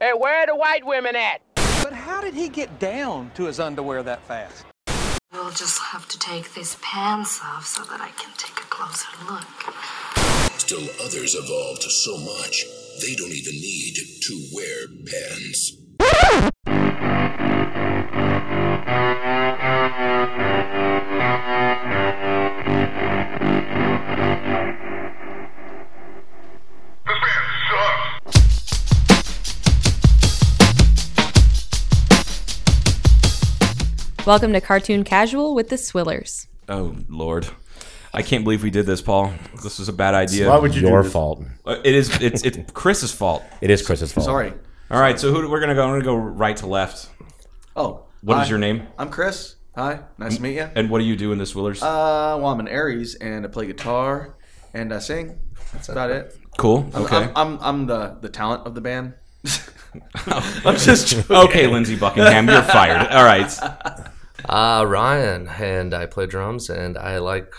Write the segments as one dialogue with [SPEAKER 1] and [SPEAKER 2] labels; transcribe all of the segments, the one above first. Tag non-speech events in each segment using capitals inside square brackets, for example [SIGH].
[SPEAKER 1] Hey, where are the white women at?
[SPEAKER 2] But how did he get down to his underwear that fast?
[SPEAKER 3] We'll just have to take these pants off so that I can take a closer look.
[SPEAKER 4] Still others evolved so much they don't even need to wear pants.
[SPEAKER 5] Welcome to Cartoon Casual with the Swillers.
[SPEAKER 6] Oh Lord, I can't believe we did this, Paul. This was a bad idea.
[SPEAKER 7] Why would you
[SPEAKER 8] Your
[SPEAKER 7] do this?
[SPEAKER 8] fault.
[SPEAKER 6] Uh, It is. It's it's Chris's fault.
[SPEAKER 8] It is Chris's fault.
[SPEAKER 7] Sorry.
[SPEAKER 6] All right. So who do- we're gonna go? I'm gonna go right to left.
[SPEAKER 7] Oh.
[SPEAKER 6] What is
[SPEAKER 7] hi.
[SPEAKER 6] your name?
[SPEAKER 7] I'm Chris. Hi. Nice to meet you.
[SPEAKER 6] And what do you do in this Willers?
[SPEAKER 7] Uh, well, I'm an Aries and I play guitar and I sing. That's about it.
[SPEAKER 6] cool.
[SPEAKER 7] I'm,
[SPEAKER 6] Okay.
[SPEAKER 7] I'm, I'm, I'm the, the talent of the band. [LAUGHS]
[SPEAKER 6] [LAUGHS]
[SPEAKER 7] I'm just joking.
[SPEAKER 6] okay, Lindsey Buckingham,
[SPEAKER 7] [LAUGHS]
[SPEAKER 6] you're fired. All right.
[SPEAKER 9] Uh, Ryan, and I play drums, and I like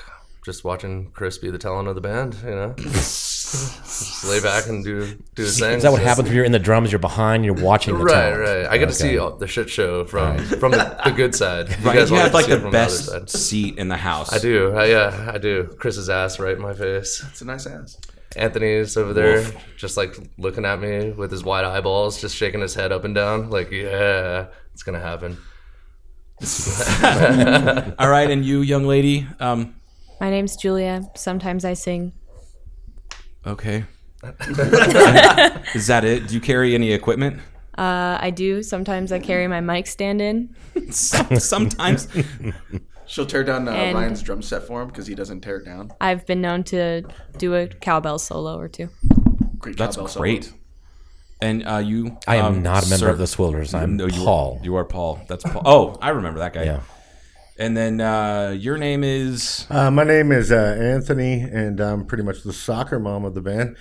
[SPEAKER 9] just watching Chris be the talent of the band, you know? just lay back and do, do
[SPEAKER 7] [LAUGHS]
[SPEAKER 9] his thing.
[SPEAKER 8] Is that what happens when you're in the drums? You're behind. You're watching. The
[SPEAKER 9] Right,
[SPEAKER 8] talent.
[SPEAKER 9] right. I get to see
[SPEAKER 8] Okay.
[SPEAKER 9] all the shit show from from the,
[SPEAKER 7] [LAUGHS]
[SPEAKER 9] the good side. You
[SPEAKER 6] Right. You
[SPEAKER 9] all
[SPEAKER 6] have
[SPEAKER 9] get
[SPEAKER 6] like
[SPEAKER 9] to see it
[SPEAKER 6] the
[SPEAKER 9] from
[SPEAKER 6] best
[SPEAKER 9] other side.
[SPEAKER 6] seat in the house.
[SPEAKER 7] [LAUGHS]
[SPEAKER 9] I do. I, yeah, I do. Chris's ass right in my face.
[SPEAKER 7] It's a nice ass.
[SPEAKER 9] Anthony's over there, just like looking at me with his wide eyeballs, just shaking his head up and down, like, yeah, it's gonna happen.
[SPEAKER 6] [LAUGHS] All right, and you, young lady. Um.
[SPEAKER 5] My name's Julia. Sometimes I sing.
[SPEAKER 7] [LAUGHS]
[SPEAKER 6] Okay. is that it? Do you carry
[SPEAKER 7] [LAUGHS]
[SPEAKER 6] any equipment?
[SPEAKER 5] Uh, I do. Sometimes I carry my mic stand in.
[SPEAKER 6] Some- Sometimes.
[SPEAKER 7] She'll tear down uh,
[SPEAKER 5] And-
[SPEAKER 7] Ryan's drum set for him because he doesn't tear it down.
[SPEAKER 5] I've been known to do a cowbell solo or two.
[SPEAKER 7] Great
[SPEAKER 6] That's
[SPEAKER 7] cowbell solo.
[SPEAKER 6] great. And uh, you?
[SPEAKER 8] I am
[SPEAKER 6] um,
[SPEAKER 8] not a member
[SPEAKER 6] sir-
[SPEAKER 8] of the Swillers. I'm
[SPEAKER 6] No, you
[SPEAKER 8] Paul.
[SPEAKER 6] Are, you are Paul. That's Paul. Oh, I remember that guy.
[SPEAKER 8] Yeah.
[SPEAKER 6] And then uh, your name is
[SPEAKER 10] Uh, my name is uh, Anthony, and I'm pretty much the soccer mom of the band.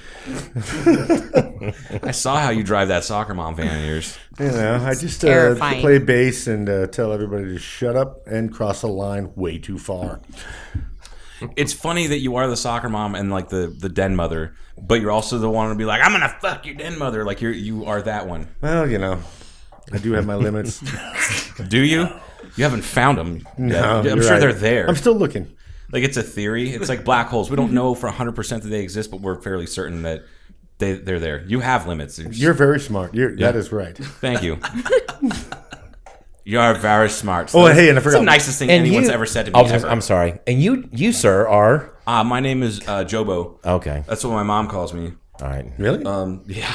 [SPEAKER 6] I saw how you drive that soccer mom van of yours.
[SPEAKER 10] You know, I just uh,
[SPEAKER 5] Terrifying.
[SPEAKER 10] play bass and uh, tell everybody to shut up and cross a line way too far.
[SPEAKER 6] It's funny that you are the soccer mom and like the, the den mother, but you're also the one to be like, I'm gonna fuck your den mother. Like you're you are that one.
[SPEAKER 10] Well, you know, I do have
[SPEAKER 9] [LAUGHS]
[SPEAKER 10] my limits. [LAUGHS]
[SPEAKER 6] Do you? You haven't found them. yet.
[SPEAKER 10] No,
[SPEAKER 6] I'm
[SPEAKER 10] you're
[SPEAKER 6] sure
[SPEAKER 10] right.
[SPEAKER 6] they're there.
[SPEAKER 10] I'm still looking.
[SPEAKER 6] like it's a theory. It's like black holes. We don't know for 100 percent that they exist, but we're fairly certain that they they're there. You have limits. You're-
[SPEAKER 10] You're very smart. You're, That is right.
[SPEAKER 6] Thank you. [LAUGHS] you are very smart.
[SPEAKER 10] Oh, hey, and I
[SPEAKER 6] It's
[SPEAKER 10] forgot-
[SPEAKER 6] the nicest thing
[SPEAKER 8] And
[SPEAKER 6] anyone's
[SPEAKER 8] you-
[SPEAKER 6] ever said to me.
[SPEAKER 8] I was gonna-
[SPEAKER 6] ever.
[SPEAKER 8] I'm sorry. And you, you sir, are
[SPEAKER 6] Uh, my name is uh, Jobo.
[SPEAKER 8] okay.
[SPEAKER 6] That's what my mom calls me.
[SPEAKER 8] All right. Really?
[SPEAKER 6] Um, yeah,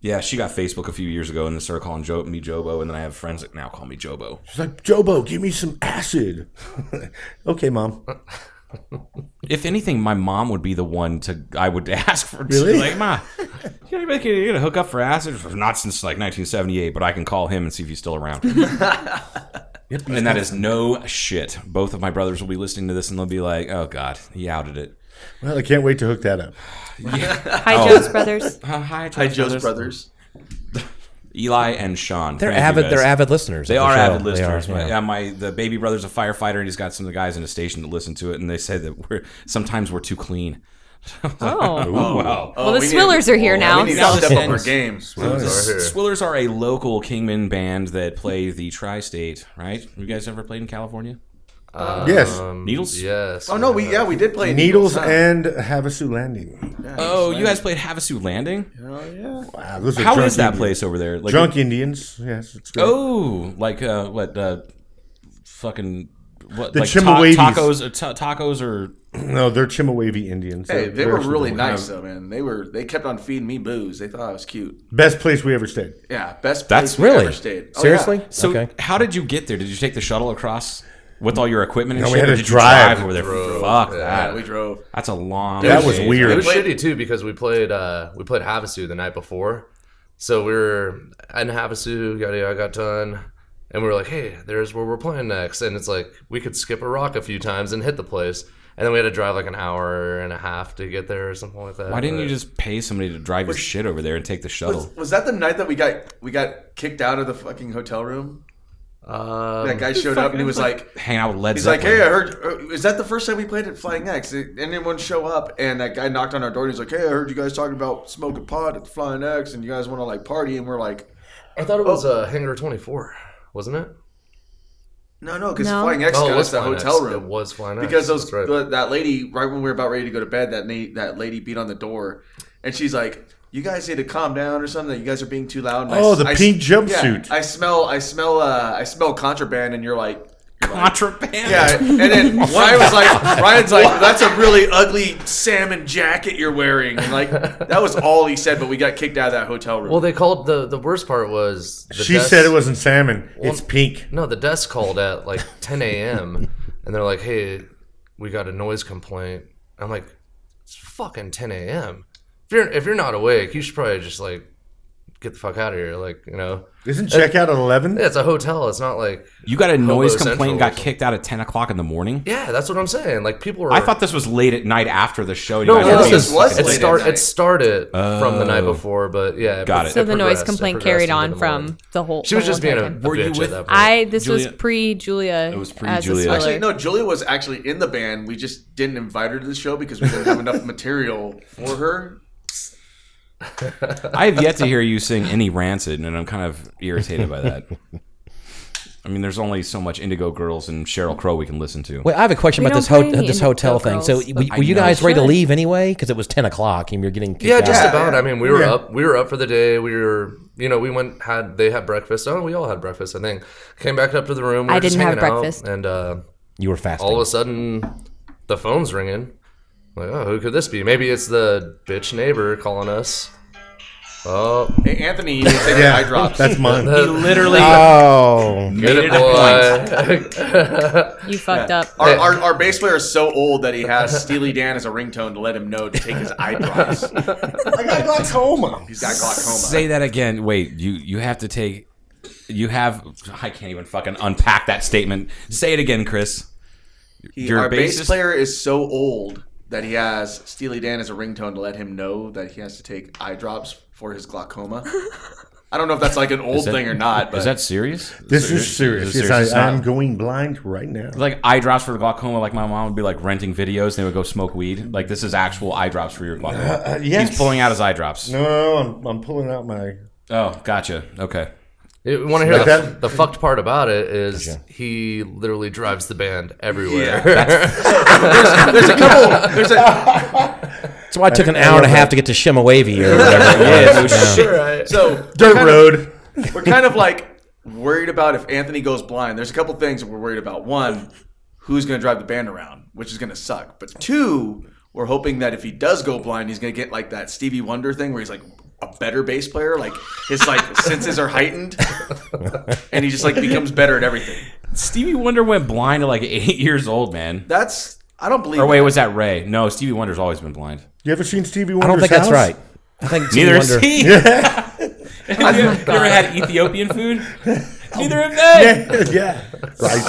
[SPEAKER 6] yeah. She got Facebook a few years ago, and then started calling jo- me Jobo, and then I have friends that now call me Jobo.
[SPEAKER 10] She's like, Jobo, give me some acid. [LAUGHS] okay, mom.
[SPEAKER 6] If anything, my mom would be the one to I would [LAUGHS] ask for.
[SPEAKER 10] Really?
[SPEAKER 6] Like, ma, you know, you're gonna hook up for acid? Not since like 1978, but I can call him and see if he's still
[SPEAKER 8] [LAUGHS]
[SPEAKER 6] around. and that is no shit. Both of my brothers will be listening to this, and they'll be like, "Oh God, he outed it."
[SPEAKER 10] Well, I can't wait to hook that up.
[SPEAKER 5] Hi,
[SPEAKER 7] Oh.
[SPEAKER 5] Joe's
[SPEAKER 7] [LAUGHS]
[SPEAKER 5] Brothers.
[SPEAKER 6] Uh, hi,
[SPEAKER 7] Hi, Joe's brothers.
[SPEAKER 6] [LAUGHS] Eli and Sean.
[SPEAKER 8] they're
[SPEAKER 6] Thank you
[SPEAKER 8] avid.
[SPEAKER 6] guys.
[SPEAKER 8] They're avid listeners.
[SPEAKER 6] They
[SPEAKER 8] of the
[SPEAKER 6] are
[SPEAKER 8] show.
[SPEAKER 6] avid
[SPEAKER 8] They
[SPEAKER 6] listeners.
[SPEAKER 8] yeah.
[SPEAKER 6] my, yeah, my the baby brother's a firefighter, and he's got some of the guys in the station that listen to it, and they say that we're sometimes we're too clean.
[SPEAKER 5] Oh.
[SPEAKER 6] [LAUGHS] Oh wow!
[SPEAKER 5] Well, the Swillers are here now.
[SPEAKER 7] oh, We need
[SPEAKER 5] so-
[SPEAKER 7] to step up our
[SPEAKER 6] Nonsense.
[SPEAKER 7] games.
[SPEAKER 9] Over here.
[SPEAKER 6] Swillers are a local Kingman band that play the tri-state. Right? You guys ever played in California?
[SPEAKER 10] yes.
[SPEAKER 6] Needles?
[SPEAKER 9] Um, Yes.
[SPEAKER 7] Oh no, we yeah we did play
[SPEAKER 10] Needles
[SPEAKER 7] huh?
[SPEAKER 10] and Havasu Landing.
[SPEAKER 6] Oh, you guys played Havasu Landing?
[SPEAKER 10] Wow, those are
[SPEAKER 6] How
[SPEAKER 10] drunk
[SPEAKER 6] is that
[SPEAKER 10] Indians.
[SPEAKER 6] place over there? Like,
[SPEAKER 10] Drunk Indians. Yes, it's good.
[SPEAKER 6] Oh, like uh, what? Uh, fucking what?
[SPEAKER 10] The
[SPEAKER 6] like ta-
[SPEAKER 10] Chimawavis.
[SPEAKER 6] tacos, or ta- tacos, or
[SPEAKER 10] No, they're Chimawavy Indians.
[SPEAKER 7] Hey, they
[SPEAKER 10] They're- they're
[SPEAKER 7] were
[SPEAKER 10] actually
[SPEAKER 7] really
[SPEAKER 10] good.
[SPEAKER 7] nice though, man. They were they kept on feeding me booze. They thought I was cute.
[SPEAKER 10] Best place we ever stayed.
[SPEAKER 7] Yeah, best place
[SPEAKER 6] That's
[SPEAKER 7] we
[SPEAKER 8] Really?
[SPEAKER 7] ever stayed. Oh,
[SPEAKER 8] Seriously?
[SPEAKER 7] yeah.
[SPEAKER 6] So,
[SPEAKER 8] okay.
[SPEAKER 6] how did you get there? Did you take the shuttle across with all your equipment? And
[SPEAKER 10] No,
[SPEAKER 6] shit,
[SPEAKER 10] we had
[SPEAKER 6] or
[SPEAKER 10] to
[SPEAKER 6] did
[SPEAKER 10] drive.
[SPEAKER 6] you drive over there.
[SPEAKER 9] Drove.
[SPEAKER 6] Fuck
[SPEAKER 9] Yeah,
[SPEAKER 6] that.
[SPEAKER 7] Yeah, we drove.
[SPEAKER 6] That's a long.
[SPEAKER 10] That was
[SPEAKER 6] day.
[SPEAKER 9] It
[SPEAKER 10] weird.
[SPEAKER 9] was shitty too because we played uh, we played Havasu the night before, so we were in Havasu, yada yada, got done, and we were like, hey, there's where we're playing next, and it's like we could skip a rock a few times and hit the place, and then we had to drive like an hour and a half to get there or something like that.
[SPEAKER 6] Why didn't you
[SPEAKER 9] But-
[SPEAKER 6] just pay somebody to drive your shit over there and take the shuttle?
[SPEAKER 7] Was that the night that we got we got kicked out of the fucking hotel room?
[SPEAKER 11] Um,
[SPEAKER 9] That guy showed up and he was like,
[SPEAKER 6] Hanging out with Led
[SPEAKER 9] He's like,
[SPEAKER 6] Zeppelin.
[SPEAKER 9] hey, I heard. uh, Is that the first time we played at Flying X? Did anyone show up? And that guy knocked on our door and he's like, hey, I heard you guys talking about smoking pot at the Flying X and you guys want to like party. And we're like, "Oh."
[SPEAKER 11] I thought it was uh, Hangar 24, wasn't it? Oh,
[SPEAKER 9] no, no, because
[SPEAKER 5] No.
[SPEAKER 9] Flying X
[SPEAKER 11] it
[SPEAKER 9] got
[SPEAKER 11] was
[SPEAKER 9] us the
[SPEAKER 11] Flying X.
[SPEAKER 9] hotel
[SPEAKER 11] It
[SPEAKER 9] room.
[SPEAKER 11] was Flying X.
[SPEAKER 9] Because those
[SPEAKER 11] That's right.
[SPEAKER 9] the- that lady, right when we were about ready to go to bed, that na- that lady beat on the door and she's like, you guys need to calm down or something. You guys are being too loud. And I
[SPEAKER 10] Oh,
[SPEAKER 9] s-
[SPEAKER 10] the
[SPEAKER 9] I s-
[SPEAKER 10] pink
[SPEAKER 9] yeah,
[SPEAKER 10] jumpsuit.
[SPEAKER 9] I smell, I smell, uh, I smell contraband. And you're like,
[SPEAKER 10] [LAUGHS]
[SPEAKER 6] Contraband. [LAUGHS]
[SPEAKER 9] Yeah, and then Ryan was like, Ryan's like, that's a really ugly salmon jacket you're wearing. And like, that was all he said, but we got kicked out of that hotel room.
[SPEAKER 11] Well, they called the the worst part was the
[SPEAKER 10] She
[SPEAKER 11] desk-
[SPEAKER 10] said it wasn't salmon. it's pink.
[SPEAKER 11] No, the desk called at like 10 a.m. and they're like, "Hey, we got a noise complaint." I'm like, "It's fucking 10 a.m. If you're if you're not awake, you should probably just like get the fuck out of here." Like, you know,
[SPEAKER 10] Isn't checkout at eleven?
[SPEAKER 11] yeah, it's a hotel. It's not like
[SPEAKER 6] You got a
[SPEAKER 11] Hobo
[SPEAKER 6] noise
[SPEAKER 11] Central
[SPEAKER 6] complaint,
[SPEAKER 11] or
[SPEAKER 6] and got
[SPEAKER 11] something.
[SPEAKER 6] kicked out at 10 o'clock in the morning.
[SPEAKER 11] yeah, that's what I'm saying. Like, people are.
[SPEAKER 6] I thought this was late at night after the show. and
[SPEAKER 11] no,
[SPEAKER 6] you guys were
[SPEAKER 11] no,
[SPEAKER 9] this
[SPEAKER 6] being
[SPEAKER 9] is- was
[SPEAKER 11] it
[SPEAKER 9] late at
[SPEAKER 11] start
[SPEAKER 9] night.
[SPEAKER 11] it started from the night
[SPEAKER 6] Oh.
[SPEAKER 11] before, but yeah, it-
[SPEAKER 6] Got it.
[SPEAKER 5] So the noise
[SPEAKER 11] progressed. It
[SPEAKER 5] complaint
[SPEAKER 11] progressed
[SPEAKER 5] carried
[SPEAKER 11] into
[SPEAKER 5] on
[SPEAKER 11] the
[SPEAKER 5] from
[SPEAKER 11] morning.
[SPEAKER 5] the whole.
[SPEAKER 11] She was
[SPEAKER 5] the
[SPEAKER 11] just
[SPEAKER 5] whole
[SPEAKER 11] being a, a
[SPEAKER 5] entire time.
[SPEAKER 6] Were you
[SPEAKER 11] bitch
[SPEAKER 6] with-
[SPEAKER 11] at that point.
[SPEAKER 5] I this
[SPEAKER 6] Julia-
[SPEAKER 5] was pre Julia.
[SPEAKER 6] It was pre
[SPEAKER 5] as a
[SPEAKER 6] Julia.
[SPEAKER 5] sweater.
[SPEAKER 9] Actually, no, Julia was actually in the band. We just didn't invite her to the show because we didn't have enough [LAUGHS] material for her.
[SPEAKER 6] I have yet to hear you sing any Rancid, and I'm kind of irritated by
[SPEAKER 11] [LAUGHS]
[SPEAKER 6] that. I mean, there's only so much Indigo Girls and Cheryl Crow we can listen to.
[SPEAKER 8] Wait, I have a question
[SPEAKER 5] We
[SPEAKER 8] about this,
[SPEAKER 5] don't
[SPEAKER 8] ho-
[SPEAKER 5] play any
[SPEAKER 8] this hotel thing.
[SPEAKER 5] Indigo
[SPEAKER 8] So,
[SPEAKER 5] Girls,
[SPEAKER 8] w-
[SPEAKER 5] but-
[SPEAKER 8] were you
[SPEAKER 6] I know.
[SPEAKER 8] guys ready to
[SPEAKER 5] Should.
[SPEAKER 8] leave anyway? Because it was ten o'clock, and you're getting kicked
[SPEAKER 11] Yeah,
[SPEAKER 8] out.
[SPEAKER 11] just about.
[SPEAKER 9] yeah.
[SPEAKER 11] I mean, we were
[SPEAKER 10] Yeah.
[SPEAKER 11] up. We were up for the day. We were, you know, we went had they had breakfast. Oh, we all had breakfast. I think came back up to the room. We
[SPEAKER 5] I
[SPEAKER 11] were just
[SPEAKER 5] didn't have
[SPEAKER 11] hanging out,
[SPEAKER 5] breakfast.
[SPEAKER 11] and uh,
[SPEAKER 8] you were fasting. [LAUGHS]
[SPEAKER 11] all of a sudden, the phone's ringing. Like, oh, who could this be? Maybe it's the bitch neighbor calling us. Oh,
[SPEAKER 9] Hey, Anthony, you said
[SPEAKER 10] Yeah,
[SPEAKER 9] eye drops.
[SPEAKER 11] [LAUGHS]
[SPEAKER 10] that's mine.
[SPEAKER 6] He literally
[SPEAKER 8] oh,
[SPEAKER 11] get it, boy.
[SPEAKER 5] you fucked up. [LAUGHS]
[SPEAKER 9] Our, our, our bass player is so old that he has
[SPEAKER 6] [LAUGHS]
[SPEAKER 9] Steely Dan as a ringtone to let him know to take his eye
[SPEAKER 10] [LAUGHS]
[SPEAKER 9] drops.
[SPEAKER 10] I got glaucoma.
[SPEAKER 9] He's got glaucoma.
[SPEAKER 6] say that again. Wait, you you have to take. You have. I can't even fucking unpack that statement. Say it again, Chris.
[SPEAKER 9] He,
[SPEAKER 6] Your
[SPEAKER 9] our bass
[SPEAKER 6] bassist-
[SPEAKER 9] player is so old that he has Steely Dan as a ringtone to let him know that he has to take eye drops for his glaucoma.
[SPEAKER 6] [LAUGHS]
[SPEAKER 9] I don't know if that's like an old
[SPEAKER 6] that-
[SPEAKER 9] thing or not, but
[SPEAKER 6] Is that serious?
[SPEAKER 10] This is serious.
[SPEAKER 6] Is it
[SPEAKER 10] Yes,
[SPEAKER 6] It's
[SPEAKER 10] I,
[SPEAKER 6] not-
[SPEAKER 10] I'm going blind right now.
[SPEAKER 6] like eye drops for glaucoma. Like my mom would be like renting videos. And they would go smoke weed. Like this is actual eye drops for your glaucoma.
[SPEAKER 8] [LAUGHS]
[SPEAKER 10] yes.
[SPEAKER 6] He's pulling out his eye drops.
[SPEAKER 10] No, no, no. I'm, I'm pulling out my.
[SPEAKER 6] Oh, gotcha. Okay.
[SPEAKER 11] you want to hear
[SPEAKER 10] Like
[SPEAKER 11] the,
[SPEAKER 10] that?
[SPEAKER 11] the fucked part about it is he literally drives the band everywhere. [LAUGHS]
[SPEAKER 8] that's why it took an hour and a half to get to Shimawavy or whatever. it was. Yeah.
[SPEAKER 10] [LAUGHS]
[SPEAKER 9] so
[SPEAKER 10] Dirt road.
[SPEAKER 9] [LAUGHS] we're kind of like worried about if Anthony goes blind. There's a couple things that we're worried about. One, who's going to drive the band around, which is going to suck. But two, we're hoping that if he does go blind, he's going to get like that Stevie Wonder thing where he's like a better bass player, like his
[SPEAKER 10] [LAUGHS]
[SPEAKER 9] like senses are heightened, and he just like becomes better at everything.
[SPEAKER 6] Stevie Wonder went blind at like [LAUGHS] eight years old, man.
[SPEAKER 9] That's I don't believe.
[SPEAKER 6] Or wait,
[SPEAKER 9] that.
[SPEAKER 6] was that Ray? No, Stevie Wonder's always been blind.
[SPEAKER 10] You ever seen Stevie Wonder's
[SPEAKER 8] I don't think that's
[SPEAKER 10] house?
[SPEAKER 8] right. I think it's
[SPEAKER 6] Neither
[SPEAKER 8] Wonder. Oh
[SPEAKER 6] is he.
[SPEAKER 8] [LAUGHS]
[SPEAKER 6] [LAUGHS] Have you ever had Ethiopian
[SPEAKER 8] [LAUGHS]
[SPEAKER 6] food? Neither have they.
[SPEAKER 10] [LAUGHS] yeah. Right.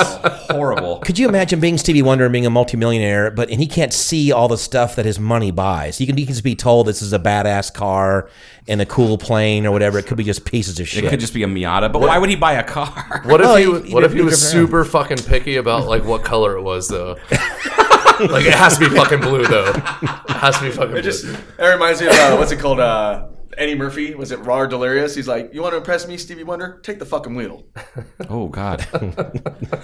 [SPEAKER 6] Horrible.
[SPEAKER 8] Could you imagine being Stevie Wonder and being a multimillionaire, but and he can't see all the stuff that his money buys? He can, he can just be told this is a badass car and a cool plane or whatever. It could be just pieces of shit.
[SPEAKER 6] It could just be a Miata, but why would he buy a car?
[SPEAKER 11] What if
[SPEAKER 8] Well,
[SPEAKER 11] he,
[SPEAKER 8] you-
[SPEAKER 11] was-
[SPEAKER 8] you
[SPEAKER 11] what
[SPEAKER 8] know,
[SPEAKER 11] if he
[SPEAKER 8] you
[SPEAKER 11] was
[SPEAKER 8] drive around.
[SPEAKER 11] super fucking picky about like what color it was
[SPEAKER 8] [LAUGHS]
[SPEAKER 11] though? like it has to be fucking blue though. It has to be fucking blue.
[SPEAKER 9] It just it reminds me of uh, what's it called? Uh, Eddie Murphy was it Raw or Delirious? He's like, you want to impress me, Stevie Wonder? Take the fucking wheel.
[SPEAKER 6] Oh God,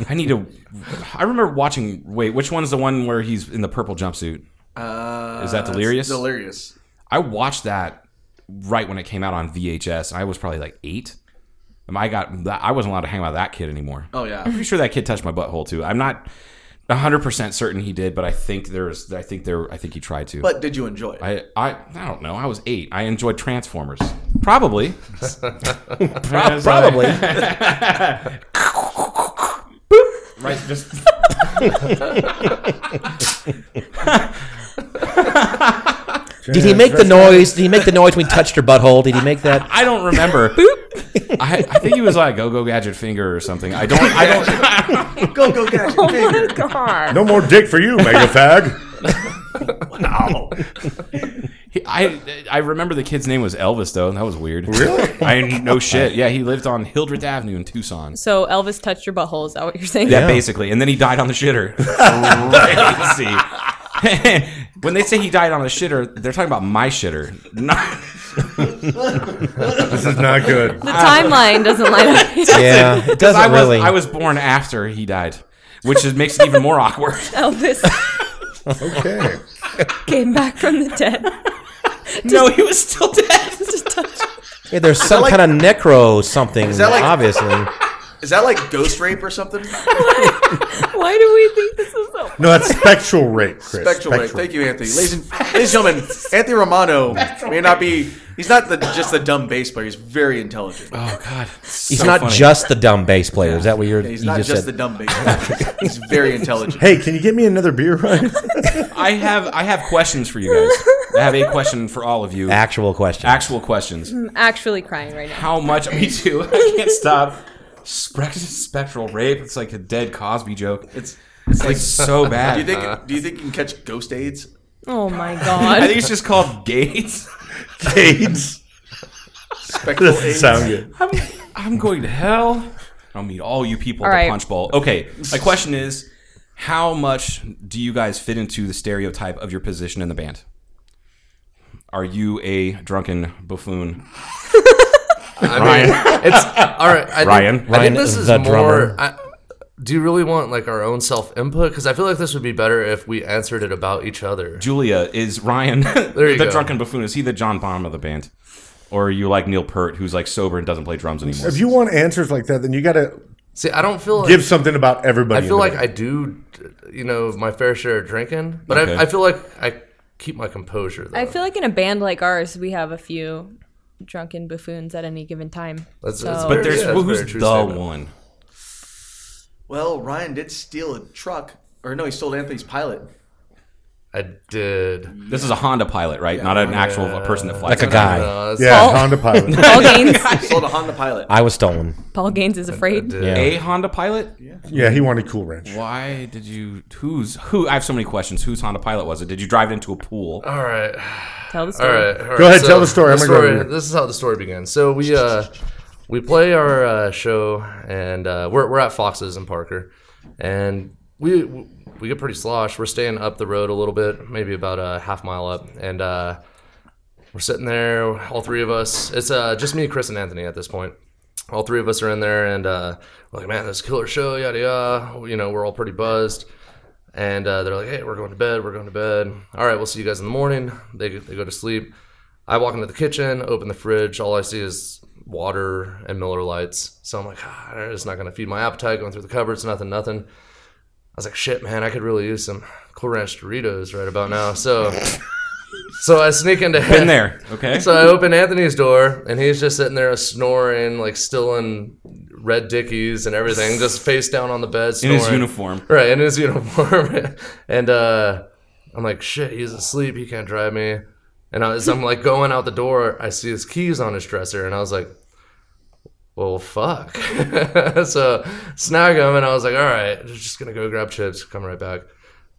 [SPEAKER 6] I need to. I remember watching. Wait, which one's the one where he's in the purple jumpsuit?
[SPEAKER 9] Uh,
[SPEAKER 6] Is that Delirious?
[SPEAKER 9] Delirious.
[SPEAKER 6] I watched that right when it came out on VHS. and I was probably like eight. And I got. I wasn't allowed to hang out with that kid anymore.
[SPEAKER 9] Oh yeah.
[SPEAKER 6] I'm pretty sure that kid touched my butthole too. I'm not 100 percent certain he did, but I think there's. I think there. I think he tried to.
[SPEAKER 9] But did you enjoy it?
[SPEAKER 6] I, I I don't know. I was eight. I enjoyed Transformers.
[SPEAKER 9] [LAUGHS]
[SPEAKER 6] Probably. [LAUGHS] Pro-
[SPEAKER 8] Probably.
[SPEAKER 6] Right. Just.
[SPEAKER 8] Did he make the noise? Did he make the noise when he touched her butthole? Did he make that?
[SPEAKER 6] I don't remember. I, I think he was like go go gadget finger or something. I don't. I don't.
[SPEAKER 8] [LAUGHS]
[SPEAKER 9] go go gadget.
[SPEAKER 5] God.
[SPEAKER 10] No more dick for you, mega fag.
[SPEAKER 7] Wow.
[SPEAKER 6] He- I I remember the kid's name was Elvis though, and that was weird. Really? I no shit. Yeah, he lived on Hildreth Avenue in Tucson.
[SPEAKER 5] So Elvis touched your butthole. Is that what you're saying?
[SPEAKER 6] Yeah, basically. And then he died on the
[SPEAKER 8] [LAUGHS]
[SPEAKER 6] shitter. Crazy. [LAUGHS] when they say he died on the shitter, they're talking about my shitter. [LAUGHS] Not-
[SPEAKER 10] This is not good.
[SPEAKER 5] The timeline doesn't line up.
[SPEAKER 8] Yeah, it doesn't
[SPEAKER 6] I was
[SPEAKER 8] really.
[SPEAKER 6] I was born after he died, which is, makes it even more
[SPEAKER 8] [LAUGHS]
[SPEAKER 6] awkward.
[SPEAKER 5] Elvis
[SPEAKER 10] Okay.
[SPEAKER 5] came back from the dead.
[SPEAKER 6] [LAUGHS] no, he was still dead.
[SPEAKER 5] [LAUGHS] Just touch-
[SPEAKER 8] Yeah, there's some kind of necro something,
[SPEAKER 7] that like-
[SPEAKER 8] obviously.
[SPEAKER 7] Is that like ghost rape or something?
[SPEAKER 5] Why do we think this is so?
[SPEAKER 10] No, that's spectral rape, Chris.
[SPEAKER 7] Spectral rape. Thank you, Anthony. Ladies and, ladies and gentlemen, Anthony Romano may not be. He's not the, just the dumb bass player. He's very intelligent.
[SPEAKER 6] Oh god,
[SPEAKER 8] He's not just the dumb bass player. Is that what you're?
[SPEAKER 7] he's
[SPEAKER 8] you
[SPEAKER 7] not just,
[SPEAKER 8] just said?
[SPEAKER 7] the dumb bass player. [LAUGHS] he's very intelligent.
[SPEAKER 10] Hey, can you get me another beer run?
[SPEAKER 6] I have I have questions for you guys. I have a question for all
[SPEAKER 8] [LAUGHS]
[SPEAKER 6] of you.
[SPEAKER 8] [LAUGHS] Actual question.
[SPEAKER 6] Actual questions.
[SPEAKER 5] I'm actually crying right now.
[SPEAKER 6] How much? Me too. I can't stop. Spect- Spectral rape. It's like a dead Cosby joke.
[SPEAKER 7] It's,
[SPEAKER 6] It's like [LAUGHS] so bad. Uh,
[SPEAKER 7] do you think? Do you think you can catch ghost aids?
[SPEAKER 5] Oh my
[SPEAKER 6] I
[SPEAKER 5] god.
[SPEAKER 6] think it's just called Gates.
[SPEAKER 10] AIDS.
[SPEAKER 7] Spectral aids.
[SPEAKER 10] Sound good.
[SPEAKER 6] I'm, I'm going to hell. I'll meet all you people
[SPEAKER 5] All
[SPEAKER 6] at the
[SPEAKER 5] right.
[SPEAKER 6] punch bowl. Okay, my question is, how much do you guys fit into the stereotype of your position in the band? Are you a drunken buffoon?
[SPEAKER 9] I mean, it's all right. I
[SPEAKER 6] Ryan.
[SPEAKER 9] think, I
[SPEAKER 8] Ryan
[SPEAKER 9] think this is
[SPEAKER 8] the drummer.
[SPEAKER 9] more. I, do you really want like our own self input? Because I feel like this would be better if we answered it about each other.
[SPEAKER 6] Julia is Ryan,
[SPEAKER 9] you
[SPEAKER 6] the
[SPEAKER 9] go.
[SPEAKER 6] drunken buffoon. Is he the John Bonham of the band, or are you like Neil Peart, who's like sober and doesn't play drums anymore?
[SPEAKER 10] If you want answers like that, then you got to
[SPEAKER 9] See, I don't feel like
[SPEAKER 10] give something about everybody.
[SPEAKER 9] I feel
[SPEAKER 10] in the
[SPEAKER 9] like
[SPEAKER 10] band.
[SPEAKER 9] I do, you know, my fair share of drinking, but
[SPEAKER 6] Okay.
[SPEAKER 9] I, I feel like I keep my composure. Though.
[SPEAKER 5] I feel like in a band like ours, we have a few drunken buffoons at any given time.
[SPEAKER 9] That's-
[SPEAKER 5] so
[SPEAKER 9] that's
[SPEAKER 6] But there's
[SPEAKER 9] Yeah, that's a
[SPEAKER 6] who's
[SPEAKER 9] very
[SPEAKER 6] the
[SPEAKER 9] true statement.
[SPEAKER 6] one?
[SPEAKER 7] Well, Ryan did steal a truck, or no, he stole Anthony's pilot.
[SPEAKER 9] I did.
[SPEAKER 6] This is a Honda pilot, right? Not an actual a person that flies.
[SPEAKER 8] like a guy.
[SPEAKER 9] Uh,
[SPEAKER 10] Yeah,
[SPEAKER 5] Paul-
[SPEAKER 10] Honda
[SPEAKER 9] [LAUGHS]
[SPEAKER 10] Pilot.
[SPEAKER 5] Paul Gaines.
[SPEAKER 7] He stole a Honda pilot.
[SPEAKER 8] I was stolen.
[SPEAKER 5] Paul Gaines is afraid.
[SPEAKER 9] did.
[SPEAKER 8] Yeah.
[SPEAKER 6] A Honda pilot?
[SPEAKER 10] yeah, he wanted Cool Ranch.
[SPEAKER 6] Why did you? Who's who? I have so many questions. Whose Honda Pilot was it? Did you drive it into a pool?
[SPEAKER 9] All right.
[SPEAKER 5] Tell the
[SPEAKER 9] All
[SPEAKER 5] story.
[SPEAKER 9] right. all right.
[SPEAKER 10] Go ahead, tell the story. I'm gonna go
[SPEAKER 9] story-
[SPEAKER 10] over here.
[SPEAKER 9] This is how the story begins. So we uh, we play our uh, show, and uh, we're we're at Fox's in Parker, and we we get pretty slosh. We're staying up the road a little bit, maybe about a half mile up, and uh, we're sitting there, all three of us. It's uh, just me, Chris, and Anthony at this point. All three of us are in there, and uh, we're like, man, this is a killer show, yada yada. You know, we're all pretty buzzed. And uh, they're like, hey, we're going to bed. We're going to bed. All right, we'll see you guys in the morning. They, they go to sleep. I walk into the kitchen, open the fridge. All I see is water and Miller Lights. So I'm like, ah, it's not going to feed my appetite. Going through the cupboards, nothing, nothing. I was like, shit, man, I could really use some Cool Ranch Doritos right about now.
[SPEAKER 6] [LAUGHS]
[SPEAKER 9] So, so I sneak into
[SPEAKER 6] Been there. Okay.
[SPEAKER 9] so I open Anthony's door, and he's just sitting there snoring, like still in red dickies and everything, just face down on the bed,
[SPEAKER 6] in
[SPEAKER 9] snoring.
[SPEAKER 6] his uniform.
[SPEAKER 9] [LAUGHS] Right, in his uniform. and uh, I'm like, shit, he's asleep. He can't drive me. And I was, I'm like going out the door. I see his keys on his dresser, and I was like, well, fuck. [LAUGHS] so snag him, and I was like, all right, I'm just gonna go grab chips. Come right back.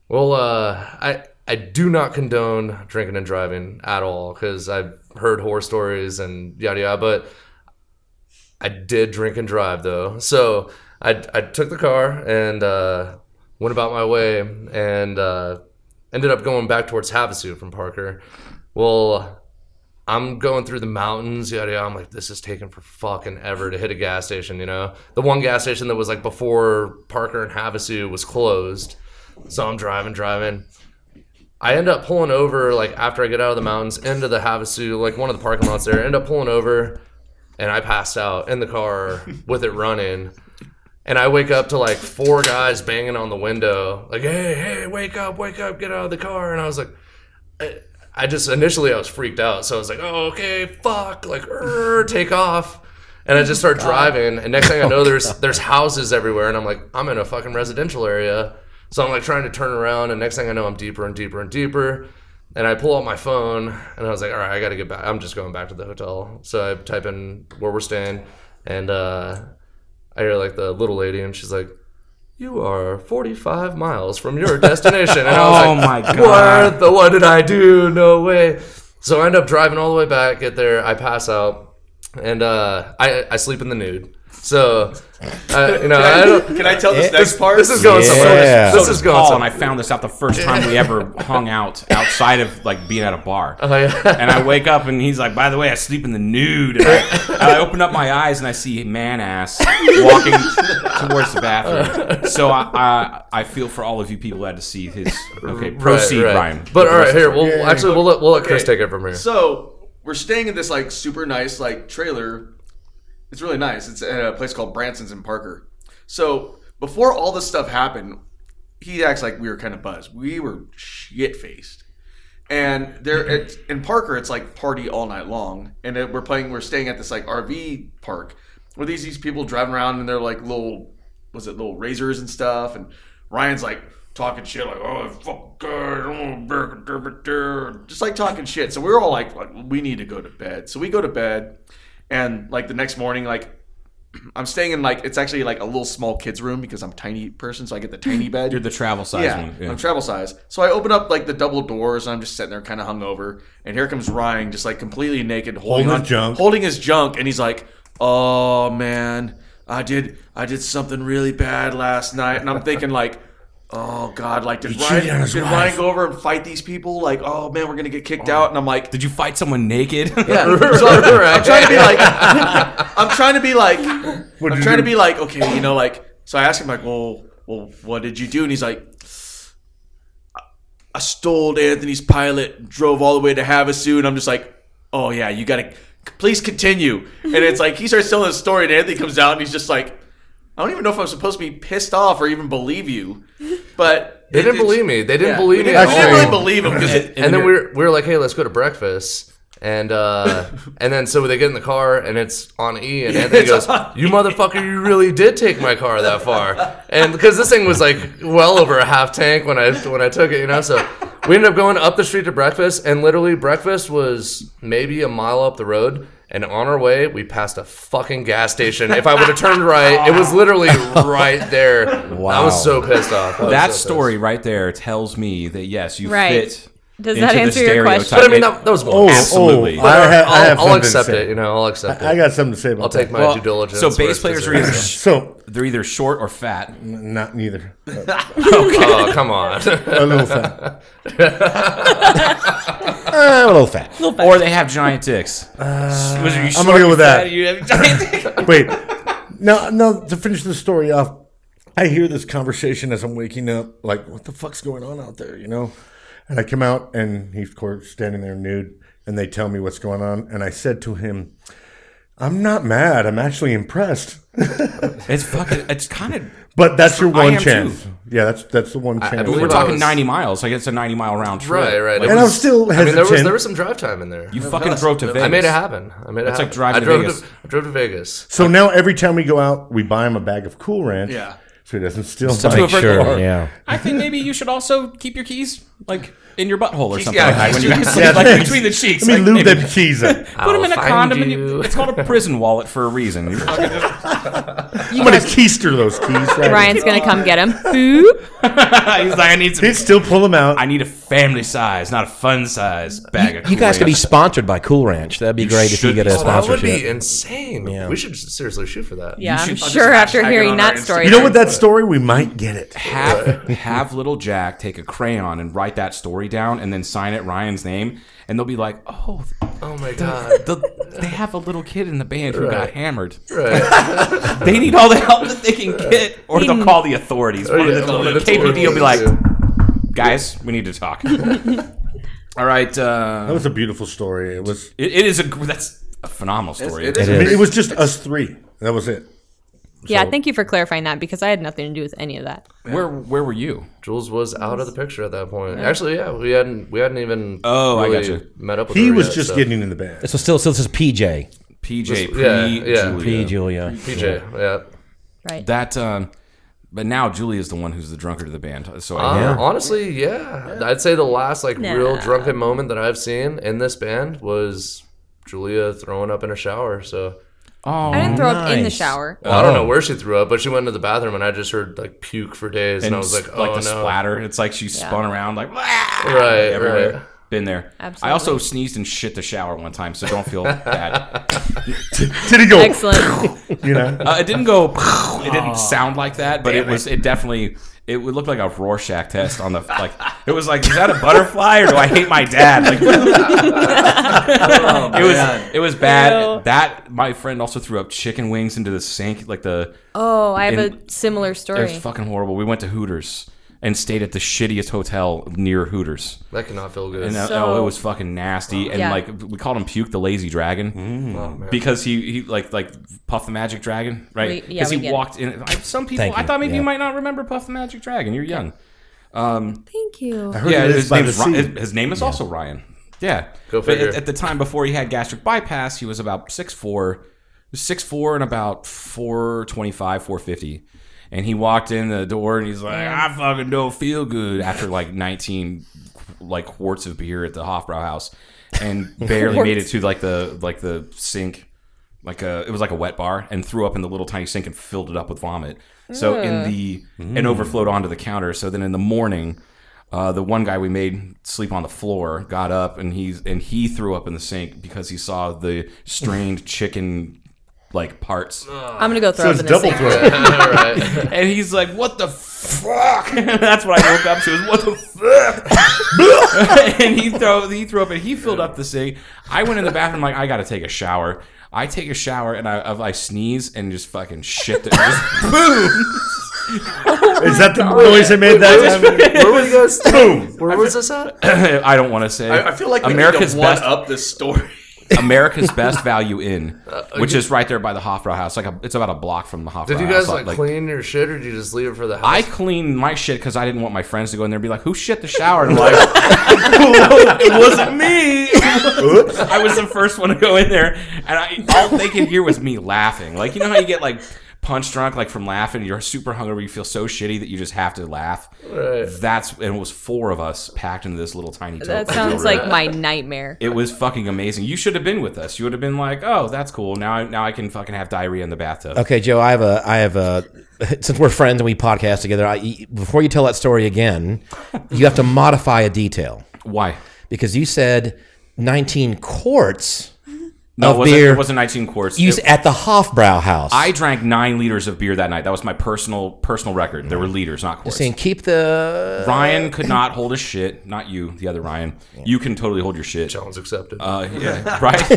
[SPEAKER 9] Well, uh, I I do not condone drinking and driving at all because I've heard horror stories and yada yada. But I did drink and drive though, so I I took the car and uh, went about my way and uh, ended up going back towards Havasu from Parker. Well, I'm going through the mountains, yada yada. I'm like, this is taking for fucking ever to hit a gas station, you know? The one gas station that was like before Parker and Havasu was closed. So I'm driving, driving. I end up pulling over, like, after I get out of the mountains into the Havasu, like one of the parking lots there, end up pulling over, and I passed out in the car with it running. And I wake up to like four guys banging on the window, like, hey, hey, wake up, wake up, get out of the car. And I was like, I just initially I was freaked out, so I was like, "Oh, okay, fuck!" Like, "Er, take off, and I just start driving. And next thing I know,
[SPEAKER 6] [LAUGHS] Oh,
[SPEAKER 9] there's there's houses everywhere, and I'm like, I'm in a fucking residential area, so I'm like trying to turn around, and next thing I know, I'm deeper and deeper and deeper. And I pull out my phone, and I was like, "All right, I got to get back. I'm just going back to the hotel." So I type in where we're staying, and uh, I hear like the little lady, and she's like, you are 45 miles from your destination. And
[SPEAKER 6] [LAUGHS]
[SPEAKER 9] I
[SPEAKER 6] Oh
[SPEAKER 9] was like,
[SPEAKER 6] my God.
[SPEAKER 9] What the? What did I do? No way. So I end up driving all the way back. Get there, I pass out, and uh, I I sleep in the nude. So, I, you
[SPEAKER 7] Can
[SPEAKER 9] know, I
[SPEAKER 7] I,
[SPEAKER 9] don't.
[SPEAKER 7] can I tell this next part?
[SPEAKER 9] This is going
[SPEAKER 8] Yeah.
[SPEAKER 9] somewhere.
[SPEAKER 8] So
[SPEAKER 9] This is going
[SPEAKER 6] Paul and I
[SPEAKER 9] somewhere.
[SPEAKER 6] found this out the first time we ever hung out outside of like being at a bar.
[SPEAKER 9] Oh, [LAUGHS] yeah.
[SPEAKER 6] and I wake up and he's like, "By the way, I sleep in the nude." And I, and I open up my eyes and I see man ass walking towards the bathroom. So I, I I feel for all of you people who had to see his. Okay, proceed,
[SPEAKER 9] right,
[SPEAKER 6] Ryan.
[SPEAKER 9] right. But all right, here. We'll actually we'll let, we'll let Chris
[SPEAKER 7] Okay.
[SPEAKER 9] take it from here.
[SPEAKER 7] So we're staying in this like super nice like trailer. It's really nice. It's at a place called Branson's in Parker. So before all this stuff happened, he acts like we were kind of buzzed. We were shit faced. And there it's, in Parker, it's like party all night long. And then we're playing. We're staying at this like RV park where these these people driving around and they're like little was it little razors and stuff. And Ryan's like talking shit like oh fuck guys, oh, brr, brr, brr, brr," just like talking shit. So we we're all like, like we need to go to bed. So we go to bed, and like the next morning, like [CLEARS THROAT] I'm staying in like it's actually like a little small kids room because I'm tiny person, so I get the tiny bed.
[SPEAKER 6] You're the travel size
[SPEAKER 7] Yeah,
[SPEAKER 6] one. Yeah.
[SPEAKER 7] I'm travel size. So I open up like the double doors, and I'm just sitting there, kind of hungover. And here comes Ryan, just like completely naked, holding,
[SPEAKER 10] Holding
[SPEAKER 7] on,
[SPEAKER 10] his junk.
[SPEAKER 7] holding his junk, and he's like, "Oh man, I did, I did something really bad last night." And I'm thinking like. Oh God! Like did
[SPEAKER 10] cheated on
[SPEAKER 7] Ryan
[SPEAKER 10] his
[SPEAKER 7] did
[SPEAKER 10] wife.
[SPEAKER 7] Ryan go over and fight these people? Like oh man, we're gonna get kicked out. And I'm like,
[SPEAKER 6] Did you fight someone naked? [LAUGHS]
[SPEAKER 7] yeah. So I'm, I'm trying to be like, I'm trying to be like, I'm trying to be like, okay, you know, like. So I ask him like, well, well, what did you do? And he's like, I- I stole Anthony's pilot, and drove all the way to Havasu, and I'm just like, oh yeah, you gotta, please continue. And it's like he starts telling the story, and Anthony comes out, and he's just like, I don't even know if I'm supposed to be pissed off or even believe you, but
[SPEAKER 9] They didn't
[SPEAKER 7] it's-
[SPEAKER 9] believe me. They didn't
[SPEAKER 7] yeah,
[SPEAKER 9] believe
[SPEAKER 7] we
[SPEAKER 9] me.
[SPEAKER 7] didn't-
[SPEAKER 9] at
[SPEAKER 7] We didn't
[SPEAKER 9] all.
[SPEAKER 7] really believe him because
[SPEAKER 9] and, then we were, we were like, hey, let's go to breakfast. And
[SPEAKER 7] [LAUGHS]
[SPEAKER 9] uh, and then so they get in the car and it's on E and Anthony
[SPEAKER 7] it's
[SPEAKER 9] goes,
[SPEAKER 7] on
[SPEAKER 9] "You motherfucker, you really did take my car that far." And because this thing was like well over a half tank when I when I took it, you know. So we ended up going up the street to breakfast, and literally breakfast was maybe a mile up the road. And on our way, we passed a fucking gas station. If I would have turned right, it
[SPEAKER 7] [LAUGHS]
[SPEAKER 9] was literally right there. I
[SPEAKER 8] Wow.
[SPEAKER 9] was so pissed off. I was so
[SPEAKER 6] that
[SPEAKER 9] pissed.
[SPEAKER 6] story right there tells me that yes, you
[SPEAKER 5] Right.
[SPEAKER 6] fit.
[SPEAKER 5] Does
[SPEAKER 6] into
[SPEAKER 5] that
[SPEAKER 6] the
[SPEAKER 5] answer your
[SPEAKER 6] stereotype.
[SPEAKER 5] question?
[SPEAKER 9] But I mean, that, that was one.
[SPEAKER 6] Absolutely.
[SPEAKER 10] Oh, I have, I
[SPEAKER 9] I'll-
[SPEAKER 10] have
[SPEAKER 9] I'll
[SPEAKER 10] something to
[SPEAKER 9] accept
[SPEAKER 10] say.
[SPEAKER 9] it. You know, I'll accept it.
[SPEAKER 10] I got something to say about
[SPEAKER 9] I'll take
[SPEAKER 10] that.
[SPEAKER 9] my
[SPEAKER 6] Well,
[SPEAKER 9] due diligence.
[SPEAKER 6] so
[SPEAKER 9] where it's
[SPEAKER 6] bass players are either
[SPEAKER 9] deserved.
[SPEAKER 10] So,
[SPEAKER 6] they're either short or fat.
[SPEAKER 10] n- not neither. Uh,
[SPEAKER 9] oh,
[SPEAKER 6] [LAUGHS]
[SPEAKER 9] come on.
[SPEAKER 10] a little fat.
[SPEAKER 8] Ah,
[SPEAKER 10] Uh, a little fat.
[SPEAKER 6] Or they have giant dicks. Was- are you
[SPEAKER 10] I'm
[SPEAKER 6] short
[SPEAKER 10] gonna go
[SPEAKER 6] or
[SPEAKER 10] with
[SPEAKER 6] fat?
[SPEAKER 10] that.
[SPEAKER 6] You have giant
[SPEAKER 10] [LAUGHS]
[SPEAKER 6] dicks?
[SPEAKER 10] Wait.
[SPEAKER 6] [LAUGHS]
[SPEAKER 10] Now, now to finish the story off, I hear this conversation as I'm waking up, like, what the fuck's going on out there, you know? And I come out, and he's of course standing there nude, and they tell me what's going on. And I said to him, I'm not mad. I'm actually impressed.
[SPEAKER 6] It's fucking. It's kind of.
[SPEAKER 10] But that's your
[SPEAKER 6] I
[SPEAKER 10] one
[SPEAKER 6] am
[SPEAKER 10] chance. Yeah, that's that's the one chance.
[SPEAKER 6] We
[SPEAKER 9] believe
[SPEAKER 6] were
[SPEAKER 9] Well,
[SPEAKER 6] talking
[SPEAKER 9] it's-
[SPEAKER 6] 90 miles. Like it's a 90 mile round trip.
[SPEAKER 9] right, right. It
[SPEAKER 6] Like,
[SPEAKER 10] and I'm
[SPEAKER 9] was-
[SPEAKER 10] still
[SPEAKER 9] I
[SPEAKER 10] hesitant.
[SPEAKER 9] mean, there was there was some drive time in there.
[SPEAKER 6] you fucking drove to Vegas.
[SPEAKER 9] I made it happen. I made it
[SPEAKER 6] That's
[SPEAKER 9] happen.
[SPEAKER 6] like driving
[SPEAKER 9] I
[SPEAKER 6] to
[SPEAKER 9] drove
[SPEAKER 6] Vegas.
[SPEAKER 9] I drove to Vegas.
[SPEAKER 10] so now every time we go out, we buy him a bag of Cool Ranch.
[SPEAKER 7] Yeah.
[SPEAKER 10] So he doesn't steal
[SPEAKER 6] So
[SPEAKER 10] my
[SPEAKER 6] to avert-
[SPEAKER 10] car.
[SPEAKER 8] Sure. Yeah.
[SPEAKER 6] I think maybe you should also keep your keys like in your butthole or something
[SPEAKER 7] yeah,
[SPEAKER 6] like that
[SPEAKER 7] keys
[SPEAKER 6] when you
[SPEAKER 7] to-
[SPEAKER 6] guys
[SPEAKER 7] yeah,
[SPEAKER 6] sleep, like
[SPEAKER 10] thanks.
[SPEAKER 6] between the
[SPEAKER 10] Let
[SPEAKER 6] cheeks.
[SPEAKER 10] me
[SPEAKER 6] like,
[SPEAKER 10] lube
[SPEAKER 6] maybe
[SPEAKER 10] them keys up.
[SPEAKER 6] Put them in a
[SPEAKER 9] I'll find
[SPEAKER 6] condom. And you,
[SPEAKER 9] you.
[SPEAKER 6] it's called a prison wallet for a reason. You're fucking-
[SPEAKER 10] I'm going to keister those keys. Right
[SPEAKER 5] Ryan's gonna come get him. Boop.
[SPEAKER 6] He's like, I need some.
[SPEAKER 10] He'd still pull them out.
[SPEAKER 6] I need a family size, not a fun size bag. of
[SPEAKER 8] You guys could be
[SPEAKER 6] Kool-Aid.
[SPEAKER 8] sponsored by Cool Ranch. That'd be great if you
[SPEAKER 6] should
[SPEAKER 8] get
[SPEAKER 6] be.
[SPEAKER 8] a
[SPEAKER 9] Oh, that would
[SPEAKER 8] sponsorship.
[SPEAKER 9] be insane. We should seriously shoot for that.
[SPEAKER 5] Yeah, I'm
[SPEAKER 6] should- I'll
[SPEAKER 5] sure
[SPEAKER 7] just
[SPEAKER 5] after
[SPEAKER 7] hashtag it
[SPEAKER 5] hearing
[SPEAKER 7] on our
[SPEAKER 5] that
[SPEAKER 7] Insta-
[SPEAKER 5] story.
[SPEAKER 10] you know what? That story, we might get it.
[SPEAKER 6] have have little Jack take a crayon and write that story down, and then sign it Ryan's name, and they'll be like, "Oh,
[SPEAKER 9] Oh my god.
[SPEAKER 6] the, they have a little kid in the band who got
[SPEAKER 9] Right.
[SPEAKER 6] hammered.
[SPEAKER 9] Right.
[SPEAKER 6] [LAUGHS] They need all the help that they can get, or they'll call the authorities. One of the,
[SPEAKER 9] Oh, yeah, that's what
[SPEAKER 6] KPD will be like,
[SPEAKER 9] it is.
[SPEAKER 6] "Guys, we need to talk." all right,
[SPEAKER 10] That
[SPEAKER 6] uh,
[SPEAKER 10] was a beautiful story. It was.
[SPEAKER 6] it, it is a gr- that's a phenomenal story.
[SPEAKER 7] it is
[SPEAKER 10] I mean, it was just us three. That was it.
[SPEAKER 5] Yeah, thank you for clarifying that because I had nothing to do with any of that.
[SPEAKER 6] Where where were you?
[SPEAKER 9] Jules was out of the picture at that point. Actually, yeah, we hadn't we hadn't even
[SPEAKER 6] Oh, I
[SPEAKER 9] really
[SPEAKER 6] gotcha.
[SPEAKER 9] met up with
[SPEAKER 10] He
[SPEAKER 9] her
[SPEAKER 10] was
[SPEAKER 9] yet,
[SPEAKER 10] just
[SPEAKER 9] so-
[SPEAKER 10] getting in the band.
[SPEAKER 8] So still, still says PJ.
[SPEAKER 6] PJ, pre
[SPEAKER 9] yeah, yeah.
[SPEAKER 8] P.
[SPEAKER 6] Julia.
[SPEAKER 8] Julia.
[SPEAKER 9] PJ, yeah.
[SPEAKER 5] Right.
[SPEAKER 6] That, um, but now Julie is the one who's the drunkard of the band. So
[SPEAKER 9] Uh,
[SPEAKER 6] I,
[SPEAKER 9] Honestly, yeah. I'd say the last like
[SPEAKER 5] Nah.
[SPEAKER 9] real drunken moment that I've seen in this band was Julia throwing up in a shower. So
[SPEAKER 6] Oh,
[SPEAKER 5] I didn't throw up in the
[SPEAKER 8] nice.
[SPEAKER 5] shower.
[SPEAKER 9] Well, I don't
[SPEAKER 8] Oh.
[SPEAKER 9] know where she threw up, but she went to the bathroom and I just heard like puke for days, and, I was
[SPEAKER 6] s-
[SPEAKER 9] like, oh
[SPEAKER 6] the
[SPEAKER 9] no,
[SPEAKER 6] splatter. It's like she spun around like
[SPEAKER 9] right,
[SPEAKER 6] everywhere.
[SPEAKER 9] right.
[SPEAKER 6] Been there. I
[SPEAKER 5] Absolutely.
[SPEAKER 6] also sneezed and shit the shower one time, so don't feel bad.
[SPEAKER 10] Did he go?
[SPEAKER 5] Excellent.
[SPEAKER 10] You know,
[SPEAKER 6] Uh, it didn't go. [LAUGHS] It didn't sound like that, but it was. It definitely. It would look like a Rorschach test on the like. It was like, is that a butterfly or do I hate my dad?
[SPEAKER 9] Oh,
[SPEAKER 6] Like, [LAUGHS] it was. It was bad.
[SPEAKER 5] Ew.
[SPEAKER 6] That my friend also threw up chicken wings into the sink, like the.
[SPEAKER 5] Oh, I have
[SPEAKER 6] And-
[SPEAKER 5] a similar
[SPEAKER 6] It
[SPEAKER 5] story.
[SPEAKER 6] was fucking horrible. We went to Hooters and stayed at the shittiest hotel near Hooters.
[SPEAKER 9] That cannot feel good. [LAUGHS]
[SPEAKER 6] And uh,
[SPEAKER 5] So-
[SPEAKER 6] oh, it was fucking nasty. And
[SPEAKER 5] Yeah.
[SPEAKER 6] like we called him Puke the Lazy Dragon
[SPEAKER 8] Oh,
[SPEAKER 6] because he, he like like Puff the Magic Dragon, right?
[SPEAKER 5] We- yeah,
[SPEAKER 6] Because
[SPEAKER 5] we
[SPEAKER 6] he
[SPEAKER 5] get it.
[SPEAKER 6] walked in. I, some people,
[SPEAKER 8] Thank
[SPEAKER 6] I
[SPEAKER 8] you.
[SPEAKER 6] thought maybe you
[SPEAKER 8] Yeah.
[SPEAKER 6] might not remember Puff the Magic Dragon. You're young.
[SPEAKER 5] Thank you.
[SPEAKER 10] I heard
[SPEAKER 6] yeah,
[SPEAKER 10] it is
[SPEAKER 6] his
[SPEAKER 10] by
[SPEAKER 6] name
[SPEAKER 10] the
[SPEAKER 6] is Ri-
[SPEAKER 10] sea.
[SPEAKER 6] his, his name is also Ryan. Yeah,
[SPEAKER 9] Go
[SPEAKER 6] But
[SPEAKER 9] figure.
[SPEAKER 6] At, at the time before he had gastric bypass, he was about 6'4", 6'4", and about 425, 450. And he walked in the door and he's like, I fucking don't feel good after like 19 like quarts of beer at the Hofbrauhaus
[SPEAKER 10] [LAUGHS]
[SPEAKER 6] and barely made it to like the like the sink like a it was like a wet bar and threw up in the little tiny sink and filled it up with vomit. So in the
[SPEAKER 9] Mm.
[SPEAKER 6] and overflowed onto the counter. So then in the morning, uh, the one guy we made sleep on the floor got up and he's and he threw up in the sink because he saw the strained chicken like parts.
[SPEAKER 5] I'm gonna go throw
[SPEAKER 10] So it's
[SPEAKER 5] up in the
[SPEAKER 10] double
[SPEAKER 5] sink.
[SPEAKER 10] throw.
[SPEAKER 6] [LAUGHS]
[SPEAKER 9] All right.
[SPEAKER 6] And he's like, "What the fuck?" [LAUGHS] That's what I woke up to. Is what the fuck? [LAUGHS] and he throw he threw up and he filled up the sink. I went in the bathroom like I got to take a shower. I take a shower and I I sneeze and just fucking shit. That, just, boom.
[SPEAKER 10] Is that the noise they made that time?
[SPEAKER 9] Where were you guys?
[SPEAKER 10] Boom.
[SPEAKER 9] Where was this at?
[SPEAKER 6] [COUGHS] I don't want to say.
[SPEAKER 7] I, I feel like we
[SPEAKER 6] America's
[SPEAKER 7] need to one
[SPEAKER 6] best
[SPEAKER 7] up this story.
[SPEAKER 6] [LAUGHS]
[SPEAKER 7] [LAUGHS] Uh,
[SPEAKER 6] America's best value inn, which is right there by the Hofbrauhaus. Like a, it's about a block from the Hofbrauhaus.
[SPEAKER 9] Did you guys like, clean your shit, or did you just leave it for the house?
[SPEAKER 6] I cleaned my shit because I didn't want my friends to go in there and be like, "Who shit
[SPEAKER 7] [LAUGHS]
[SPEAKER 6] the shower?" And I'm like, [LAUGHS] "It wasn't me.
[SPEAKER 7] [LAUGHS]
[SPEAKER 6] I was the first one to go in there, and I, all they could hear was me laughing. Like you know how you get like punch drunk, like from laughing. You're super hungover. You feel so shitty that you just have to laugh.
[SPEAKER 9] Right.
[SPEAKER 6] That's and it was four of us packed into this little tiny.
[SPEAKER 5] That
[SPEAKER 6] tote.
[SPEAKER 5] sounds like my nightmare.
[SPEAKER 6] It was fucking amazing. You should have been with us. You would have been like, "Oh, that's cool. Now, I, now I can fucking have diarrhea in the bathtub."
[SPEAKER 8] Okay, Joe, I have a, I have a. [LAUGHS] Since we're friends and we podcast together, I, before you tell that story again, you have to modify a detail
[SPEAKER 6] Why?
[SPEAKER 8] because you said 19 quarts
[SPEAKER 6] No,
[SPEAKER 8] of
[SPEAKER 6] it wasn't,
[SPEAKER 8] beer.
[SPEAKER 6] it wasn't 19 quarts.
[SPEAKER 8] You
[SPEAKER 6] It-
[SPEAKER 8] s- at the Hofbrauhaus. House.
[SPEAKER 6] I drank nine liters of beer that night. That was my personal personal record. There were liters, not quarts.
[SPEAKER 8] saying keep the
[SPEAKER 6] Ryan could not hold a shit. Not you, the other Ryan. You can totally hold your shit.
[SPEAKER 9] [LAUGHS] Challenge accepted.
[SPEAKER 6] Uh, yeah, right.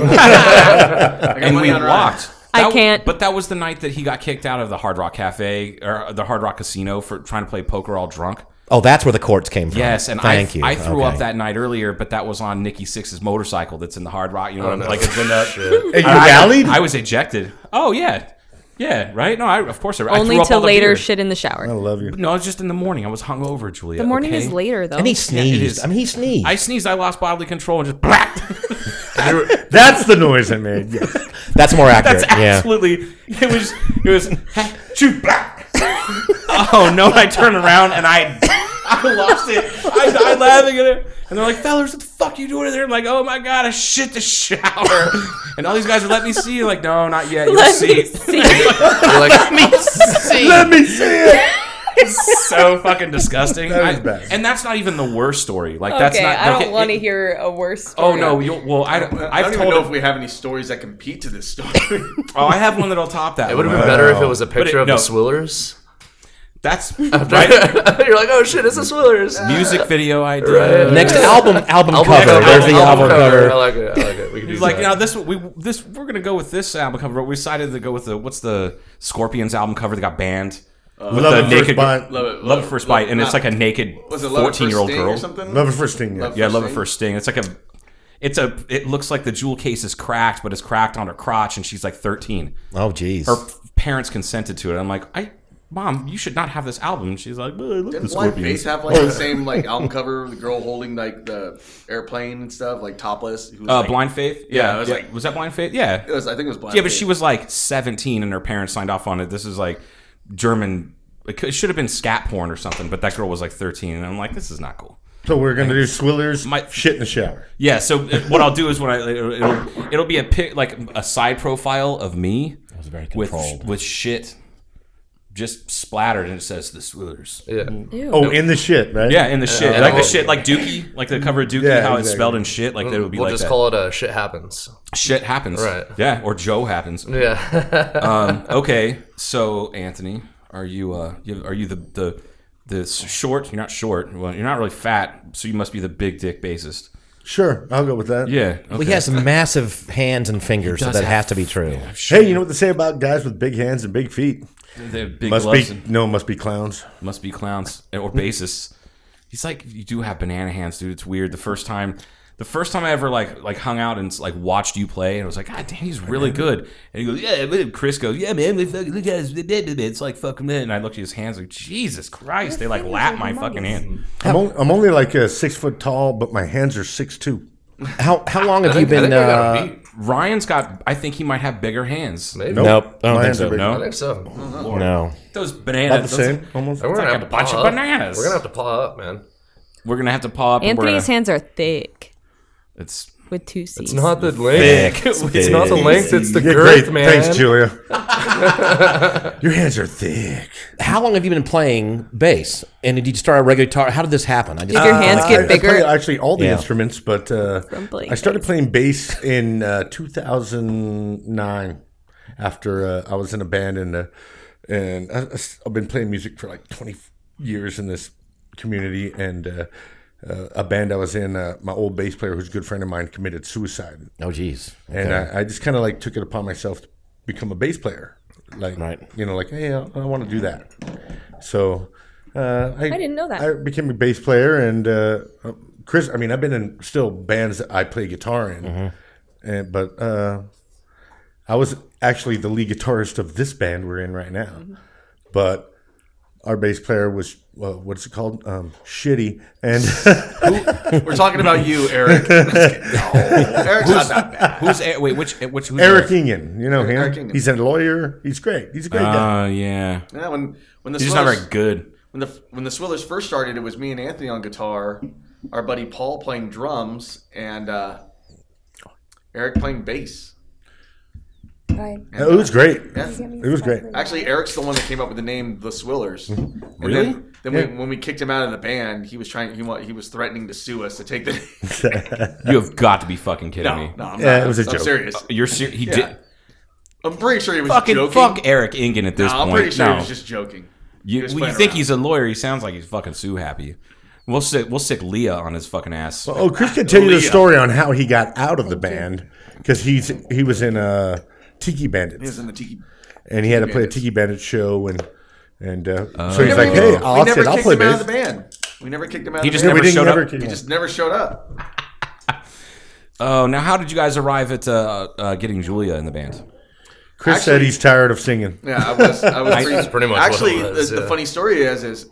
[SPEAKER 6] and we walked.
[SPEAKER 5] I
[SPEAKER 6] That w-
[SPEAKER 5] can't.
[SPEAKER 6] But that was the night that he got kicked out of the Hard Rock Cafe or the Hard Rock Casino for trying to play poker all drunk.
[SPEAKER 8] Oh, that's where the quarts came from.
[SPEAKER 6] Yes, and
[SPEAKER 8] thank
[SPEAKER 6] I,
[SPEAKER 8] you.
[SPEAKER 6] I threw
[SPEAKER 8] Okay.
[SPEAKER 6] up that night earlier, but that was on Nikki Six's motorcycle that's in the Hard Rock. You
[SPEAKER 9] Oh,
[SPEAKER 6] know, what I'm like it's been
[SPEAKER 9] [LAUGHS]
[SPEAKER 6] up.
[SPEAKER 10] And you
[SPEAKER 6] I-
[SPEAKER 10] rallied?
[SPEAKER 6] I was ejected. Oh yeah, yeah, right. No, I of course I I
[SPEAKER 5] Only
[SPEAKER 6] threw up
[SPEAKER 5] till
[SPEAKER 6] all the
[SPEAKER 5] later
[SPEAKER 6] beer.
[SPEAKER 5] shit in the shower.
[SPEAKER 10] I love you.
[SPEAKER 6] No, it's just in the morning. I was hungover, Julia.
[SPEAKER 5] the morning
[SPEAKER 6] okay?
[SPEAKER 5] is later though.
[SPEAKER 8] and he sneezed.
[SPEAKER 6] is.
[SPEAKER 8] I mean, he sneezed.
[SPEAKER 10] [LAUGHS]
[SPEAKER 6] I sneezed. I lost bodily control and just. [LAUGHS] Blah!
[SPEAKER 10] That's the noise I made. Yes.
[SPEAKER 8] [LAUGHS] that's more accurate.
[SPEAKER 6] That's
[SPEAKER 8] yeah.
[SPEAKER 6] absolutely. It was. It was. Shoot! Blah! oh no! I turned around and I. I lost it. I died laughing at it. And they're like, "Fellers, what the fuck you doing in there?" I'm like, "Oh my god, I shit the shower." And all these guys are letting me see. Like, no, not yet. You'll
[SPEAKER 5] Let me
[SPEAKER 6] [LAUGHS] see.
[SPEAKER 5] see.
[SPEAKER 9] You're like,
[SPEAKER 10] [LAUGHS] Let me see it.
[SPEAKER 6] so fucking disgusting.
[SPEAKER 10] That is
[SPEAKER 6] I-
[SPEAKER 10] bad.
[SPEAKER 6] and that's not even the worst story. Like, that's
[SPEAKER 5] okay,
[SPEAKER 6] not.
[SPEAKER 5] I
[SPEAKER 6] like,
[SPEAKER 5] don't
[SPEAKER 6] it-
[SPEAKER 5] want to
[SPEAKER 6] it-
[SPEAKER 5] hear a worse story.
[SPEAKER 6] Oh no! You'll, well,
[SPEAKER 7] I
[SPEAKER 6] I, I've
[SPEAKER 7] don't even
[SPEAKER 6] told
[SPEAKER 7] know
[SPEAKER 6] it-
[SPEAKER 7] if we have any stories that compete to this
[SPEAKER 6] [LAUGHS]
[SPEAKER 7] story.
[SPEAKER 6] Oh, I have one that'll top that.
[SPEAKER 9] it would have
[SPEAKER 6] one.
[SPEAKER 9] been better if it was a
[SPEAKER 6] But it-
[SPEAKER 9] picture of
[SPEAKER 6] no.
[SPEAKER 9] the Swillers.
[SPEAKER 6] That's right.
[SPEAKER 9] [LAUGHS] You're like, oh shit, it's the Swillers. [LAUGHS]
[SPEAKER 6] Music video idea.
[SPEAKER 8] Next album album cover.
[SPEAKER 9] cover,
[SPEAKER 8] There's the album, cover.
[SPEAKER 9] I like it. I like it. We can do
[SPEAKER 6] He's like,
[SPEAKER 9] that.
[SPEAKER 6] now this we this we're gonna go with this album cover. We decided to go with the what's the Scorpions album cover that got banned. with
[SPEAKER 10] Uh, Love
[SPEAKER 6] the
[SPEAKER 10] at first bite.
[SPEAKER 6] Love,
[SPEAKER 7] Love
[SPEAKER 6] it,
[SPEAKER 7] it-
[SPEAKER 6] love at first bite, and it's like a naked
[SPEAKER 7] Was it Love at First
[SPEAKER 6] fourteen year old
[SPEAKER 7] Sting
[SPEAKER 6] girl.
[SPEAKER 7] or something?
[SPEAKER 10] Love at first thing. Yeah.
[SPEAKER 7] Love-
[SPEAKER 6] Yeah, love at
[SPEAKER 7] Sting?
[SPEAKER 6] first sting. It's like a, it's a. It looks like the jewel case is cracked, but it's cracked on her crotch, and she's like thirteen.
[SPEAKER 8] Oh, jeez.
[SPEAKER 6] Her parents consented to it. I'm like, I, mom, you should not have this album. And she's like, but I love the
[SPEAKER 7] Didn't Blind
[SPEAKER 6] Scorpions.
[SPEAKER 7] Face have like
[SPEAKER 10] [LAUGHS]
[SPEAKER 7] the same like album cover, the girl holding like the airplane and stuff, like topless? Who was,
[SPEAKER 6] Uh,
[SPEAKER 7] like-
[SPEAKER 6] Blind Faith.
[SPEAKER 7] Yeah, I was like-
[SPEAKER 6] was that Blind Faith? Yeah,
[SPEAKER 7] It was, I think it was Blind.
[SPEAKER 6] yeah, but
[SPEAKER 7] Faith.
[SPEAKER 6] she was like 17 and her parents signed off on it. This is like German. It could- it should have been scat porn or something, but that girl was like 13, and I'm like, this is not cool.
[SPEAKER 10] So we're gonna do swillers,
[SPEAKER 6] My-
[SPEAKER 10] shit in the shower.
[SPEAKER 6] Yeah. So uh, what I'll do is when I it'll, it'll, it'll be a pic like a side profile of me
[SPEAKER 8] was very
[SPEAKER 6] with
[SPEAKER 8] controlled.
[SPEAKER 6] with shit just splattered and it says the Swillers.
[SPEAKER 9] Yeah.
[SPEAKER 10] Oh, in the shit, right?
[SPEAKER 6] Yeah, in the shit,
[SPEAKER 9] and
[SPEAKER 6] like
[SPEAKER 7] Oh.
[SPEAKER 9] I'll-
[SPEAKER 6] the shit, like Dookie, like the cover of Dookie,
[SPEAKER 10] Yeah,
[SPEAKER 6] how it's
[SPEAKER 10] exactly.
[SPEAKER 6] spelled in shit, like that would be
[SPEAKER 9] We'll
[SPEAKER 6] like
[SPEAKER 9] just
[SPEAKER 6] that.
[SPEAKER 9] call it a shit happens. [LAUGHS]
[SPEAKER 6] shit happens,
[SPEAKER 9] Right.
[SPEAKER 6] Yeah, or Joe happens.
[SPEAKER 9] Yeah.
[SPEAKER 6] Okay, so Anthony, are you uh, you, are you the the the s- short? You're not short. Well, you're not really fat, so you must be the big dick bassist.
[SPEAKER 10] Sure, I'll go with that.
[SPEAKER 6] Yeah. Okay.
[SPEAKER 8] Well, he has massive hands and fingers, so
[SPEAKER 6] does
[SPEAKER 8] that
[SPEAKER 6] have-
[SPEAKER 8] has to be true.
[SPEAKER 10] Hey, you know what they say about guys with big hands and big feet?
[SPEAKER 6] They have big
[SPEAKER 10] Must
[SPEAKER 6] gloves
[SPEAKER 10] be
[SPEAKER 6] and-
[SPEAKER 10] no, must be clowns.
[SPEAKER 6] must be clowns eh, or bassists. He's like, you do have banana hands, dude. It's weird. The first time, the first time I ever like like hung out and like watched you play, and I was like, God damn, he's really good. And he goes, Yeah, but Chris goes, Yeah, man, they fucking- look at his, it's like fucking man. And I looked at his hands, like Jesus Christ, they like lap my fucking hand.
[SPEAKER 10] I'm only, I'm only like uh, six foot tall, but my hands are six two.
[SPEAKER 8] How how long have
[SPEAKER 9] I
[SPEAKER 8] you
[SPEAKER 9] think- I
[SPEAKER 8] been?
[SPEAKER 9] think I got
[SPEAKER 8] Uh,
[SPEAKER 9] beat.
[SPEAKER 6] Ryan's got, I think he might have bigger hands.
[SPEAKER 9] Maybe.
[SPEAKER 8] nope, I
[SPEAKER 10] My
[SPEAKER 8] don't think
[SPEAKER 10] hands
[SPEAKER 8] so.
[SPEAKER 10] are big.
[SPEAKER 9] I
[SPEAKER 6] No,
[SPEAKER 9] think so.
[SPEAKER 8] No,
[SPEAKER 6] those
[SPEAKER 10] About the
[SPEAKER 6] bananas. those-
[SPEAKER 10] same, almost.
[SPEAKER 9] We're gonna
[SPEAKER 6] like
[SPEAKER 9] have
[SPEAKER 6] a
[SPEAKER 9] to
[SPEAKER 6] bunch
[SPEAKER 9] paw
[SPEAKER 6] of
[SPEAKER 9] up.
[SPEAKER 6] bananas.
[SPEAKER 9] We're gonna have to paw up, man.
[SPEAKER 6] We're gonna have to paw up. and we're
[SPEAKER 5] Anthony's
[SPEAKER 6] gonna-
[SPEAKER 5] hands are thick
[SPEAKER 6] It's
[SPEAKER 5] with two C's.
[SPEAKER 9] It's not the length. [LAUGHS] It's not the length. It's the
[SPEAKER 10] Yeah,
[SPEAKER 9] girth,
[SPEAKER 10] great.
[SPEAKER 9] man.
[SPEAKER 10] Thanks, Julia. Your hands are thick.
[SPEAKER 8] how long have you been playing bass? And did you start a regular guitar? How did this happen? I just
[SPEAKER 5] Did your hands
[SPEAKER 10] I,
[SPEAKER 5] get
[SPEAKER 10] I play
[SPEAKER 5] bigger?
[SPEAKER 10] actually all the
[SPEAKER 8] Yeah.
[SPEAKER 10] instruments, but uh,
[SPEAKER 5] playing
[SPEAKER 10] I started playing bass in uh, 2009 after uh, I was in a band and uh, and I, have been playing music for like 20 years in this community and. Uh, uh, a band I was in, uh, my old bass player, who's a good friend of mine, committed suicide,
[SPEAKER 8] oh, geez.
[SPEAKER 10] and I, I just kind of like took it upon myself to become a bass player, like
[SPEAKER 8] Right.
[SPEAKER 10] you know, like hey, uh, I, I want to do that. So uh, I,
[SPEAKER 5] I didn't know that.
[SPEAKER 10] I became a bass player, and uh, Chris. I mean, I've been in still bands that I play guitar in, and, but uh, I was actually the lead guitarist of this band we're in right now. But our bass player was uh, what's it called? Um, shitty, and
[SPEAKER 7] We're talking about you, Eric. No, Eric's not that bad.
[SPEAKER 6] who's wait which which who's
[SPEAKER 10] Eric Engen. You know him.
[SPEAKER 7] Eric Engen.
[SPEAKER 10] He's a lawyer. He's great. He's a great guy.
[SPEAKER 6] Oh yeah,
[SPEAKER 7] Yeah, when when the
[SPEAKER 6] he's just not
[SPEAKER 7] Swillers-
[SPEAKER 6] very good.
[SPEAKER 7] when the when the Swillers first started, it was me and Anthony on guitar, our buddy Paul playing drums, and uh, Eric playing bass.
[SPEAKER 10] It was great. It was great.
[SPEAKER 7] Actually, Eric's the one that came up with the name the Swillers. And
[SPEAKER 6] Really?
[SPEAKER 7] Then, then we, when we kicked him out of the band, he was trying. He wa- he was threatening to sue us to take the.
[SPEAKER 6] You have got to be fucking kidding
[SPEAKER 7] no,
[SPEAKER 6] me. Uh,
[SPEAKER 7] no, I'm
[SPEAKER 10] Yeah,
[SPEAKER 7] not.
[SPEAKER 10] it was a
[SPEAKER 7] I'm
[SPEAKER 10] joke.
[SPEAKER 7] serious.
[SPEAKER 6] You're ser- he
[SPEAKER 7] Yeah.
[SPEAKER 6] did
[SPEAKER 7] I'm pretty sure he was
[SPEAKER 6] fucking
[SPEAKER 7] joking.
[SPEAKER 6] fuck Eric Ingen at this
[SPEAKER 7] No, I'm
[SPEAKER 6] point.
[SPEAKER 7] pretty sure
[SPEAKER 6] no,
[SPEAKER 7] he was just joking.
[SPEAKER 6] you,
[SPEAKER 7] was
[SPEAKER 6] well, you
[SPEAKER 7] playing
[SPEAKER 6] think
[SPEAKER 7] around.
[SPEAKER 6] he's a lawyer. He sounds like he's fucking sue happy. We'll sick we'll sick Leah on his fucking ass.
[SPEAKER 10] Oh, Chris can tell you the
[SPEAKER 7] Leah.
[SPEAKER 10] story on how he got out of the band because he's he was in uh, Tiki
[SPEAKER 7] He
[SPEAKER 10] Bandits
[SPEAKER 7] was in the tiki.
[SPEAKER 10] and he had to play a
[SPEAKER 7] Bandits.
[SPEAKER 10] Tiki Bandit show and and uh, so
[SPEAKER 7] Never
[SPEAKER 10] he's like,
[SPEAKER 7] even-
[SPEAKER 10] hey,
[SPEAKER 7] we
[SPEAKER 10] I'll,
[SPEAKER 7] never
[SPEAKER 10] sit, I'll
[SPEAKER 7] kicked
[SPEAKER 10] play
[SPEAKER 7] him out of
[SPEAKER 10] bass.
[SPEAKER 7] the band. We never kicked him out.
[SPEAKER 6] He
[SPEAKER 7] of
[SPEAKER 6] just
[SPEAKER 7] the
[SPEAKER 10] We
[SPEAKER 7] band.
[SPEAKER 6] never
[SPEAKER 10] didn't
[SPEAKER 6] showed
[SPEAKER 10] never
[SPEAKER 6] up.
[SPEAKER 10] kick
[SPEAKER 7] He
[SPEAKER 10] him
[SPEAKER 7] just never showed up.
[SPEAKER 6] Oh, now how did you guys arrive at uh, uh, getting Julia in the band?
[SPEAKER 10] out. Chris said
[SPEAKER 7] Actually-
[SPEAKER 10] he's tired of singing.
[SPEAKER 7] Yeah, I was. I
[SPEAKER 9] [LAUGHS]
[SPEAKER 7] was pretty,
[SPEAKER 9] That's pretty much what it
[SPEAKER 7] Actually,
[SPEAKER 9] was,
[SPEAKER 7] the, the
[SPEAKER 9] yeah.
[SPEAKER 7] funny story is, is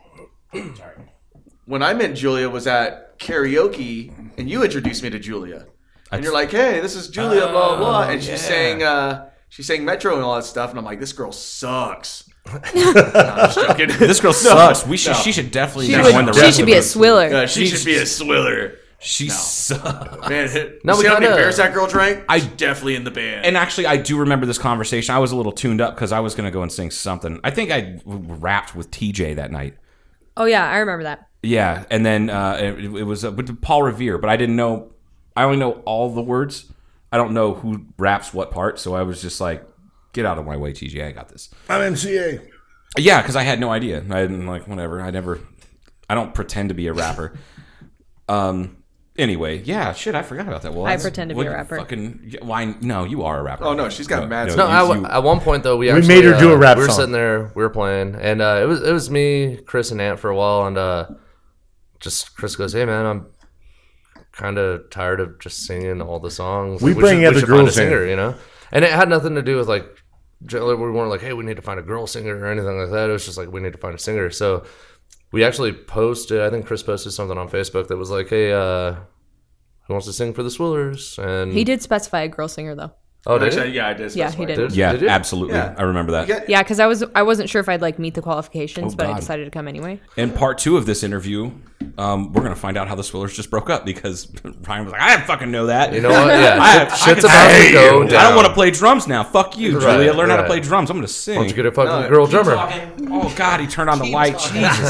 [SPEAKER 7] when I met Julia was at karaoke, and you introduced me to Julia, and you're like, "Hey, this is Julia," blah
[SPEAKER 9] Oh,
[SPEAKER 7] blah, and she sang, uh, she sang Metro and all that stuff, and I'm like, "This girl
[SPEAKER 9] [LAUGHS]
[SPEAKER 7] sucks." no, I'm just joking.
[SPEAKER 6] [LAUGHS] This girl sucks. We should she should definitely
[SPEAKER 5] She,
[SPEAKER 6] have won the
[SPEAKER 5] would, she
[SPEAKER 6] rest
[SPEAKER 5] should
[SPEAKER 6] of
[SPEAKER 5] be a
[SPEAKER 6] us.
[SPEAKER 5] swiller.
[SPEAKER 7] Uh, [LAUGHS] she should be a swiller.
[SPEAKER 6] She sucks.
[SPEAKER 7] Man,
[SPEAKER 9] No,
[SPEAKER 7] no,
[SPEAKER 9] we
[SPEAKER 7] see how many
[SPEAKER 9] gotta-
[SPEAKER 7] beers that girl drank?
[SPEAKER 6] I-
[SPEAKER 7] She's definitely in the band.
[SPEAKER 6] And actually, I do remember this conversation. I was a little tuned up because I was going to go and sing something. I think I rapped with TJ that night.
[SPEAKER 5] Oh yeah, I remember that.
[SPEAKER 6] Yeah, and then uh, it, it was uh, with Paul Revere, but I didn't know. I only know all the words. I don't know who raps what part, so I was just like, "Get out of my way, TJ. I got this."
[SPEAKER 10] I'm MCA.
[SPEAKER 6] Yeah, because I had no idea. I didn't like whatever. I never. I don't pretend to be a rapper. [LAUGHS] um. Anyway, yeah, shit. I forgot about that. Well,
[SPEAKER 5] I
[SPEAKER 6] that's-
[SPEAKER 5] pretend to be
[SPEAKER 6] what
[SPEAKER 5] a rapper.
[SPEAKER 6] Fucking. Why? no, you are a rapper.
[SPEAKER 7] Oh, no, she's got mad
[SPEAKER 9] No,
[SPEAKER 6] you-
[SPEAKER 9] I,
[SPEAKER 6] you-
[SPEAKER 9] at one point though, we
[SPEAKER 10] made
[SPEAKER 9] actually,
[SPEAKER 10] her do
[SPEAKER 9] uh,
[SPEAKER 10] a rap
[SPEAKER 9] We were
[SPEAKER 10] song.
[SPEAKER 9] sitting there, we were playing, and uh, it was it was me, Chris, and Ant for a while, and uh, just Chris goes, "Hey man, I'm kind of tired of just singing all the songs.
[SPEAKER 10] We
[SPEAKER 9] Like,
[SPEAKER 10] bring
[SPEAKER 9] should,
[SPEAKER 10] other
[SPEAKER 9] should find a
[SPEAKER 10] girls in."
[SPEAKER 9] singer, you know." And it had nothing to do with like generally we weren't like, "Hey, we need to find a girl singer" or anything like that. It was just like we need to find a singer. So we actually posted. I think Chris posted something on Facebook that was like, "Hey, uh, who wants to sing for the Swillers?" And
[SPEAKER 5] He did specify a girl singer though.
[SPEAKER 9] Oh, did
[SPEAKER 7] Actually,
[SPEAKER 9] he?
[SPEAKER 7] yeah, I did.
[SPEAKER 5] Yeah, he
[SPEAKER 7] specify.
[SPEAKER 5] did.
[SPEAKER 6] Yeah,
[SPEAKER 9] Did you?
[SPEAKER 6] absolutely.
[SPEAKER 7] Yeah.
[SPEAKER 6] I remember that.
[SPEAKER 7] Yeah.
[SPEAKER 5] Yeah, because I was I wasn't sure if I'd like meet the qualifications,
[SPEAKER 6] Oh,
[SPEAKER 5] but I
[SPEAKER 6] God.
[SPEAKER 5] decided to come anyway.
[SPEAKER 6] In part two of this interview, um, we're gonna find out how the Swillers just broke up because [LAUGHS] Ryan was like, I fucking know that.
[SPEAKER 9] You know what? Yeah,
[SPEAKER 6] I,
[SPEAKER 9] shit-
[SPEAKER 6] I,
[SPEAKER 9] shit's
[SPEAKER 6] can-
[SPEAKER 9] about to
[SPEAKER 6] Hey,
[SPEAKER 9] go
[SPEAKER 6] I
[SPEAKER 9] down.
[SPEAKER 6] don't want to play drums now. Fuck you,
[SPEAKER 9] Right,
[SPEAKER 6] Julia. Learn how to
[SPEAKER 9] right.
[SPEAKER 6] play drums. I'm gonna sing.
[SPEAKER 9] Why don't you get a fucking
[SPEAKER 7] No,
[SPEAKER 9] girl drummer?
[SPEAKER 6] Oh God, he turned on the light. Jesus.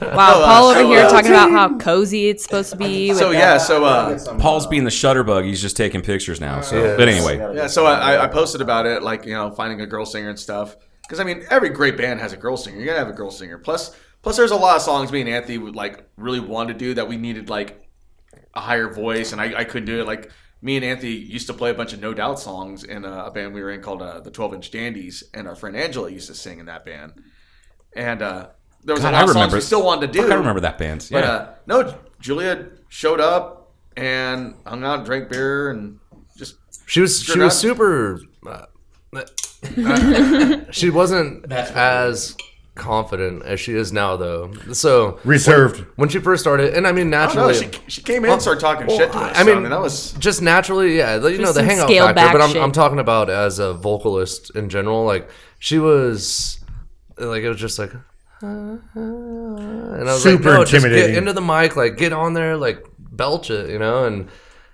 [SPEAKER 5] Wow, Paul over
[SPEAKER 7] so,
[SPEAKER 5] here
[SPEAKER 7] uh,
[SPEAKER 5] talking
[SPEAKER 9] [LAUGHS]
[SPEAKER 5] about how cozy it's supposed to be. With
[SPEAKER 7] So yeah, so uh,
[SPEAKER 6] Paul's being the shutterbug. He's just taking pictures now. So,
[SPEAKER 9] Yeah.
[SPEAKER 6] but anyway,
[SPEAKER 7] yeah, so I, I- I posted about it, like you know, finding a girl singer and stuff. Because I mean, every great band has a girl singer. You gotta have a girl singer. Plus, plus, there's a lot of songs me and Anthony would like really wanted to do that we needed like a higher voice, and I, I couldn't do it. Like me and Anthony used to play a bunch of No Doubt songs in a, a band we were in called uh, the Twelve Inch Dandies, and our friend Angela used to sing in that band. And uh, there was
[SPEAKER 6] God,
[SPEAKER 7] a lot
[SPEAKER 6] I
[SPEAKER 7] of songs
[SPEAKER 6] remember-
[SPEAKER 7] we still wanted to do.
[SPEAKER 6] Fuck, I remember that band. Yeah.
[SPEAKER 7] But uh, no, Julia showed up and hung out, drank beer, and just
[SPEAKER 9] She was she
[SPEAKER 7] You're
[SPEAKER 9] was
[SPEAKER 7] not-
[SPEAKER 9] super. Uh, [LAUGHS] uh, she wasn't as confident as she is now, though. So
[SPEAKER 10] Reserved.
[SPEAKER 9] when she first started, and I mean
[SPEAKER 7] I don't know.
[SPEAKER 9] naturally,
[SPEAKER 7] She, she came in and started talking shit to us.
[SPEAKER 9] I
[SPEAKER 7] I
[SPEAKER 9] mean,
[SPEAKER 7] mean, that was
[SPEAKER 9] just naturally, yeah, you know, the
[SPEAKER 5] some
[SPEAKER 9] hangout
[SPEAKER 5] scaled
[SPEAKER 9] factor.
[SPEAKER 5] back
[SPEAKER 9] But I'm,
[SPEAKER 5] shit.
[SPEAKER 9] I'm talking about as a vocalist in general. Like she was, like it was just like, uh, and I was
[SPEAKER 10] Super
[SPEAKER 9] like, no, just get
[SPEAKER 10] intimidating.
[SPEAKER 9] into the mic, like get on there, like belch it, you know, and.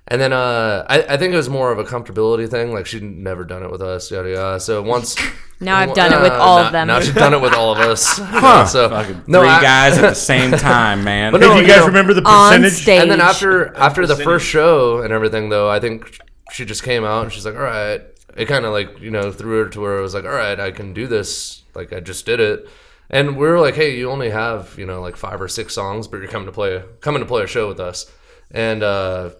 [SPEAKER 9] And then uh, I, I think it was more of a comfortability thing. Like she'd never done it with us, yada yada. So
[SPEAKER 5] [LAUGHS]
[SPEAKER 9] once uh,
[SPEAKER 5] Now I've done it with all
[SPEAKER 9] now-
[SPEAKER 5] of them.
[SPEAKER 9] Now she's done it with all
[SPEAKER 7] [LAUGHS]
[SPEAKER 9] of us. huh. So no,
[SPEAKER 6] Three
[SPEAKER 9] I-
[SPEAKER 6] guys at the same time, man.
[SPEAKER 9] But
[SPEAKER 10] Hey,
[SPEAKER 9] no,
[SPEAKER 10] do you
[SPEAKER 9] you
[SPEAKER 10] guys
[SPEAKER 9] know,
[SPEAKER 10] remember the
[SPEAKER 5] [LAUGHS] on
[SPEAKER 10] percentage?
[SPEAKER 5] stage.
[SPEAKER 9] and then after after the first show and everything, though, I think she just came out and she's like, "All right." It kind of like you know threw her to where it was like, "All right, I can do this." Like I just did it, and we were like, "Hey, you only have you know like five or six songs, but you're coming to play coming to play a show with us," and uh,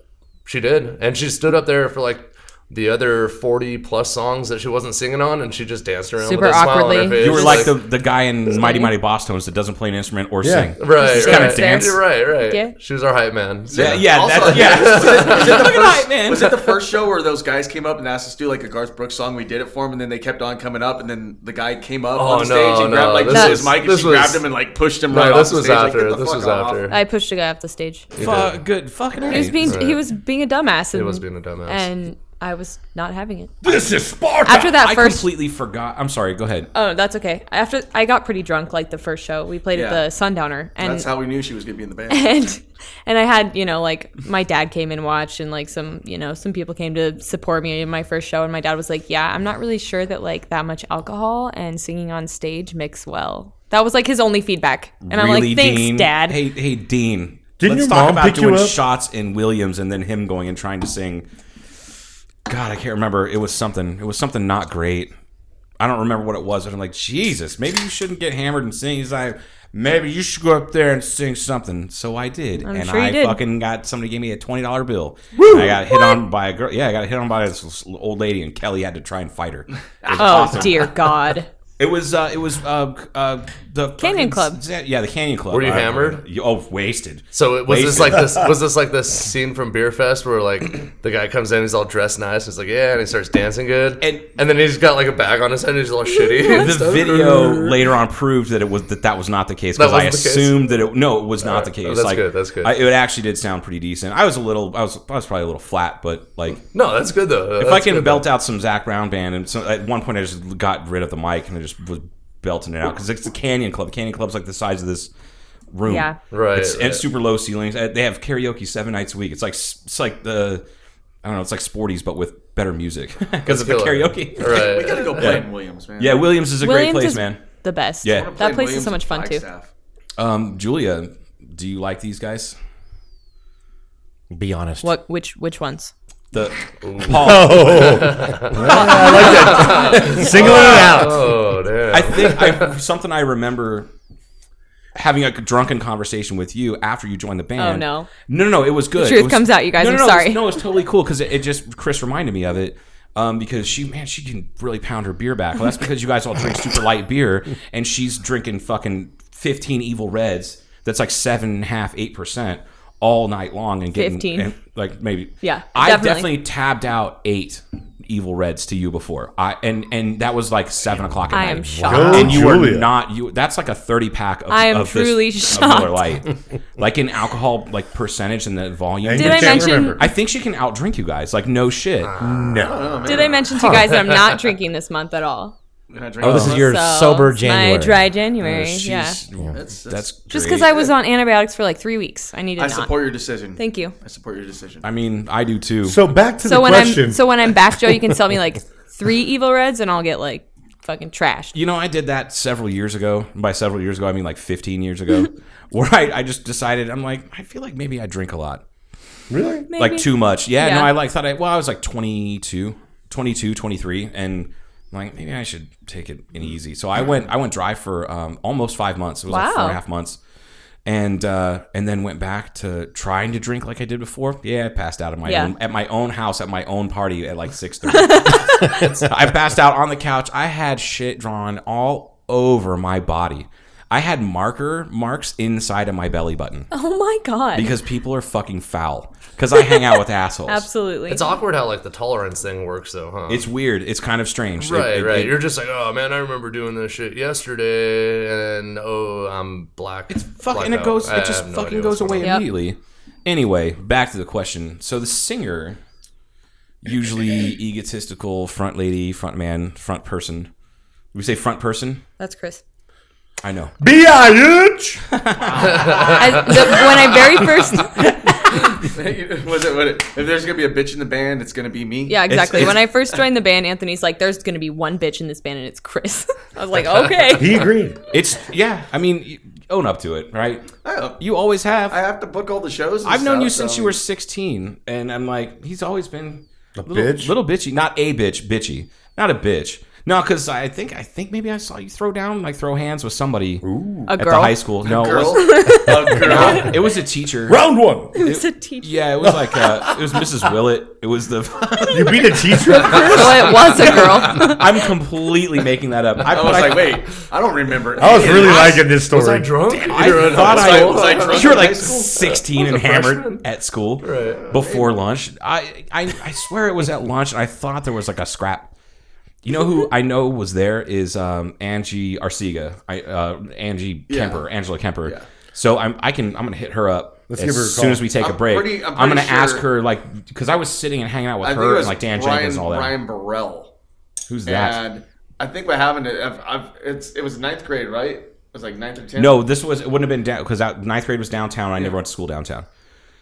[SPEAKER 9] she did, and she stood up there for like. The other forty plus songs that she wasn't singing on, and she just danced around
[SPEAKER 5] Super
[SPEAKER 9] with a smile on her
[SPEAKER 5] awkwardly.
[SPEAKER 9] face.
[SPEAKER 6] you were
[SPEAKER 9] It's
[SPEAKER 6] like the, the guy in Mighty Mighty Boss Tones that doesn't play an instrument or sing.
[SPEAKER 9] right,
[SPEAKER 5] Just
[SPEAKER 9] right.
[SPEAKER 5] kinda dance.
[SPEAKER 9] You're right, right.
[SPEAKER 5] Yeah.
[SPEAKER 9] She was our hype man. So-
[SPEAKER 6] Yeah, yeah,
[SPEAKER 7] Also-
[SPEAKER 6] that's, [LAUGHS] yeah.
[SPEAKER 7] was it, the first,
[SPEAKER 6] man.
[SPEAKER 7] was it the first show where those guys came up and asked us to do like a Garth Brooks song? We did it for him, and then they kept on coming up, and then the guy came up
[SPEAKER 9] Oh,
[SPEAKER 7] on stage
[SPEAKER 9] no,
[SPEAKER 7] and grabbed
[SPEAKER 9] no,
[SPEAKER 7] like
[SPEAKER 9] this
[SPEAKER 7] this
[SPEAKER 9] was-
[SPEAKER 7] his mic, and
[SPEAKER 9] this
[SPEAKER 7] she
[SPEAKER 9] was-
[SPEAKER 7] grabbed him and like pushed him right
[SPEAKER 9] No, this
[SPEAKER 7] off the
[SPEAKER 9] was
[SPEAKER 7] stage. like,
[SPEAKER 9] after.
[SPEAKER 7] get the
[SPEAKER 9] This
[SPEAKER 7] fuck
[SPEAKER 9] was
[SPEAKER 7] off.
[SPEAKER 9] after.
[SPEAKER 5] I pushed a guy off the stage.
[SPEAKER 6] Fuck, good fucking.
[SPEAKER 5] He was
[SPEAKER 6] A.
[SPEAKER 5] being he
[SPEAKER 9] Right.
[SPEAKER 5] was being a dumbass. And,
[SPEAKER 9] uh, was being a dumbass.
[SPEAKER 5] and I was not having it.
[SPEAKER 6] This is Sparta.
[SPEAKER 5] After that
[SPEAKER 6] I
[SPEAKER 5] first-
[SPEAKER 6] completely forgot. I'm sorry. Go ahead.
[SPEAKER 5] Oh, that's okay. After I got pretty drunk, like the first show we played at
[SPEAKER 7] Yeah.
[SPEAKER 5] the Sundowner, and
[SPEAKER 7] That's how we knew she was gonna be in the band.
[SPEAKER 5] and and I had you know like my dad came and watched and like some you know some people came to support me in my first show and my dad was like yeah I'm not really sure that like that much alcohol and singing on stage mix well that was like his only feedback and I'm
[SPEAKER 6] really,
[SPEAKER 5] like thanks
[SPEAKER 6] Dean?
[SPEAKER 5] dad
[SPEAKER 6] Hey, hey, Dean.
[SPEAKER 10] Didn't
[SPEAKER 6] Let's
[SPEAKER 10] your
[SPEAKER 6] talk
[SPEAKER 10] mom
[SPEAKER 6] about
[SPEAKER 10] pick you
[SPEAKER 6] doing
[SPEAKER 10] up?
[SPEAKER 6] shots in Williams and then him going and trying to sing. God, I can't remember. It was something. It was something not great. I don't remember what it was, but I'm like, Jesus, maybe you shouldn't get hammered and sing. He's like, maybe you should go up there and sing something. So I did, and
[SPEAKER 5] sure you
[SPEAKER 6] I
[SPEAKER 5] did.
[SPEAKER 6] fucking got somebody gave me a twenty dollar bill. And I got hit on by a girl. Yeah, I got hit on by this old lady, and Kelly had to try and fight her.
[SPEAKER 5] oh dear
[SPEAKER 6] [LAUGHS]
[SPEAKER 5] God
[SPEAKER 6] It was uh, it was uh, uh, the
[SPEAKER 5] Canyon
[SPEAKER 6] fucking-
[SPEAKER 5] Club.
[SPEAKER 6] Yeah, the Canyon Club.
[SPEAKER 9] Were you
[SPEAKER 6] I-
[SPEAKER 9] hammered?
[SPEAKER 6] you- oh, wasted.
[SPEAKER 9] So it was this
[SPEAKER 6] Wasted.
[SPEAKER 9] like this was this like this scene from Beer Fest where like the guy comes in, he's all dressed nice, he's like yeah, and he starts dancing good,
[SPEAKER 6] And-
[SPEAKER 9] and, then he's got like a bag on his head, and he's all shitty. [LAUGHS]
[SPEAKER 6] the video later on proved that it was that that was not the case because
[SPEAKER 9] That
[SPEAKER 6] I
[SPEAKER 9] wasn't the case? Oh,
[SPEAKER 6] assumed that it no it was not the case.
[SPEAKER 9] that's
[SPEAKER 6] like,
[SPEAKER 9] good, that's good.
[SPEAKER 6] I, it actually did sound pretty decent. I was a little I was I was probably a little flat, but like
[SPEAKER 9] no, that's good though.
[SPEAKER 6] if I can belt out some Zach Brown band and so at one point I just got rid of the mic and I just was belting it out because it's the Canyon Club. The Canyon Club's like the size of this room.
[SPEAKER 5] Yeah.
[SPEAKER 9] Right,
[SPEAKER 6] It's,
[SPEAKER 9] right.
[SPEAKER 6] it's super low ceilings. Uh, They have karaoke seven nights a week. It's like s- it's like the I don't know. It's like Sporties but with better music [LAUGHS] because of the
[SPEAKER 9] killer.
[SPEAKER 6] karaoke.
[SPEAKER 7] [LAUGHS] We
[SPEAKER 9] right.
[SPEAKER 7] gotta go play in Williams, man.
[SPEAKER 6] Yeah, Williams is a
[SPEAKER 5] Williams
[SPEAKER 6] great place,
[SPEAKER 5] is
[SPEAKER 6] man.
[SPEAKER 5] the best
[SPEAKER 6] Yeah.
[SPEAKER 5] that place is so much fun too
[SPEAKER 6] Um, Julia, do you like these guys?
[SPEAKER 8] Be honest.
[SPEAKER 5] what which which ones
[SPEAKER 6] The Paul.
[SPEAKER 8] Singling it out.
[SPEAKER 7] [LAUGHS]
[SPEAKER 9] Oh damn.
[SPEAKER 6] I think I, something I remember having a drunken conversation with you after you joined the band.
[SPEAKER 5] Oh, no.
[SPEAKER 6] no, no, no! It was good.
[SPEAKER 5] truth
[SPEAKER 6] It was-
[SPEAKER 5] comes out, you guys.
[SPEAKER 6] No, no,
[SPEAKER 5] I'm
[SPEAKER 6] no,
[SPEAKER 5] sorry.
[SPEAKER 6] It was, no, it's totally cool because it, it just Chris reminded me of it. Um, because she, man, she can really pound her beer back. Well, that's because you guys all drink super light beer, and she's drinking fucking fifteen evil reds. That's like seven and a half, eight percent all night long, and getting
[SPEAKER 5] 15.
[SPEAKER 6] and, like maybe.
[SPEAKER 5] Yeah,
[SPEAKER 6] I
[SPEAKER 5] definitely.
[SPEAKER 6] definitely tabbed out eight evil reds to you before. I and and that was like seven o'clock at
[SPEAKER 5] I
[SPEAKER 6] night.
[SPEAKER 5] am shocked.
[SPEAKER 10] Go,
[SPEAKER 6] Uh, and you
[SPEAKER 10] Julia.
[SPEAKER 6] are not you. That's like a thirty pack of.
[SPEAKER 5] I am
[SPEAKER 6] of this-
[SPEAKER 5] truly
[SPEAKER 6] of
[SPEAKER 5] shocked.
[SPEAKER 6] Miller Lite, like in alcohol, like percentage and the volume.
[SPEAKER 10] And
[SPEAKER 5] Did
[SPEAKER 10] you
[SPEAKER 5] I
[SPEAKER 10] can't
[SPEAKER 5] mention-
[SPEAKER 10] remember. Ah.
[SPEAKER 6] I think she can outdrink you guys. Like no shit.
[SPEAKER 10] No.
[SPEAKER 7] [LAUGHS]
[SPEAKER 5] did I mention to you guys that I'm not drinking this month at all
[SPEAKER 7] Can I drink
[SPEAKER 8] Oh, this
[SPEAKER 7] all
[SPEAKER 8] is
[SPEAKER 7] that?
[SPEAKER 8] your
[SPEAKER 5] So,
[SPEAKER 8] sober
[SPEAKER 5] it's My
[SPEAKER 8] January.
[SPEAKER 5] dry January.
[SPEAKER 7] Oh,
[SPEAKER 6] She's-
[SPEAKER 5] yeah.
[SPEAKER 7] That's-
[SPEAKER 6] That's,
[SPEAKER 7] that's-
[SPEAKER 5] Just
[SPEAKER 6] great.
[SPEAKER 5] because I was on antibiotics for like three weeks, I needed
[SPEAKER 7] I
[SPEAKER 5] not.
[SPEAKER 7] support your decision.
[SPEAKER 5] Thank you.
[SPEAKER 7] I support your decision.
[SPEAKER 6] I mean, I do too.
[SPEAKER 10] So back to
[SPEAKER 5] So
[SPEAKER 10] the
[SPEAKER 5] when
[SPEAKER 10] question.
[SPEAKER 5] I'm so when I'm back, Joe, you can sell
[SPEAKER 7] [LAUGHS]
[SPEAKER 5] me like three evil reds, and I'll get like fucking trashed.
[SPEAKER 6] You know, I did that several years ago. By several years ago, I mean like 15 years
[SPEAKER 5] [LAUGHS]
[SPEAKER 6] ago, where I, I just decided, I'm like, I feel like maybe I drink a lot.
[SPEAKER 10] really?
[SPEAKER 5] Maybe.
[SPEAKER 6] Like too much. Yeah,
[SPEAKER 5] Yeah.
[SPEAKER 6] no, I like thought I, well, I was like 22, 22, 23, and I'm like maybe I should take it in easy. So I went, I went dry for um, almost five months. It was like four and
[SPEAKER 5] Wow.
[SPEAKER 6] a half months. And uh, and then went back to trying to drink like I did before. Yeah, I passed out at my
[SPEAKER 5] Yeah.
[SPEAKER 6] own at my own house at my own party at like six
[SPEAKER 5] [LAUGHS]
[SPEAKER 6] thirty. [LAUGHS] I passed out on the couch. I had shit drawn all over my body. I had marker marks inside of my belly button
[SPEAKER 5] oh my god,
[SPEAKER 6] because people are fucking foul. Because I hang out with assholes.
[SPEAKER 5] [LAUGHS] absolutely.
[SPEAKER 9] It's awkward how like the tolerance thing works, though, huh?
[SPEAKER 6] It's weird. It's kind of strange. It-
[SPEAKER 9] right,
[SPEAKER 6] it-
[SPEAKER 9] right.
[SPEAKER 6] it-
[SPEAKER 9] You're just like, oh man, I remember doing this shit yesterday, and oh, I'm black. It's
[SPEAKER 6] fuck, and it goes. It just fucking goes away
[SPEAKER 5] on. Yep.
[SPEAKER 6] immediately. Anyway, back to the question. So the singer,
[SPEAKER 7] [LAUGHS]
[SPEAKER 6] usually egotistical front lady, front man, front person. We say front person.
[SPEAKER 7] [LAUGHS]
[SPEAKER 5] That's Chris.
[SPEAKER 6] I know.
[SPEAKER 10] B-I-H!
[SPEAKER 5] I, the, when I very first,
[SPEAKER 7] [LAUGHS] was it, was it, if there's gonna be a bitch in the band, it's gonna be me.
[SPEAKER 5] yeah, exactly.
[SPEAKER 6] it's-
[SPEAKER 5] when I first joined the band, Anthony's like, "There's going to be one bitch in this band, and it's Chris." [LAUGHS] I
[SPEAKER 7] [LAUGHS]
[SPEAKER 5] was like, "Okay."
[SPEAKER 10] He agreed.
[SPEAKER 6] It's yeah. I mean, you own up to it, right?
[SPEAKER 7] I,
[SPEAKER 6] You always have.
[SPEAKER 7] I have to book all the shows. and
[SPEAKER 6] I've
[SPEAKER 7] stuff,
[SPEAKER 6] known
[SPEAKER 7] um,
[SPEAKER 6] you since
[SPEAKER 7] so-
[SPEAKER 6] you were 16, and I'm like, he's always been a little,
[SPEAKER 10] bitch?
[SPEAKER 6] little bitchy, not a bitch, bitchy, not a bitch. No, because I think I think maybe I saw you throw down, like throw hands with somebody
[SPEAKER 5] A
[SPEAKER 6] at
[SPEAKER 5] girl.
[SPEAKER 6] the high school. No, it
[SPEAKER 7] girl. [LAUGHS]
[SPEAKER 6] was-
[SPEAKER 9] [LAUGHS]
[SPEAKER 7] a girl.
[SPEAKER 6] it was a teacher.
[SPEAKER 10] Round one.
[SPEAKER 5] It's a teacher.
[SPEAKER 6] Yeah, it was like uh, it was Mrs. Willett. It was the.
[SPEAKER 10] You beat
[SPEAKER 7] [LAUGHS]
[SPEAKER 10] a teacher?
[SPEAKER 5] So it was
[SPEAKER 6] [LAUGHS]
[SPEAKER 5] a girl.
[SPEAKER 6] I'm completely making that up. I,
[SPEAKER 7] I
[SPEAKER 6] but
[SPEAKER 7] was
[SPEAKER 6] I-
[SPEAKER 7] like, wait, I don't remember.
[SPEAKER 10] I was
[SPEAKER 7] any of
[SPEAKER 10] really
[SPEAKER 7] this.
[SPEAKER 10] liking this story.
[SPEAKER 9] Was I drunk?
[SPEAKER 6] I
[SPEAKER 9] You're in
[SPEAKER 6] thought
[SPEAKER 9] high
[SPEAKER 6] I
[SPEAKER 9] school?
[SPEAKER 6] was
[SPEAKER 7] like drunk
[SPEAKER 6] you were
[SPEAKER 7] in high
[SPEAKER 6] like
[SPEAKER 7] school?
[SPEAKER 6] 16 and
[SPEAKER 9] a
[SPEAKER 6] hammered
[SPEAKER 9] freshman.
[SPEAKER 6] at school
[SPEAKER 9] Right.
[SPEAKER 6] before lunch. I, I I swear it was at lunch, and I thought there was like a scrap. You know who I know was there is um, Angie Arcega, I, uh, Angie Kemper, Angela Kemper. So I'm I can I'm gonna hit her up.
[SPEAKER 10] Let's
[SPEAKER 6] as
[SPEAKER 10] give her a
[SPEAKER 6] soon
[SPEAKER 10] call.
[SPEAKER 6] as we take a
[SPEAKER 7] I'm
[SPEAKER 6] break.
[SPEAKER 7] pretty- I'm
[SPEAKER 6] gonna
[SPEAKER 7] pretty
[SPEAKER 6] ask
[SPEAKER 7] sure-
[SPEAKER 6] her like because I was sitting and hanging out with
[SPEAKER 7] I think it
[SPEAKER 6] her and
[SPEAKER 7] was
[SPEAKER 6] like Dan
[SPEAKER 7] Brian,
[SPEAKER 6] Jenkins and all that.
[SPEAKER 7] Brian Burrell.
[SPEAKER 6] Who's that?
[SPEAKER 7] And I think what happened, I've, I've, it's, it was ninth grade, right? It was like ninth or tenth.
[SPEAKER 6] No, this was it wouldn't have been down because ninth grade was downtown. and I never went to school downtown,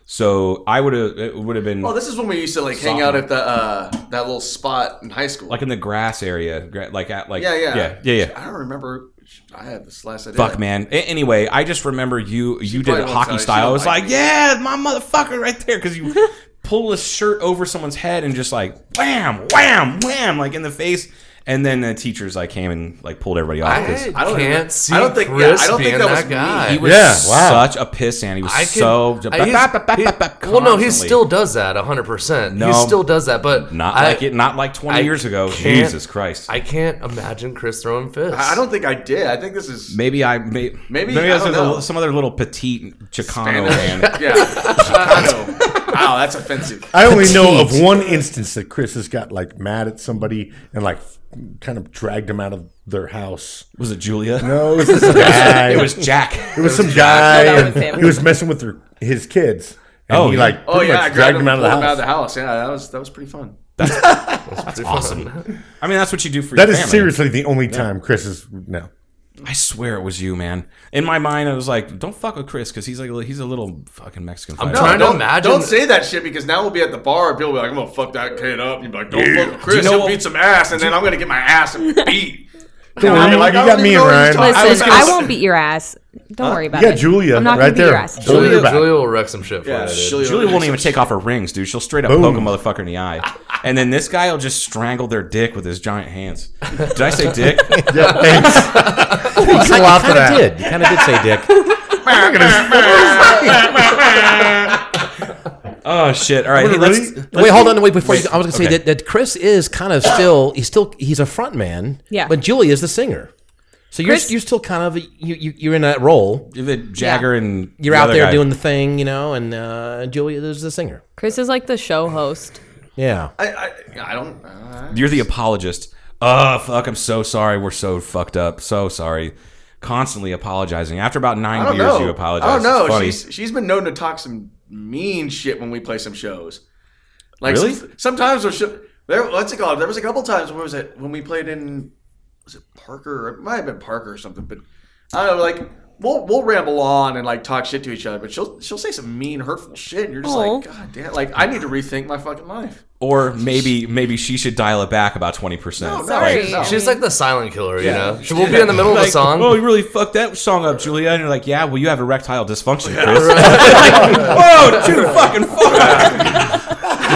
[SPEAKER 6] so I would have it would have been.
[SPEAKER 7] Well, Oh, this is when we used to like hang out at the uh, that little spot in high school.
[SPEAKER 6] like in the grass area, gra- like at like
[SPEAKER 7] yeah, yeah,
[SPEAKER 6] yeah, yeah, yeah.
[SPEAKER 7] I don't remember. I had this last idea.
[SPEAKER 6] Fuck man. A- anyway, I just remember you you did
[SPEAKER 7] probably won't
[SPEAKER 6] it
[SPEAKER 7] tell
[SPEAKER 6] hockey
[SPEAKER 7] you.
[SPEAKER 6] style.
[SPEAKER 7] She
[SPEAKER 6] I was
[SPEAKER 7] don't like
[SPEAKER 6] like, yeah, my motherfucker right there
[SPEAKER 7] [LAUGHS]
[SPEAKER 6] because you pull a shirt over someone's head and just like wham, wham, wham, like in the face. And then the teachers like came and like pulled everybody off. 'cause
[SPEAKER 9] I, don't
[SPEAKER 7] remember-
[SPEAKER 9] can't see
[SPEAKER 7] I don't think- yeah, I
[SPEAKER 9] Chris
[SPEAKER 7] don't think
[SPEAKER 9] being
[SPEAKER 7] that
[SPEAKER 9] that,
[SPEAKER 7] was me.
[SPEAKER 9] guy.
[SPEAKER 6] he was
[SPEAKER 10] Yeah, wow.
[SPEAKER 6] such a piss and he was
[SPEAKER 9] I can,
[SPEAKER 6] so.
[SPEAKER 9] I- he's- he- well, no, he still does that 100%.
[SPEAKER 6] No.
[SPEAKER 9] he still does that, but
[SPEAKER 6] not
[SPEAKER 9] I,
[SPEAKER 6] like it. Not like twenty
[SPEAKER 9] I
[SPEAKER 6] years ago.
[SPEAKER 9] can't-
[SPEAKER 6] Jesus Christ.
[SPEAKER 9] I can't imagine Chris throwing fists.
[SPEAKER 7] I I don't think I did. I think this is
[SPEAKER 6] Maybe I may, maybe
[SPEAKER 7] Maybe-
[SPEAKER 6] maybe
[SPEAKER 7] I
[SPEAKER 6] that's
[SPEAKER 7] don't
[SPEAKER 6] a-
[SPEAKER 7] know.
[SPEAKER 6] some other little petite Chicano
[SPEAKER 7] Spanish.
[SPEAKER 6] man.
[SPEAKER 7] yeah. I don't know. Wow, that's offensive.
[SPEAKER 10] I only know of one instance that Chris has got like mad at somebody and like kind of dragged him out of their house.
[SPEAKER 6] Was it Julia?
[SPEAKER 10] No, it was this
[SPEAKER 6] [LAUGHS]
[SPEAKER 10] guy.
[SPEAKER 6] it was Jack.
[SPEAKER 10] [LAUGHS] It was some
[SPEAKER 5] No,
[SPEAKER 10] guy.
[SPEAKER 5] that was
[SPEAKER 10] and
[SPEAKER 5] him.
[SPEAKER 10] he was messing with their, his kids. And
[SPEAKER 6] Oh,
[SPEAKER 10] he
[SPEAKER 6] yeah.
[SPEAKER 10] like
[SPEAKER 7] Oh
[SPEAKER 10] pretty
[SPEAKER 7] yeah, I
[SPEAKER 10] much
[SPEAKER 7] grabbed
[SPEAKER 10] dragged him out of the
[SPEAKER 7] pulled
[SPEAKER 10] house.
[SPEAKER 7] Yeah, that was that was pretty fun.
[SPEAKER 9] That's
[SPEAKER 6] awesome. I mean, that's what you do for
[SPEAKER 10] That
[SPEAKER 6] your
[SPEAKER 10] is
[SPEAKER 6] family.
[SPEAKER 10] seriously the only time Chris is no.
[SPEAKER 6] I swear it was you, man. In my mind, I was like, "Don't fuck with Chris because he's like a- he's a little fucking Mexican."
[SPEAKER 9] I'm
[SPEAKER 6] fighter.
[SPEAKER 9] trying to
[SPEAKER 7] don't,
[SPEAKER 9] imagine.
[SPEAKER 7] Don't say that shit because now we'll be at the bar and people will be like, I'm gonna fuck that kid up. And you'd be like, Don't fuck with Chris,
[SPEAKER 6] Do you know
[SPEAKER 7] he'll
[SPEAKER 6] what-
[SPEAKER 7] beat some ass, and then I'm gonna get my ass
[SPEAKER 5] [LAUGHS]
[SPEAKER 7] beat.
[SPEAKER 10] Don't worry,
[SPEAKER 7] I'm like,
[SPEAKER 10] you
[SPEAKER 7] I
[SPEAKER 10] got
[SPEAKER 7] don't
[SPEAKER 10] me
[SPEAKER 7] even know
[SPEAKER 10] and
[SPEAKER 7] what
[SPEAKER 10] Ryan.
[SPEAKER 7] he's talking
[SPEAKER 5] Listen, I,
[SPEAKER 7] was gonna say-
[SPEAKER 5] won't beat your ass. Don't worry about
[SPEAKER 10] Yeah,
[SPEAKER 5] it.
[SPEAKER 10] Julia,
[SPEAKER 5] I'm not
[SPEAKER 10] right
[SPEAKER 5] gonna beat
[SPEAKER 10] there.
[SPEAKER 5] your ass.
[SPEAKER 10] Julia-
[SPEAKER 9] Julia,
[SPEAKER 10] back.
[SPEAKER 9] Julia will wreck some shit for
[SPEAKER 7] Yeah,
[SPEAKER 9] you. dude.
[SPEAKER 7] she'll-
[SPEAKER 6] Julia won't even take off her rings, dude. She'll straight up poke a
[SPEAKER 10] Boom.
[SPEAKER 6] motherfucker in the eye, and then this guy will just strangle their dick with his giant hands. Did I say dick?
[SPEAKER 10] [LAUGHS] [LAUGHS] Yeah,
[SPEAKER 9] [LAUGHS]
[SPEAKER 10] thanks. Thanks a lot for that.
[SPEAKER 8] You did. You kind of did say dick.
[SPEAKER 6] oh shit! All right, hey, let's-
[SPEAKER 10] Really?
[SPEAKER 6] let's
[SPEAKER 8] wait, hold on. Wait, before
[SPEAKER 6] Wait,
[SPEAKER 8] you, I was going to
[SPEAKER 6] okay.
[SPEAKER 8] say that, that Chris is
[SPEAKER 9] [LAUGHS]
[SPEAKER 8] kind of still he's still he's a front man.
[SPEAKER 5] Yeah.
[SPEAKER 8] But Julie is the singer. So you're
[SPEAKER 5] Chris-
[SPEAKER 8] you're still kind of you, you you're in that role.
[SPEAKER 6] the Jagger and
[SPEAKER 8] You're
[SPEAKER 6] the
[SPEAKER 8] out
[SPEAKER 6] other
[SPEAKER 8] there
[SPEAKER 6] guy.
[SPEAKER 8] doing the thing, you know, and uh, Julia is the singer.
[SPEAKER 5] Chris is like the show host.
[SPEAKER 8] Yeah.
[SPEAKER 7] I, I, I don't. Uh,
[SPEAKER 6] You're the apologist. Oh fuck! I'm so sorry. We're so fucked up. So sorry. Constantly apologizing. After about
[SPEAKER 7] I
[SPEAKER 6] nine
[SPEAKER 7] don't
[SPEAKER 6] beers,
[SPEAKER 7] know.
[SPEAKER 6] you apologize.
[SPEAKER 7] I don't
[SPEAKER 6] It's
[SPEAKER 7] know.
[SPEAKER 6] funny.
[SPEAKER 7] She's she's been known to talk some mean shit when we play some shows. Like
[SPEAKER 6] Really?
[SPEAKER 7] some- sometimes we'll show, there. What's it called? There was a couple times when was it when we played in was it Parker? It might have been Parker or something, but I don't know. Like we'll we'll ramble on and like talk shit to each other, but she'll she'll say some mean, hurtful shit, and you're just
[SPEAKER 5] Aw.
[SPEAKER 7] like, God damn! Like I need to rethink my fucking life.
[SPEAKER 6] Or maybe maybe she should dial it back about twenty percent.
[SPEAKER 5] Sorry.
[SPEAKER 7] no.
[SPEAKER 9] She's like the silent killer, you know. She will be in the middle of a song.
[SPEAKER 6] Oh, you really fucked that song up, Julia. And you're like, yeah, well, you have erectile dysfunction, Chris. [LAUGHS] like, whoa, dude, fucking fuck.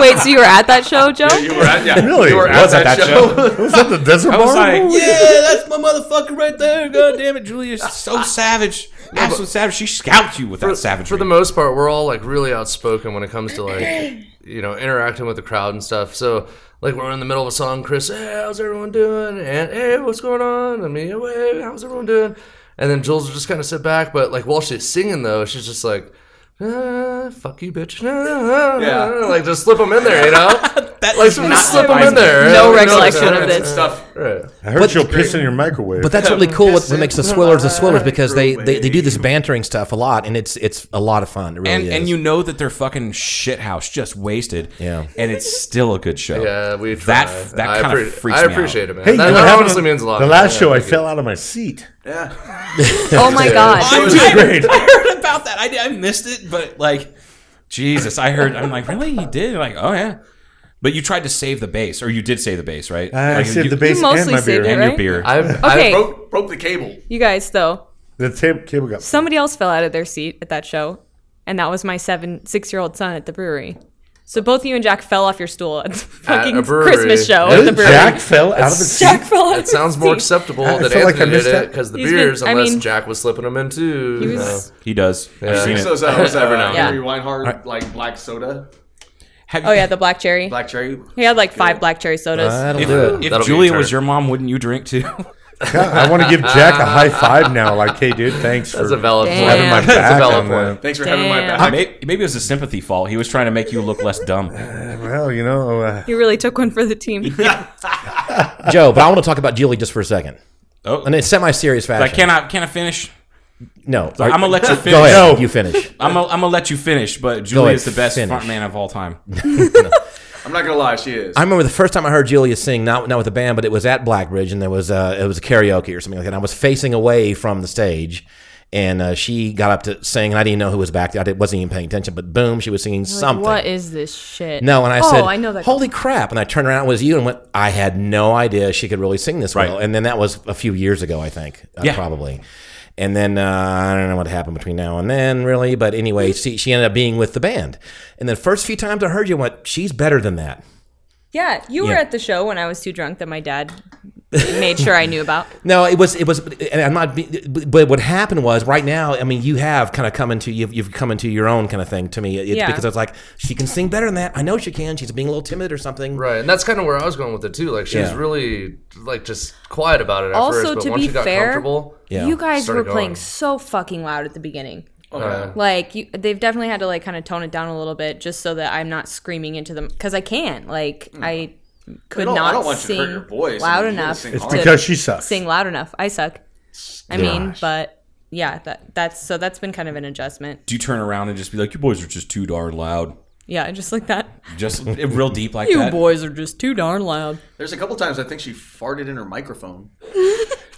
[SPEAKER 5] Wait, so you were at that show, Joe?
[SPEAKER 7] You were at yeah,
[SPEAKER 10] Really?
[SPEAKER 7] You were at
[SPEAKER 6] Was at
[SPEAKER 7] that,
[SPEAKER 6] that
[SPEAKER 7] show.
[SPEAKER 10] [LAUGHS] Was that
[SPEAKER 6] [LAUGHS]
[SPEAKER 10] the desert
[SPEAKER 6] I was
[SPEAKER 10] bar?
[SPEAKER 6] like, yeah, that's my motherfucker right there. God damn it, Julia, she's so savage, absolute savage. She scalped you with that savage.
[SPEAKER 9] For the most part, we're all like really outspoken when it comes to like [CLEARS THROAT] you know interacting with the crowd and stuff. So like we're in the middle of a song, Chris, hey, how's everyone doing? And hey, what's going on? I mean, hey, how's everyone doing? And then Jules will just kind of sit back, but like while she's singing though, she's just like. "Ah, fuck you, bitch! [LAUGHS]
[SPEAKER 7] Yeah.
[SPEAKER 9] yeah, like just slip them in there, you
[SPEAKER 6] [LAUGHS]
[SPEAKER 9] know.
[SPEAKER 6] That
[SPEAKER 9] like
[SPEAKER 6] is not
[SPEAKER 9] just slip them
[SPEAKER 6] surprising.
[SPEAKER 9] in there.
[SPEAKER 5] No
[SPEAKER 9] You know,
[SPEAKER 5] recollection
[SPEAKER 9] like,
[SPEAKER 5] of this.
[SPEAKER 7] Stuff.
[SPEAKER 9] Right.
[SPEAKER 10] I heard she'll piss in your microwave.
[SPEAKER 8] But that's really cool. What, what makes the Swillers the Swillers because they, they, they do this bantering stuff a lot, and it's it's a lot of fun. It really
[SPEAKER 6] and
[SPEAKER 8] is.
[SPEAKER 10] [LAUGHS]
[SPEAKER 6] and you know that they're fucking shithouse just wasted.
[SPEAKER 8] Yeah.
[SPEAKER 6] and it's still a good show.
[SPEAKER 9] Yeah, we
[SPEAKER 6] That-
[SPEAKER 9] try.
[SPEAKER 6] that
[SPEAKER 9] I
[SPEAKER 6] kinda
[SPEAKER 9] appre-
[SPEAKER 6] freaks
[SPEAKER 9] I
[SPEAKER 6] me out.
[SPEAKER 9] appreciate it, man.
[SPEAKER 10] hey, you know
[SPEAKER 9] that, that
[SPEAKER 10] what happened?
[SPEAKER 9] honestly means a lot.
[SPEAKER 10] The last
[SPEAKER 9] Yeah,
[SPEAKER 10] show, I
[SPEAKER 9] thank you.
[SPEAKER 10] fell out of my seat.
[SPEAKER 7] Yeah.
[SPEAKER 5] Oh my
[SPEAKER 10] It
[SPEAKER 5] god.
[SPEAKER 10] was great.
[SPEAKER 6] heard about that. I, I missed it, but like, Jesus, I heard. I'm like, really? He did? like, oh yeah. But you tried to save the base, or you did save the base, right?
[SPEAKER 10] I
[SPEAKER 6] Like,
[SPEAKER 10] saved
[SPEAKER 6] you-
[SPEAKER 10] the base
[SPEAKER 5] You
[SPEAKER 10] and
[SPEAKER 5] mostly
[SPEAKER 10] my
[SPEAKER 5] saved
[SPEAKER 10] beer.
[SPEAKER 5] it,
[SPEAKER 6] and
[SPEAKER 5] right?
[SPEAKER 6] your beer.
[SPEAKER 9] I've, I've
[SPEAKER 5] Okay,
[SPEAKER 7] Broke broke the cable.
[SPEAKER 5] you guys though.
[SPEAKER 10] The tape, cable got.
[SPEAKER 5] Somebody else fell out of their seat at that show, and that was my seven, six-year-old son at the brewery. So both you and Jack fell off your stool at the fucking
[SPEAKER 9] a brewery.
[SPEAKER 5] Christmas show at the brewery.
[SPEAKER 10] Jack fell out of the
[SPEAKER 5] Jack
[SPEAKER 10] seat.
[SPEAKER 5] fell out of
[SPEAKER 9] It sounds
[SPEAKER 5] his
[SPEAKER 9] more
[SPEAKER 5] seat.
[SPEAKER 9] acceptable
[SPEAKER 10] I
[SPEAKER 9] that
[SPEAKER 10] feel
[SPEAKER 9] Anthony
[SPEAKER 10] like I
[SPEAKER 9] did
[SPEAKER 10] missed
[SPEAKER 9] it
[SPEAKER 10] that.
[SPEAKER 9] because the
[SPEAKER 5] He's
[SPEAKER 9] beers,
[SPEAKER 5] been- I
[SPEAKER 9] unless
[SPEAKER 5] mean-
[SPEAKER 9] Jack was slipping them in too.
[SPEAKER 5] He
[SPEAKER 9] you
[SPEAKER 5] was-
[SPEAKER 9] know.
[SPEAKER 6] he does. I've seen
[SPEAKER 7] Drinks
[SPEAKER 6] it.
[SPEAKER 7] those uh, was that,
[SPEAKER 9] Every now and
[SPEAKER 7] uh,
[SPEAKER 9] then.
[SPEAKER 7] Henry Weinhard like black soda,
[SPEAKER 6] Have
[SPEAKER 5] Oh
[SPEAKER 6] you-
[SPEAKER 5] yeah, the black cherry.
[SPEAKER 7] black cherry.
[SPEAKER 5] He had like five black cherry sodas.
[SPEAKER 8] That'll
[SPEAKER 6] If,
[SPEAKER 8] do it.
[SPEAKER 6] if
[SPEAKER 9] That'll be
[SPEAKER 6] Julia
[SPEAKER 9] your
[SPEAKER 6] was
[SPEAKER 9] turn.
[SPEAKER 6] your mom, wouldn't you drink too?
[SPEAKER 10] I want to give Jack a high five now. Like, hey, dude, thanks
[SPEAKER 9] That's
[SPEAKER 10] for
[SPEAKER 9] a valid point.
[SPEAKER 10] having my
[SPEAKER 5] Damn.
[SPEAKER 9] That's a
[SPEAKER 10] back
[SPEAKER 9] valid
[SPEAKER 10] on
[SPEAKER 9] point.
[SPEAKER 10] that.
[SPEAKER 7] Thanks for having my
[SPEAKER 5] Damn.
[SPEAKER 7] back.
[SPEAKER 6] maybe, maybe it was a sympathy fault. He was trying to make you look less dumb.
[SPEAKER 9] [LAUGHS]
[SPEAKER 10] Well, you know, uh, [LAUGHS]
[SPEAKER 5] He really took one for the team.
[SPEAKER 8] Joe, but I want to talk about Julie just for a second.
[SPEAKER 6] Oh,
[SPEAKER 8] In a semi-serious fashion.
[SPEAKER 6] I cannot. Can I finish?
[SPEAKER 8] No,
[SPEAKER 6] I'm gonna let you finish.
[SPEAKER 8] Go ahead.
[SPEAKER 10] No.
[SPEAKER 8] You finish.
[SPEAKER 6] I'm gonna I'm gonna let you finish. But Julia
[SPEAKER 8] ahead,
[SPEAKER 6] is the best
[SPEAKER 8] finish.
[SPEAKER 6] front man of all time.
[SPEAKER 7] I'm not gonna lie, she is.
[SPEAKER 8] I remember the first time I heard Julia sing, not not with a band, but it was at Blackbridge, and there was uh, it was a karaoke or something like that. And I was facing away from the stage, and uh, she got up to sing, and I didn't know who was back there. I did, wasn't even paying attention, but boom, she was singing something.
[SPEAKER 5] What is this shit?
[SPEAKER 8] no, and I
[SPEAKER 5] oh,
[SPEAKER 8] said,
[SPEAKER 5] I know that.
[SPEAKER 8] "Holy crap!" And I turned around, it was you, and went, "I had no idea she could really sing this
[SPEAKER 6] Right.
[SPEAKER 8] well." And then that was a few years ago, I think, uh,
[SPEAKER 6] Yeah.
[SPEAKER 8] probably. And then uh, I don't know what happened between now and then, really. But anyway, she, she ended up being with the band. And the first few times I heard you, I went, "She's better than that."
[SPEAKER 5] Yeah, you were
[SPEAKER 8] Yeah.
[SPEAKER 5] at the show when I was too drunk that my dad made sure I knew about.
[SPEAKER 8] No, it was it was, and I'm not. But but what happened was, right now, I mean, you have kind of come into you've, you've come into your own kind of thing to me. It's
[SPEAKER 5] Yeah.
[SPEAKER 8] because I was like, she can sing better than that. I know she can. She's being a little timid or something.
[SPEAKER 9] Right, and that's kind of where I was going with it too. Like she was
[SPEAKER 8] Yeah.
[SPEAKER 9] really like just quiet about it at
[SPEAKER 5] Also,
[SPEAKER 9] first, but
[SPEAKER 5] to
[SPEAKER 9] once
[SPEAKER 5] be
[SPEAKER 9] she got
[SPEAKER 5] fair,
[SPEAKER 9] comfortable,
[SPEAKER 8] Yeah.
[SPEAKER 5] You guys
[SPEAKER 9] Started
[SPEAKER 5] were playing
[SPEAKER 9] going.
[SPEAKER 5] so fucking loud at the beginning.
[SPEAKER 7] Oh,
[SPEAKER 9] uh,
[SPEAKER 5] Like you, they've definitely had to like kind of tone it down a little bit just so that I'm not screaming into them because I can't. Like I could
[SPEAKER 7] I Hmm. don't- I
[SPEAKER 5] not
[SPEAKER 7] don't want you to
[SPEAKER 5] sing
[SPEAKER 7] hurt your voice. I
[SPEAKER 5] loud
[SPEAKER 7] mean, you
[SPEAKER 5] enough.
[SPEAKER 7] sing
[SPEAKER 10] it's
[SPEAKER 7] hard.
[SPEAKER 5] to
[SPEAKER 10] because she sucks.
[SPEAKER 5] sing loud enough. I suck. I mean, but yeah, that that's so that's been kind of an adjustment.
[SPEAKER 6] Do you turn around and just be like, "You boys are just too darn loud,"
[SPEAKER 5] Yeah, just like [LAUGHS] that.
[SPEAKER 6] just real deep like that?
[SPEAKER 5] boys are just too darn loud.
[SPEAKER 7] There's a couple times I think she farted in her microphone.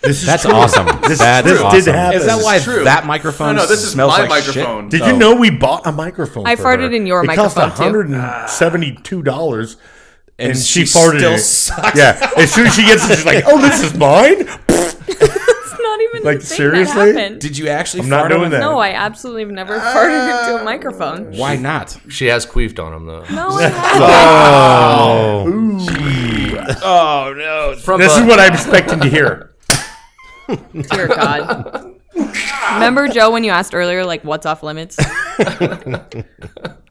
[SPEAKER 10] This is
[SPEAKER 8] That's
[SPEAKER 10] true.
[SPEAKER 6] [LAUGHS]
[SPEAKER 8] awesome.
[SPEAKER 10] This,
[SPEAKER 8] That's
[SPEAKER 10] this
[SPEAKER 8] awesome.
[SPEAKER 10] did happen.
[SPEAKER 8] [LAUGHS]
[SPEAKER 6] Is that why
[SPEAKER 7] true.
[SPEAKER 6] that microphone?
[SPEAKER 7] No, no, this is
[SPEAKER 6] smells
[SPEAKER 7] my
[SPEAKER 6] like
[SPEAKER 7] microphone.
[SPEAKER 6] Shit?
[SPEAKER 10] Did you know we bought a microphone?
[SPEAKER 5] I
[SPEAKER 10] for
[SPEAKER 5] farted
[SPEAKER 10] her?
[SPEAKER 5] in your
[SPEAKER 10] it
[SPEAKER 5] microphone,
[SPEAKER 10] cost
[SPEAKER 5] too.
[SPEAKER 10] one hundred and seventy-two dollars, and,
[SPEAKER 6] And
[SPEAKER 10] she,
[SPEAKER 6] she
[SPEAKER 10] farted.
[SPEAKER 6] still
[SPEAKER 10] in it.
[SPEAKER 6] sucks.
[SPEAKER 10] Yeah, as soon as she gets it, she's like, [LAUGHS] "Oh, this is mine."
[SPEAKER 5] It's not even
[SPEAKER 10] Like,
[SPEAKER 5] a thing
[SPEAKER 10] seriously?
[SPEAKER 5] That happened.
[SPEAKER 6] Did you actually?
[SPEAKER 10] I'm not
[SPEAKER 6] fart
[SPEAKER 10] doing
[SPEAKER 6] on it?
[SPEAKER 10] that.
[SPEAKER 5] no, I absolutely have never farted into a microphone.
[SPEAKER 6] Why not?
[SPEAKER 9] she has queefed
[SPEAKER 5] [LAUGHS]
[SPEAKER 9] on him though.
[SPEAKER 5] No, I haven't.
[SPEAKER 6] Oh no!
[SPEAKER 9] From
[SPEAKER 10] This
[SPEAKER 9] a-
[SPEAKER 10] is what I'm expecting to
[SPEAKER 9] [LAUGHS]
[SPEAKER 10] hear.
[SPEAKER 5] Dear God. Remember, Joe, when you asked earlier, like, what's off limits?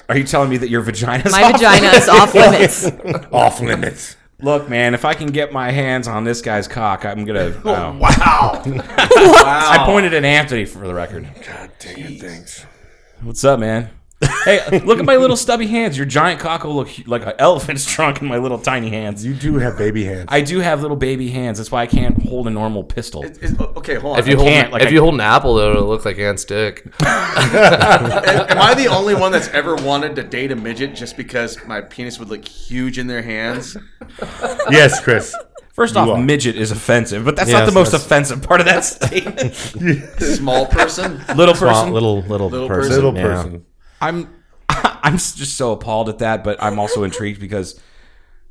[SPEAKER 6] Are you telling me that your vagina's
[SPEAKER 5] My
[SPEAKER 6] off?
[SPEAKER 5] vagina is off limits.
[SPEAKER 10] Off limits.
[SPEAKER 6] [LAUGHS] Look, man, if I can get my hands on this guy's cock, I'm gonna. [LAUGHS] oh.
[SPEAKER 7] Wow.
[SPEAKER 6] I pointed at Anthony for the record.
[SPEAKER 10] God dang it! Thanks.
[SPEAKER 6] What's up, man? hey, look at my little stubby hands. Your giant cock will look hu- like an elephant's trunk in my little tiny hands.
[SPEAKER 10] You do have baby hands.
[SPEAKER 6] I do have little baby hands. That's why I can't hold a normal pistol.
[SPEAKER 7] It's- it's- okay, hold on.
[SPEAKER 9] if you hold
[SPEAKER 6] can't, like,
[SPEAKER 9] if
[SPEAKER 6] I-
[SPEAKER 9] you hold an apple though, it'll look like Ant's dick.
[SPEAKER 7] Am I the only one that's ever wanted to date a midget just because my penis would look huge in their hands?
[SPEAKER 10] yes, Chris.
[SPEAKER 6] First off, midget is offensive, but that's not
[SPEAKER 8] Yes,
[SPEAKER 6] the most
[SPEAKER 8] that's-
[SPEAKER 6] offensive part of that statement.
[SPEAKER 7] Small person.
[SPEAKER 6] [LAUGHS] little
[SPEAKER 8] Small-
[SPEAKER 6] person,
[SPEAKER 8] little little,
[SPEAKER 7] Little
[SPEAKER 8] person,
[SPEAKER 7] person.
[SPEAKER 10] Little
[SPEAKER 8] yeah.
[SPEAKER 10] person.
[SPEAKER 6] I'm [LAUGHS] I'm s- just so appalled at that, but I'm also intrigued because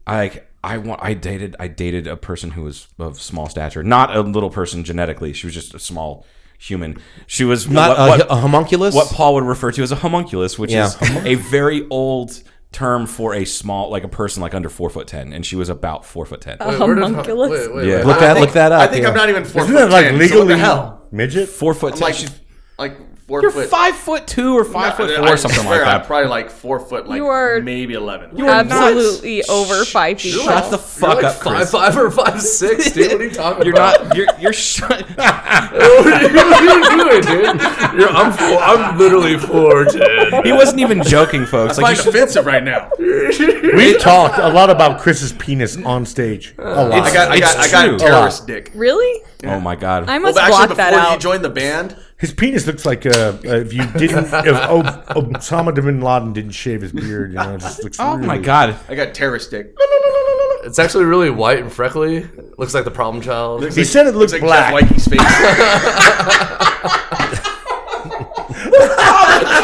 [SPEAKER 6] I like, I want I dated I dated a person who was of small stature, not a little person genetically. She was just a small human. She was
[SPEAKER 8] Not uh,
[SPEAKER 6] what-
[SPEAKER 8] a,
[SPEAKER 6] what-
[SPEAKER 8] a homunculus.
[SPEAKER 6] what Paul would refer to as a homunculus, which
[SPEAKER 8] Yeah.
[SPEAKER 6] is a very old term for a small like a person like under four foot ten, and she was about four foot ten.
[SPEAKER 5] Oh.
[SPEAKER 9] Wait, where did-
[SPEAKER 5] Homunculus?
[SPEAKER 9] [LAUGHS] Wait, wait,
[SPEAKER 6] Yeah.
[SPEAKER 9] wait.
[SPEAKER 8] look
[SPEAKER 7] I
[SPEAKER 8] that
[SPEAKER 7] think-
[SPEAKER 8] look that up.
[SPEAKER 7] I think
[SPEAKER 8] yeah.
[SPEAKER 7] I'm not even 4
[SPEAKER 10] Isn't
[SPEAKER 7] foot
[SPEAKER 10] that like
[SPEAKER 7] 10,
[SPEAKER 10] legally
[SPEAKER 7] so what the hell?
[SPEAKER 10] midget?
[SPEAKER 6] four foot
[SPEAKER 7] I'm
[SPEAKER 6] ten.
[SPEAKER 7] like,
[SPEAKER 6] She's-
[SPEAKER 7] like 4
[SPEAKER 6] you're
[SPEAKER 7] foot.
[SPEAKER 6] five foot two or five foot four or something like
[SPEAKER 7] i
[SPEAKER 6] that.
[SPEAKER 7] probably like 4 foot, like
[SPEAKER 5] You are-
[SPEAKER 7] maybe 11.
[SPEAKER 5] Absolutely over five feet.
[SPEAKER 6] Shut
[SPEAKER 5] tall.
[SPEAKER 6] the
[SPEAKER 9] You're
[SPEAKER 6] fuck
[SPEAKER 9] like
[SPEAKER 6] up,
[SPEAKER 9] five
[SPEAKER 6] Chris.
[SPEAKER 9] five or five six, dude. What are you talking
[SPEAKER 6] You're
[SPEAKER 9] about?
[SPEAKER 6] not. You're you're shut. [LAUGHS]
[SPEAKER 9] what, are you, what are you doing, dude? You're, I'm four, I'm literally four ten.
[SPEAKER 6] He wasn't even joking, folks. Like
[SPEAKER 7] Like
[SPEAKER 6] you should,
[SPEAKER 7] offensive right now.
[SPEAKER 10] We talked a lot about Chris's penis on stage.
[SPEAKER 9] Uh,
[SPEAKER 10] A lot.
[SPEAKER 7] I got, I got,
[SPEAKER 6] It's
[SPEAKER 7] I got
[SPEAKER 6] true.
[SPEAKER 7] terrorist dick.
[SPEAKER 5] Really?
[SPEAKER 6] oh my god.
[SPEAKER 5] I
[SPEAKER 7] Well,
[SPEAKER 5] must
[SPEAKER 7] actually,
[SPEAKER 5] block
[SPEAKER 7] before
[SPEAKER 5] that
[SPEAKER 7] you
[SPEAKER 5] out.
[SPEAKER 7] joined the band,
[SPEAKER 10] His penis looks like uh, if you didn't, if Ob- Osama bin Laden didn't shave his beard, you know, it just looks.
[SPEAKER 6] oh
[SPEAKER 10] really-
[SPEAKER 6] my god.
[SPEAKER 7] I got terrorist dick.
[SPEAKER 9] It's actually really white and freckly. Looks like the problem child.
[SPEAKER 10] He said it looked
[SPEAKER 7] It's like
[SPEAKER 10] black.
[SPEAKER 7] Jeff Weige's face.
[SPEAKER 10] [LAUGHS]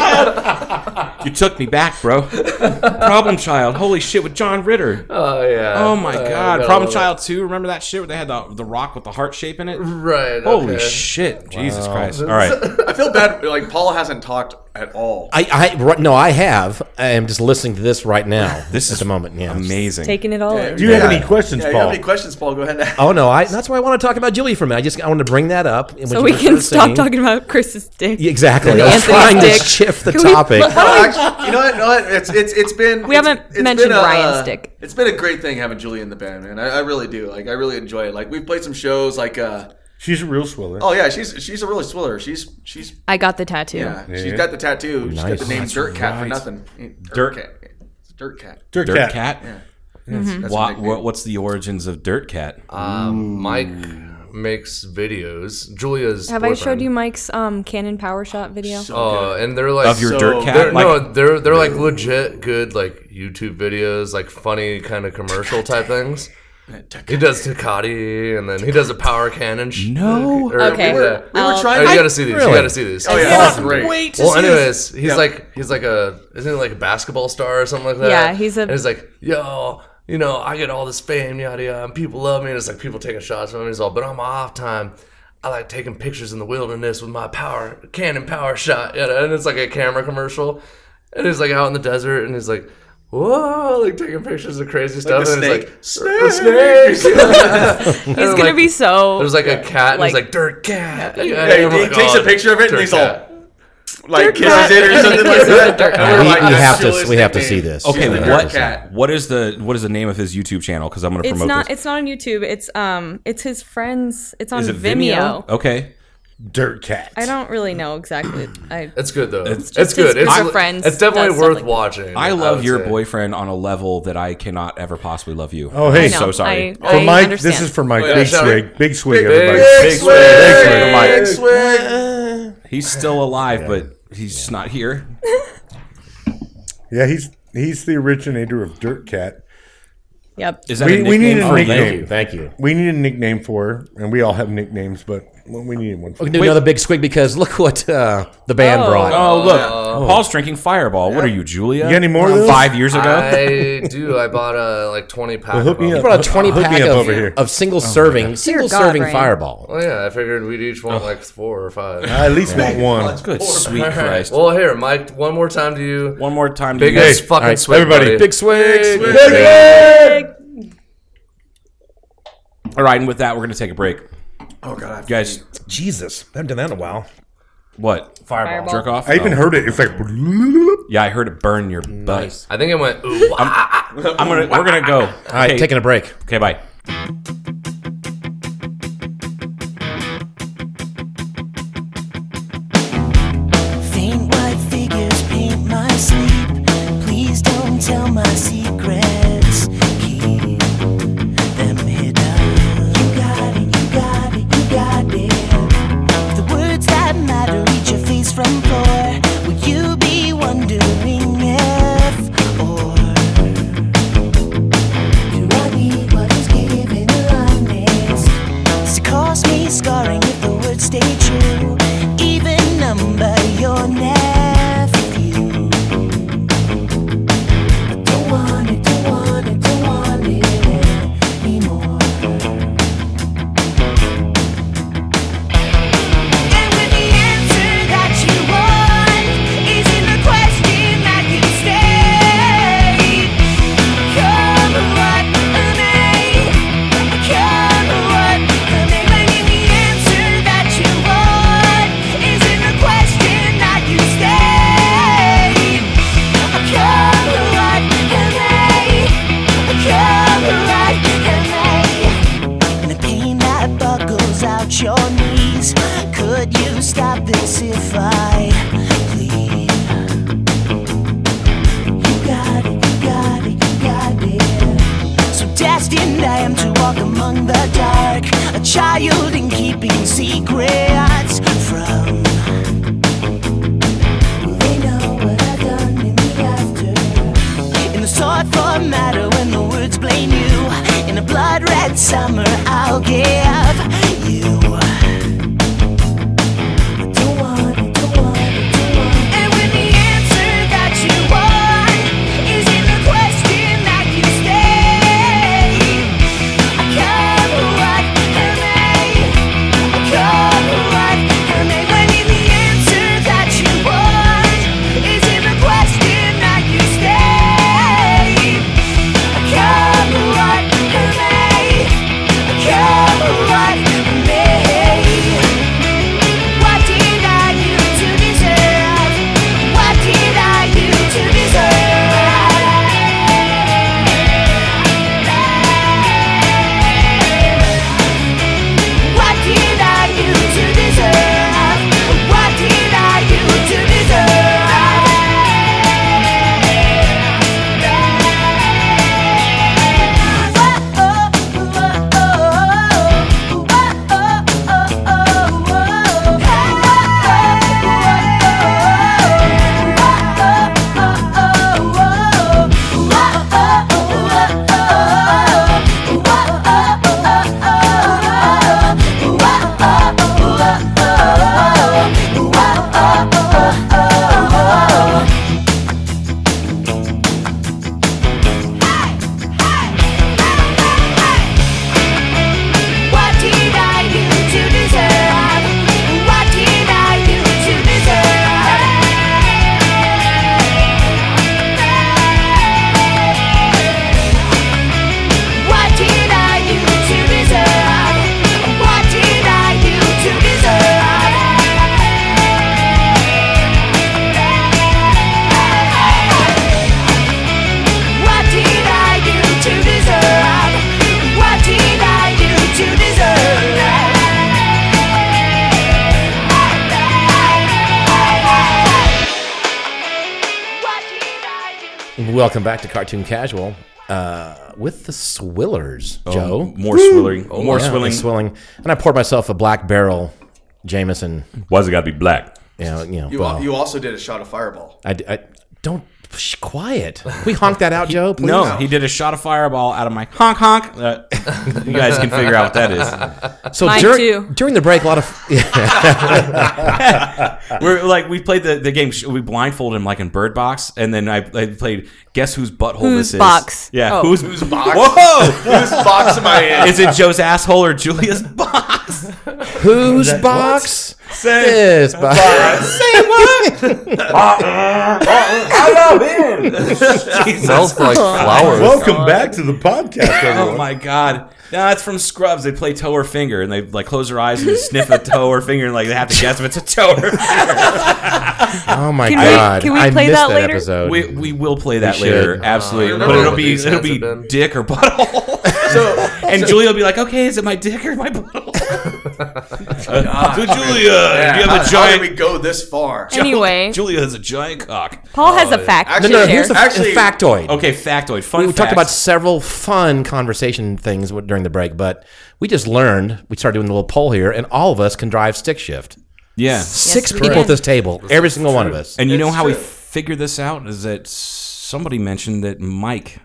[SPEAKER 6] You took me back, bro. Problem Child. Holy shit with John Ritter.
[SPEAKER 9] Oh yeah.
[SPEAKER 6] Oh my
[SPEAKER 9] Uh,
[SPEAKER 6] god.
[SPEAKER 9] no.
[SPEAKER 6] Problem Child 2. Remember that shit where they had the, the rock with the heart shape in it?
[SPEAKER 9] Right.
[SPEAKER 6] Holy
[SPEAKER 9] okay.
[SPEAKER 6] shit. Jesus Christ.
[SPEAKER 7] [LAUGHS]
[SPEAKER 6] All right.
[SPEAKER 7] I feel bad. Like Paul hasn't talked at all.
[SPEAKER 8] I, I right, no, I have. I am just listening to this right now.
[SPEAKER 6] This
[SPEAKER 8] at
[SPEAKER 6] is
[SPEAKER 8] the moment. Yeah.
[SPEAKER 6] Amazing.
[SPEAKER 5] Taking it all in.
[SPEAKER 10] Do you have any questions,
[SPEAKER 7] yeah, you
[SPEAKER 10] Paul?
[SPEAKER 7] have any questions, Paul? Go ahead. And ask. [LAUGHS]
[SPEAKER 8] Oh no, I that's why I want to talk about Julie for a minute. I just I want to bring that up. and what
[SPEAKER 5] So
[SPEAKER 8] you
[SPEAKER 5] we
[SPEAKER 8] were
[SPEAKER 5] can
[SPEAKER 8] first
[SPEAKER 5] stop
[SPEAKER 8] saying.
[SPEAKER 5] talking about Chris's dick.
[SPEAKER 8] Yeah, Exactly. I was
[SPEAKER 5] Anthony's
[SPEAKER 8] trying
[SPEAKER 5] dick.
[SPEAKER 8] to shift the
[SPEAKER 5] Can we- [LAUGHS]
[SPEAKER 8] topic.
[SPEAKER 7] Oh, actually, you know what? No, it's it's it's been
[SPEAKER 5] We
[SPEAKER 7] it's-
[SPEAKER 5] haven't
[SPEAKER 7] it's
[SPEAKER 5] mentioned
[SPEAKER 7] been a-
[SPEAKER 5] Ryan's dick.
[SPEAKER 7] It's been a great thing having Julie in the band, man. I, I really do. Like I really enjoy it. Like we've played some shows. Like uh,
[SPEAKER 10] She's a real swiller.
[SPEAKER 7] oh yeah, she's she's a really swiller. She's she's
[SPEAKER 5] I got the tattoo.
[SPEAKER 7] yeah, she's got the tattoo. She's got
[SPEAKER 8] Nice.
[SPEAKER 7] the name
[SPEAKER 6] That's
[SPEAKER 7] Dirt Cat for
[SPEAKER 6] right.
[SPEAKER 7] nothing.
[SPEAKER 6] Dirt-
[SPEAKER 7] Cat. It's Dirt Cat.
[SPEAKER 10] Dirt,
[SPEAKER 6] Dirt
[SPEAKER 10] cat.
[SPEAKER 6] Cat?
[SPEAKER 7] That's
[SPEAKER 6] Wha-
[SPEAKER 7] her nickname.
[SPEAKER 6] wha- what's the origins of Dirt Cat?
[SPEAKER 9] Um, Mike makes videos. Julia's.
[SPEAKER 5] Have I
[SPEAKER 9] boyfriend.
[SPEAKER 5] showed you Mike's um, Canon Power Shot video?
[SPEAKER 7] So
[SPEAKER 9] Oh,
[SPEAKER 7] good.
[SPEAKER 9] and they're like
[SPEAKER 6] Of your
[SPEAKER 7] so-
[SPEAKER 6] Dirt
[SPEAKER 9] They're,
[SPEAKER 6] Cat?
[SPEAKER 9] no, they're they're like legit good like YouTube videos, like funny kind of commercial type things. He does Takati, and then he does a power cannon. Sh-
[SPEAKER 6] No.
[SPEAKER 9] or-
[SPEAKER 5] Okay.
[SPEAKER 7] we were, we were
[SPEAKER 5] I'll-
[SPEAKER 9] Oh,
[SPEAKER 7] trying.
[SPEAKER 9] you
[SPEAKER 7] to
[SPEAKER 9] gotta see these. You gotta see these.
[SPEAKER 7] oh yeah, it's great.
[SPEAKER 6] wait to
[SPEAKER 9] Well,
[SPEAKER 6] see this.
[SPEAKER 9] anyways, he's like he's like a isn't he like a basketball star or something like that?
[SPEAKER 5] Yeah, he's a-
[SPEAKER 9] And he's like, yo, you know, I get all this fame, yada yada, and people love me, and it's like people taking shots from me. He's all, but on my off time, I like taking pictures in the wilderness with my power cannon power shot, yada, and it's like a camera commercial, and he's like out in the desert, and he's like. Whoa, like taking pictures of crazy stuff.
[SPEAKER 7] the
[SPEAKER 9] and
[SPEAKER 7] snake.
[SPEAKER 9] it's like,
[SPEAKER 7] [LAUGHS]
[SPEAKER 9] snakes.
[SPEAKER 5] He's gonna be so.
[SPEAKER 9] There's like a cat, and he's
[SPEAKER 5] like-
[SPEAKER 9] like, dirt cat.
[SPEAKER 7] Yeah, he- he takes
[SPEAKER 9] "Oh,
[SPEAKER 7] a picture of it, and he's all, Like kisses
[SPEAKER 5] Cat.
[SPEAKER 7] it [LAUGHS] or something like that.
[SPEAKER 8] We,
[SPEAKER 7] And we're like,
[SPEAKER 8] we
[SPEAKER 7] that's
[SPEAKER 8] have to
[SPEAKER 7] Julie's
[SPEAKER 8] we have to see
[SPEAKER 7] nickname.
[SPEAKER 8] this.
[SPEAKER 6] Okay,
[SPEAKER 7] the
[SPEAKER 6] what,
[SPEAKER 7] Dirt Cat.
[SPEAKER 6] what is the what is the name of his YouTube channel? Because I'm going to
[SPEAKER 5] It's
[SPEAKER 6] promote
[SPEAKER 5] not.
[SPEAKER 6] this.
[SPEAKER 5] It's not on YouTube. It's um. It's his friends. It's on
[SPEAKER 6] Is it
[SPEAKER 5] Vimeo.
[SPEAKER 6] Okay.
[SPEAKER 10] Dirt cat.
[SPEAKER 5] I don't really know exactly. I
[SPEAKER 9] It's good though. It's,
[SPEAKER 5] just
[SPEAKER 9] good.
[SPEAKER 5] his
[SPEAKER 9] It's,
[SPEAKER 5] group of friends
[SPEAKER 9] it's definitely
[SPEAKER 5] does stuff
[SPEAKER 9] worth
[SPEAKER 5] like that.
[SPEAKER 9] watching.
[SPEAKER 6] I love
[SPEAKER 9] would
[SPEAKER 6] your
[SPEAKER 9] say.
[SPEAKER 6] boyfriend on a level that I cannot ever possibly love you.
[SPEAKER 10] Oh hey,
[SPEAKER 5] know.
[SPEAKER 6] so sorry.
[SPEAKER 5] I, I
[SPEAKER 10] for Mike,
[SPEAKER 5] understand.
[SPEAKER 10] this is for Mike.
[SPEAKER 7] yeah,
[SPEAKER 10] big
[SPEAKER 9] shout
[SPEAKER 10] swig,
[SPEAKER 9] out.
[SPEAKER 10] big swig,
[SPEAKER 9] Big
[SPEAKER 10] everybody.
[SPEAKER 7] Big
[SPEAKER 6] swig, big swig,
[SPEAKER 7] swig,
[SPEAKER 6] Mike.
[SPEAKER 7] big swig.
[SPEAKER 6] He's still alive, but he's just not here.
[SPEAKER 10] Yeah, he's he's the originator of Dirt Cat.
[SPEAKER 5] Yep.
[SPEAKER 6] Is that
[SPEAKER 10] We-
[SPEAKER 6] a
[SPEAKER 10] we need
[SPEAKER 6] nickname
[SPEAKER 10] a
[SPEAKER 6] for
[SPEAKER 10] nickname.
[SPEAKER 6] you?
[SPEAKER 10] you.
[SPEAKER 8] Thank you.
[SPEAKER 10] We need a nickname for her, and we all have nicknames, but well, we need one. For
[SPEAKER 8] We can do another big squig because look what uh, the band
[SPEAKER 5] Oh.
[SPEAKER 8] brought.
[SPEAKER 6] Oh look, Paul's drinking Fireball. What are you, Julia?
[SPEAKER 10] You got any more of those?
[SPEAKER 6] Five years ago.
[SPEAKER 9] I do. I bought a like twenty pack.
[SPEAKER 10] hook
[SPEAKER 9] of
[SPEAKER 10] me
[SPEAKER 9] them.
[SPEAKER 10] up.
[SPEAKER 8] Brought a twenty
[SPEAKER 10] Hook me
[SPEAKER 8] pack
[SPEAKER 10] up
[SPEAKER 8] of,
[SPEAKER 10] over here.
[SPEAKER 8] of single serving, single
[SPEAKER 5] God,
[SPEAKER 8] serving
[SPEAKER 5] Ryan.
[SPEAKER 8] Fireball.
[SPEAKER 9] Well, Oh, yeah, I figured we'd each want like four or five.
[SPEAKER 10] I at least want one.
[SPEAKER 6] Good sweet
[SPEAKER 9] [LAUGHS] All right.
[SPEAKER 6] Christ.
[SPEAKER 9] Well, here, Mike. One more time to you.
[SPEAKER 6] One more time. To you guys.
[SPEAKER 9] Biggest fucking
[SPEAKER 10] all right,
[SPEAKER 9] swig,
[SPEAKER 10] everybody,
[SPEAKER 9] buddy.
[SPEAKER 10] big
[SPEAKER 9] swig.
[SPEAKER 6] All right, and with that, we're gonna take a break.
[SPEAKER 7] Oh god, I have to
[SPEAKER 6] Guys,
[SPEAKER 8] Jesus, I haven't done that in a while.
[SPEAKER 6] what? Fireball. Jerk off.
[SPEAKER 10] I even
[SPEAKER 6] Oh.
[SPEAKER 10] heard it. It's like
[SPEAKER 6] Yeah, I heard it burn your butt.
[SPEAKER 9] I think it went. Ooh, ah.
[SPEAKER 6] I'm gonna. We're gonna go.
[SPEAKER 8] All right, taking a break.
[SPEAKER 6] Okay, bye.
[SPEAKER 1] Faint white figures paint my sleep. Please don't tell my secrets. Keep them hidden. You got it, you got it, you got it. The words that matter reach your face from floor. Will you be wondering if or do I need what is given? alive? balls out your knees. Could you stop this if I plead? You got it, you got it, you got it. So destined I am to walk among the dark, a child in keeping secrets from. Will they know what I've done in the after? In the sword for matter when the words blame you. In a blood red summer, I'll give you. Don't want it, don't want it, don't want it. And when the answer that you want is in the question that you stay, I cover what I may. What did I do to deserve? What did I do to deserve? What did I do to deserve? What did I do to deserve? What did I do to deserve? What did I do to deserve? What did I do to deserve? What did I do to deserve? What did I do?
[SPEAKER 8] Welcome back to Cartoon Casual uh, with the Swillers, Joe.
[SPEAKER 6] More swilling. more
[SPEAKER 8] Yeah,
[SPEAKER 6] swilling.
[SPEAKER 8] the Swilling. And I poured myself a black barrel, Jameson.
[SPEAKER 6] Why's it got to be black?
[SPEAKER 8] You know, you know.
[SPEAKER 7] You,
[SPEAKER 8] well,
[SPEAKER 7] al- you also did a shot of Fireball.
[SPEAKER 8] I, I- don't shh, quiet. Can We honk that out, Joe. Please?
[SPEAKER 6] No, he did a shot of fireball out of my honk honk. Uh, [LAUGHS] you guys can figure out what that is.
[SPEAKER 8] So
[SPEAKER 5] Mine
[SPEAKER 8] during
[SPEAKER 5] too.
[SPEAKER 8] during the break, a lot of [LAUGHS]
[SPEAKER 6] We're like we played the, the game. sh- We blindfolded him like in Bird Box, and then I, I played Guess whose butthole
[SPEAKER 5] Whose
[SPEAKER 6] this is.
[SPEAKER 5] box?
[SPEAKER 6] Yeah,
[SPEAKER 5] Oh.
[SPEAKER 6] whose
[SPEAKER 7] Whose box?
[SPEAKER 6] Whoa!
[SPEAKER 7] Whose box am I in?
[SPEAKER 6] is it Joe's asshole or Julia's [LAUGHS] box?
[SPEAKER 8] whose box?
[SPEAKER 6] Say-
[SPEAKER 8] This box.
[SPEAKER 6] Say what?
[SPEAKER 9] Smells like flowers.
[SPEAKER 10] Welcome back to the podcast,
[SPEAKER 6] Oh
[SPEAKER 10] everyone.
[SPEAKER 6] my god! No, it's from Scrubs. They play toe or finger, and they like close their eyes and [LAUGHS] sniff a toe or finger, and like they have to guess if it's a toe or
[SPEAKER 8] [LAUGHS]
[SPEAKER 6] finger.
[SPEAKER 8] Oh my
[SPEAKER 5] Can we-
[SPEAKER 8] god!
[SPEAKER 5] can we
[SPEAKER 8] I
[SPEAKER 5] play
[SPEAKER 8] missed
[SPEAKER 5] that
[SPEAKER 8] that,
[SPEAKER 5] later?
[SPEAKER 8] episode.
[SPEAKER 6] We, we will play that
[SPEAKER 8] We
[SPEAKER 6] later,
[SPEAKER 8] should.
[SPEAKER 6] absolutely.
[SPEAKER 9] I
[SPEAKER 6] but
[SPEAKER 9] remember
[SPEAKER 6] it'll
[SPEAKER 9] what
[SPEAKER 6] be
[SPEAKER 9] these
[SPEAKER 6] it'll
[SPEAKER 9] ads
[SPEAKER 6] be
[SPEAKER 9] have been.
[SPEAKER 6] dick
[SPEAKER 7] [LAUGHS]
[SPEAKER 6] or butthole.
[SPEAKER 7] So,
[SPEAKER 6] and Julia will be like, "Okay, is it my dick or my
[SPEAKER 7] [LAUGHS]
[SPEAKER 6] butthole?" [LAUGHS] Uh, so Julia,
[SPEAKER 7] yeah,
[SPEAKER 6] you
[SPEAKER 7] how,
[SPEAKER 6] have a
[SPEAKER 7] how did we
[SPEAKER 6] giant.
[SPEAKER 7] go this far?
[SPEAKER 5] Anyway,
[SPEAKER 6] Julia has a giant cock.
[SPEAKER 5] Paul has a fact.
[SPEAKER 8] no,
[SPEAKER 7] Actually-
[SPEAKER 5] to
[SPEAKER 8] no.
[SPEAKER 5] share.
[SPEAKER 8] Here's the
[SPEAKER 7] Actually-
[SPEAKER 8] factoid.
[SPEAKER 6] Okay, factoid. Fun.
[SPEAKER 8] We talked about
[SPEAKER 6] facts.
[SPEAKER 8] several fun conversation things w- during the break, but we just learned. We started doing a little poll here, and all of us can drive stick shift.
[SPEAKER 6] yeah.
[SPEAKER 8] Six
[SPEAKER 5] we
[SPEAKER 8] people
[SPEAKER 5] can.
[SPEAKER 8] at this table, every single one of us.
[SPEAKER 6] And you know how we figured this out is that somebody mentioned that Mike,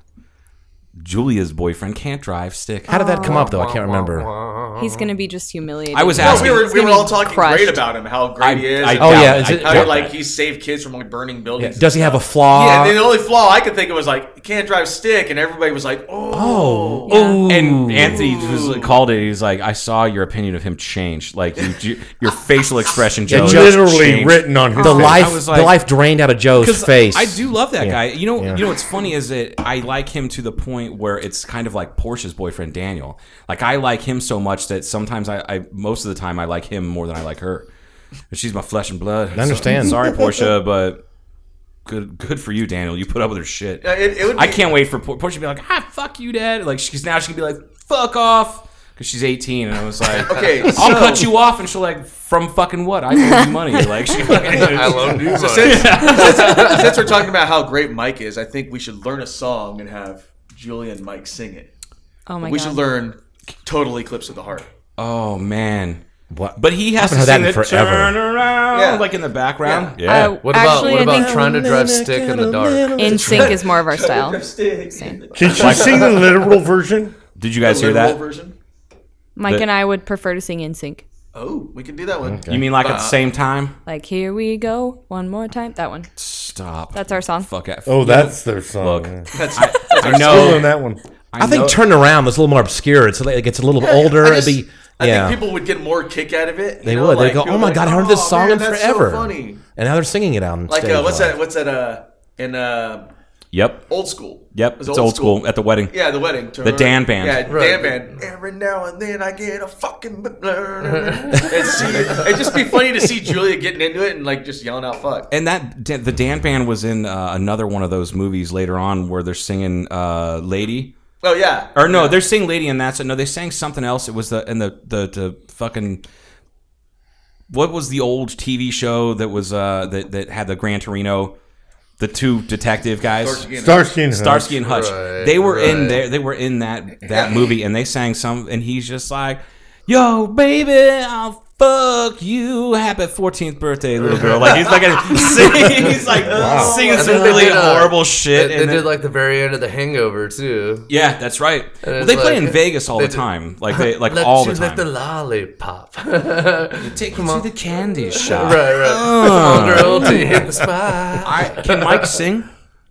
[SPEAKER 6] Julia's boyfriend, can't drive stick.
[SPEAKER 8] How did that come up though? I can't remember.
[SPEAKER 5] He's gonna be just humiliated.
[SPEAKER 6] I was
[SPEAKER 7] No,
[SPEAKER 6] asking.
[SPEAKER 7] we were,
[SPEAKER 5] It's
[SPEAKER 7] we
[SPEAKER 5] gonna
[SPEAKER 7] were
[SPEAKER 5] be
[SPEAKER 7] all talking
[SPEAKER 5] crushed.
[SPEAKER 7] great about him, how great he is.
[SPEAKER 6] I
[SPEAKER 7] and
[SPEAKER 8] Oh,
[SPEAKER 6] doubt-
[SPEAKER 8] yeah, is
[SPEAKER 6] I
[SPEAKER 8] it-
[SPEAKER 7] how
[SPEAKER 6] doubt
[SPEAKER 7] like
[SPEAKER 6] that.
[SPEAKER 7] he saved kids from like burning buildings.
[SPEAKER 8] Does he have a flaw?
[SPEAKER 7] Yeah, and the only flaw I could think of was like you can't drive stick, and everybody was like, "Oh,
[SPEAKER 6] And Anthony was like, called it. He's like, I saw your opinion of him change. Like you, you- your facial expression, Joe,
[SPEAKER 10] It's
[SPEAKER 6] just
[SPEAKER 10] literally
[SPEAKER 6] changed."
[SPEAKER 10] written on his
[SPEAKER 8] the
[SPEAKER 10] face.
[SPEAKER 8] life,
[SPEAKER 6] I was
[SPEAKER 8] the
[SPEAKER 6] like-
[SPEAKER 8] life drained out of Joe's
[SPEAKER 6] 'Cause
[SPEAKER 8] face.
[SPEAKER 6] I do love that
[SPEAKER 8] Yeah.
[SPEAKER 6] guy. You know,
[SPEAKER 8] Yeah.
[SPEAKER 6] you know what's funny is that I like him to the point where it's kind of like Porsche's boyfriend Daniel. Like I like him so much that sometimes I, I most of the time I like him more than I like her. But she's my flesh and blood. I
[SPEAKER 8] understand.
[SPEAKER 6] sorry, Portia, but good good for you, Daniel. You put up with her shit.
[SPEAKER 7] it, it would." Be,
[SPEAKER 6] I can't wait for Por- Portia to be like, ah, fuck you, dad. Like she's now she can be like, fuck off. because she's 18, and I was
[SPEAKER 7] [LAUGHS]
[SPEAKER 6] like,
[SPEAKER 7] Okay,
[SPEAKER 6] Oh. I'll
[SPEAKER 7] so-
[SPEAKER 6] cut you off, and she'll like, from fucking what? I owe you money. Like,
[SPEAKER 8] [LAUGHS]
[SPEAKER 6] she,
[SPEAKER 9] [LAUGHS] I loaned you money.
[SPEAKER 7] Since, [LAUGHS] since we're talking about how great Mike is, I think we should learn a song and have Julia and Mike sing it.
[SPEAKER 5] Oh my
[SPEAKER 7] we
[SPEAKER 5] god.
[SPEAKER 7] should learn "Total Eclipse of the Heart."
[SPEAKER 6] oh man.
[SPEAKER 8] What?
[SPEAKER 6] But he has to
[SPEAKER 8] Haven't heard
[SPEAKER 6] sing
[SPEAKER 8] that
[SPEAKER 6] it
[SPEAKER 8] in forever.
[SPEAKER 6] turn around,
[SPEAKER 7] Yeah.
[SPEAKER 6] like in the background.
[SPEAKER 5] Yeah. Uh,
[SPEAKER 9] What about
[SPEAKER 5] Actually,
[SPEAKER 9] what
[SPEAKER 5] I
[SPEAKER 9] about
[SPEAKER 5] think-
[SPEAKER 9] trying to drive stick in the dark?
[SPEAKER 5] In sync is more of our style.
[SPEAKER 10] Can she sing the literal version?
[SPEAKER 6] Did you guys hear
[SPEAKER 7] Literal
[SPEAKER 6] that?
[SPEAKER 7] version.
[SPEAKER 5] Mike
[SPEAKER 6] The-
[SPEAKER 5] and I would prefer to sing in sync.
[SPEAKER 7] Oh, we can do that one.
[SPEAKER 6] You mean like at the same time?
[SPEAKER 5] Like here we go one more time. That one.
[SPEAKER 6] Stop.
[SPEAKER 5] That's our song.
[SPEAKER 6] Fuck it.
[SPEAKER 10] Oh, that's their song.
[SPEAKER 6] Look.
[SPEAKER 10] yeah.
[SPEAKER 6] [LAUGHS]
[SPEAKER 10] Still
[SPEAKER 6] I
[SPEAKER 10] on
[SPEAKER 6] know.
[SPEAKER 10] that one.
[SPEAKER 8] I, think
[SPEAKER 6] know-
[SPEAKER 8] turn around was a little more obscure. It's like, it gets a little older.
[SPEAKER 7] [LAUGHS] I, just-
[SPEAKER 8] It'd be
[SPEAKER 7] I
[SPEAKER 8] yeah.
[SPEAKER 7] think people would get more kick out of it. you
[SPEAKER 8] They
[SPEAKER 7] know,
[SPEAKER 8] would. They
[SPEAKER 7] like,
[SPEAKER 8] go,
[SPEAKER 7] people
[SPEAKER 8] "Oh my
[SPEAKER 7] would be
[SPEAKER 8] God, I heard
[SPEAKER 7] "Oh,
[SPEAKER 8] this song
[SPEAKER 7] man,
[SPEAKER 8] in
[SPEAKER 7] that's so
[SPEAKER 8] forever."
[SPEAKER 7] funny.
[SPEAKER 8] and now they're singing it on
[SPEAKER 7] Like
[SPEAKER 8] stage
[SPEAKER 7] uh, what's
[SPEAKER 8] live.
[SPEAKER 7] that? What's that? Uh, in uh,
[SPEAKER 6] Yep.
[SPEAKER 7] old school.
[SPEAKER 6] Yep.
[SPEAKER 7] was
[SPEAKER 6] It's old school. at the wedding.
[SPEAKER 7] Yeah, the wedding.
[SPEAKER 6] The Dan Band.
[SPEAKER 7] Yeah,
[SPEAKER 9] Right.
[SPEAKER 7] Dan Band. Every now and then I get a fucking. b- [LAUGHS] and see, it'd just be funny to see Julia getting into it and like just yelling out fuck.
[SPEAKER 6] And that the Dan Band was in uh, another one of those movies later on where they're singing uh, "Lady."
[SPEAKER 7] Oh yeah.
[SPEAKER 6] Or no, they're singing "Lady" and that's it. No, they sang something else. It was the and the the, the fucking what was the old TV show that was uh, that that had the Gran Torino, the two detective guys.
[SPEAKER 10] Starsky and Hutch.
[SPEAKER 6] Starsky and Hutch.
[SPEAKER 9] Right,
[SPEAKER 6] they were in
[SPEAKER 9] right.
[SPEAKER 6] there. They were in that that movie, and they sang some. And he's just like, "Yo, baby, I'll fuck you. Happy 14th birthday, little girl." Like he's like [LAUGHS] singing. He's like singing
[SPEAKER 9] And
[SPEAKER 6] some
[SPEAKER 9] then they
[SPEAKER 6] really
[SPEAKER 9] did, uh,
[SPEAKER 6] horrible
[SPEAKER 9] They,
[SPEAKER 6] shit.
[SPEAKER 9] they
[SPEAKER 6] and then-
[SPEAKER 9] did like the very end of The Hangover too.
[SPEAKER 6] yeah, that's right. Well,
[SPEAKER 9] it's
[SPEAKER 6] they play
[SPEAKER 9] like-
[SPEAKER 6] in Vegas all
[SPEAKER 9] they
[SPEAKER 6] the
[SPEAKER 9] did-
[SPEAKER 6] time. Like they like
[SPEAKER 9] Let
[SPEAKER 6] all
[SPEAKER 9] you
[SPEAKER 6] the
[SPEAKER 9] lick the
[SPEAKER 6] time.
[SPEAKER 9] lollipop. [LAUGHS]
[SPEAKER 6] Take me to the
[SPEAKER 8] [LAUGHS]
[SPEAKER 6] candy shop.
[SPEAKER 9] Right, right.
[SPEAKER 6] Oh.
[SPEAKER 9] Come on, girl, till you hit the spot.
[SPEAKER 6] I, can Mike sing?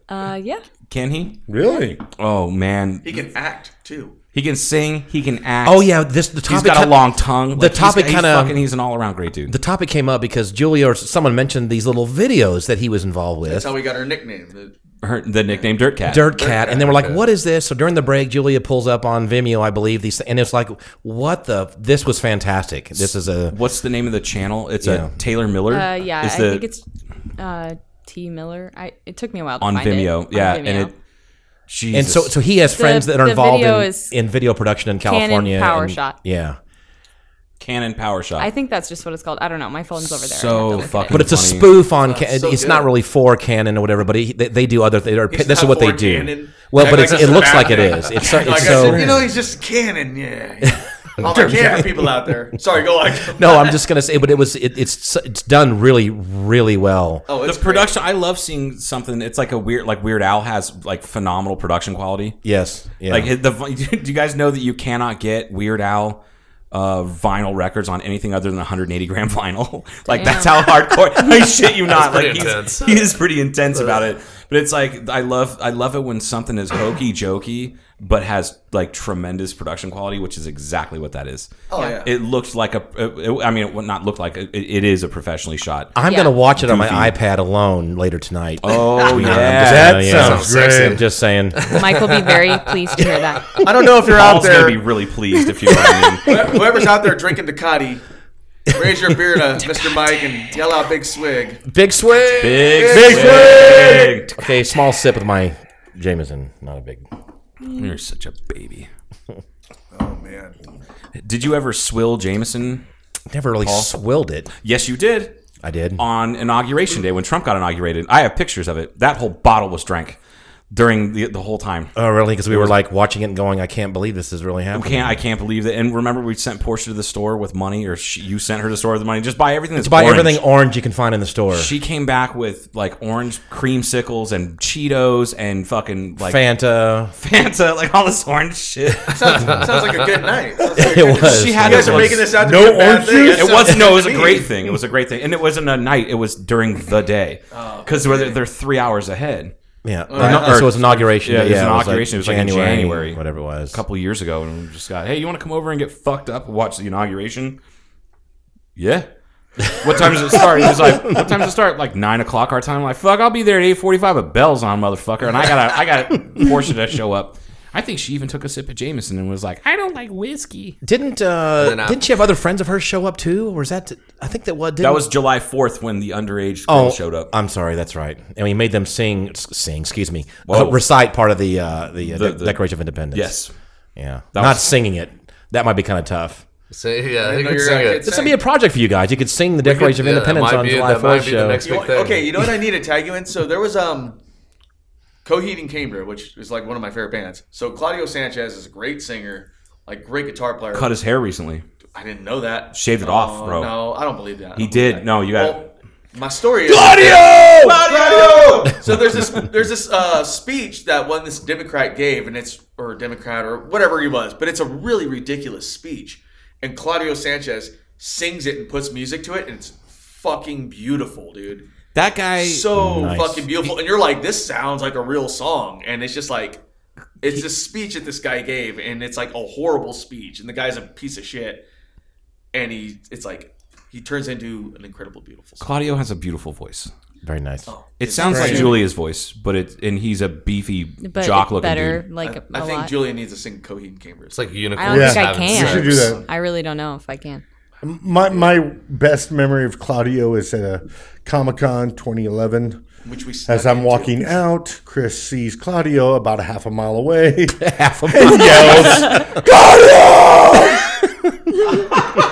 [SPEAKER 5] Uh, yeah.
[SPEAKER 6] Can he?
[SPEAKER 10] Really?
[SPEAKER 6] Oh man,
[SPEAKER 7] He can act too.
[SPEAKER 6] he can sing. He can act.
[SPEAKER 8] Oh yeah, this the
[SPEAKER 6] He's
[SPEAKER 8] topic.
[SPEAKER 6] got a
[SPEAKER 8] kin-
[SPEAKER 6] long tongue.
[SPEAKER 8] the
[SPEAKER 6] Like, he's
[SPEAKER 8] topic
[SPEAKER 6] got- he's
[SPEAKER 8] kinda-
[SPEAKER 6] fucking- He's an all around great dude.
[SPEAKER 8] The topic came up because Julia or someone mentioned these little videos that he was involved with.
[SPEAKER 7] That's how we got our nickname. The-
[SPEAKER 6] her, the nickname Dirt Cat.
[SPEAKER 8] Dirt Cat, and they were like, "What is this?" So during the break, Julia pulls up on Vimeo, I believe these, and it's like, "What the? This was fantastic. This is a
[SPEAKER 6] What's the name of the channel? It's
[SPEAKER 8] Yeah.
[SPEAKER 6] a Taylor Miller.
[SPEAKER 5] Uh, yeah.
[SPEAKER 6] Is
[SPEAKER 5] I
[SPEAKER 6] the-
[SPEAKER 5] think it's uh, T Miller. I it took me a while to
[SPEAKER 6] on
[SPEAKER 5] find
[SPEAKER 6] Vimeo.
[SPEAKER 5] it.
[SPEAKER 6] Yeah,
[SPEAKER 5] on Vimeo.
[SPEAKER 6] and it. Jesus.
[SPEAKER 8] and so so he has friends that are
[SPEAKER 5] the
[SPEAKER 8] involved
[SPEAKER 5] video
[SPEAKER 8] in,
[SPEAKER 5] is
[SPEAKER 8] in video production in
[SPEAKER 5] Canon
[SPEAKER 8] California.
[SPEAKER 5] Power
[SPEAKER 8] and-
[SPEAKER 5] Shot.
[SPEAKER 8] yeah,
[SPEAKER 6] Canon Power Shot.
[SPEAKER 5] I think that's just what it's called. I don't know. My phone's over there. I have to
[SPEAKER 6] so
[SPEAKER 5] look at
[SPEAKER 6] fucking.
[SPEAKER 8] but it's a
[SPEAKER 6] funny.
[SPEAKER 8] spoof on. Ca-
[SPEAKER 7] so
[SPEAKER 8] it's not
[SPEAKER 7] good.
[SPEAKER 8] really for Canon or whatever, but he, they, they do other. They are,
[SPEAKER 7] He's
[SPEAKER 8] this is
[SPEAKER 7] not
[SPEAKER 8] what they
[SPEAKER 7] for
[SPEAKER 8] do.
[SPEAKER 7] Canon.
[SPEAKER 8] Well,
[SPEAKER 7] Like,
[SPEAKER 8] but
[SPEAKER 7] like,
[SPEAKER 8] it's,
[SPEAKER 7] that's
[SPEAKER 8] it
[SPEAKER 7] a
[SPEAKER 8] looks
[SPEAKER 7] bad
[SPEAKER 8] like it
[SPEAKER 7] thing. [LAUGHS]
[SPEAKER 8] is. It's so. It's
[SPEAKER 7] Like
[SPEAKER 8] so
[SPEAKER 7] I said, you know, he's just cannon.
[SPEAKER 8] [LAUGHS]
[SPEAKER 7] Yeah. All the cannon people out there. Sorry, go on.
[SPEAKER 8] no, I'm just gonna say, but it was. It, it's it's done really really well.
[SPEAKER 7] Oh,
[SPEAKER 6] The
[SPEAKER 7] it's
[SPEAKER 6] production. I love seeing something. It's like a weird. Like Weird Al has like phenomenal production quality.
[SPEAKER 8] Yes. Yeah.
[SPEAKER 6] Like the. [LAUGHS] Do you guys know that you cannot get Weird Al? Uh, vinyl records on anything other than 180 gram [LAUGHS] vinyl. like that's how hardcore. [LAUGHS] I shit you not.
[SPEAKER 9] pretty
[SPEAKER 6] like he's-
[SPEAKER 9] intense.
[SPEAKER 6] he is pretty intense about it. But it's like I love I love it when something is hokey jokey, but has like tremendous production quality, which is exactly what that is.
[SPEAKER 7] Oh, yeah.
[SPEAKER 6] It looked like a. it- I mean, it would not look like it, it is a professionally shot.
[SPEAKER 8] I'm
[SPEAKER 5] Yeah.
[SPEAKER 8] gonna watch it on my
[SPEAKER 6] Goofy.
[SPEAKER 8] iPad alone later tonight.
[SPEAKER 6] Oh yeah,
[SPEAKER 10] That
[SPEAKER 8] yeah.
[SPEAKER 10] sounds
[SPEAKER 9] Sounds sexy.
[SPEAKER 8] I'm
[SPEAKER 10] great.
[SPEAKER 8] just saying.
[SPEAKER 5] it. Mike will be
[SPEAKER 6] [LAUGHS]
[SPEAKER 5] very pleased to hear that.
[SPEAKER 7] I don't know if you're out
[SPEAKER 6] Paul's
[SPEAKER 7] there.
[SPEAKER 6] gonna be really pleased if you. know
[SPEAKER 8] [LAUGHS]
[SPEAKER 6] what I mean.
[SPEAKER 7] Whoever's out there drinking Ducati, raise your
[SPEAKER 8] [LAUGHS]
[SPEAKER 7] beer to Mr. Mike and yell out big swig.
[SPEAKER 8] Big swig.
[SPEAKER 6] Big,
[SPEAKER 7] Big
[SPEAKER 6] swig.
[SPEAKER 8] Okay, small sip of my Jameson. Not a big.
[SPEAKER 6] You're such a baby.
[SPEAKER 7] Oh man.
[SPEAKER 6] Did you ever swill Jameson?
[SPEAKER 8] Never really swilled it.
[SPEAKER 6] Yes, you did.
[SPEAKER 8] I did.
[SPEAKER 6] on inauguration day when Trump got inaugurated. I have pictures of it. That whole bottle was drank during the the whole time.
[SPEAKER 8] Oh, really? Because we were like watching it and going, I can't believe this is really
[SPEAKER 6] I
[SPEAKER 8] happening.
[SPEAKER 6] can't I can't believe that. And remember, we sent Portia to the store with money, or she, you sent her to the store with money. Just buy everything. That's
[SPEAKER 8] To buy
[SPEAKER 6] orange.
[SPEAKER 8] everything orange you can find in the store.
[SPEAKER 6] She came back with like orange creamsicles and Cheetos and fucking like
[SPEAKER 8] Fanta.
[SPEAKER 6] Fanta, like all this orange
[SPEAKER 8] [LAUGHS]
[SPEAKER 6] shit.
[SPEAKER 7] Sounds, sounds like a good night. Sounds like a
[SPEAKER 8] It
[SPEAKER 7] good-
[SPEAKER 8] was.
[SPEAKER 6] She
[SPEAKER 7] You
[SPEAKER 6] had
[SPEAKER 7] guys
[SPEAKER 6] it
[SPEAKER 7] are
[SPEAKER 6] was-
[SPEAKER 7] making this out to
[SPEAKER 10] No
[SPEAKER 7] be a bad
[SPEAKER 10] orange
[SPEAKER 7] thing.
[SPEAKER 10] juice?
[SPEAKER 7] That
[SPEAKER 6] It was
[SPEAKER 7] sounds
[SPEAKER 6] no, it was
[SPEAKER 7] to
[SPEAKER 6] a
[SPEAKER 7] me.
[SPEAKER 6] great thing. It was a great thing, and it wasn't a night. It was during the day because they're, they're three hours ahead.
[SPEAKER 8] Yeah.
[SPEAKER 6] right.
[SPEAKER 8] so it was inauguration.
[SPEAKER 6] Uh, Yeah,
[SPEAKER 8] day.
[SPEAKER 6] it was inauguration. It was like in January.
[SPEAKER 8] Whatever it was.
[SPEAKER 6] couple years ago and we just got, hey, you want to come over and get fucked up and watch the inauguration? Yeah. what time does it start? He was like, what time does it start? Like nine o'clock our time. I'm like, fuck, I'll be there at eight forty-five. A bell's on, motherfucker, and I got to I got to Portia to show up. I think she even took a sip of Jameson and was like, I don't like whiskey.
[SPEAKER 8] Didn't
[SPEAKER 9] then
[SPEAKER 8] uh,
[SPEAKER 9] I-
[SPEAKER 8] didn't she have other friends of hers show up too? Or was that? I think that what did
[SPEAKER 6] That was July fourth when the underage girl showed up.
[SPEAKER 8] I'm sorry, that's right. And we made them sing, s- sing, excuse me,
[SPEAKER 6] Whoa.
[SPEAKER 8] uh, recite part of the uh, the, uh,
[SPEAKER 6] The-
[SPEAKER 8] Dec-
[SPEAKER 6] the-
[SPEAKER 8] Declaration of Independence.
[SPEAKER 6] yes,
[SPEAKER 8] yeah,
[SPEAKER 6] That
[SPEAKER 8] not
[SPEAKER 6] was-
[SPEAKER 8] singing it. That might be kind of tough.
[SPEAKER 9] So, yeah,
[SPEAKER 7] I
[SPEAKER 9] he
[SPEAKER 7] know
[SPEAKER 9] could
[SPEAKER 7] you're
[SPEAKER 9] sing
[SPEAKER 7] a
[SPEAKER 9] it.
[SPEAKER 7] kid
[SPEAKER 8] This would be a project for you guys. You could sing the Declaration
[SPEAKER 9] yeah,
[SPEAKER 8] of
[SPEAKER 9] that
[SPEAKER 8] Independence
[SPEAKER 9] might
[SPEAKER 8] on
[SPEAKER 9] be-
[SPEAKER 8] July
[SPEAKER 9] that might
[SPEAKER 8] 4th
[SPEAKER 9] be the
[SPEAKER 8] show.
[SPEAKER 9] next
[SPEAKER 7] You
[SPEAKER 9] big
[SPEAKER 7] know-
[SPEAKER 9] thing.
[SPEAKER 7] okay, you know what I need to tag you in? So there was um Coheed and Cambria, which is like one of my favorite bands. So Claudio Sanchez is a great singer, like great guitar player.
[SPEAKER 6] Cut his hair recently.
[SPEAKER 7] I didn't know that.
[SPEAKER 6] Shaved it
[SPEAKER 7] Oh,
[SPEAKER 6] off, bro.
[SPEAKER 7] No, I don't believe that. I
[SPEAKER 6] He
[SPEAKER 7] don't believe
[SPEAKER 6] did.
[SPEAKER 7] that.
[SPEAKER 6] No, you got it.
[SPEAKER 7] my story is Claudio! so there's this there's this uh, speech that one this Democrat gave, and it's or Democrat or whatever he was, but it's a really ridiculous speech. And Claudio Sanchez sings it and puts music to it, and it's fucking beautiful, dude.
[SPEAKER 6] That guy.
[SPEAKER 7] So
[SPEAKER 8] Nice.
[SPEAKER 7] fucking beautiful, and you're like, this sounds like a real song, and it's just like. It's a speech that this guy gave, and it's like a horrible speech, and the guy's a piece of shit, and he, it's like, he turns into an incredible, beautiful. Song.
[SPEAKER 6] Claudio has a beautiful voice.
[SPEAKER 8] Very nice.
[SPEAKER 9] Oh.
[SPEAKER 6] It sounds like Julia's voice, but it and he's a beefy
[SPEAKER 5] But
[SPEAKER 6] jock
[SPEAKER 5] it's
[SPEAKER 6] looking
[SPEAKER 5] better,
[SPEAKER 6] dude.
[SPEAKER 5] like a
[SPEAKER 7] I think
[SPEAKER 5] lot.
[SPEAKER 7] Julia needs to sing Coheed and Cambria.
[SPEAKER 9] It's like unicorns.
[SPEAKER 5] I don't think
[SPEAKER 10] Yeah.
[SPEAKER 5] I
[SPEAKER 9] having
[SPEAKER 5] can.
[SPEAKER 10] You should do
[SPEAKER 9] sex.
[SPEAKER 10] that.
[SPEAKER 5] I really don't know if I can.
[SPEAKER 10] My my best memory of Claudio is at a Comic Con 2011.
[SPEAKER 7] which we
[SPEAKER 10] As
[SPEAKER 7] snuck
[SPEAKER 10] I'm
[SPEAKER 7] into.
[SPEAKER 10] walking out, Chris sees Claudio about a half a mile
[SPEAKER 9] [LAUGHS]
[SPEAKER 10] away.
[SPEAKER 8] [LAUGHS] Half a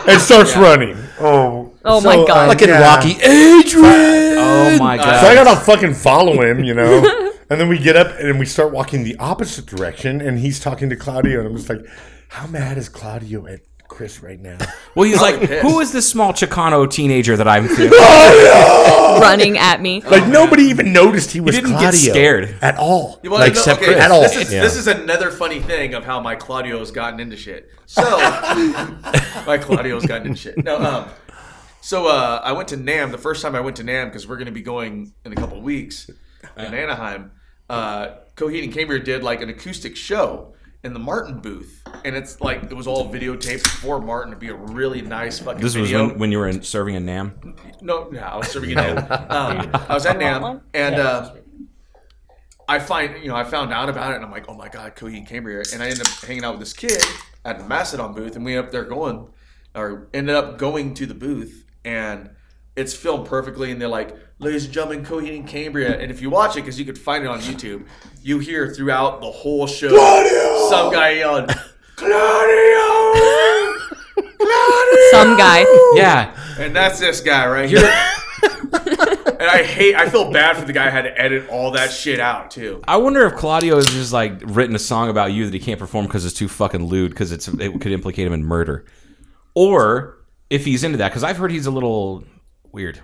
[SPEAKER 10] and starts running. Oh,
[SPEAKER 5] Oh my God.
[SPEAKER 10] Look
[SPEAKER 8] Fucking Rocky Adrian.
[SPEAKER 6] Oh my god!
[SPEAKER 10] So I gotta fucking follow him, you
[SPEAKER 5] [LAUGHS]
[SPEAKER 10] know. and then we get up and we start walking the opposite direction, and he's talking to Claudio, and I'm just like, how mad is Claudio at Chris right now?
[SPEAKER 6] well,
[SPEAKER 7] Oh,
[SPEAKER 6] he's like,
[SPEAKER 7] pissed.
[SPEAKER 6] who is this small Chicano teenager that
[SPEAKER 7] [LAUGHS]
[SPEAKER 6] I'm?
[SPEAKER 5] [LAUGHS] Running at me.
[SPEAKER 10] Like nobody even noticed he was
[SPEAKER 6] didn't get
[SPEAKER 10] Claudio
[SPEAKER 6] scared.
[SPEAKER 10] at all.
[SPEAKER 7] You wanna
[SPEAKER 8] Like,
[SPEAKER 7] know-
[SPEAKER 8] except
[SPEAKER 7] okay,
[SPEAKER 8] for-
[SPEAKER 7] this-
[SPEAKER 8] at all.
[SPEAKER 7] This is,
[SPEAKER 8] Yeah.
[SPEAKER 7] this is another funny thing of how my Claudio's gotten into shit. So [LAUGHS] my Claudio's gotten into shit. No, um, so uh, I went to Nam the first time I went to Nam because we're going to be going in a couple of weeks in Anaheim. Uh, Coheed and Cambria did like an acoustic show in the Martin booth, and it's like it was all videotaped for Martin to be a really nice fucking.
[SPEAKER 6] This was
[SPEAKER 7] video.
[SPEAKER 6] when, when you were in, serving in Nam.
[SPEAKER 7] No, no, I was serving
[SPEAKER 6] [LAUGHS]
[SPEAKER 7] in Nam. [LAUGHS] Um, I was at Nam, and uh, I find you know I found out about it, and I'm like, oh my god, Cody and Cambria, and I ended up hanging out with this kid at the Macedon booth, and we ended up there going, or ended up going to the booth, and it's filmed perfectly, and they're like, ladies and gentlemen, Coheed and Cambria, and if you watch it, because you could find it on YouTube, you hear throughout the whole show some guy yelling, Claudio,
[SPEAKER 5] Some guy.
[SPEAKER 6] Yeah,
[SPEAKER 7] and that's this guy right here. and I hate. I feel bad for the guy who had to edit all that shit out too.
[SPEAKER 6] I wonder if Claudio has just like written a song about you that he can't perform because it's too fucking lewd because it's it could implicate him in murder, or if he's into that because I've heard he's a little weird.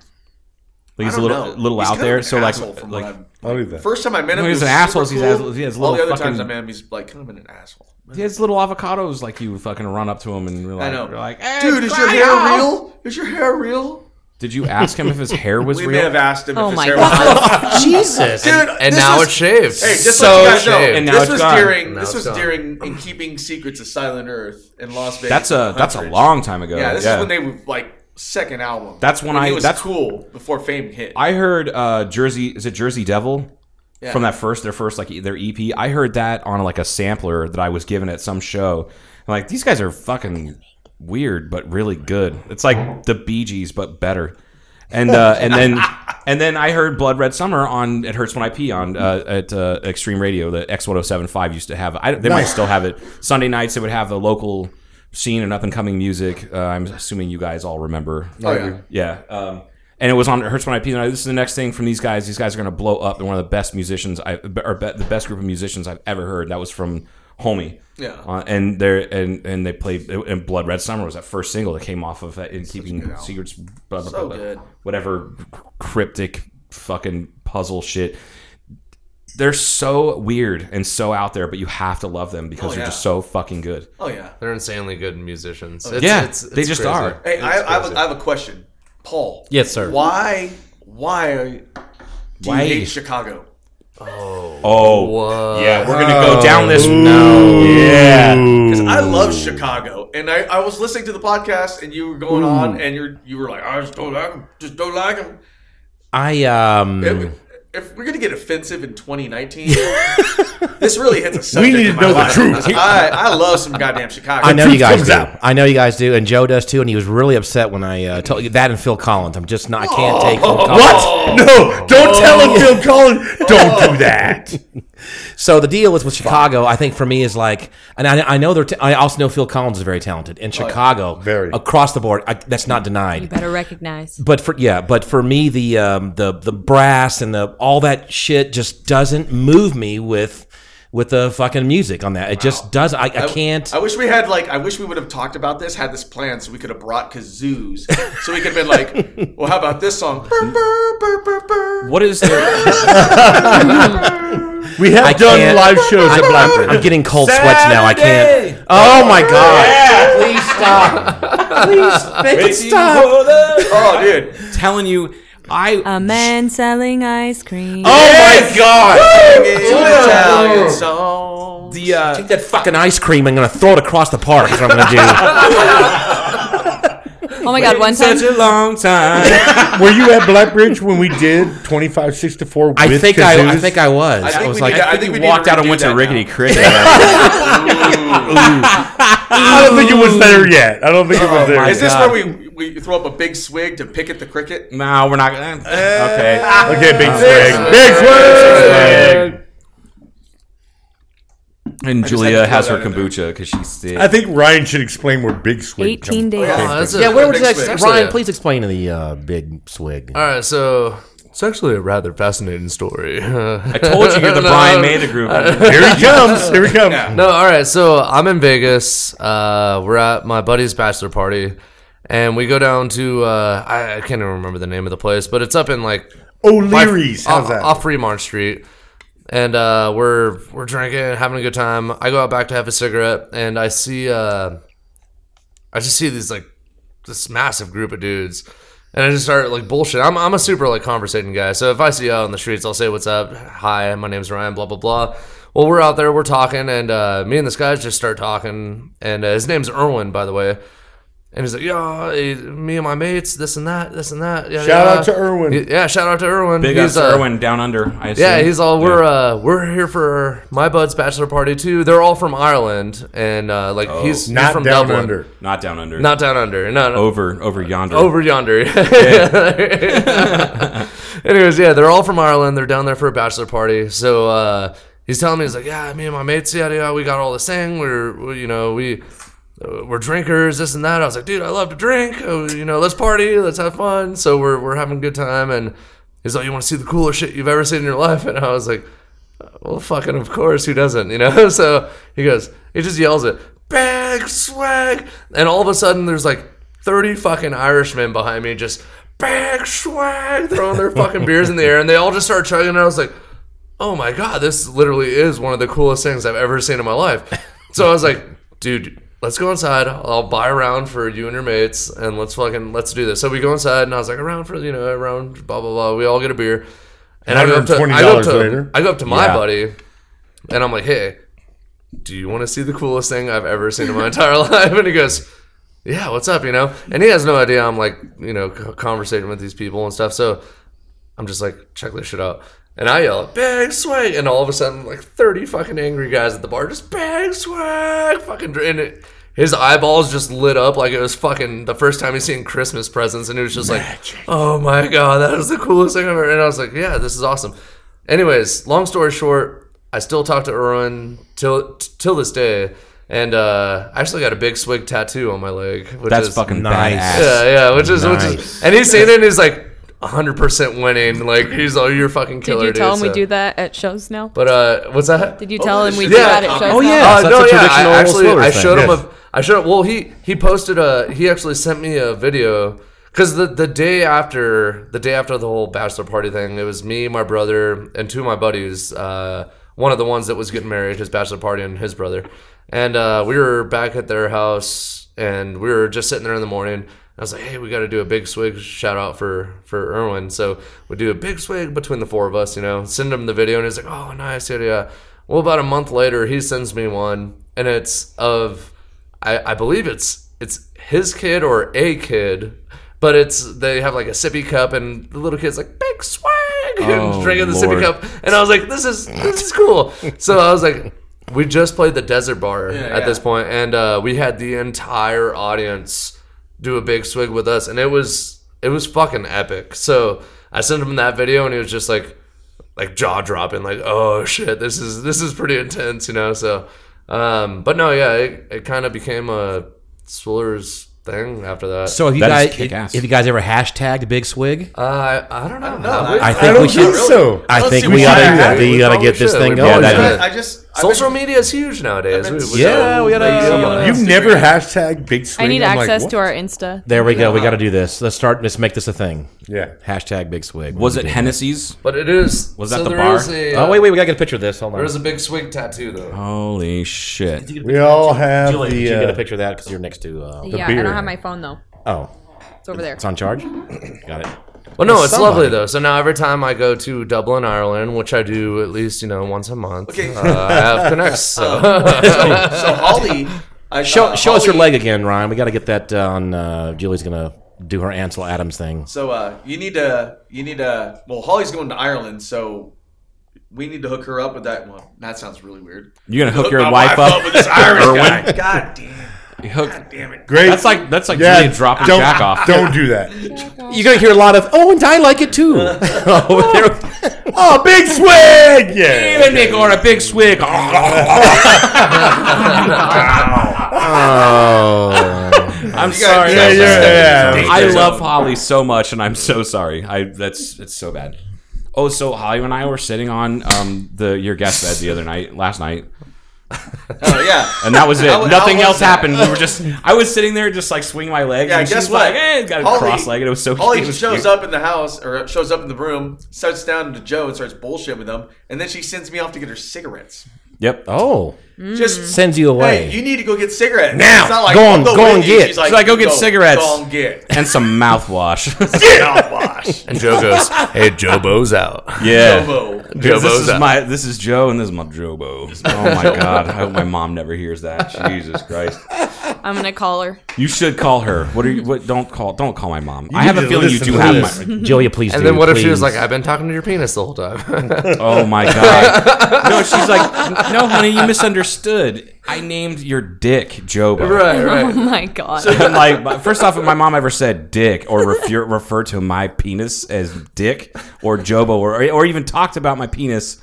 [SPEAKER 6] Like he's a
[SPEAKER 7] don't
[SPEAKER 6] little
[SPEAKER 7] know.
[SPEAKER 6] little
[SPEAKER 7] He's
[SPEAKER 6] out
[SPEAKER 7] kind of
[SPEAKER 6] there.
[SPEAKER 7] an
[SPEAKER 6] So like
[SPEAKER 7] asshole from
[SPEAKER 6] like
[SPEAKER 7] what I'm-
[SPEAKER 10] I'll do that.
[SPEAKER 7] First time I met him,
[SPEAKER 6] No,
[SPEAKER 7] he
[SPEAKER 6] he's
[SPEAKER 7] was
[SPEAKER 6] an asshole,
[SPEAKER 7] super
[SPEAKER 6] he has-
[SPEAKER 7] cool.
[SPEAKER 6] he has
[SPEAKER 7] all the
[SPEAKER 6] little
[SPEAKER 7] other times I
[SPEAKER 6] fucking-
[SPEAKER 7] met him, he's like kind of an asshole.
[SPEAKER 6] he has little avocados like you fucking run up to him and you're like,
[SPEAKER 7] I know.
[SPEAKER 6] you're like "Hey,
[SPEAKER 7] Dude, is your hair real? Is your hair real?
[SPEAKER 6] Did you ask him if his hair
[SPEAKER 7] [LAUGHS]
[SPEAKER 6] was
[SPEAKER 7] We
[SPEAKER 6] real?
[SPEAKER 7] may have asked him
[SPEAKER 5] Oh
[SPEAKER 7] if his
[SPEAKER 5] my
[SPEAKER 7] hair was real.
[SPEAKER 8] Jesus.
[SPEAKER 7] Dude,
[SPEAKER 9] And
[SPEAKER 7] this
[SPEAKER 9] now
[SPEAKER 7] was-
[SPEAKER 9] it's shaved.
[SPEAKER 7] Hey, just
[SPEAKER 6] [LAUGHS] so
[SPEAKER 7] so let you guys know,
[SPEAKER 9] shaved.
[SPEAKER 6] And now
[SPEAKER 7] this
[SPEAKER 6] it's
[SPEAKER 7] was
[SPEAKER 6] gone.
[SPEAKER 7] during
[SPEAKER 9] Now
[SPEAKER 7] this
[SPEAKER 9] it's
[SPEAKER 7] was
[SPEAKER 9] gone.
[SPEAKER 7] during in keeping secrets of Silent Earth in Las Vegas.
[SPEAKER 6] That's a that's a
[SPEAKER 7] Huntridge.
[SPEAKER 6] long time ago.
[SPEAKER 7] Yeah, this is when they were like second album.
[SPEAKER 6] That's when I-
[SPEAKER 7] he was
[SPEAKER 6] that's-
[SPEAKER 7] cool before fame hit.
[SPEAKER 6] I heard uh, Jersey is it Jersey Devil
[SPEAKER 7] Yeah.
[SPEAKER 6] from that first their first like e, their EP. I heard that on like a sampler that I was given at some show. I'm like these guys are fucking weird but really good. It's like the Bee Gees but better. And uh,
[SPEAKER 7] [LAUGHS]
[SPEAKER 6] and then and then I heard Blood Red Summer on It Hurts When I Pee on uh, at uh, Extreme Radio that X 1075 used to have. I, they might still have it Sunday nights. They would have the local scene and up and coming music. Uh, I'm assuming you guys all remember.
[SPEAKER 7] oh yeah.
[SPEAKER 6] Yeah. Um, and it was on It Hurts When I Pee. And I- This is the next thing from these guys. These guys are going to blow up. They're one of the best musicians I or be, the best group of musicians I've ever heard. That was from Homie.
[SPEAKER 7] Yeah.
[SPEAKER 6] Uh, and they and and they played and Blood Red Summer was that first single that came off of that in keeping secrets. Blah, blah,
[SPEAKER 7] So
[SPEAKER 6] blah, blah,
[SPEAKER 7] good.
[SPEAKER 6] Whatever cryptic fucking puzzle shit. They're so weird and so out there, but you have to love them because
[SPEAKER 7] Oh,
[SPEAKER 6] they're
[SPEAKER 7] yeah.
[SPEAKER 6] just so fucking good.
[SPEAKER 7] Oh yeah.
[SPEAKER 9] They're insanely good musicians. It's,
[SPEAKER 6] yeah,
[SPEAKER 9] it's-
[SPEAKER 6] they
[SPEAKER 9] it's
[SPEAKER 6] just
[SPEAKER 9] crazy.
[SPEAKER 6] are.
[SPEAKER 7] Hey, I, I, have
[SPEAKER 9] crazy.
[SPEAKER 7] a, I have a question, Paul.
[SPEAKER 8] Yes, sir.
[SPEAKER 7] Why? Why do
[SPEAKER 6] Why?
[SPEAKER 7] you hate Chicago?
[SPEAKER 6] Oh,
[SPEAKER 9] Whoa.
[SPEAKER 6] yeah, we're gonna
[SPEAKER 8] Oh.
[SPEAKER 6] go down this. No,
[SPEAKER 7] Because I love Chicago, and I, I was listening to the podcast, and you were going on, and you're you were like, I just don't like them, just don't like them.
[SPEAKER 8] I um.
[SPEAKER 7] If, if we're gonna get offensive in 2019, [LAUGHS] this really hits a subject.
[SPEAKER 10] need
[SPEAKER 7] in
[SPEAKER 10] to
[SPEAKER 7] my
[SPEAKER 10] know the
[SPEAKER 7] life.
[SPEAKER 10] truth.
[SPEAKER 7] [LAUGHS] I, I love some goddamn Chicago.
[SPEAKER 8] I know you
[SPEAKER 10] [LAUGHS]
[SPEAKER 8] guys
[SPEAKER 10] comes
[SPEAKER 8] do.
[SPEAKER 10] out.
[SPEAKER 8] I know you guys do, and Joe does too. And he was really upset when I uh, told you that. And Phil Collins, I'm just not. I can't take Phil Collins. Oh. [LAUGHS]
[SPEAKER 10] What? No, don't tell him Phil Collins. Don't do that.
[SPEAKER 8] So the deal with with Chicago, I think for me is like, and I, I know they're. T- I also know Phil Collins is very talented in Chicago,
[SPEAKER 10] Oh, Very.
[SPEAKER 8] across the board. I, that's not
[SPEAKER 5] You
[SPEAKER 8] denied.
[SPEAKER 5] better recognize.
[SPEAKER 8] But for yeah, but for me, the um, the the brass and the all that shit just doesn't move me with with the fucking music on that. It just does. I, I can't.
[SPEAKER 7] I wish we had like I wish we would have talked about this, had this plan, so we could have brought kazoos, so we could have been like, well, how about this song? Burr, burr, burr, burr, burr.
[SPEAKER 6] What is there?
[SPEAKER 10] We have
[SPEAKER 8] I
[SPEAKER 10] done
[SPEAKER 8] can't-
[SPEAKER 10] live shows at Blackbird.
[SPEAKER 8] I'm getting cold sweats now. I can't. Oh my god! Please stop. Please make it stop.
[SPEAKER 7] Oh, dude,
[SPEAKER 6] telling you, I
[SPEAKER 5] A man selling ice cream.
[SPEAKER 8] Oh my god!
[SPEAKER 7] Sing it, [LAUGHS] Italian song.
[SPEAKER 6] the uh,
[SPEAKER 8] Take that fucking ice cream. I'm gonna throw it across the park. Is what I'm
[SPEAKER 10] [LAUGHS]
[SPEAKER 8] gonna
[SPEAKER 5] oh my god! One time,
[SPEAKER 6] such a long time.
[SPEAKER 10] Were you at Blackbridge when we did 25 6 to 4 with
[SPEAKER 8] do. I think
[SPEAKER 10] kazoos?
[SPEAKER 8] I, I think I was. I,
[SPEAKER 7] think
[SPEAKER 8] was
[SPEAKER 7] we
[SPEAKER 8] like,
[SPEAKER 7] need to- I
[SPEAKER 6] I
[SPEAKER 7] think
[SPEAKER 6] think
[SPEAKER 7] we
[SPEAKER 6] you
[SPEAKER 7] need
[SPEAKER 6] walked
[SPEAKER 7] to
[SPEAKER 6] out and
[SPEAKER 7] redo
[SPEAKER 6] went to
[SPEAKER 7] that
[SPEAKER 6] Rickety
[SPEAKER 7] now.
[SPEAKER 6] Cricket. [LAUGHS]
[SPEAKER 10] I don't think it was there yet. I don't think it was there.
[SPEAKER 7] Is
[SPEAKER 10] Yet.
[SPEAKER 7] this
[SPEAKER 6] God.
[SPEAKER 7] where we we throw up a big swig to pick at the cricket?
[SPEAKER 6] no, we're not. gonna eh. [LAUGHS] okay.
[SPEAKER 10] Okay, big swig. Big swig.
[SPEAKER 6] And
[SPEAKER 7] just had
[SPEAKER 6] Julia
[SPEAKER 7] to throw
[SPEAKER 6] has her
[SPEAKER 7] that in there.
[SPEAKER 6] kombucha because she's sick.
[SPEAKER 10] I think Ryan should explain where big swig. comes
[SPEAKER 5] 18 days.
[SPEAKER 8] yeah, where was
[SPEAKER 7] Big
[SPEAKER 8] that?
[SPEAKER 7] swig.
[SPEAKER 8] Ryan, please explain the uh, big swig.
[SPEAKER 10] Uh,
[SPEAKER 9] All right, so it's actually a rather fascinating story. [LAUGHS]
[SPEAKER 6] I told you you're the
[SPEAKER 9] No.
[SPEAKER 6] Brian May of the group.
[SPEAKER 10] Here he comes. Here he comes.
[SPEAKER 9] No, all right. So I'm in Vegas. Uh, we're at my buddy's bachelor party, and we go down to uh, I, I can't even remember the name of the place, but it's up in like
[SPEAKER 10] O'Leary's.
[SPEAKER 9] off,
[SPEAKER 10] How's that?
[SPEAKER 9] off Fremont Street. And uh, we're we're drinking, having a good time. I go out back to have a cigarette, and I see uh, I just see these like this massive group of dudes, and I just start like bullshit. I'm I'm a super like conversating guy, so if I see you out on the streets, I'll say what's up, hi, my name's Ryan, blah blah blah. Well, we're out there, we're talking, and uh, me and this guy just start talking, and uh, his name's Erwin, by the way. And he's like, yeah, eh, me and my mates, this and that, this and that. Yeah,
[SPEAKER 10] Shout
[SPEAKER 9] yeah.
[SPEAKER 10] out to Erwin.
[SPEAKER 9] Yeah, shout out to Erwin.
[SPEAKER 6] Big ups,
[SPEAKER 9] he's, uh,
[SPEAKER 6] Irwin down under. I assume.
[SPEAKER 9] Yeah, he's all
[SPEAKER 6] Yeah.
[SPEAKER 9] we're uh we're here for my bud's bachelor party too. They're all from Ireland and uh like
[SPEAKER 6] Oh.
[SPEAKER 9] he's he's
[SPEAKER 10] Not
[SPEAKER 9] from
[SPEAKER 10] down
[SPEAKER 9] Dublin.
[SPEAKER 10] under.
[SPEAKER 6] not down under.
[SPEAKER 9] Not down under. No, no.
[SPEAKER 6] over over yonder.
[SPEAKER 9] Over yonder. [LAUGHS] Anyways, yeah, they're all from Ireland. They're down there for a bachelor party. So uh, he's telling me, he's like, yeah, me and my mates, yada yada, we got all this thing. We're, we, you know, we uh, we're drinkers, this and that. I was like, dude, I love to drink. Oh, you know, let's party, let's have fun. So we're we're having a good time, and he's like, you want to see the coolest shit you've ever seen in your life? And I was like. Well, fucking, of course, who doesn't? You know. [LAUGHS] So he goes, he just yells it, big swag, and all of a sudden there's like thirty fucking Irishmen behind me, just big swag, throwing their fucking beers in the air, and they all just start chugging. And I was like, oh my god, this literally is one of the coolest things I've ever seen in
[SPEAKER 10] [LAUGHS]
[SPEAKER 9] my life. So I was like, dude, let's go inside. I'll buy a round for you and your mates, and let's fucking let's do this. So we go inside, and I was like, around for you know, around blah blah blah. We all get a beer, and I go up to I go
[SPEAKER 10] $120
[SPEAKER 9] up to,
[SPEAKER 10] later.
[SPEAKER 9] I go up to my
[SPEAKER 6] Yeah.
[SPEAKER 9] buddy, and I'm like, hey, do you want to see the coolest thing I've ever seen in my [LAUGHS] entire life? And he goes. Yeah, what's up? You know, and he has no idea I'm like, you know, c- conversating with these people and stuff. So I'm just like, check this shit out. And I yell, big swag. And all of a sudden, like 30 fucking angry guys at the bar just big swag. Fucking dr- and it His eyeballs just lit up like it was fucking the first time he's seen Christmas presents. And it was just like, oh my God, that is the coolest thing I've ever. And I was like, yeah, this is awesome. Anyways, long story short, I still talk to Erwin till, t- till this day. And uh, I actually got a big swig tattoo on my leg. Which
[SPEAKER 6] That's
[SPEAKER 9] is,
[SPEAKER 6] fucking
[SPEAKER 8] Nice.
[SPEAKER 6] badass.
[SPEAKER 9] yeah, yeah, which is which is, and he's seen it. and He's like, 100 percent winning. Like he's all, you're a fucking
[SPEAKER 5] Did
[SPEAKER 9] killer.
[SPEAKER 5] you tell
[SPEAKER 9] dude,
[SPEAKER 5] him we
[SPEAKER 9] so-
[SPEAKER 5] do that at shows now?
[SPEAKER 9] But uh, what's that?
[SPEAKER 5] Did you tell him we do
[SPEAKER 7] yeah.
[SPEAKER 5] that at shows now?
[SPEAKER 8] Oh, yeah.
[SPEAKER 9] Uh,
[SPEAKER 8] Yes, that's
[SPEAKER 9] no,
[SPEAKER 8] a
[SPEAKER 9] yeah,
[SPEAKER 8] traditional
[SPEAKER 9] I actually,
[SPEAKER 8] Slaughter
[SPEAKER 9] I
[SPEAKER 8] thing.
[SPEAKER 9] showed him
[SPEAKER 10] Yes.
[SPEAKER 9] a, I showed well, he he posted a, he actually sent me a video because the the day after the day after the whole bachelor party thing, it was me, my brother, and two of my buddies. Uh, one of the ones that was getting married, his bachelor party, and his brother, and uh, we were back at their house, and we were just sitting there in the morning. I was like, "Hey, we got to do a big swig shout out for for Erwin." So we do a big swig between the four of us, you know. Send him the video, and he's like, "Oh, nice, yeah, yeah." Well, about a month later, he sends me one, and it's of, I, I believe it's it's his kid or a kid, but it's they have like a sippy cup, and the little kid's like big swag, [LAUGHS]
[SPEAKER 6] Oh,
[SPEAKER 9] and drinking the sippy
[SPEAKER 6] Lord.
[SPEAKER 9] cup, and I was like, "This is this is cool." so I was like. We just played the desert bar at
[SPEAKER 7] yeah.
[SPEAKER 9] this point, and uh, we had the entire audience do a big swig with us, and it was it was fucking epic. So I sent him that video, and he was just like, like jaw dropping, like oh shit, this is this is pretty intense, you know. So, um, but no, yeah, it, it kind of became a Swiller's thing after that.
[SPEAKER 8] So have you
[SPEAKER 6] That is
[SPEAKER 8] guys
[SPEAKER 6] kick-ass.
[SPEAKER 8] have you guys ever hashtagged Big Swig?
[SPEAKER 9] uh, I, I don't know. Have we?
[SPEAKER 8] I think
[SPEAKER 10] I don't
[SPEAKER 8] we should.
[SPEAKER 10] think so.
[SPEAKER 8] I
[SPEAKER 7] Let's
[SPEAKER 8] think
[SPEAKER 7] see
[SPEAKER 8] we
[SPEAKER 7] what
[SPEAKER 8] ought
[SPEAKER 7] we have.
[SPEAKER 8] to. We
[SPEAKER 9] We
[SPEAKER 8] ought to
[SPEAKER 9] probably
[SPEAKER 8] get this
[SPEAKER 9] should.
[SPEAKER 8] thing
[SPEAKER 9] We
[SPEAKER 8] going.
[SPEAKER 9] probably
[SPEAKER 8] That
[SPEAKER 9] should.
[SPEAKER 8] is-
[SPEAKER 7] I just I've been-
[SPEAKER 9] Social media is huge nowadays. We- we-
[SPEAKER 7] Yeah, we had a-
[SPEAKER 9] we-
[SPEAKER 7] uh,
[SPEAKER 10] You've never hashtag big swing.
[SPEAKER 5] I need
[SPEAKER 10] I'm like,
[SPEAKER 5] access
[SPEAKER 10] what?
[SPEAKER 5] to our Insta.
[SPEAKER 8] There we go. We got to do this. Let's start. Let's make this a thing.
[SPEAKER 10] Yeah.
[SPEAKER 8] Hashtag Big Swig.
[SPEAKER 6] Was it Hennessy's?
[SPEAKER 9] But it is.
[SPEAKER 6] Was that
[SPEAKER 9] so
[SPEAKER 6] the
[SPEAKER 9] there
[SPEAKER 6] bar?
[SPEAKER 9] is a, uh,
[SPEAKER 8] Oh wait, wait. We gotta get a picture of this. Hold on.
[SPEAKER 9] There is a big swig tattoo though.
[SPEAKER 6] Holy shit!
[SPEAKER 10] We all have
[SPEAKER 8] Julian, did
[SPEAKER 10] the.
[SPEAKER 8] you
[SPEAKER 10] Uh,
[SPEAKER 8] get a picture of that because you're next to. Uh,
[SPEAKER 5] yeah, I
[SPEAKER 10] beer.
[SPEAKER 5] don't have my phone though.
[SPEAKER 8] oh,
[SPEAKER 5] It's over there.
[SPEAKER 8] it's on charge. [CLEARS THROAT] got it.
[SPEAKER 9] Well, no, it's
[SPEAKER 8] Somebody.
[SPEAKER 9] lovely though. So now every time I go to Dublin, Ireland, which I do at least you know once a month,
[SPEAKER 7] Okay.
[SPEAKER 9] uh, I have connects. [LAUGHS] So.
[SPEAKER 7] [LAUGHS] so Holly, I,
[SPEAKER 8] Show,
[SPEAKER 5] Oh,
[SPEAKER 7] uh,
[SPEAKER 8] show us your
[SPEAKER 7] Holly-
[SPEAKER 8] leg again, Ryan. We got to get that uh, on. Uh, Julie's gonna do her Ansel Adams thing.
[SPEAKER 7] So uh, you need to you need to well Holly's going to Ireland, so we need to hook her up with that one. That sounds really weird.
[SPEAKER 6] You're gonna hook
[SPEAKER 7] Hook
[SPEAKER 6] your
[SPEAKER 7] my
[SPEAKER 6] wife up
[SPEAKER 7] with this Irish
[SPEAKER 6] Irwin?
[SPEAKER 7] guy. God damn.
[SPEAKER 6] You hook-
[SPEAKER 10] great.
[SPEAKER 6] That's like that's like
[SPEAKER 10] Yeah,
[SPEAKER 6] Julian dropping
[SPEAKER 10] don't,
[SPEAKER 6] jack off.
[SPEAKER 10] Don't do that.
[SPEAKER 8] [LAUGHS] You're gonna hear a lot of "Oh, and I like it [LAUGHS] too." oh, there-
[SPEAKER 10] oh, big
[SPEAKER 8] [LAUGHS]
[SPEAKER 10] swig. Yeah.
[SPEAKER 6] Even make or a big swig.
[SPEAKER 8] oh.
[SPEAKER 6] I'm
[SPEAKER 7] You guys-
[SPEAKER 6] sorry.
[SPEAKER 10] Yeah, yeah, yeah.
[SPEAKER 6] I love Holly so much, and I'm so sorry. I that's it's so bad. Oh, so Holly and I were sitting on um the your guest bed the other night, last night,
[SPEAKER 7] Oh yeah.
[SPEAKER 6] and that was it.
[SPEAKER 7] How- how
[SPEAKER 6] Nothing
[SPEAKER 7] was
[SPEAKER 6] else
[SPEAKER 7] that?
[SPEAKER 6] happened. We were just I was sitting there just like swinging my legs.
[SPEAKER 7] Yeah,
[SPEAKER 6] and
[SPEAKER 7] guess
[SPEAKER 6] she's
[SPEAKER 7] what?
[SPEAKER 6] Like, eh, got
[SPEAKER 7] Holly-
[SPEAKER 6] a cross legged. It was so.
[SPEAKER 7] Holly
[SPEAKER 6] it was
[SPEAKER 7] shows
[SPEAKER 6] cute.
[SPEAKER 7] up in the house or shows up in the room, starts down to Joe and starts bullshit with him, and then she sends me off to get her cigarettes.
[SPEAKER 6] Yep.
[SPEAKER 8] oh,
[SPEAKER 7] Just
[SPEAKER 8] sends you away.
[SPEAKER 7] Hey, you need to go get cigarettes
[SPEAKER 8] Now,
[SPEAKER 7] It's not like
[SPEAKER 8] go on-
[SPEAKER 7] I'll go,
[SPEAKER 8] go
[SPEAKER 7] with
[SPEAKER 8] and
[SPEAKER 7] you.
[SPEAKER 8] get.
[SPEAKER 7] She's like,
[SPEAKER 6] She's like, go get cigarettes.
[SPEAKER 7] Go and
[SPEAKER 6] [LAUGHS]
[SPEAKER 7] get.
[SPEAKER 6] And
[SPEAKER 7] [LAUGHS]
[SPEAKER 6] some mouthwash.
[SPEAKER 7] Get off, Wash.
[SPEAKER 9] and Joe goes, "Hey, Jobo's out."
[SPEAKER 6] yeah.
[SPEAKER 7] Bobo.
[SPEAKER 6] Because
[SPEAKER 9] Jobo's
[SPEAKER 6] this is
[SPEAKER 9] out.
[SPEAKER 6] my this is Joe and this is my Jobo. Oh my god! I hope my mom never hears that. Jesus Christ!
[SPEAKER 5] I'm gonna call her.
[SPEAKER 6] You should call her. What are you? What? Don't call. Don't call my mom. I
[SPEAKER 10] need
[SPEAKER 6] have a
[SPEAKER 10] to
[SPEAKER 6] feeling you
[SPEAKER 10] listen
[SPEAKER 6] do
[SPEAKER 10] to
[SPEAKER 6] have
[SPEAKER 10] this.
[SPEAKER 6] my.
[SPEAKER 8] Julia, please.
[SPEAKER 9] and
[SPEAKER 8] do,
[SPEAKER 9] then what if she was
[SPEAKER 8] please.
[SPEAKER 9] like, "I've been talking to your penis the whole time"? [LAUGHS]
[SPEAKER 6] Oh my god!
[SPEAKER 10] [LAUGHS]
[SPEAKER 6] No, she's like, no, honey, you misunderstood. I named your dick Jobo.
[SPEAKER 5] [LAUGHS] Oh my god.
[SPEAKER 6] I'm like, but first off, if my mom ever said dick or refer, referred to my penis as dick or Jobo or or even talked about my penis.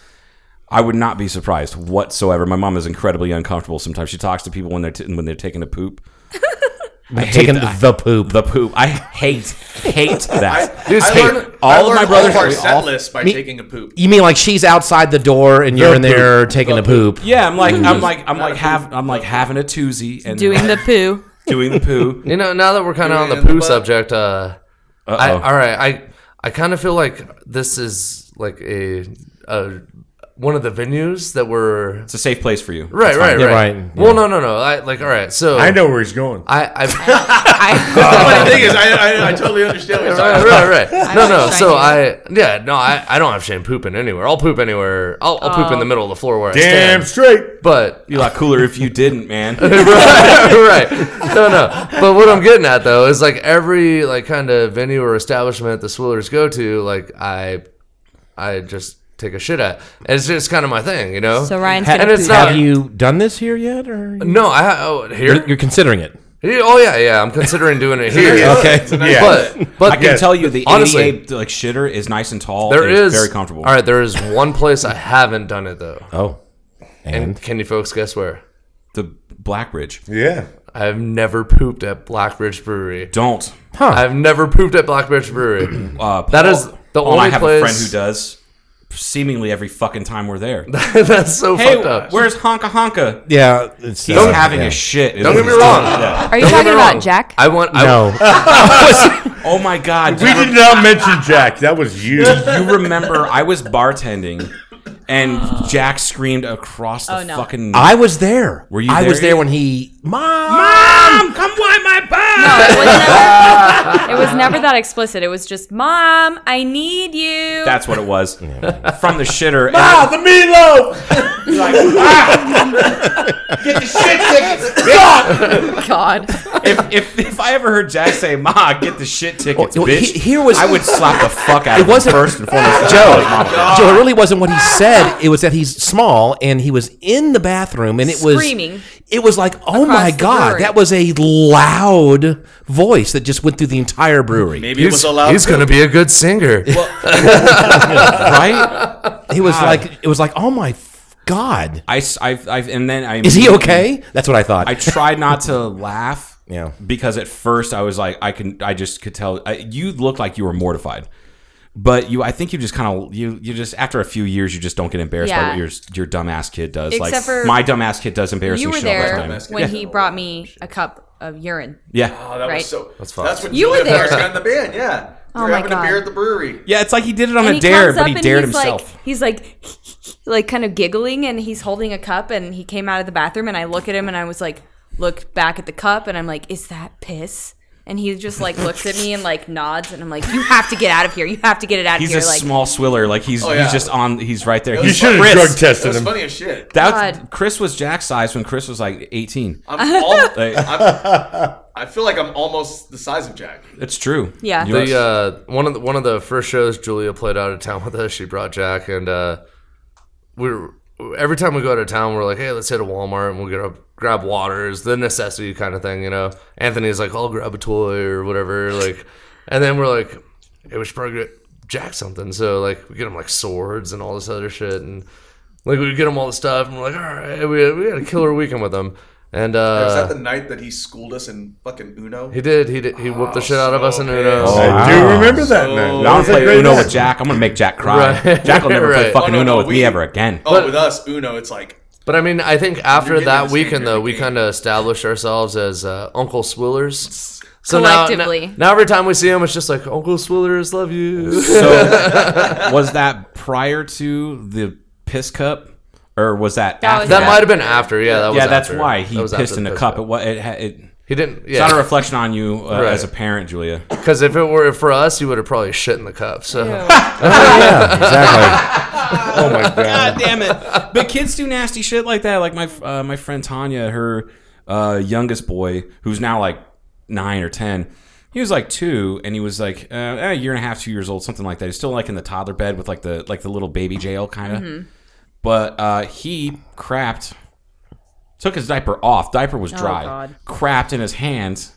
[SPEAKER 6] I would not be surprised whatsoever. My mom is incredibly uncomfortable. Sometimes she talks to people when they're t- when they're taking a poop. I hate
[SPEAKER 8] taking
[SPEAKER 6] that.
[SPEAKER 8] the poop.
[SPEAKER 6] the poop. I hate hate that.
[SPEAKER 9] Dude,
[SPEAKER 7] I
[SPEAKER 9] hey,
[SPEAKER 7] learned,
[SPEAKER 6] all
[SPEAKER 7] I
[SPEAKER 6] of my
[SPEAKER 7] learned
[SPEAKER 6] brothers-
[SPEAKER 7] all of our
[SPEAKER 6] we
[SPEAKER 7] set
[SPEAKER 6] all-
[SPEAKER 7] list by
[SPEAKER 8] Me-
[SPEAKER 7] taking a poop.
[SPEAKER 8] you mean like she's outside the door and you're in there taking a poop?
[SPEAKER 6] Yeah, I'm like I'm like I'm like half I'm like having a toozy and
[SPEAKER 5] Doing the [LAUGHS] poo.
[SPEAKER 6] [LAUGHS] doing the poo.
[SPEAKER 9] [LAUGHS] you know, now that we're kind of on the
[SPEAKER 7] in the
[SPEAKER 9] poo
[SPEAKER 7] butt.
[SPEAKER 9] subject, uh, I,
[SPEAKER 6] Uh-oh.
[SPEAKER 9] all right, I I kind of feel like this is like a, a one of the venues that we're
[SPEAKER 6] It's a safe place for you.
[SPEAKER 9] right, right, right,
[SPEAKER 8] Yeah, right,
[SPEAKER 9] Well, no, no, no. I like all right. So
[SPEAKER 10] I know where he's going.
[SPEAKER 9] I, [LAUGHS] I've
[SPEAKER 5] [LAUGHS] I,
[SPEAKER 7] Funny thing is, I, I, I totally understand what you're talking
[SPEAKER 9] right,
[SPEAKER 7] about.
[SPEAKER 9] right, right. No,
[SPEAKER 5] like
[SPEAKER 9] no. So I,
[SPEAKER 5] shiny.
[SPEAKER 9] yeah, no, I, I don't have shame pooping anywhere. I'll poop anywhere. I'll, I'll poop in the middle of the floor where
[SPEAKER 10] Damn
[SPEAKER 9] I stand.
[SPEAKER 10] straight.
[SPEAKER 9] But
[SPEAKER 6] Be a lot cooler if you didn't,
[SPEAKER 9] [LAUGHS]
[SPEAKER 6] man.
[SPEAKER 9] right, no, no. But what I'm getting at though is like every like kind of venue or establishment the Swillers go to, like I, I just take a shit at, and it's just kind of my thing, you know.
[SPEAKER 5] so Ryan's
[SPEAKER 9] and
[SPEAKER 5] gonna
[SPEAKER 9] it's
[SPEAKER 5] poo.
[SPEAKER 9] not.
[SPEAKER 8] Have you done this here yet? Or
[SPEAKER 9] no, I ha- oh,
[SPEAKER 8] you're,
[SPEAKER 9] here.
[SPEAKER 8] you're considering it?
[SPEAKER 9] Yeah, Oh yeah, yeah. I'm considering doing it here.
[SPEAKER 6] [LAUGHS]
[SPEAKER 8] Okay.
[SPEAKER 10] Yeah.
[SPEAKER 9] But but
[SPEAKER 6] I can tell you the
[SPEAKER 9] Honestly.
[SPEAKER 6] ADA like shitter is nice and tall.
[SPEAKER 9] There
[SPEAKER 6] and
[SPEAKER 9] is
[SPEAKER 6] it's very comfortable.
[SPEAKER 9] All right, there is one place I haven't done it though.
[SPEAKER 8] Oh,
[SPEAKER 9] And
[SPEAKER 8] and
[SPEAKER 9] can you folks guess where?
[SPEAKER 6] The Blackbridge.
[SPEAKER 10] Yeah.
[SPEAKER 9] I've never pooped at Blackbridge Brewery.
[SPEAKER 6] Don't.
[SPEAKER 9] I've never pooped at Blackbridge Brewery.
[SPEAKER 6] [CLEARS THROAT] Uh, Paul,
[SPEAKER 9] That is the
[SPEAKER 6] Paul and I
[SPEAKER 9] only
[SPEAKER 6] have a
[SPEAKER 9] place-
[SPEAKER 6] friend who does. Seemingly every fucking time we're
[SPEAKER 9] [LAUGHS]
[SPEAKER 6] there.
[SPEAKER 9] That's so
[SPEAKER 6] hey,
[SPEAKER 9] fucked up.
[SPEAKER 6] where's Honka Honka?
[SPEAKER 8] yeah, it's,
[SPEAKER 6] He's
[SPEAKER 8] uh,
[SPEAKER 6] having
[SPEAKER 8] yeah.
[SPEAKER 6] a shit.
[SPEAKER 9] Don't get me wrong.
[SPEAKER 5] Are you
[SPEAKER 9] Don't get
[SPEAKER 5] talking
[SPEAKER 9] me
[SPEAKER 5] about
[SPEAKER 9] wrong.
[SPEAKER 5] Jack?
[SPEAKER 9] I want. I,
[SPEAKER 8] [LAUGHS] No,
[SPEAKER 6] [LAUGHS] Oh my god.
[SPEAKER 10] We did not mention Jack. That was you.
[SPEAKER 6] you remember I was bartending
[SPEAKER 9] [GASPS]
[SPEAKER 6] and Jack screamed across the
[SPEAKER 5] Oh, no.
[SPEAKER 6] fucking
[SPEAKER 8] I was there.
[SPEAKER 6] Were you
[SPEAKER 8] I was
[SPEAKER 6] there?
[SPEAKER 8] there when he mom.
[SPEAKER 6] Mom, come wipe my butt.
[SPEAKER 5] it, was never, [LAUGHS] it was never that explicit. It was just, Mom, I need you.
[SPEAKER 6] That's what it was. From the shitter.
[SPEAKER 10] ah, the meatloaf.
[SPEAKER 8] [LAUGHS]
[SPEAKER 5] God.
[SPEAKER 6] And if, if, if I ever heard Jack say, Ma, get the shit tickets,
[SPEAKER 8] Well, well,
[SPEAKER 6] bitch,
[SPEAKER 8] Oh, he- here was-
[SPEAKER 6] I would slap the fuck out
[SPEAKER 8] It
[SPEAKER 6] of him
[SPEAKER 8] wasn't-
[SPEAKER 6] first and
[SPEAKER 8] [LAUGHS]
[SPEAKER 6] foremost.
[SPEAKER 8] Joe,
[SPEAKER 6] Mama.
[SPEAKER 8] Joe, it really wasn't what he said. It was that he's small and he was in the bathroom and it was
[SPEAKER 5] Screaming.
[SPEAKER 8] It was like, oh my
[SPEAKER 5] the
[SPEAKER 8] god,
[SPEAKER 5] brewery.
[SPEAKER 8] that was a loud voice that just went through the entire brewery.
[SPEAKER 7] Maybe it was allowed.
[SPEAKER 9] he's going to be a good singer.
[SPEAKER 8] right? It was like it was like, oh my f- god,
[SPEAKER 6] [LAUGHS] I, s- I've, I've, and then I
[SPEAKER 8] is he okay? That's what I thought.
[SPEAKER 6] I tried not to laugh.
[SPEAKER 8] Yeah.
[SPEAKER 6] Because at first I was like, I can, I just could tell. I, you looked like you were mortified, but you, I think you just kind of, you, you just after a few years, you just don't get embarrassed by
[SPEAKER 5] Yeah.
[SPEAKER 6] what your your dumbass kid does. like
[SPEAKER 5] Except for-
[SPEAKER 6] my dumbass kid does embarrassing
[SPEAKER 5] You were
[SPEAKER 6] shit all the
[SPEAKER 5] there
[SPEAKER 6] time.
[SPEAKER 5] when he brought me a cup of urine.
[SPEAKER 6] Yeah.
[SPEAKER 7] Oh, that
[SPEAKER 5] Right.
[SPEAKER 7] was so.
[SPEAKER 9] That's
[SPEAKER 7] That's,
[SPEAKER 9] fun.
[SPEAKER 7] when
[SPEAKER 5] You were
[SPEAKER 7] Julia
[SPEAKER 5] there.
[SPEAKER 7] Powers got in the band. Yeah, we were
[SPEAKER 5] my
[SPEAKER 7] having
[SPEAKER 5] God.
[SPEAKER 7] a beer at the brewery.
[SPEAKER 6] Yeah, it's like he did it on
[SPEAKER 5] And
[SPEAKER 6] a dare,
[SPEAKER 5] comes
[SPEAKER 6] but
[SPEAKER 5] up
[SPEAKER 6] he
[SPEAKER 5] and
[SPEAKER 6] dared
[SPEAKER 5] he's
[SPEAKER 6] himself.
[SPEAKER 5] Like, he's like, [LAUGHS] like kind of giggling, and he's holding a cup, and he came out of the bathroom, and I look at him, and I was like, look back at the cup, and I'm like, is that piss? And he just like looks at me and like nods, and I'm like, you have to get out of here, you have to get it out
[SPEAKER 6] he's
[SPEAKER 5] of here,
[SPEAKER 6] a
[SPEAKER 5] like.
[SPEAKER 6] small swiller. Like
[SPEAKER 9] Oh,
[SPEAKER 6] he's
[SPEAKER 7] yeah.
[SPEAKER 6] he's just on. He's right there.
[SPEAKER 10] You
[SPEAKER 6] He's
[SPEAKER 10] should have
[SPEAKER 6] Chris.
[SPEAKER 10] drug
[SPEAKER 7] That
[SPEAKER 10] tested
[SPEAKER 7] was
[SPEAKER 10] him.
[SPEAKER 7] funny as shit.
[SPEAKER 6] That's-
[SPEAKER 5] God.
[SPEAKER 6] Chris was Jack's size when Chris was like eighteen.
[SPEAKER 7] I'm all,
[SPEAKER 6] Like,
[SPEAKER 7] I feel like I'm almost the size of Jack.
[SPEAKER 6] it's true.
[SPEAKER 5] Yeah.
[SPEAKER 6] You
[SPEAKER 9] The
[SPEAKER 6] are-
[SPEAKER 9] uh, one of the, one of the first shows Julia played out of town with us, she brought Jack, and uh, we were, every time we go out of town, we're like, hey, let's hit a Walmart and we'll get a, grab waters, the necessity kind of thing, you know. Anthony's like, I'll grab a toy or whatever, like, and then we're like, hey, we should probably get Jack something. So like, we get him like swords and all this other shit, and like we get him all the stuff, and we're like, all right, we, we had a killer weekend with him, and uh,
[SPEAKER 7] was that the night that he schooled us in fucking Uno?
[SPEAKER 9] he did, he did, he whooped the shit out of us in
[SPEAKER 7] okay. Oh.
[SPEAKER 9] Uno.
[SPEAKER 10] I do
[SPEAKER 6] Wow.
[SPEAKER 10] remember that
[SPEAKER 6] I
[SPEAKER 10] night. Oh, That
[SPEAKER 6] don't
[SPEAKER 10] was a
[SPEAKER 6] play
[SPEAKER 10] great
[SPEAKER 6] Uno
[SPEAKER 10] night.
[SPEAKER 6] with Jack. I'm gonna make Jack cry.
[SPEAKER 9] Right.
[SPEAKER 6] Jack will never play
[SPEAKER 9] Right.
[SPEAKER 6] fucking
[SPEAKER 7] Oh, no,
[SPEAKER 6] Uno
[SPEAKER 7] no,
[SPEAKER 6] with
[SPEAKER 7] we-
[SPEAKER 6] me ever again.
[SPEAKER 7] oh, with us, Uno. It's like
[SPEAKER 9] But I mean, I think after
[SPEAKER 7] getting
[SPEAKER 9] that
[SPEAKER 7] the same
[SPEAKER 9] weekend, though, we
[SPEAKER 7] kind
[SPEAKER 9] kind of established ourselves as uh, Uncle Swillers. So Now,
[SPEAKER 5] Collectively.
[SPEAKER 9] now, now every time we see him, it's just like Uncle Swillers,
[SPEAKER 6] [LAUGHS]
[SPEAKER 9] love you.
[SPEAKER 6] So
[SPEAKER 9] [LAUGHS]
[SPEAKER 6] was that prior to the piss cup, or was that
[SPEAKER 5] That
[SPEAKER 6] after
[SPEAKER 5] was
[SPEAKER 9] that
[SPEAKER 5] Yeah.
[SPEAKER 9] might have been after, yeah. That was
[SPEAKER 6] Yeah, that's
[SPEAKER 9] after.
[SPEAKER 6] why he
[SPEAKER 9] That was
[SPEAKER 6] pissed
[SPEAKER 9] after
[SPEAKER 6] in a
[SPEAKER 9] piss
[SPEAKER 6] cup. It wa- it, ha- it
[SPEAKER 9] He didn't.
[SPEAKER 6] It's not a
[SPEAKER 9] Yeah,
[SPEAKER 6] reflection on you uh,
[SPEAKER 9] Right.
[SPEAKER 6] as a parent, Julia.
[SPEAKER 9] because if it were for us, you would have probably shit in the cup. So
[SPEAKER 8] yeah, exactly. oh my god.
[SPEAKER 6] God damn it! [LAUGHS] But kids do nasty shit like that. Like my uh, my friend Tanya, her uh, youngest boy, who's now like nine or ten. He was like two, and he was like uh, a year and a half, two years old, something like that. He's still like in the toddler bed with like the like the little baby jail kind of.
[SPEAKER 5] Mm-hmm.
[SPEAKER 6] But uh, he crapped, took his diaper off. Diaper was dry.
[SPEAKER 5] Oh, God.
[SPEAKER 6] Crapped in his hands.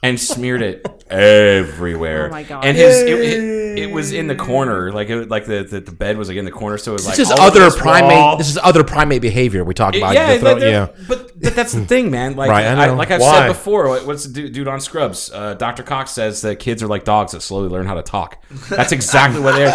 [SPEAKER 6] And smered
[SPEAKER 5] [LAUGHS]
[SPEAKER 6] it everywhere.
[SPEAKER 5] Oh my God.
[SPEAKER 6] And his it, it, it was in the corner, like it, like the, the the bed was like in the corner, so it was like
[SPEAKER 8] This is
[SPEAKER 6] all of
[SPEAKER 8] other
[SPEAKER 6] this
[SPEAKER 8] primate.
[SPEAKER 6] raw-
[SPEAKER 8] This is other primate behavior we talk about.
[SPEAKER 6] yeah,
[SPEAKER 8] The throat-
[SPEAKER 6] but, they're-
[SPEAKER 8] yeah.
[SPEAKER 6] but but that's the thing, man. Like
[SPEAKER 8] Right, I
[SPEAKER 6] I
[SPEAKER 8] know.
[SPEAKER 6] like I've
[SPEAKER 10] Why?
[SPEAKER 6] said before, what- what's the dude, dude on Scrubs? Uh, Dr. Cox says that kids are like dogs that slowly learn how to talk. That's exactly what they're [LAUGHS]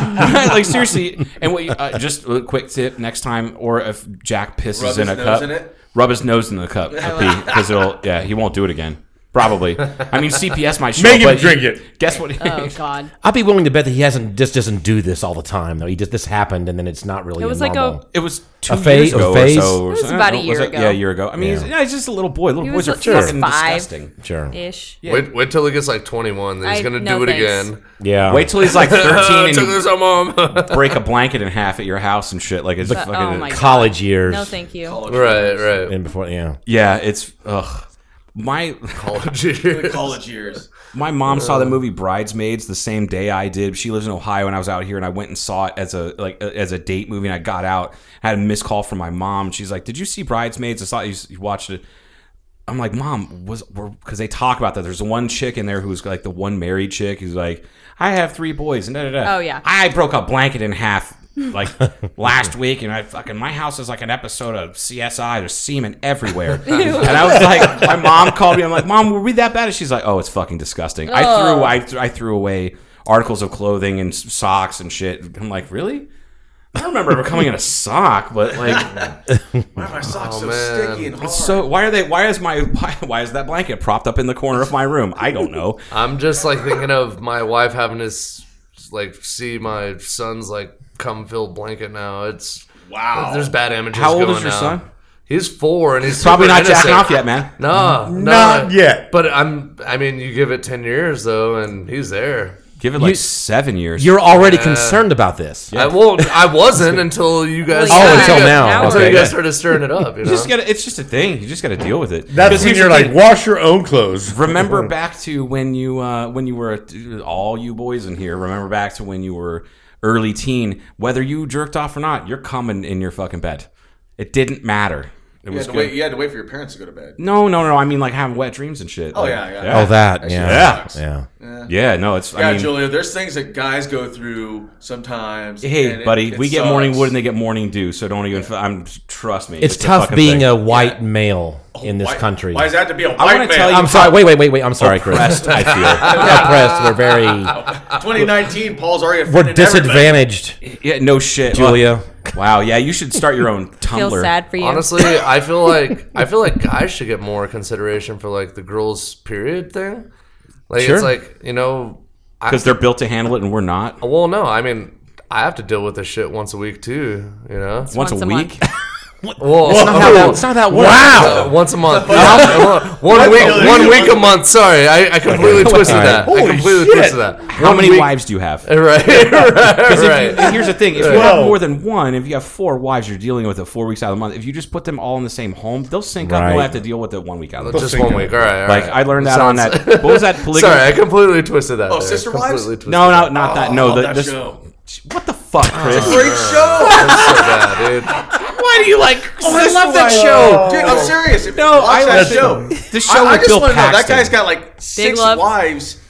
[SPEAKER 6] like. Seriously, and what, you- uh, just a quick tip next time, or if Jack pisses
[SPEAKER 7] Rub
[SPEAKER 6] in
[SPEAKER 7] his nose
[SPEAKER 6] a cup,
[SPEAKER 7] in it?
[SPEAKER 6] rub his nose in
[SPEAKER 7] [LAUGHS]
[SPEAKER 6] the cup because it'll yeah he won't do it again. Probably. I mean, CPS might show
[SPEAKER 10] Make
[SPEAKER 6] up,
[SPEAKER 10] him
[SPEAKER 6] but
[SPEAKER 10] drink it.
[SPEAKER 6] Guess what? [LAUGHS]
[SPEAKER 5] Oh God!
[SPEAKER 8] I'd be willing to bet that he hasn't just doesn't do this all the time though. He just this happened and then it's not really.
[SPEAKER 5] It was
[SPEAKER 8] a
[SPEAKER 5] like a-
[SPEAKER 8] normal-
[SPEAKER 6] It was two
[SPEAKER 8] A
[SPEAKER 6] years
[SPEAKER 8] phase- a
[SPEAKER 6] ago
[SPEAKER 8] phase?
[SPEAKER 6] or so. It
[SPEAKER 5] was about a year ago.
[SPEAKER 6] Yeah, a year ago. I mean, he's, yeah, he's just a little boy. Little
[SPEAKER 5] He
[SPEAKER 6] boys
[SPEAKER 5] was
[SPEAKER 6] are
[SPEAKER 5] like- he was
[SPEAKER 6] fucking
[SPEAKER 5] five.
[SPEAKER 6] disgusting.
[SPEAKER 8] sure.
[SPEAKER 5] Ish.
[SPEAKER 9] wait, wait till he gets like 21, then he's
[SPEAKER 5] I-
[SPEAKER 9] gonna
[SPEAKER 5] no,
[SPEAKER 9] do it
[SPEAKER 5] thanks.
[SPEAKER 9] again.
[SPEAKER 8] Yeah.
[SPEAKER 6] Wait till he's
[SPEAKER 8] [LAUGHS]
[SPEAKER 6] like 13 and
[SPEAKER 9] Took
[SPEAKER 6] you
[SPEAKER 9] this
[SPEAKER 6] [LAUGHS]
[SPEAKER 9] out, mom.
[SPEAKER 6] break a blanket in half at your house and shit. Like it's fucking.
[SPEAKER 5] oh my God.
[SPEAKER 8] college years.
[SPEAKER 5] No, thank you.
[SPEAKER 9] right, right.
[SPEAKER 8] And before, yeah.
[SPEAKER 6] Yeah, it's ugh. My
[SPEAKER 9] [LAUGHS] College.
[SPEAKER 7] college years.
[SPEAKER 6] my mom saw the movie Bridesmaids the same day I did. She lives in Ohio, and I was out here, and I went and saw it as a like a- as a date movie. And I got out, had a missed call from my mom. She's like, "Did you see Bridesmaids?" I saw you, you watched it. I'm like, mom, was because they talk about that. There's one chick in there who's like the one married chick who's like, I have three boys and da da da.
[SPEAKER 5] Oh, yeah.
[SPEAKER 6] I broke a blanket in half like [LAUGHS] last week, and I fucking my house is like an episode of CSI. There's semen everywhere,
[SPEAKER 5] [LAUGHS]
[SPEAKER 6] and I was like, my mom called me. I'm like, mom, were we that bad? And she's like, oh, it's fucking disgusting. I threw I, th- I threw away articles of clothing and s- socks and shit. I'm like, really? I don't remember ever coming in a sock, but like.
[SPEAKER 7] Why are my socks so
[SPEAKER 9] man.
[SPEAKER 7] sticky and hard?
[SPEAKER 6] Oh, So why are they? Why is my why, why is that blanket propped up in the corner of my room? I
[SPEAKER 7] [LAUGHS]
[SPEAKER 6] don't know.
[SPEAKER 9] I'm just like thinking of my wife having to s- like see my son's like cum filled blanket now. It's
[SPEAKER 7] wow.
[SPEAKER 9] there's bad images.
[SPEAKER 6] How old
[SPEAKER 9] going
[SPEAKER 6] is your
[SPEAKER 9] out.
[SPEAKER 6] son?
[SPEAKER 9] He's four, and he's
[SPEAKER 6] Probably
[SPEAKER 9] super
[SPEAKER 6] not jacking
[SPEAKER 9] innocent.
[SPEAKER 6] off yet, man.
[SPEAKER 9] No, no,
[SPEAKER 10] Not yet.
[SPEAKER 9] But I'm. I mean, you give it ten years though, and he's there.
[SPEAKER 6] Give it like seven years.
[SPEAKER 8] You're already concerned about this.
[SPEAKER 9] I won't. I wasn't until you guys.
[SPEAKER 5] Well, yeah. Oh,
[SPEAKER 8] until
[SPEAKER 9] you guys-
[SPEAKER 8] now.
[SPEAKER 9] Until
[SPEAKER 8] Okay.
[SPEAKER 9] you guys started stirring it
[SPEAKER 6] [LAUGHS]
[SPEAKER 9] up. You know?
[SPEAKER 6] You just gotta. It's just a thing. You just gotta deal with it.
[SPEAKER 10] That's
[SPEAKER 6] Because
[SPEAKER 10] when
[SPEAKER 6] here's
[SPEAKER 10] you're
[SPEAKER 6] the
[SPEAKER 10] like,
[SPEAKER 6] thing.
[SPEAKER 10] wash your own clothes.
[SPEAKER 8] [LAUGHS]
[SPEAKER 6] Remember back to when you uh, when you were a- all you boys in here. Remember back to when you were early teen. Whether you jerked off or not, you're coming in your fucking bed. It didn't matter. It
[SPEAKER 7] You
[SPEAKER 6] was
[SPEAKER 7] had, to
[SPEAKER 6] good.
[SPEAKER 7] wait, you had to wait for your parents to go to bed.
[SPEAKER 6] No, no, no. I mean, like having wet dreams and shit.
[SPEAKER 7] Oh,
[SPEAKER 6] Like,
[SPEAKER 7] yeah, yeah.
[SPEAKER 8] Oh, that.
[SPEAKER 7] Actually,
[SPEAKER 8] Yeah.
[SPEAKER 7] that sucks.
[SPEAKER 8] Yeah.
[SPEAKER 6] yeah. no, it's.
[SPEAKER 7] God,
[SPEAKER 6] I mean,
[SPEAKER 7] Julia, there's things that guys go through sometimes.
[SPEAKER 6] hey,
[SPEAKER 7] and it-
[SPEAKER 6] buddy,
[SPEAKER 7] it
[SPEAKER 6] we get
[SPEAKER 7] sucks.
[SPEAKER 6] morning wood and they get morning dew, so don't even. I'm trust me.
[SPEAKER 8] It's
[SPEAKER 6] a
[SPEAKER 8] tough
[SPEAKER 6] fucking
[SPEAKER 8] being
[SPEAKER 6] thing.
[SPEAKER 8] a white male in this
[SPEAKER 7] Why-
[SPEAKER 8] country.
[SPEAKER 7] Why does that have to be a
[SPEAKER 6] I
[SPEAKER 7] white man?
[SPEAKER 6] wanna tell you-
[SPEAKER 8] I'm sorry. Wait, wait, wait, wait. I'm sorry,
[SPEAKER 6] [LAUGHS]
[SPEAKER 8] Chris.
[SPEAKER 6] Oppressed, I feel.
[SPEAKER 8] Oppressed. We're very
[SPEAKER 7] 2019, Paul's already offended
[SPEAKER 8] we're
[SPEAKER 7] everybody.
[SPEAKER 8] disadvantaged.
[SPEAKER 6] Yeah, no shit,
[SPEAKER 8] Julia.
[SPEAKER 6] Wow, yeah, you should start your
[SPEAKER 8] [LAUGHS]
[SPEAKER 6] own Tumblr.
[SPEAKER 5] Feel sad for you.
[SPEAKER 9] Honestly, I feel like I feel like guys should get more consideration for like the girls' period thing. Like
[SPEAKER 8] Sure.
[SPEAKER 9] it's like you know, I,
[SPEAKER 6] because they're built to handle it and we're not.
[SPEAKER 9] well, no, I mean, I have to deal with this shit once a week too. You know,
[SPEAKER 6] Once,
[SPEAKER 5] once
[SPEAKER 6] a
[SPEAKER 5] a
[SPEAKER 6] week.
[SPEAKER 8] [LAUGHS]
[SPEAKER 9] well,
[SPEAKER 8] It's not
[SPEAKER 6] [LAUGHS]
[SPEAKER 8] how that,
[SPEAKER 9] [LAUGHS]
[SPEAKER 8] it's not how that works.
[SPEAKER 9] Uh, once a month. Uh, one week. One week a month. Sorry, I, I completely twisted
[SPEAKER 6] All right.
[SPEAKER 9] that. I
[SPEAKER 8] Holy
[SPEAKER 9] completely
[SPEAKER 8] shit.
[SPEAKER 9] twisted that. [LAUGHS]
[SPEAKER 6] How
[SPEAKER 9] One
[SPEAKER 6] many
[SPEAKER 9] week-
[SPEAKER 6] wives do you have?
[SPEAKER 8] [LAUGHS]
[SPEAKER 9] Right,
[SPEAKER 6] Because if you-
[SPEAKER 9] right, right.
[SPEAKER 6] and here's the thing: if you have
[SPEAKER 10] Whoa.
[SPEAKER 6] more than one, if you have four wives, you're dealing with it four weeks out of the month. If you just put them all in the same home, they'll sync up. and
[SPEAKER 8] Right.
[SPEAKER 6] You'll have to deal with it one week out of the month.
[SPEAKER 9] Just one week. All right. all
[SPEAKER 6] Like
[SPEAKER 9] right.
[SPEAKER 6] I learned that on
[SPEAKER 9] Sounds-
[SPEAKER 6] that. What was that? Polygamy?
[SPEAKER 9] [LAUGHS] Sorry, I completely twisted that.
[SPEAKER 7] Oh,
[SPEAKER 9] there.
[SPEAKER 7] Sister Wives?
[SPEAKER 9] Completely twisted
[SPEAKER 6] No, no,
[SPEAKER 9] that.
[SPEAKER 6] not that. No,
[SPEAKER 7] Oh,
[SPEAKER 6] the,
[SPEAKER 7] that
[SPEAKER 6] this.
[SPEAKER 7] show.
[SPEAKER 6] What the fuck, Chris?
[SPEAKER 7] [LAUGHS] Great
[SPEAKER 6] [LAUGHS]
[SPEAKER 7] show,
[SPEAKER 9] [LAUGHS] so bad, dude.
[SPEAKER 6] Why do you like? Oh, I love that
[SPEAKER 7] dude.
[SPEAKER 6] show.
[SPEAKER 7] I'm serious. If you
[SPEAKER 6] No,
[SPEAKER 7] watch
[SPEAKER 6] I
[SPEAKER 7] that
[SPEAKER 6] listen.
[SPEAKER 7] show.
[SPEAKER 6] The show
[SPEAKER 7] I, I
[SPEAKER 6] with
[SPEAKER 7] just
[SPEAKER 6] Bill
[SPEAKER 7] wanna know, that
[SPEAKER 6] Paxton.
[SPEAKER 7] guy's got like six
[SPEAKER 5] Love.
[SPEAKER 7] wives.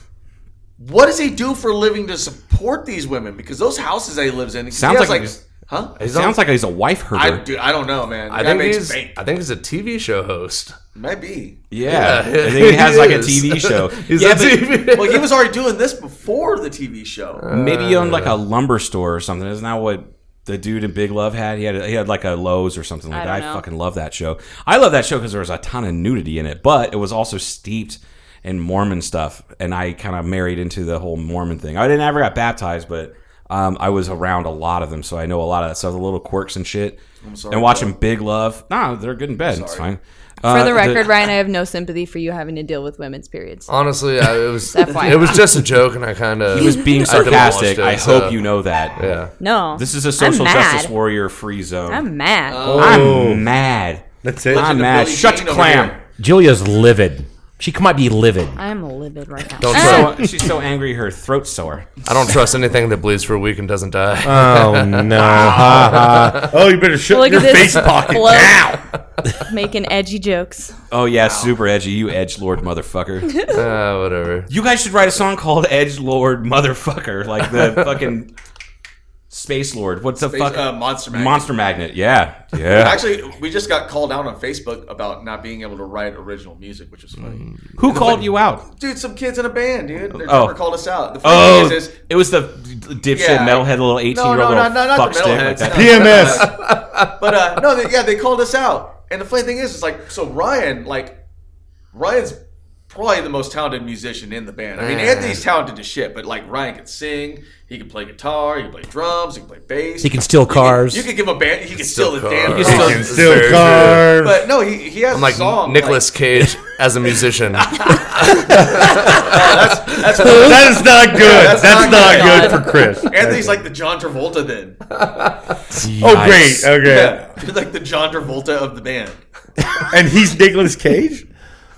[SPEAKER 7] What does he do for a living to support these women? Because those houses that he lives in, he
[SPEAKER 6] Sounds
[SPEAKER 7] has,
[SPEAKER 6] like
[SPEAKER 7] like,
[SPEAKER 6] he's-
[SPEAKER 7] huh?
[SPEAKER 6] It sounds like he's a wife herder.
[SPEAKER 7] I, dude, I don't know, man. The
[SPEAKER 9] I
[SPEAKER 7] guy
[SPEAKER 9] think
[SPEAKER 7] makes
[SPEAKER 9] he's.
[SPEAKER 7] bank.
[SPEAKER 9] I think he's a TV show host.
[SPEAKER 7] Might be.
[SPEAKER 6] yeah,
[SPEAKER 9] Yeah,
[SPEAKER 6] I think [LAUGHS] he has like a
[SPEAKER 9] [LAUGHS] is.
[SPEAKER 6] TV [LAUGHS] show.
[SPEAKER 9] He's
[SPEAKER 6] yeah,
[SPEAKER 9] a
[SPEAKER 6] but
[SPEAKER 9] TV.
[SPEAKER 7] Well, he was already doing this before the TV show.
[SPEAKER 6] maybe he owned like a lumber store or something. Isn't that what the dude in Big Love had? He had he had like a Lowe's or something like
[SPEAKER 5] I
[SPEAKER 6] that.
[SPEAKER 5] don't
[SPEAKER 6] I
[SPEAKER 5] know.
[SPEAKER 6] fucking love that show. I love that show because there was a ton of nudity in it, but it was also steeped in Mormon stuff, and I kind of married into the whole Mormon thing. I didn't ever got baptized, but. Um, I was around a lot of them, so I know a lot of that stuff, the little quirks and shit. and watching Big Love. Nah, they're good in bed. It's fine. Uh,
[SPEAKER 5] for the record, Ryan, I have no sympathy for you having to deal with women's periods.
[SPEAKER 6] Uh,
[SPEAKER 9] Honestly, I, it was.
[SPEAKER 5] FYI.
[SPEAKER 9] it was [LAUGHS] just a joke, and I kind of.
[SPEAKER 6] he was being sarcastic. I, hope you know that.
[SPEAKER 9] Yeah.
[SPEAKER 5] No,
[SPEAKER 6] This is a
[SPEAKER 5] I'm
[SPEAKER 6] social
[SPEAKER 5] mad.
[SPEAKER 6] justice warrior free zone. Oh.
[SPEAKER 5] I'm mad.
[SPEAKER 6] Uh,
[SPEAKER 7] Oh.
[SPEAKER 6] I'm mad.
[SPEAKER 10] That's it.
[SPEAKER 6] I'm mad.
[SPEAKER 7] Billie
[SPEAKER 6] Shut
[SPEAKER 7] Jean
[SPEAKER 6] your
[SPEAKER 7] over
[SPEAKER 6] clam.
[SPEAKER 7] here.
[SPEAKER 8] Julia's livid. She might be livid.
[SPEAKER 5] I'm livid right now.
[SPEAKER 9] Don't
[SPEAKER 5] Ah!
[SPEAKER 9] trust.
[SPEAKER 6] So, [LAUGHS] she's so angry, her throat's sore.
[SPEAKER 9] I don't trust anything that bleeds for a week and doesn't die.
[SPEAKER 8] Oh no! Ha, ha.
[SPEAKER 10] Oh, you better shut
[SPEAKER 5] Look
[SPEAKER 10] your
[SPEAKER 5] at this
[SPEAKER 10] face pocket
[SPEAKER 6] [LAUGHS]
[SPEAKER 5] bloke
[SPEAKER 10] now.
[SPEAKER 5] [LAUGHS] making edgy jokes.
[SPEAKER 6] Oh yeah, super edgy, you edge lord motherfucker.
[SPEAKER 9] [LAUGHS]
[SPEAKER 5] [LAUGHS]
[SPEAKER 9] Ah, whatever.
[SPEAKER 6] you guys should write a song called Edge Lord Motherfucker, like the
[SPEAKER 7] [LAUGHS]
[SPEAKER 6] fucking Space Lord. What's the fuck?
[SPEAKER 7] Uh, Monster Magnet.
[SPEAKER 6] Monster Magnet. Yeah, yeah.
[SPEAKER 7] Actually, we just got called out on Facebook about not being able to write original music, which is funny.
[SPEAKER 6] Who called you out?
[SPEAKER 7] Dude, some kids in a band, dude. They
[SPEAKER 6] Mm. Oh.
[SPEAKER 7] never called us out. The funny
[SPEAKER 6] Oh,
[SPEAKER 7] thing is, is
[SPEAKER 6] it was the dipshit
[SPEAKER 7] Yeah.
[SPEAKER 6] metalhead, little eighteen-year-old
[SPEAKER 7] no,
[SPEAKER 6] little
[SPEAKER 7] no, not the
[SPEAKER 6] fuck stick. Like
[SPEAKER 7] metalheads.
[SPEAKER 6] that.
[SPEAKER 10] PMS.
[SPEAKER 7] but uh, no, they, yeah, they called us out. And the funny thing is, it's like so Ryan, like Ryan's probably the most talented musician in the band. I mean,
[SPEAKER 9] Man.
[SPEAKER 7] Anthony's talented as shit, but like Ryan can sing, he can play guitar, he can play drums, he can play bass,
[SPEAKER 8] He can steal cars.
[SPEAKER 7] You can give him a band, he can, steal,
[SPEAKER 9] cars.
[SPEAKER 7] a damn.
[SPEAKER 9] He
[SPEAKER 7] You
[SPEAKER 9] can
[SPEAKER 10] You
[SPEAKER 9] Oh,
[SPEAKER 10] can
[SPEAKER 9] it's
[SPEAKER 10] still
[SPEAKER 9] very
[SPEAKER 10] carve.
[SPEAKER 7] but no, he, he has
[SPEAKER 9] I'm
[SPEAKER 7] a
[SPEAKER 9] like
[SPEAKER 7] song.
[SPEAKER 9] Nicolas Cage as a musician.
[SPEAKER 7] Like, that's,
[SPEAKER 10] That is not good.
[SPEAKER 7] that's
[SPEAKER 10] That's,
[SPEAKER 7] not
[SPEAKER 10] not,
[SPEAKER 7] good.
[SPEAKER 10] good. for Chris.
[SPEAKER 7] Anthony's like the John Travolta then.
[SPEAKER 10] Oh, great. Okay.
[SPEAKER 7] Yeah, he's like the John Travolta of the band.
[SPEAKER 10] And he's Nicolas Cage?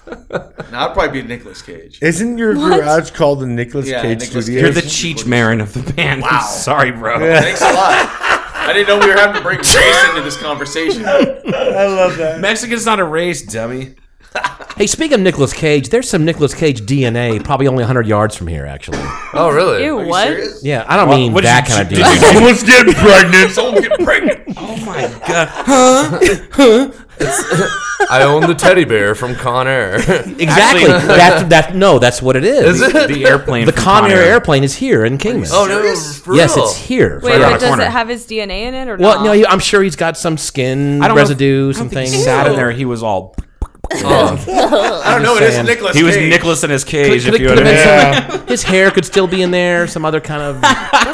[SPEAKER 7] Now I'd probably be Nicolas Cage.
[SPEAKER 10] Isn't your garage called the Nicolas
[SPEAKER 7] Yeah,
[SPEAKER 10] Cage
[SPEAKER 7] Nicolas
[SPEAKER 10] Studios?
[SPEAKER 6] You're the Cheech Marin of the [LAUGHS] band. I'm sorry, bro.
[SPEAKER 7] Thanks a lot. I didn't know we were having to bring race into this conversation.
[SPEAKER 10] I love that.
[SPEAKER 6] Mexican's not a race, dummy.
[SPEAKER 8] hey, speaking of Nicolas Cage, there's some Nicolas Cage DNA probably only 100 yards from here, actually.
[SPEAKER 9] oh, really?
[SPEAKER 5] Ew,
[SPEAKER 7] Are you
[SPEAKER 5] what?
[SPEAKER 7] serious?
[SPEAKER 8] Yeah, I don't mean
[SPEAKER 6] what did
[SPEAKER 8] that
[SPEAKER 6] you-
[SPEAKER 8] kind of
[SPEAKER 6] did [LAUGHS]
[SPEAKER 8] DNA.
[SPEAKER 10] Someone's getting pregnant.
[SPEAKER 7] Someone get pregnant.
[SPEAKER 9] I own the teddy bear from
[SPEAKER 6] [LAUGHS]
[SPEAKER 9] Con Air.
[SPEAKER 8] Exactly. that, that, no, that's what it is.
[SPEAKER 6] The, the airplane.
[SPEAKER 8] The
[SPEAKER 6] from
[SPEAKER 8] Con Air airplane is here in Kingman.
[SPEAKER 9] [LAUGHS] oh no, for
[SPEAKER 8] yes,
[SPEAKER 9] real.
[SPEAKER 8] it's here.
[SPEAKER 5] Wait,
[SPEAKER 6] Right around
[SPEAKER 5] but
[SPEAKER 6] the
[SPEAKER 5] does
[SPEAKER 6] corner.
[SPEAKER 5] it have his DNA in it or
[SPEAKER 8] Well,
[SPEAKER 5] not?
[SPEAKER 8] no, I'm sure he's got some skin
[SPEAKER 6] I don't know if-
[SPEAKER 8] residue,
[SPEAKER 6] I don't think
[SPEAKER 8] something.
[SPEAKER 6] He sat in there. He was all.
[SPEAKER 9] Oh.
[SPEAKER 7] I don't know. It is
[SPEAKER 8] saying.
[SPEAKER 7] Nicholas.
[SPEAKER 6] He was
[SPEAKER 7] Cage.
[SPEAKER 6] Nicholas in his cage.
[SPEAKER 8] Could-
[SPEAKER 6] if
[SPEAKER 8] could-
[SPEAKER 6] you
[SPEAKER 8] could
[SPEAKER 6] know what I
[SPEAKER 8] have
[SPEAKER 6] mean.
[SPEAKER 8] been
[SPEAKER 10] Yeah.
[SPEAKER 8] some- his hair could still be in there, some other
[SPEAKER 6] [LAUGHS]
[SPEAKER 8] kind of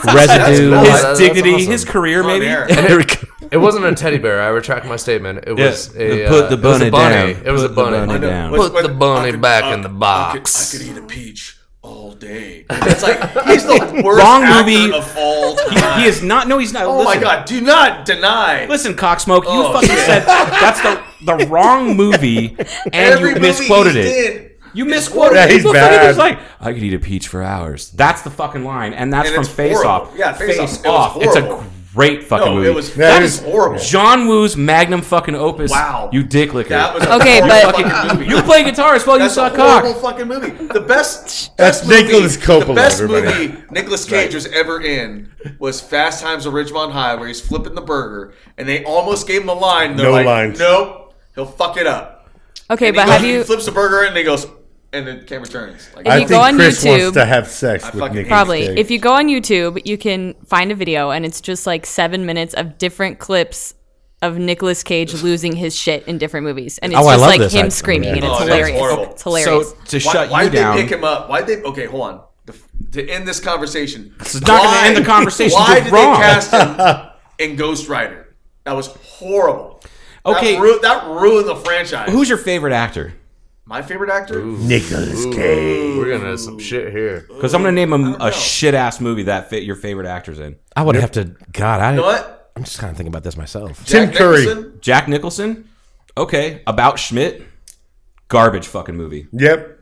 [SPEAKER 8] residue.
[SPEAKER 9] cool.
[SPEAKER 6] His
[SPEAKER 9] That's
[SPEAKER 6] dignity,
[SPEAKER 9] awesome.
[SPEAKER 6] his career,
[SPEAKER 7] On
[SPEAKER 6] maybe.
[SPEAKER 7] air.
[SPEAKER 10] [LAUGHS]
[SPEAKER 8] There we go.
[SPEAKER 9] It wasn't a teddy bear. I retract my statement. It
[SPEAKER 6] Yeah,
[SPEAKER 9] was
[SPEAKER 6] the
[SPEAKER 9] a
[SPEAKER 6] put the
[SPEAKER 9] uh, it was a
[SPEAKER 6] bunny
[SPEAKER 9] bunny.
[SPEAKER 6] down.
[SPEAKER 9] It was
[SPEAKER 6] Put
[SPEAKER 9] a
[SPEAKER 6] the
[SPEAKER 9] bunny.
[SPEAKER 6] bunny
[SPEAKER 7] I know.
[SPEAKER 6] down.
[SPEAKER 7] What's-
[SPEAKER 9] Put the
[SPEAKER 7] what-
[SPEAKER 9] bunny
[SPEAKER 7] I could-
[SPEAKER 9] back
[SPEAKER 7] I
[SPEAKER 9] in the
[SPEAKER 7] could-
[SPEAKER 9] box.
[SPEAKER 7] I could, I could eat a peach all
[SPEAKER 9] [LAUGHS]
[SPEAKER 7] day. It's like he's the worst
[SPEAKER 6] Wrong
[SPEAKER 7] actor
[SPEAKER 6] movie.
[SPEAKER 7] of all time.
[SPEAKER 6] He, he is not. No, he's not.
[SPEAKER 7] Oh
[SPEAKER 6] listen,
[SPEAKER 7] my god! Do not deny.
[SPEAKER 6] Listen, Cocksmoke, you
[SPEAKER 7] Oh,
[SPEAKER 6] fucking
[SPEAKER 7] shit. [LAUGHS]
[SPEAKER 6] said that's the the wrong movie, and
[SPEAKER 7] Every
[SPEAKER 6] you
[SPEAKER 7] movie
[SPEAKER 6] misquoted
[SPEAKER 7] he's
[SPEAKER 6] it.
[SPEAKER 7] in,
[SPEAKER 6] You misquoted
[SPEAKER 10] Yeah,
[SPEAKER 6] it.
[SPEAKER 10] he's
[SPEAKER 6] the fucking-
[SPEAKER 10] bad.
[SPEAKER 6] he's like, "Oh, I could eat a peach for hours. That's the fucking line, and that's
[SPEAKER 7] And
[SPEAKER 6] from
[SPEAKER 7] it's
[SPEAKER 6] Face
[SPEAKER 7] horrible.
[SPEAKER 6] Off.
[SPEAKER 7] Yeah, Face Off. It was
[SPEAKER 6] It's a
[SPEAKER 7] horrible.
[SPEAKER 6] great fucking
[SPEAKER 7] No, it
[SPEAKER 6] movie.
[SPEAKER 7] was- That
[SPEAKER 6] That
[SPEAKER 10] is
[SPEAKER 6] is
[SPEAKER 7] horrible.
[SPEAKER 6] John Woo's magnum fucking opus.
[SPEAKER 7] Wow.
[SPEAKER 6] you dick licker.
[SPEAKER 7] That
[SPEAKER 6] [LAUGHS]
[SPEAKER 7] was a
[SPEAKER 5] Okay,
[SPEAKER 7] horrible
[SPEAKER 5] but-
[SPEAKER 7] fucking movie.
[SPEAKER 6] you play guitar as well. You
[SPEAKER 7] That's
[SPEAKER 6] saw
[SPEAKER 7] a
[SPEAKER 6] cock.
[SPEAKER 7] horrible fucking movie. The best.
[SPEAKER 10] That's
[SPEAKER 7] best movie-
[SPEAKER 10] Nicolas Coppola,
[SPEAKER 7] The best
[SPEAKER 10] everybody.
[SPEAKER 7] movie Nicolas Cage was ever in was Fast Times at Ridgemont High, where he's flipping the burger, and they almost gave him a line. and They're
[SPEAKER 10] No
[SPEAKER 7] like,
[SPEAKER 10] lines.
[SPEAKER 7] Nope, he'll fuck it up.
[SPEAKER 5] Okay,
[SPEAKER 7] And he
[SPEAKER 5] but
[SPEAKER 7] goes-
[SPEAKER 5] have
[SPEAKER 7] He
[SPEAKER 5] you?
[SPEAKER 7] flips the burger and he goes, and the camera turns. Like,
[SPEAKER 5] If
[SPEAKER 10] I
[SPEAKER 5] you go
[SPEAKER 10] think
[SPEAKER 5] on
[SPEAKER 10] Chris
[SPEAKER 5] YouTube-
[SPEAKER 10] wants to have sex with
[SPEAKER 7] fucking
[SPEAKER 10] Nicolas
[SPEAKER 5] Probably.
[SPEAKER 10] Cage.
[SPEAKER 5] If you go on YouTube, you can find a video, and it's just like seven minutes of different clips of Nicolas Cage losing his shit in different movies, and it's
[SPEAKER 8] Oh, I
[SPEAKER 5] just
[SPEAKER 8] love
[SPEAKER 5] like
[SPEAKER 8] this.
[SPEAKER 5] him
[SPEAKER 8] I-
[SPEAKER 5] screaming, and
[SPEAKER 7] Oh,
[SPEAKER 5] it's
[SPEAKER 7] that's horrible.
[SPEAKER 5] hilarious. It's hilarious.
[SPEAKER 6] So to
[SPEAKER 7] why,
[SPEAKER 6] shut
[SPEAKER 7] why
[SPEAKER 6] you
[SPEAKER 7] did
[SPEAKER 6] down,
[SPEAKER 7] they pick him up? Why did they? Okay, hold on. The, to end this conversation, this
[SPEAKER 6] is not gonna end the conversation.
[SPEAKER 7] Why
[SPEAKER 6] You're
[SPEAKER 7] did
[SPEAKER 6] wrong.
[SPEAKER 7] they cast
[SPEAKER 6] [LAUGHS]
[SPEAKER 7] him in Ghost Rider? That was horrible.
[SPEAKER 6] Okay.
[SPEAKER 7] that, ru- that ruined the franchise.
[SPEAKER 6] who's your favorite actor?
[SPEAKER 7] my favorite actor?
[SPEAKER 10] Nicolas Cage.
[SPEAKER 9] We're gonna some shit here.
[SPEAKER 6] Because I'm gonna name a, a shit ass movie that fit your favorite actors in.
[SPEAKER 8] I would have to. God, I.
[SPEAKER 7] You know what?
[SPEAKER 8] I'm just kind of thinking about this myself.
[SPEAKER 10] Tim
[SPEAKER 7] Jack
[SPEAKER 10] Curry.
[SPEAKER 7] Nicholson?
[SPEAKER 6] Jack Nicholson. Okay, about Schmidt. Garbage fucking movie.
[SPEAKER 10] Yep.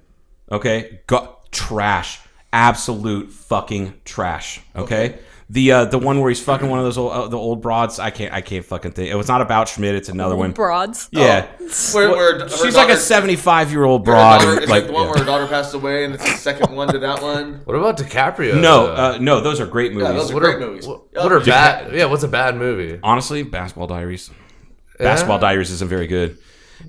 [SPEAKER 6] Okay, Go- trash, absolute fucking trash. Okay, the uh, the one where he's fucking one of those old, uh, the old broads. I can't I can't fucking think. It was not about Schmidt. It's another
[SPEAKER 7] Oh.
[SPEAKER 6] one.
[SPEAKER 5] Broads.
[SPEAKER 6] Yeah,
[SPEAKER 7] Where, where her
[SPEAKER 6] she's like a
[SPEAKER 7] daughter-
[SPEAKER 6] seventy five year old
[SPEAKER 7] her
[SPEAKER 6] broad.
[SPEAKER 7] daughter-
[SPEAKER 6] and,
[SPEAKER 7] is it
[SPEAKER 6] like
[SPEAKER 7] the one
[SPEAKER 6] yeah.
[SPEAKER 7] where her daughter passed away, and it's the second one to that one.
[SPEAKER 9] What about DiCaprio?
[SPEAKER 6] no,
[SPEAKER 9] though?
[SPEAKER 6] uh, no, those are great movies.
[SPEAKER 7] those are
[SPEAKER 9] what
[SPEAKER 7] great
[SPEAKER 9] are
[SPEAKER 7] movies.
[SPEAKER 9] what,
[SPEAKER 7] Yeah.
[SPEAKER 9] what are bad? Yeah, what's a bad movie?
[SPEAKER 6] Honestly, Basketball Diaries. Basketball Diaries isn't very good.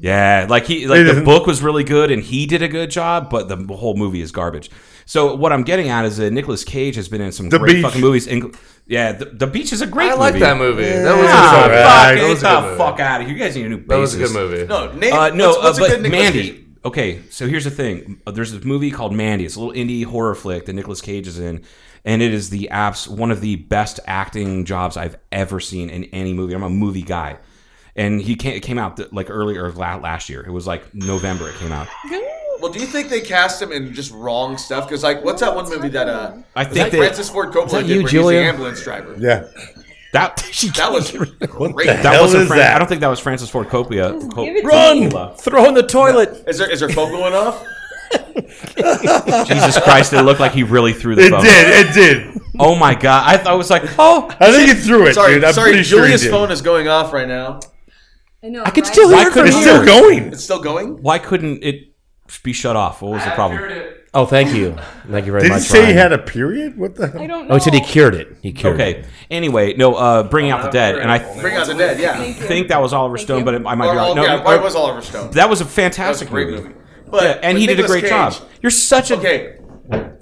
[SPEAKER 6] Yeah, like he like
[SPEAKER 10] It
[SPEAKER 6] the
[SPEAKER 10] isn't.
[SPEAKER 6] book was really good and he did a good job, but the whole movie is garbage. So what I'm getting at is that Nicolas Cage has been in some
[SPEAKER 10] The
[SPEAKER 6] great
[SPEAKER 10] Beach.
[SPEAKER 6] fucking movies. And, yeah, the, the Beach is a great
[SPEAKER 9] I
[SPEAKER 6] movie.
[SPEAKER 9] like that movie. That was
[SPEAKER 10] Yeah,
[SPEAKER 9] a
[SPEAKER 6] Ah,
[SPEAKER 9] good movie.
[SPEAKER 10] alright.
[SPEAKER 6] fuck,
[SPEAKER 10] That
[SPEAKER 6] get
[SPEAKER 9] was a
[SPEAKER 6] the
[SPEAKER 9] good movie.
[SPEAKER 6] fuck out of here. You guys need a new basis.
[SPEAKER 9] That was a good movie.
[SPEAKER 7] No, name,
[SPEAKER 6] Uh, no,
[SPEAKER 7] what's, what's
[SPEAKER 6] uh,
[SPEAKER 7] a
[SPEAKER 6] but
[SPEAKER 7] good Nicolas
[SPEAKER 6] Mandy.
[SPEAKER 7] Cage?
[SPEAKER 6] Okay, so here's the thing. Uh, There's a movie called Mandy. It's a little indie horror flick that Nicolas Cage is in, and it is the apps one of the best acting jobs I've ever seen in any movie. I'm a movie guy, and he came, it came out th- like early or la- last year. It was like November. It came out.
[SPEAKER 7] Well, do you think they cast him in just wrong stuff? Because like, what's that one movie that uh,
[SPEAKER 6] I think
[SPEAKER 7] that
[SPEAKER 6] that
[SPEAKER 7] Francis Ford Coppola did,
[SPEAKER 8] you,
[SPEAKER 7] where
[SPEAKER 8] Julia?
[SPEAKER 7] he's the ambulance driver?
[SPEAKER 10] Yeah.
[SPEAKER 6] that [LAUGHS] she
[SPEAKER 7] That [LAUGHS] was
[SPEAKER 10] [LAUGHS] What
[SPEAKER 7] great.
[SPEAKER 10] the
[SPEAKER 6] that
[SPEAKER 10] hell
[SPEAKER 6] wasn't
[SPEAKER 10] is
[SPEAKER 6] Fran-
[SPEAKER 10] that?
[SPEAKER 6] I don't think that was Francis Ford Coppola. Co-
[SPEAKER 10] [LAUGHS]
[SPEAKER 8] Run! Throw in the toilet.
[SPEAKER 7] Is there is there phone going off?
[SPEAKER 6] Jesus Christ! It looked like he really threw the
[SPEAKER 10] it
[SPEAKER 6] phone.
[SPEAKER 10] did. It did.
[SPEAKER 6] Oh my god! I, th- I was like, oh,
[SPEAKER 10] I think it threw it,
[SPEAKER 7] Sorry,
[SPEAKER 10] dude. I'm
[SPEAKER 7] sorry.
[SPEAKER 10] pretty sure he
[SPEAKER 7] Julia's
[SPEAKER 10] did.
[SPEAKER 7] phone is going off right now.
[SPEAKER 8] I can still hear
[SPEAKER 6] Why
[SPEAKER 8] it from
[SPEAKER 6] couldn't
[SPEAKER 10] It's
[SPEAKER 6] he-
[SPEAKER 8] here.
[SPEAKER 10] still going.
[SPEAKER 7] It's still going.
[SPEAKER 6] why couldn't it be shut off? What was the problem?
[SPEAKER 8] Oh, thank you. Thank you very
[SPEAKER 10] Did he
[SPEAKER 8] much.
[SPEAKER 10] say he
[SPEAKER 8] Ryan.
[SPEAKER 10] had a period? What the hell?
[SPEAKER 5] don't
[SPEAKER 8] Oh, he said he cured it. He cured it.
[SPEAKER 6] Okay. Anyway, no, uh, bringing out the dead, and I th-
[SPEAKER 7] Bring out the dead. Yeah.
[SPEAKER 6] think that was Oliver Stone, but it, I might
[SPEAKER 7] Or,
[SPEAKER 6] be wrong.
[SPEAKER 7] all-
[SPEAKER 6] No,
[SPEAKER 7] yeah,
[SPEAKER 6] no,
[SPEAKER 7] probably
[SPEAKER 6] uh,
[SPEAKER 7] was Oliver Stone.
[SPEAKER 6] that was a
[SPEAKER 7] That was
[SPEAKER 6] fantastic
[SPEAKER 7] a great
[SPEAKER 6] movie.
[SPEAKER 7] movie. But
[SPEAKER 6] Yeah, and
[SPEAKER 7] but
[SPEAKER 6] he did a
[SPEAKER 7] Nicolas
[SPEAKER 6] great job.
[SPEAKER 7] Cage-
[SPEAKER 6] You're such a
[SPEAKER 7] Okay.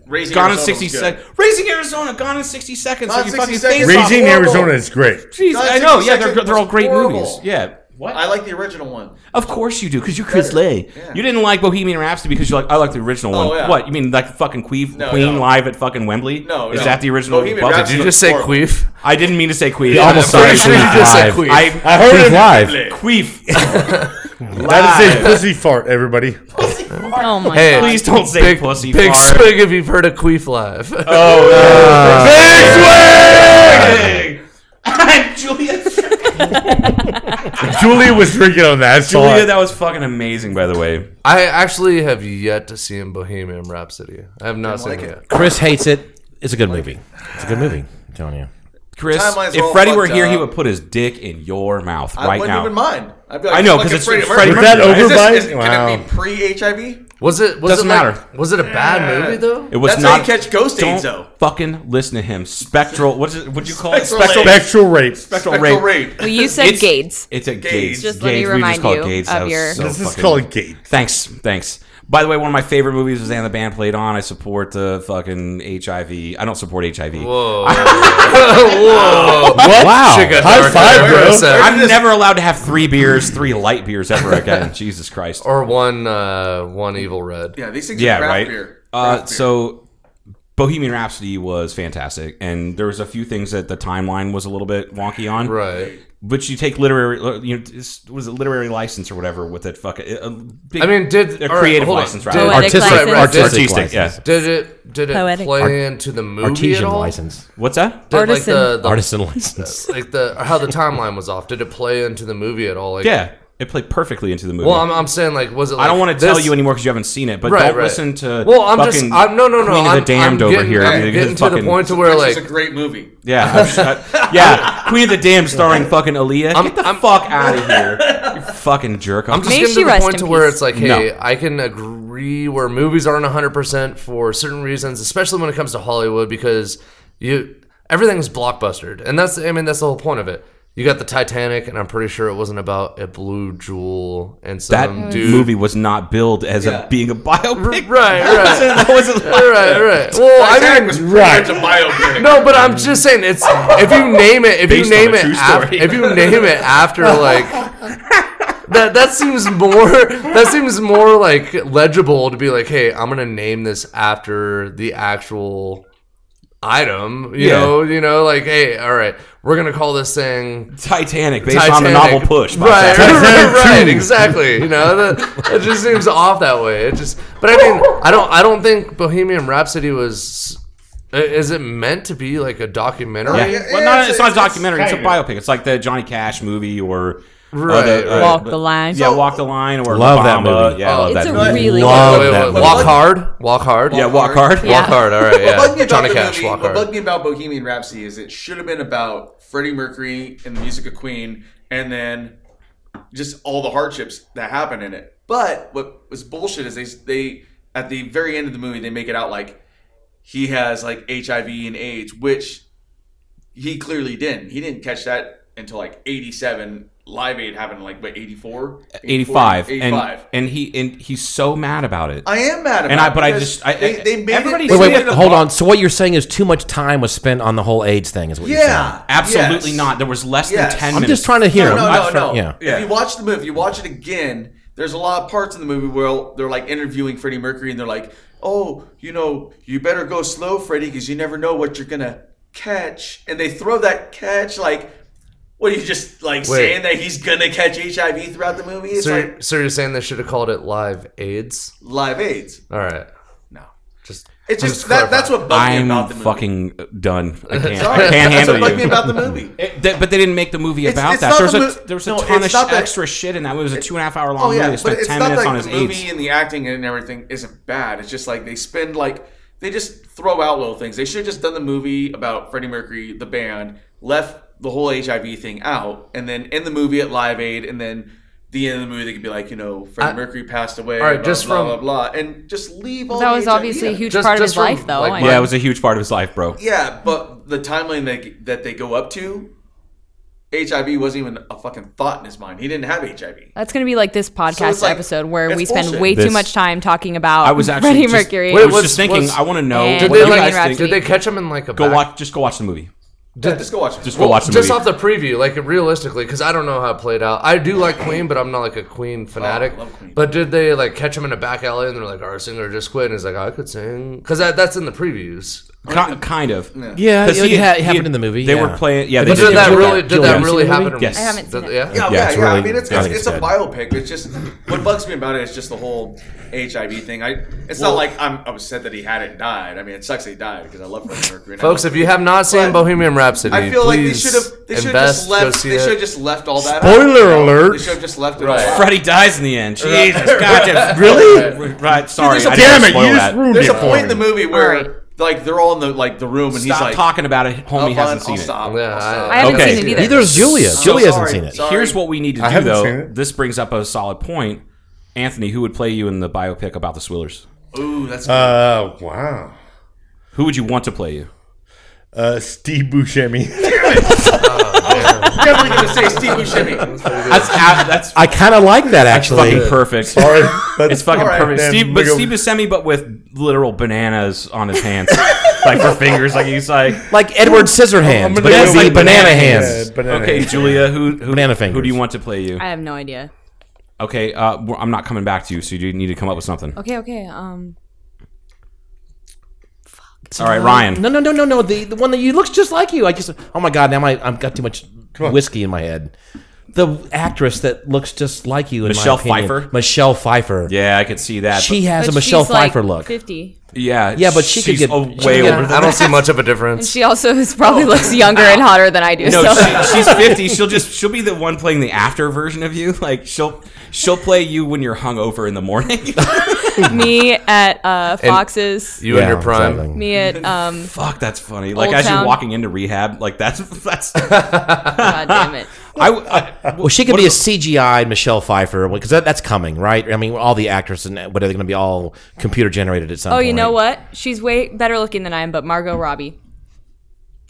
[SPEAKER 7] Raising Arizona
[SPEAKER 6] gone in
[SPEAKER 7] was
[SPEAKER 6] 60
[SPEAKER 7] good.
[SPEAKER 6] seconds. Raising Arizona, gone in 60 seconds.
[SPEAKER 7] Gone
[SPEAKER 6] So
[SPEAKER 7] in
[SPEAKER 6] you
[SPEAKER 7] 60
[SPEAKER 6] fucking
[SPEAKER 7] seconds.
[SPEAKER 6] face
[SPEAKER 10] Raising
[SPEAKER 6] off.
[SPEAKER 10] Arizona is great.
[SPEAKER 6] Jeez,
[SPEAKER 7] Gone in
[SPEAKER 6] I know.
[SPEAKER 7] 60
[SPEAKER 6] Yeah, they're,
[SPEAKER 7] seconds
[SPEAKER 6] they're all
[SPEAKER 7] was
[SPEAKER 6] great
[SPEAKER 7] horrible.
[SPEAKER 6] movies. Yeah. What?
[SPEAKER 7] I like the original one.
[SPEAKER 6] of course you do, because you're Chris Lay.
[SPEAKER 7] Yeah.
[SPEAKER 6] You didn't like Bohemian Rhapsody because you're like, I like the original one.
[SPEAKER 7] Oh, yeah.
[SPEAKER 6] What? You mean like fucking Queen,
[SPEAKER 7] No,
[SPEAKER 6] Queen
[SPEAKER 7] no.
[SPEAKER 6] live at fucking Wembley?
[SPEAKER 7] No,
[SPEAKER 6] Is
[SPEAKER 7] no.
[SPEAKER 6] that the original?
[SPEAKER 7] Bohemian
[SPEAKER 6] Well,
[SPEAKER 7] Rhapsody.
[SPEAKER 9] Did you just say
[SPEAKER 7] Horrible.
[SPEAKER 9] queef?
[SPEAKER 6] I didn't mean to say Queen.
[SPEAKER 8] He almost
[SPEAKER 9] I'm
[SPEAKER 8] said
[SPEAKER 9] pretty sure
[SPEAKER 8] Queef
[SPEAKER 9] he just said
[SPEAKER 8] live.
[SPEAKER 9] Queef.
[SPEAKER 6] I,
[SPEAKER 10] I heard
[SPEAKER 8] Queef
[SPEAKER 10] it.
[SPEAKER 8] live.
[SPEAKER 6] [LAUGHS]
[SPEAKER 8] [LAUGHS]
[SPEAKER 6] queef.
[SPEAKER 10] That is a pussy fart, everybody.
[SPEAKER 5] Oh my
[SPEAKER 9] Hey,
[SPEAKER 5] god!
[SPEAKER 6] Please don't say
[SPEAKER 9] Big,
[SPEAKER 6] pussy
[SPEAKER 9] big
[SPEAKER 6] fart. Oh.
[SPEAKER 9] swig if you've heard of
[SPEAKER 6] [LAUGHS]
[SPEAKER 9] Queef Live.
[SPEAKER 6] Julia,
[SPEAKER 10] Julia was drinking on that. so I-
[SPEAKER 6] Julia, that was fucking amazing, by the way.
[SPEAKER 9] I actually have yet to see him Bohemian Rhapsody. I have not seen
[SPEAKER 7] like
[SPEAKER 9] it
[SPEAKER 7] it.
[SPEAKER 9] yet.
[SPEAKER 8] Chris hates it. It's a good movie. It's a good movie. I'm telling you.
[SPEAKER 6] Chris,
[SPEAKER 7] Timelines are
[SPEAKER 6] if
[SPEAKER 7] all
[SPEAKER 6] Freddie
[SPEAKER 7] fucked
[SPEAKER 6] were here, he
[SPEAKER 7] up.
[SPEAKER 6] would put his dick in your mouth
[SPEAKER 7] I
[SPEAKER 6] right
[SPEAKER 7] wouldn't
[SPEAKER 6] now.
[SPEAKER 7] even mind. I'd be like,
[SPEAKER 6] I know,
[SPEAKER 7] fucking
[SPEAKER 6] 'cause it's
[SPEAKER 7] Freddie
[SPEAKER 6] just
[SPEAKER 7] Mercury.
[SPEAKER 6] Freddie
[SPEAKER 10] was that
[SPEAKER 6] Mercury.
[SPEAKER 7] Is this,
[SPEAKER 10] overbite?
[SPEAKER 7] is,
[SPEAKER 10] wow.
[SPEAKER 7] Can it be pre-HIV?
[SPEAKER 9] Was it? Was
[SPEAKER 6] Doesn't
[SPEAKER 9] it like-
[SPEAKER 6] matter.
[SPEAKER 9] Was it a bad
[SPEAKER 7] [LAUGHS]
[SPEAKER 9] movie though?
[SPEAKER 6] It was
[SPEAKER 7] That's how
[SPEAKER 6] not
[SPEAKER 7] you catch ghost
[SPEAKER 6] don't
[SPEAKER 7] AIDS, though.
[SPEAKER 6] Fucking listen to him. Spectral. What is it? What do you call it?
[SPEAKER 7] Spectral
[SPEAKER 6] Spectral.
[SPEAKER 7] AIDS.
[SPEAKER 10] Spectral rape.
[SPEAKER 6] Spectral
[SPEAKER 7] Spectral
[SPEAKER 6] rape.
[SPEAKER 7] rape.
[SPEAKER 5] Well, you said
[SPEAKER 6] It's-
[SPEAKER 5] Gates.
[SPEAKER 6] It's a
[SPEAKER 7] Gage.
[SPEAKER 6] gauge.
[SPEAKER 5] Just let me
[SPEAKER 6] Gage. We
[SPEAKER 5] remind
[SPEAKER 6] just call it
[SPEAKER 5] you
[SPEAKER 6] gauge.
[SPEAKER 5] of
[SPEAKER 6] That was
[SPEAKER 5] your-
[SPEAKER 6] so
[SPEAKER 10] This is
[SPEAKER 6] fucking-
[SPEAKER 10] called gate.
[SPEAKER 6] Thanks, thanks. By the way, one of my favorite movies was "And the Band Played On." I support the fucking HIV. I don't support HIV.
[SPEAKER 9] Whoa! Whoa!
[SPEAKER 8] Wow.
[SPEAKER 9] Shit got
[SPEAKER 10] High
[SPEAKER 9] dark
[SPEAKER 10] five,
[SPEAKER 9] there
[SPEAKER 10] bro.
[SPEAKER 9] for a sec.
[SPEAKER 6] I'm never allowed to have three beers, three light beers ever again. Jesus Christ.
[SPEAKER 9] Or one, uh, one evil red.
[SPEAKER 7] Yeah, these things
[SPEAKER 6] yeah,
[SPEAKER 7] are craft
[SPEAKER 6] right.
[SPEAKER 7] beer.
[SPEAKER 6] Uh,
[SPEAKER 7] Craft beer.
[SPEAKER 6] so, Bohemian Rhapsody was fantastic, and there was a few things that the timeline was a little bit wonky on.
[SPEAKER 9] Right.
[SPEAKER 6] But you take literary, you know, it's- was it literary license or whatever with it? Fuck it. A big,
[SPEAKER 9] I mean, did
[SPEAKER 6] a
[SPEAKER 9] all right,
[SPEAKER 6] creative
[SPEAKER 9] hold on.
[SPEAKER 6] license,
[SPEAKER 9] Did-
[SPEAKER 6] rather.
[SPEAKER 5] Poetic
[SPEAKER 8] Artistic,
[SPEAKER 5] license.
[SPEAKER 8] artistic,
[SPEAKER 6] Artistic,
[SPEAKER 8] license.
[SPEAKER 6] yeah.
[SPEAKER 9] Did it? Did it
[SPEAKER 5] Poetic.
[SPEAKER 9] play
[SPEAKER 5] Art-
[SPEAKER 9] into the movie
[SPEAKER 8] Artesian
[SPEAKER 9] at all?
[SPEAKER 8] license.
[SPEAKER 6] What's that?
[SPEAKER 9] Did,
[SPEAKER 5] Artisan.
[SPEAKER 9] Like the, the
[SPEAKER 8] Artisan license.
[SPEAKER 9] like the how the timeline was off. Did it play into the movie at all? Like,
[SPEAKER 6] Yeah. It played perfectly into the movie.
[SPEAKER 9] Well, I'm, I'm saying like, was it? Like
[SPEAKER 6] I don't want to
[SPEAKER 9] this-
[SPEAKER 6] tell you anymore because you haven't seen it, but
[SPEAKER 9] Right,
[SPEAKER 6] don't
[SPEAKER 9] right.
[SPEAKER 6] listen to
[SPEAKER 9] Well, I'm just
[SPEAKER 6] fucking
[SPEAKER 9] I'm, no no no.
[SPEAKER 6] Queen of
[SPEAKER 9] I'm,
[SPEAKER 6] the Damned
[SPEAKER 9] I'm
[SPEAKER 6] over
[SPEAKER 9] getting,
[SPEAKER 6] here.
[SPEAKER 9] I'm
[SPEAKER 6] because
[SPEAKER 9] getting to
[SPEAKER 6] fucking-
[SPEAKER 9] the point to where
[SPEAKER 7] Actually,
[SPEAKER 9] like
[SPEAKER 7] it's a great movie.
[SPEAKER 6] Yeah, I'm sh- I-
[SPEAKER 9] [LAUGHS]
[SPEAKER 6] yeah. Queen of the Damned starring fucking Aaliyah. Get the fuck out of here,
[SPEAKER 9] [LAUGHS]
[SPEAKER 6] you fucking jerk.
[SPEAKER 9] I'm just
[SPEAKER 5] May
[SPEAKER 9] getting
[SPEAKER 5] she
[SPEAKER 9] to the
[SPEAKER 5] rest
[SPEAKER 9] point
[SPEAKER 5] in
[SPEAKER 9] to where
[SPEAKER 5] peace.
[SPEAKER 9] it's like, hey, I can agree where movies aren't 100% for certain reasons, especially when it comes to Hollywood, because you everything's blockbustered, and that's I mean that's the whole point of it. You got the Titanic, and I'm pretty sure it wasn't about a blue jewel and
[SPEAKER 6] that
[SPEAKER 9] some dude.
[SPEAKER 6] movie was not billed as
[SPEAKER 7] Yeah.
[SPEAKER 6] a, being a
[SPEAKER 9] [LAUGHS] Right,
[SPEAKER 6] biopic. [LAUGHS]
[SPEAKER 9] right,
[SPEAKER 6] that wasn't
[SPEAKER 9] [LAUGHS] right, right. Well, I
[SPEAKER 7] Titanic
[SPEAKER 9] mean,
[SPEAKER 7] was right. a biopic.
[SPEAKER 9] [LAUGHS] No, but I'm just saying it's if you name it, if
[SPEAKER 6] Based
[SPEAKER 9] you
[SPEAKER 6] on
[SPEAKER 9] name
[SPEAKER 6] a
[SPEAKER 9] it,
[SPEAKER 6] true
[SPEAKER 9] af-
[SPEAKER 6] story.
[SPEAKER 9] if you name it after like that, that seems more that seems more like legible to be like, hey, I'm gonna name this after the actual item. You
[SPEAKER 6] Yeah.
[SPEAKER 9] know, you know, like, hey, all right, we're gonna call this thing
[SPEAKER 6] Titanic, based on the
[SPEAKER 9] Titanic.
[SPEAKER 6] novel Push. by
[SPEAKER 9] Right,
[SPEAKER 6] Titanic. [LAUGHS]
[SPEAKER 9] right, right, exactly. You know, that, it just seems off that way. It just, but I mean, I don't, I don't think Bohemian Rhapsody was. i- Is it meant to be like a documentary?
[SPEAKER 6] Yeah.
[SPEAKER 7] yeah,
[SPEAKER 6] well, not,
[SPEAKER 7] it's-
[SPEAKER 6] it's, not a
[SPEAKER 7] it's-
[SPEAKER 6] documentary. It's, a
[SPEAKER 10] kinda.
[SPEAKER 6] biopic. It's like the Johnny Cash movie or uh,
[SPEAKER 9] Right, right.
[SPEAKER 5] Walk the Line. Oh,
[SPEAKER 6] Yeah, Walk the Line or
[SPEAKER 8] Love that
[SPEAKER 6] Obama.
[SPEAKER 8] movie.
[SPEAKER 6] Yeah, I love
[SPEAKER 5] It's
[SPEAKER 6] that
[SPEAKER 5] a
[SPEAKER 6] movie.
[SPEAKER 5] really
[SPEAKER 8] Love
[SPEAKER 9] Oh, Wait, wait,
[SPEAKER 8] that
[SPEAKER 9] wait,
[SPEAKER 8] movie.
[SPEAKER 9] walk hard, walk hard.
[SPEAKER 6] yeah, Walk Hard.
[SPEAKER 5] Yeah.
[SPEAKER 9] walk hard.
[SPEAKER 7] [LAUGHS]
[SPEAKER 9] All right,
[SPEAKER 7] What bugged me
[SPEAKER 9] yeah.
[SPEAKER 7] about
[SPEAKER 9] Johnny
[SPEAKER 7] the
[SPEAKER 9] Cash,
[SPEAKER 7] movie-
[SPEAKER 9] walk
[SPEAKER 7] What bugged
[SPEAKER 9] hard.
[SPEAKER 7] me about Bohemian Rhapsody is it should have been about Freddie Mercury and the music of Queen, and then just all the hardships that happen in it. But what was bullshit is they they at the very end of the movie they make it out like he has like HIV and AIDS, which he clearly didn't. He didn't catch that until like '87. Live Aid happened in, like what 84,
[SPEAKER 6] 85.
[SPEAKER 7] 85.
[SPEAKER 6] And, and he and he's so mad about it.
[SPEAKER 7] I am mad about
[SPEAKER 6] And I-
[SPEAKER 7] it
[SPEAKER 6] but I
[SPEAKER 7] because
[SPEAKER 6] just- I-
[SPEAKER 7] they,
[SPEAKER 6] I-
[SPEAKER 7] they made
[SPEAKER 6] everybody
[SPEAKER 7] it,
[SPEAKER 8] Wait,
[SPEAKER 6] said
[SPEAKER 8] wait,
[SPEAKER 6] Send it to the
[SPEAKER 8] hold
[SPEAKER 6] bo-
[SPEAKER 8] on. So what you're saying is too much time was spent on the whole AIDS thing, is what you're saying.
[SPEAKER 7] yeah,
[SPEAKER 6] Absolutely
[SPEAKER 7] yes.
[SPEAKER 6] not. There was less
[SPEAKER 7] Yes.
[SPEAKER 6] than 10
[SPEAKER 8] I'm
[SPEAKER 6] minutes.
[SPEAKER 8] just trying to hear.
[SPEAKER 7] No,
[SPEAKER 8] him.
[SPEAKER 7] no,
[SPEAKER 8] I'm
[SPEAKER 7] no,
[SPEAKER 8] trying-
[SPEAKER 7] no.
[SPEAKER 8] Yeah.
[SPEAKER 7] If you watch the movie, you watch it again. There's a lot of parts in the movie where they're like interviewing Freddie Mercury, and they're like, "Oh, you know, you better go slow, Freddie, because you never know what you're gonna catch." And they throw that catch like, what are you just like saying that he's gonna catch HIV throughout the movie? It's
[SPEAKER 9] So, you're-
[SPEAKER 7] like
[SPEAKER 9] so you're saying they should have called it Live AIDS?
[SPEAKER 7] live AIDS.
[SPEAKER 9] All right,
[SPEAKER 7] No,
[SPEAKER 9] just
[SPEAKER 7] it's
[SPEAKER 9] Just
[SPEAKER 7] just that, that's what bugged me about
[SPEAKER 6] I'm
[SPEAKER 7] the movie.
[SPEAKER 6] fucking done. I
[SPEAKER 7] Sorry,
[SPEAKER 6] can't, I
[SPEAKER 7] [LAUGHS]
[SPEAKER 6] can't
[SPEAKER 7] that's
[SPEAKER 6] handle
[SPEAKER 7] what bugged me
[SPEAKER 6] you.
[SPEAKER 7] about the movie.
[SPEAKER 6] It- that- but they didn't make the movie
[SPEAKER 7] It's-
[SPEAKER 6] about
[SPEAKER 7] it's
[SPEAKER 6] that.
[SPEAKER 7] not
[SPEAKER 6] There's
[SPEAKER 7] the
[SPEAKER 6] a,
[SPEAKER 7] mo-
[SPEAKER 6] there's a
[SPEAKER 7] no,
[SPEAKER 6] ton of
[SPEAKER 7] it's
[SPEAKER 6] sh-
[SPEAKER 7] not that-
[SPEAKER 6] extra shit in that. It was a two and a half hour long
[SPEAKER 7] Oh yeah,
[SPEAKER 6] movie. They
[SPEAKER 7] but
[SPEAKER 6] spent
[SPEAKER 7] it's
[SPEAKER 6] ten
[SPEAKER 7] not
[SPEAKER 6] minutes on
[SPEAKER 7] like
[SPEAKER 6] his
[SPEAKER 7] the movie
[SPEAKER 6] AIDS.
[SPEAKER 7] and the acting and everything isn't bad. It's just like they spend like they just throw out little things. They should have just done the movie about Freddie Mercury, the band, left the whole HIV thing out, and then in the movie at Live Aid, and then the end of the movie they could be like, you know, Freddie Mercury passed away. All
[SPEAKER 9] right,
[SPEAKER 7] right, blah,
[SPEAKER 9] just
[SPEAKER 7] just blah,
[SPEAKER 9] from-
[SPEAKER 7] blah, blah blah, and just leave all.
[SPEAKER 5] That
[SPEAKER 7] the
[SPEAKER 5] was
[SPEAKER 7] HIV
[SPEAKER 5] obviously a
[SPEAKER 7] out.
[SPEAKER 5] huge
[SPEAKER 9] Just-
[SPEAKER 5] part of his
[SPEAKER 9] just from,
[SPEAKER 5] life, though.
[SPEAKER 9] like,
[SPEAKER 5] I
[SPEAKER 9] my-
[SPEAKER 5] mean,
[SPEAKER 6] Yeah, it was a huge part of his life, bro.
[SPEAKER 7] Yeah, but the timeline that that they go up to, HIV wasn't even a fucking thought in his mind. He didn't have HIV.
[SPEAKER 5] That's going to be like this podcast
[SPEAKER 7] like-
[SPEAKER 5] episode where
[SPEAKER 7] it's
[SPEAKER 5] we spend
[SPEAKER 7] bullshit.
[SPEAKER 5] way too
[SPEAKER 6] This-
[SPEAKER 5] much time talking about
[SPEAKER 6] I was actually
[SPEAKER 5] Freddie
[SPEAKER 6] just,
[SPEAKER 5] Mercury.
[SPEAKER 6] I
[SPEAKER 9] Wait,
[SPEAKER 6] was
[SPEAKER 9] what's-
[SPEAKER 6] just thinking.
[SPEAKER 9] what's-
[SPEAKER 6] I want to know.
[SPEAKER 5] And
[SPEAKER 9] did
[SPEAKER 6] What
[SPEAKER 9] they
[SPEAKER 6] you
[SPEAKER 5] Bohemian
[SPEAKER 6] guys
[SPEAKER 9] like?
[SPEAKER 5] Rhapsody.
[SPEAKER 6] think?
[SPEAKER 9] Did they catch him in like a
[SPEAKER 6] Go
[SPEAKER 9] back-
[SPEAKER 6] watch. Just go watch the movie.
[SPEAKER 7] Yeah, just go watch it.
[SPEAKER 6] Just go watch the
[SPEAKER 9] just
[SPEAKER 6] movie.
[SPEAKER 9] off the preview, like realistically, because I don't know how it played out. I do like Queen, but I'm not like a Queen fanatic.
[SPEAKER 7] Oh, love Queen.
[SPEAKER 9] But did they like catch him in a back alley and they're like, "Our singer just quit," and he's like, "I could sing," because that, that's in the previews.
[SPEAKER 6] Ki- kind of.
[SPEAKER 8] Yeah,
[SPEAKER 6] 'Cause
[SPEAKER 8] it
[SPEAKER 6] he had-
[SPEAKER 8] had-
[SPEAKER 6] he had-
[SPEAKER 8] it happened in the movie.
[SPEAKER 6] They
[SPEAKER 8] yeah.
[SPEAKER 6] were playing. Yeah, they
[SPEAKER 9] But
[SPEAKER 6] did.
[SPEAKER 9] did that
[SPEAKER 6] do
[SPEAKER 9] really?
[SPEAKER 8] Gillian,
[SPEAKER 9] Did that
[SPEAKER 8] you
[SPEAKER 9] really
[SPEAKER 8] seen the
[SPEAKER 9] happen?
[SPEAKER 8] movie?
[SPEAKER 6] Yes. I
[SPEAKER 5] haven't seen
[SPEAKER 9] Did-
[SPEAKER 5] it.
[SPEAKER 9] Yeah.
[SPEAKER 7] Yeah,
[SPEAKER 8] Yeah,
[SPEAKER 7] yeah,
[SPEAKER 8] it's
[SPEAKER 7] yeah. I
[SPEAKER 8] really-
[SPEAKER 7] mean, it's,
[SPEAKER 8] I
[SPEAKER 7] it's,
[SPEAKER 8] think
[SPEAKER 7] it's
[SPEAKER 8] it's
[SPEAKER 7] a
[SPEAKER 8] good.
[SPEAKER 7] biopic. It's just what bugs me about it is just the whole HIV thing. I it's not like I'm upset that he had it and died. I mean, it sucks that he died because I love Freddie Mercury. and I
[SPEAKER 9] Folks,
[SPEAKER 7] love-
[SPEAKER 9] if you have not seen
[SPEAKER 7] But
[SPEAKER 9] Bohemian Rhapsody,
[SPEAKER 7] I feel like they should have they
[SPEAKER 9] please
[SPEAKER 7] should have just
[SPEAKER 9] invest, go
[SPEAKER 7] left
[SPEAKER 9] see
[SPEAKER 7] they
[SPEAKER 9] it.
[SPEAKER 7] should have just left all that.
[SPEAKER 10] Spoiler
[SPEAKER 7] out.
[SPEAKER 10] alert.
[SPEAKER 7] They should have just left it.
[SPEAKER 9] Right.
[SPEAKER 7] All out.
[SPEAKER 6] Freddie dies in the end. Jesus, [LAUGHS] goddamn.
[SPEAKER 10] Really?
[SPEAKER 6] Right, Right. Sorry.
[SPEAKER 7] there's a-
[SPEAKER 6] I didn't
[SPEAKER 10] Damn it!
[SPEAKER 6] spoil
[SPEAKER 10] You
[SPEAKER 6] that.
[SPEAKER 10] just ruined
[SPEAKER 7] There's
[SPEAKER 10] it.
[SPEAKER 7] a point in
[SPEAKER 10] for
[SPEAKER 7] the
[SPEAKER 10] me.
[SPEAKER 7] movie where
[SPEAKER 5] All right.
[SPEAKER 7] like they're all in the like the room and
[SPEAKER 6] Stop
[SPEAKER 7] he's like,
[SPEAKER 6] talking about it. Homie
[SPEAKER 7] "I'll
[SPEAKER 6] hasn't
[SPEAKER 7] find-
[SPEAKER 6] seen
[SPEAKER 7] I'll stop.
[SPEAKER 6] it.
[SPEAKER 9] Yeah,
[SPEAKER 7] I'll
[SPEAKER 9] I-
[SPEAKER 7] stop."
[SPEAKER 5] I haven't
[SPEAKER 6] Okay.
[SPEAKER 5] seen it either.
[SPEAKER 8] Neither is Julia. Julia hasn't seen it.
[SPEAKER 7] Sorry.
[SPEAKER 6] Here's what we need to
[SPEAKER 10] I
[SPEAKER 6] do,
[SPEAKER 10] haven't
[SPEAKER 6] though.
[SPEAKER 10] seen it.
[SPEAKER 6] This brings up a solid point. Anthony, who would play you in the biopic about the Swillers?
[SPEAKER 7] Ooh, that's
[SPEAKER 10] Uh, wow.
[SPEAKER 6] Who would you want to play you?
[SPEAKER 10] Uh, Steve Buscemi.
[SPEAKER 7] definitely gonna say Steve Buscemi.
[SPEAKER 6] That's that's
[SPEAKER 8] I kind of like that actually.
[SPEAKER 6] fucking perfect.
[SPEAKER 10] Sorry, but
[SPEAKER 6] It's fucking
[SPEAKER 7] All right,
[SPEAKER 6] perfect.
[SPEAKER 10] then,
[SPEAKER 6] Steve,
[SPEAKER 10] we'll
[SPEAKER 6] but
[SPEAKER 10] go-
[SPEAKER 6] Steve Buscemi, but with literal bananas on his hands, like for fingers. Like he's like,
[SPEAKER 8] like Edward Scissorhands, but it
[SPEAKER 6] go
[SPEAKER 8] would
[SPEAKER 6] with
[SPEAKER 8] be banana,
[SPEAKER 6] banana
[SPEAKER 8] hands.
[SPEAKER 10] Yeah, banana
[SPEAKER 6] okay,
[SPEAKER 10] hands.
[SPEAKER 6] Julia, who who,
[SPEAKER 8] Banana
[SPEAKER 6] who
[SPEAKER 8] fingers.
[SPEAKER 6] do you want to play you?
[SPEAKER 5] I have no idea.
[SPEAKER 6] Okay, uh, we're- I'm not coming back to you, so you need to come up with something.
[SPEAKER 5] Okay, okay. Um,
[SPEAKER 6] All right, Ryan.
[SPEAKER 8] No, no, no, no, no. The, the one that you looks just like you. I just. Oh my god! Now my I've got too much
[SPEAKER 10] on.
[SPEAKER 8] whiskey in my head. the actress that looks just like you. In
[SPEAKER 6] Michelle
[SPEAKER 8] my opinion.
[SPEAKER 6] Pfeiffer?
[SPEAKER 8] Michelle Pfeiffer.
[SPEAKER 6] Yeah, I could see that.
[SPEAKER 8] she
[SPEAKER 6] but-
[SPEAKER 8] has
[SPEAKER 5] But
[SPEAKER 8] a Michelle
[SPEAKER 5] she's, like,
[SPEAKER 8] Pfeiffer look.
[SPEAKER 5] Fifty,
[SPEAKER 6] yeah,
[SPEAKER 8] Yeah, but she could
[SPEAKER 6] she's
[SPEAKER 8] get-
[SPEAKER 6] a
[SPEAKER 8] she could
[SPEAKER 6] way
[SPEAKER 8] get-
[SPEAKER 6] over. The,
[SPEAKER 9] [LAUGHS] I don't see much of a difference.
[SPEAKER 5] she also is probably looks younger and hotter than I do.
[SPEAKER 6] [LAUGHS] [LAUGHS] no,
[SPEAKER 5] so.
[SPEAKER 6] she, she's fifty. She'll just she'll be the one playing the after version of you. [LAUGHS] Like she'll she'll play you when you're hungover in the morning. [LAUGHS]
[SPEAKER 5] [LAUGHS] me at uh, Fox's,
[SPEAKER 9] You in your prime.
[SPEAKER 8] exactly.
[SPEAKER 5] me at um,
[SPEAKER 6] Fuck, that's funny. Like
[SPEAKER 5] Old
[SPEAKER 6] as you're
[SPEAKER 5] Town.
[SPEAKER 6] walking into rehab, like that's [LAUGHS] that's.
[SPEAKER 5] God damn it.
[SPEAKER 6] I, I
[SPEAKER 8] Well, she could be a CGI Michelle Pfeiffer because that, that's coming, right? I mean, all the actresses and what are they going to be all computer generated at some
[SPEAKER 5] Oh,
[SPEAKER 8] point?
[SPEAKER 5] you know what? She's way better looking than I am, but Margot Robbie.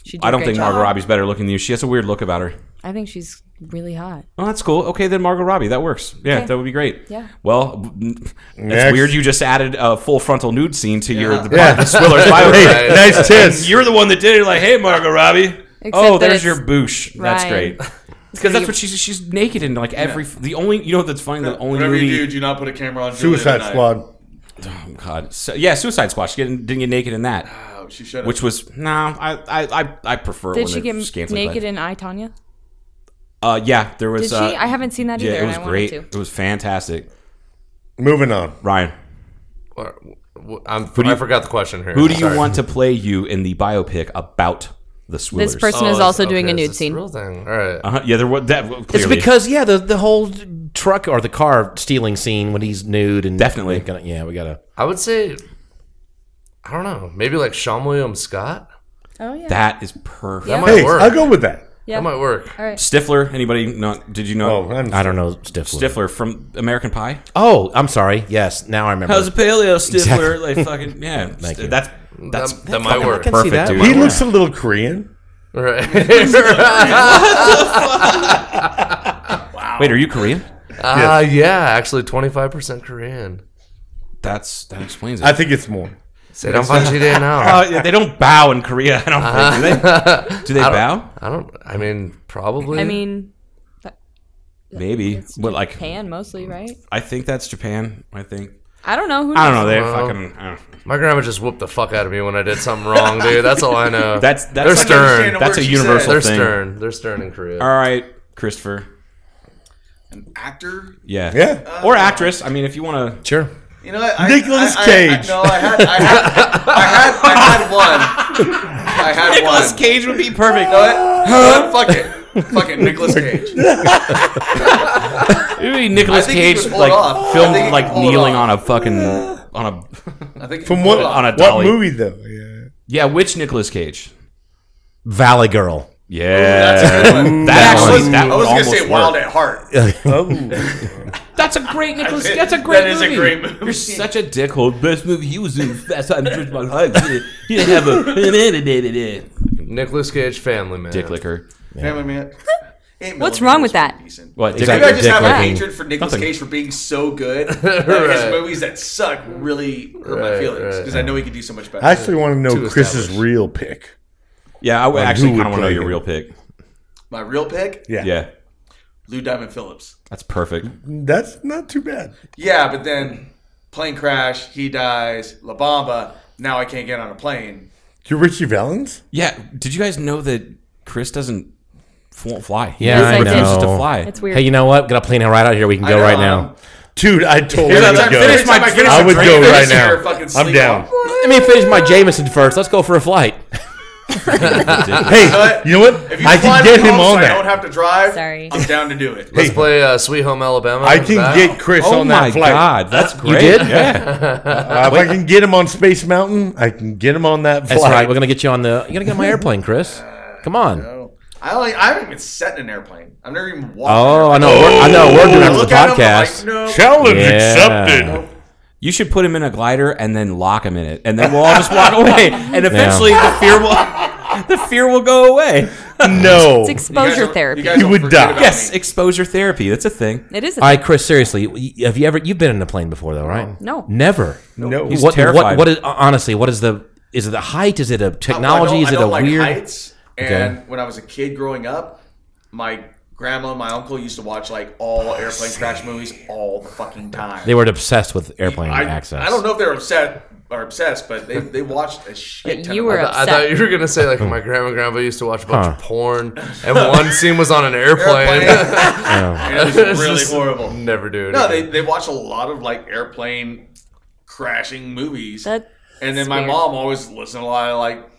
[SPEAKER 5] She did
[SPEAKER 6] I
[SPEAKER 5] a
[SPEAKER 6] don't
[SPEAKER 5] great
[SPEAKER 6] think
[SPEAKER 5] job.
[SPEAKER 6] Margot Robbie's better looking than you. She has a weird look about her.
[SPEAKER 5] I think she's really hot.
[SPEAKER 6] Oh, that's cool. Okay, then Margot Robbie. That works. Yeah, that would be great.
[SPEAKER 5] Yeah.
[SPEAKER 6] Well, it's
[SPEAKER 10] Next.
[SPEAKER 6] weird you just added a full frontal nude scene to your the,
[SPEAKER 10] Yeah.
[SPEAKER 6] the Swiller's
[SPEAKER 10] [LAUGHS]
[SPEAKER 6] Bible.
[SPEAKER 10] Hey, nice tits.
[SPEAKER 6] You're the one that did it. Like, hey, Margot Robbie. oh,
[SPEAKER 5] that it's
[SPEAKER 6] there's your boosh. That's
[SPEAKER 5] Ryan. [LAUGHS]
[SPEAKER 6] great. Because that's what she's she's naked in like every the only you know that's funny the only
[SPEAKER 7] Whatever
[SPEAKER 6] movie
[SPEAKER 7] you do, do not put a camera on. Julia
[SPEAKER 10] Suicide
[SPEAKER 7] tonight.
[SPEAKER 10] Squad.
[SPEAKER 6] oh god so, yeah Suicide Squad she didn't, didn't get naked in that
[SPEAKER 7] Oh, she should have.
[SPEAKER 6] which was no I I I, I prefer
[SPEAKER 5] Did
[SPEAKER 6] when
[SPEAKER 5] she
[SPEAKER 6] they're
[SPEAKER 5] get
[SPEAKER 6] scantily clad.
[SPEAKER 5] naked in I Tanya?
[SPEAKER 6] uh yeah there
[SPEAKER 5] Did
[SPEAKER 6] was
[SPEAKER 5] she?
[SPEAKER 6] uh,
[SPEAKER 5] I haven't seen that either.
[SPEAKER 6] yeah it was
[SPEAKER 5] and I
[SPEAKER 6] great
[SPEAKER 5] Wanted
[SPEAKER 6] it
[SPEAKER 5] to.
[SPEAKER 6] was fantastic
[SPEAKER 10] Moving on.
[SPEAKER 6] Ryan
[SPEAKER 9] Or- w- I'm,
[SPEAKER 6] do
[SPEAKER 9] I
[SPEAKER 6] you-
[SPEAKER 9] forgot the question here.
[SPEAKER 6] Who do you
[SPEAKER 9] Sorry.
[SPEAKER 6] want to play you in the biopic about the Swillers?
[SPEAKER 5] This person
[SPEAKER 9] Oh,
[SPEAKER 5] is
[SPEAKER 9] it's-
[SPEAKER 5] also doing
[SPEAKER 9] okay,
[SPEAKER 5] a nude
[SPEAKER 9] it's this
[SPEAKER 5] scene.
[SPEAKER 9] Real thing. All right.
[SPEAKER 6] Uh-huh. Yeah, there was that. Clearly.
[SPEAKER 8] It's because yeah, the the whole truck or the car stealing scene when he's nude and
[SPEAKER 6] Definitely.
[SPEAKER 8] We're gonna- yeah, we gotta.
[SPEAKER 9] I would say, I don't know, maybe like Sean William Scott.
[SPEAKER 5] Oh yeah.
[SPEAKER 6] that is perfect.
[SPEAKER 5] Yeah.
[SPEAKER 9] might
[SPEAKER 10] Hey,
[SPEAKER 9] work.
[SPEAKER 10] I'll go with that.
[SPEAKER 5] yeah.
[SPEAKER 9] That might work.
[SPEAKER 6] Stifler. Anybody? Not? Did you know
[SPEAKER 10] Oh, I'm,
[SPEAKER 8] I don't know Stifler.
[SPEAKER 6] Stifler from American Pie?
[SPEAKER 8] Oh, I'm sorry. Yes, now I remember.
[SPEAKER 6] paleo
[SPEAKER 8] Exactly.
[SPEAKER 6] Like fucking [LAUGHS] yeah.
[SPEAKER 8] you.
[SPEAKER 6] That's that's
[SPEAKER 9] that, that might work.
[SPEAKER 8] can see
[SPEAKER 6] perfect,
[SPEAKER 8] that.
[SPEAKER 6] dude.
[SPEAKER 10] he looks a little Korean.
[SPEAKER 5] [LAUGHS]
[SPEAKER 9] Right.
[SPEAKER 6] Wait, are you Korean?
[SPEAKER 9] [LAUGHS] uh, yeah, actually, 25% Korean.
[SPEAKER 6] That's that explains it.
[SPEAKER 10] I think it's more.
[SPEAKER 9] Say don't punch you there
[SPEAKER 10] [LAUGHS]
[SPEAKER 9] now.
[SPEAKER 6] Uh, yeah, they don't bow in Korea. [LAUGHS] I don't think. Do [LAUGHS] they? Do they bow?
[SPEAKER 9] I don't, I mean, probably.
[SPEAKER 5] I mean,
[SPEAKER 6] Maybe. But like,
[SPEAKER 5] Pan mostly, right?
[SPEAKER 6] I think that's Japan. I think.
[SPEAKER 5] I don't know. Who
[SPEAKER 6] I
[SPEAKER 5] knows?
[SPEAKER 6] don't know. They
[SPEAKER 9] Well,
[SPEAKER 6] fucking. I don't know.
[SPEAKER 9] my grandma just whooped the fuck out of me when I did something wrong, dude. That's all
[SPEAKER 10] [LAUGHS]
[SPEAKER 9] I know.
[SPEAKER 6] That's that's
[SPEAKER 9] They're stern.
[SPEAKER 6] That's a
[SPEAKER 7] She said
[SPEAKER 6] universal
[SPEAKER 9] They're
[SPEAKER 6] thing.
[SPEAKER 9] stern. They're stern in Korea.
[SPEAKER 6] All right, Christopher.
[SPEAKER 7] An actor?
[SPEAKER 6] Yeah.
[SPEAKER 10] Yeah.
[SPEAKER 6] Or actress. I mean, if you want to.
[SPEAKER 8] sure.
[SPEAKER 7] You know, what? I,
[SPEAKER 10] Nicolas
[SPEAKER 7] I- I- I-
[SPEAKER 10] Cage.
[SPEAKER 7] no, I had, I had, I had, I had one. I had
[SPEAKER 6] Nicholas
[SPEAKER 7] one.
[SPEAKER 6] Cage would be perfect.
[SPEAKER 7] You know what? You know what? Fuck it. Fuck it. [LAUGHS] Nicolas Cage.
[SPEAKER 6] It would be Nicolas
[SPEAKER 7] I think he
[SPEAKER 6] Cage
[SPEAKER 7] could pull it
[SPEAKER 6] like
[SPEAKER 7] off. I think he
[SPEAKER 6] filmed
[SPEAKER 7] could
[SPEAKER 6] like
[SPEAKER 7] pull it
[SPEAKER 6] kneeling
[SPEAKER 7] off.
[SPEAKER 6] on a fucking on a
[SPEAKER 7] I think
[SPEAKER 10] From what
[SPEAKER 6] [LAUGHS] on a
[SPEAKER 10] what
[SPEAKER 6] dolly.
[SPEAKER 10] movie though? Yeah.
[SPEAKER 6] Yeah, which Nicolas Cage?
[SPEAKER 8] Valley Girl.
[SPEAKER 6] Yeah.
[SPEAKER 7] one.
[SPEAKER 6] that actually
[SPEAKER 10] one.
[SPEAKER 6] that
[SPEAKER 7] I
[SPEAKER 6] would
[SPEAKER 7] was gonna
[SPEAKER 6] almost
[SPEAKER 7] say
[SPEAKER 6] work.
[SPEAKER 7] Wild at Heart.
[SPEAKER 10] Oh,
[SPEAKER 6] That's a great Nicholas.
[SPEAKER 7] did-
[SPEAKER 6] That's a great
[SPEAKER 7] that is
[SPEAKER 6] movie.
[SPEAKER 7] a great movie.
[SPEAKER 6] You're such a dickhole. Best movie he was in. Fast Times at
[SPEAKER 7] [LAUGHS]
[SPEAKER 6] Ridgemont High. He didn't have a
[SPEAKER 9] Nicholas Cage, family man.
[SPEAKER 6] dick liquor.
[SPEAKER 7] Family [LAUGHS] Man. Eight
[SPEAKER 5] What's
[SPEAKER 7] millimeter
[SPEAKER 5] wrong
[SPEAKER 7] was
[SPEAKER 5] with that?
[SPEAKER 7] pretty decent.
[SPEAKER 6] What? Dick,
[SPEAKER 7] Maybe I just
[SPEAKER 6] dick
[SPEAKER 7] have a
[SPEAKER 6] licking.
[SPEAKER 7] hatred for Nicolas
[SPEAKER 6] Nothing.
[SPEAKER 7] Cage for being so good. that
[SPEAKER 9] Right.
[SPEAKER 7] His movies that suck really hurt my
[SPEAKER 9] Right,
[SPEAKER 7] feelings
[SPEAKER 9] right.
[SPEAKER 7] because I know he could do so much better.
[SPEAKER 10] I actually want to know
[SPEAKER 9] Too
[SPEAKER 10] Chris's
[SPEAKER 9] established.
[SPEAKER 10] real pick.
[SPEAKER 6] Yeah, I would actually
[SPEAKER 10] who would
[SPEAKER 6] kind of want to know
[SPEAKER 10] play
[SPEAKER 6] your
[SPEAKER 10] him?
[SPEAKER 6] real pick.
[SPEAKER 7] my real pick,
[SPEAKER 10] Yeah.
[SPEAKER 6] Yeah,
[SPEAKER 7] Lou Diamond Phillips.
[SPEAKER 6] that's perfect.
[SPEAKER 10] That's not too bad.
[SPEAKER 7] Yeah, but then plane crash, he dies, La Bamba. Now I can't get on a plane.
[SPEAKER 10] You're Richie Valens?
[SPEAKER 6] Yeah, did you guys know that Chris doesn't fl- fly? He
[SPEAKER 8] Yeah,
[SPEAKER 6] just
[SPEAKER 8] I
[SPEAKER 6] refuses
[SPEAKER 8] know.
[SPEAKER 6] to fly.
[SPEAKER 5] It's weird.
[SPEAKER 8] Hey, you know what? Got a plane right out here. We can go
[SPEAKER 7] know,
[SPEAKER 8] right
[SPEAKER 7] I'm-
[SPEAKER 8] now.
[SPEAKER 10] Dude, I totally
[SPEAKER 7] Every
[SPEAKER 10] would
[SPEAKER 7] time- every
[SPEAKER 10] Oh, go.
[SPEAKER 7] time I finish
[SPEAKER 10] I
[SPEAKER 7] a
[SPEAKER 10] would
[SPEAKER 7] drink,
[SPEAKER 10] go
[SPEAKER 7] finish
[SPEAKER 10] right
[SPEAKER 7] your
[SPEAKER 10] now.
[SPEAKER 7] fucking
[SPEAKER 10] I'm
[SPEAKER 7] sleep
[SPEAKER 10] down.
[SPEAKER 7] off.
[SPEAKER 8] Let me finish my Jameson first. Let's go for a flight.
[SPEAKER 10] Hey,
[SPEAKER 7] But
[SPEAKER 10] you know what?
[SPEAKER 7] If you
[SPEAKER 10] I
[SPEAKER 7] fly
[SPEAKER 10] can
[SPEAKER 7] me
[SPEAKER 10] get him
[SPEAKER 7] home so
[SPEAKER 10] on
[SPEAKER 7] I don't
[SPEAKER 10] that.
[SPEAKER 7] have to drive.
[SPEAKER 5] Sorry.
[SPEAKER 7] I'm down to do
[SPEAKER 10] [LAUGHS]
[SPEAKER 7] it.
[SPEAKER 9] Let's play uh, Sweet Home Alabama.
[SPEAKER 10] I
[SPEAKER 9] Is
[SPEAKER 10] can
[SPEAKER 9] that- [LAUGHS]
[SPEAKER 10] get Chris
[SPEAKER 6] oh
[SPEAKER 10] on
[SPEAKER 6] my
[SPEAKER 10] that flight.
[SPEAKER 6] god, that's great.
[SPEAKER 8] did?
[SPEAKER 6] Yeah.
[SPEAKER 10] Uh, if I can get him on Space Mountain, I can get him on that flight.
[SPEAKER 8] That's right. We're gonna get you on the. You're gonna get on my airplane, Chris. Come on.
[SPEAKER 7] No. I only, I haven't even sat in an airplane. I've never even walked.
[SPEAKER 8] Oh, I know. we're- I know. We're doing it for the podcast.
[SPEAKER 10] Challenge
[SPEAKER 8] Yeah.
[SPEAKER 10] accepted.
[SPEAKER 6] You should put him in a glider and then lock him in it, and then we'll all just walk [LAUGHS] away. And eventually, the fear
[SPEAKER 8] [LAUGHS]
[SPEAKER 6] will the fear will go away.
[SPEAKER 10] No.
[SPEAKER 5] It's exposure therapy.
[SPEAKER 10] You would die.
[SPEAKER 6] Yes, exposure therapy. That's a thing.
[SPEAKER 5] it is. A
[SPEAKER 8] All right, Chris. Seriously, y- have you ever? You've been in a plane before, though, right?
[SPEAKER 5] No.
[SPEAKER 8] Never.
[SPEAKER 10] No.
[SPEAKER 6] He's
[SPEAKER 8] what,
[SPEAKER 6] terrified.
[SPEAKER 8] What? What is uh, honestly? What is the? Is it the height? Is it a technology?
[SPEAKER 7] I don't,
[SPEAKER 8] is it
[SPEAKER 7] I don't
[SPEAKER 8] a
[SPEAKER 7] like
[SPEAKER 8] weird?
[SPEAKER 7] heights. And when I was a kid growing up, my grandma and my uncle used to watch like
[SPEAKER 8] Oh,
[SPEAKER 7] all airplane crash movies all the fucking time.
[SPEAKER 8] They were obsessed with airplane
[SPEAKER 7] I,
[SPEAKER 8] access.
[SPEAKER 7] I don't know if they were upset are obsessed, but they, they watched a shit ton
[SPEAKER 5] You
[SPEAKER 7] of
[SPEAKER 5] were
[SPEAKER 9] I,
[SPEAKER 5] upset.
[SPEAKER 9] thought you were gonna say
[SPEAKER 10] [LAUGHS]
[SPEAKER 9] like my grandma and grandpa used to watch a bunch of porn, and one scene was on
[SPEAKER 7] [LAUGHS]
[SPEAKER 9] an airplane.
[SPEAKER 8] [LAUGHS]
[SPEAKER 9] [LAUGHS]
[SPEAKER 7] It
[SPEAKER 8] Oh.
[SPEAKER 7] was
[SPEAKER 9] It's
[SPEAKER 7] really
[SPEAKER 9] just-
[SPEAKER 7] horrible.
[SPEAKER 9] Never do it.
[SPEAKER 7] No, they,
[SPEAKER 9] again.
[SPEAKER 7] they watch a lot of like airplane crashing movies.
[SPEAKER 5] That-
[SPEAKER 7] and then
[SPEAKER 5] that's
[SPEAKER 7] my
[SPEAKER 5] weird.
[SPEAKER 7] mom always listened to a lot of like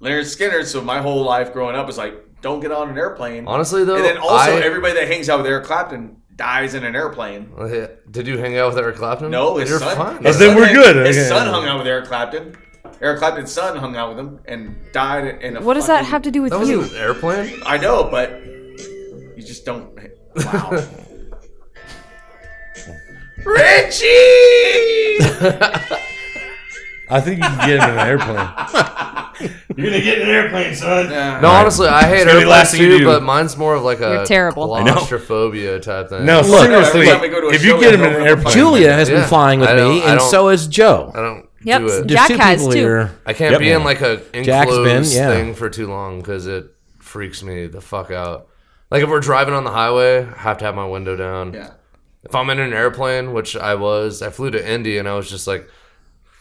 [SPEAKER 7] Leonard Skinner. So my whole life growing up was like, don't get on an airplane.
[SPEAKER 9] Honestly, though,
[SPEAKER 7] and then also
[SPEAKER 9] I-
[SPEAKER 7] everybody that hangs out with Eric Clapton dies in an airplane.
[SPEAKER 9] Well, yeah. Did you hang out with Eric Clapton?
[SPEAKER 7] No,
[SPEAKER 9] Then
[SPEAKER 7] his
[SPEAKER 9] you're
[SPEAKER 7] son.
[SPEAKER 9] fine.
[SPEAKER 7] his
[SPEAKER 10] then
[SPEAKER 7] son
[SPEAKER 10] we're
[SPEAKER 7] hang-
[SPEAKER 10] good.
[SPEAKER 7] His
[SPEAKER 10] Okay.
[SPEAKER 7] son hung out with Eric Clapton. Eric Clapton's son hung out with him and died in a.
[SPEAKER 5] What does that have to do with
[SPEAKER 9] that was
[SPEAKER 5] you?
[SPEAKER 9] an airplane.
[SPEAKER 7] I know, but you just
[SPEAKER 10] [LAUGHS]
[SPEAKER 7] don't. Wow. Richie.
[SPEAKER 10] I think you can get him in an airplane.
[SPEAKER 6] You're gonna get in an airplane, son.
[SPEAKER 7] Uh,
[SPEAKER 9] No, honestly, I
[SPEAKER 6] gonna
[SPEAKER 9] hate
[SPEAKER 6] be the
[SPEAKER 9] airplanes
[SPEAKER 6] last thing you
[SPEAKER 9] too,
[SPEAKER 6] do.
[SPEAKER 9] but mine's more of like a
[SPEAKER 5] You're terrible. I
[SPEAKER 6] know.
[SPEAKER 9] claustrophobia type thing.
[SPEAKER 10] No,
[SPEAKER 8] [LAUGHS] Look,
[SPEAKER 10] seriously,
[SPEAKER 7] every time we go to a
[SPEAKER 10] if you
[SPEAKER 7] show,
[SPEAKER 10] get
[SPEAKER 7] we
[SPEAKER 10] him in
[SPEAKER 7] have
[SPEAKER 10] an
[SPEAKER 7] no
[SPEAKER 10] airplane,
[SPEAKER 8] Julia has
[SPEAKER 9] Yeah.
[SPEAKER 8] been flying with
[SPEAKER 9] I
[SPEAKER 8] me,
[SPEAKER 9] don't- I
[SPEAKER 8] and
[SPEAKER 9] don't-
[SPEAKER 8] so has Joe.
[SPEAKER 9] I don't
[SPEAKER 5] Yep,
[SPEAKER 9] do it.
[SPEAKER 8] There's
[SPEAKER 5] Jack
[SPEAKER 8] two
[SPEAKER 5] has
[SPEAKER 8] people
[SPEAKER 5] too.
[SPEAKER 8] here.
[SPEAKER 9] I can't
[SPEAKER 6] Yep.
[SPEAKER 9] be in like a
[SPEAKER 8] Jack's been,
[SPEAKER 9] enclosed
[SPEAKER 8] yeah.
[SPEAKER 9] thing for too long because it freaks me the fuck out. Like if we're driving on the highway, I have to have my window down.
[SPEAKER 7] Yeah.
[SPEAKER 9] If I'm in an airplane, which I was, I flew to Indy and I was just like,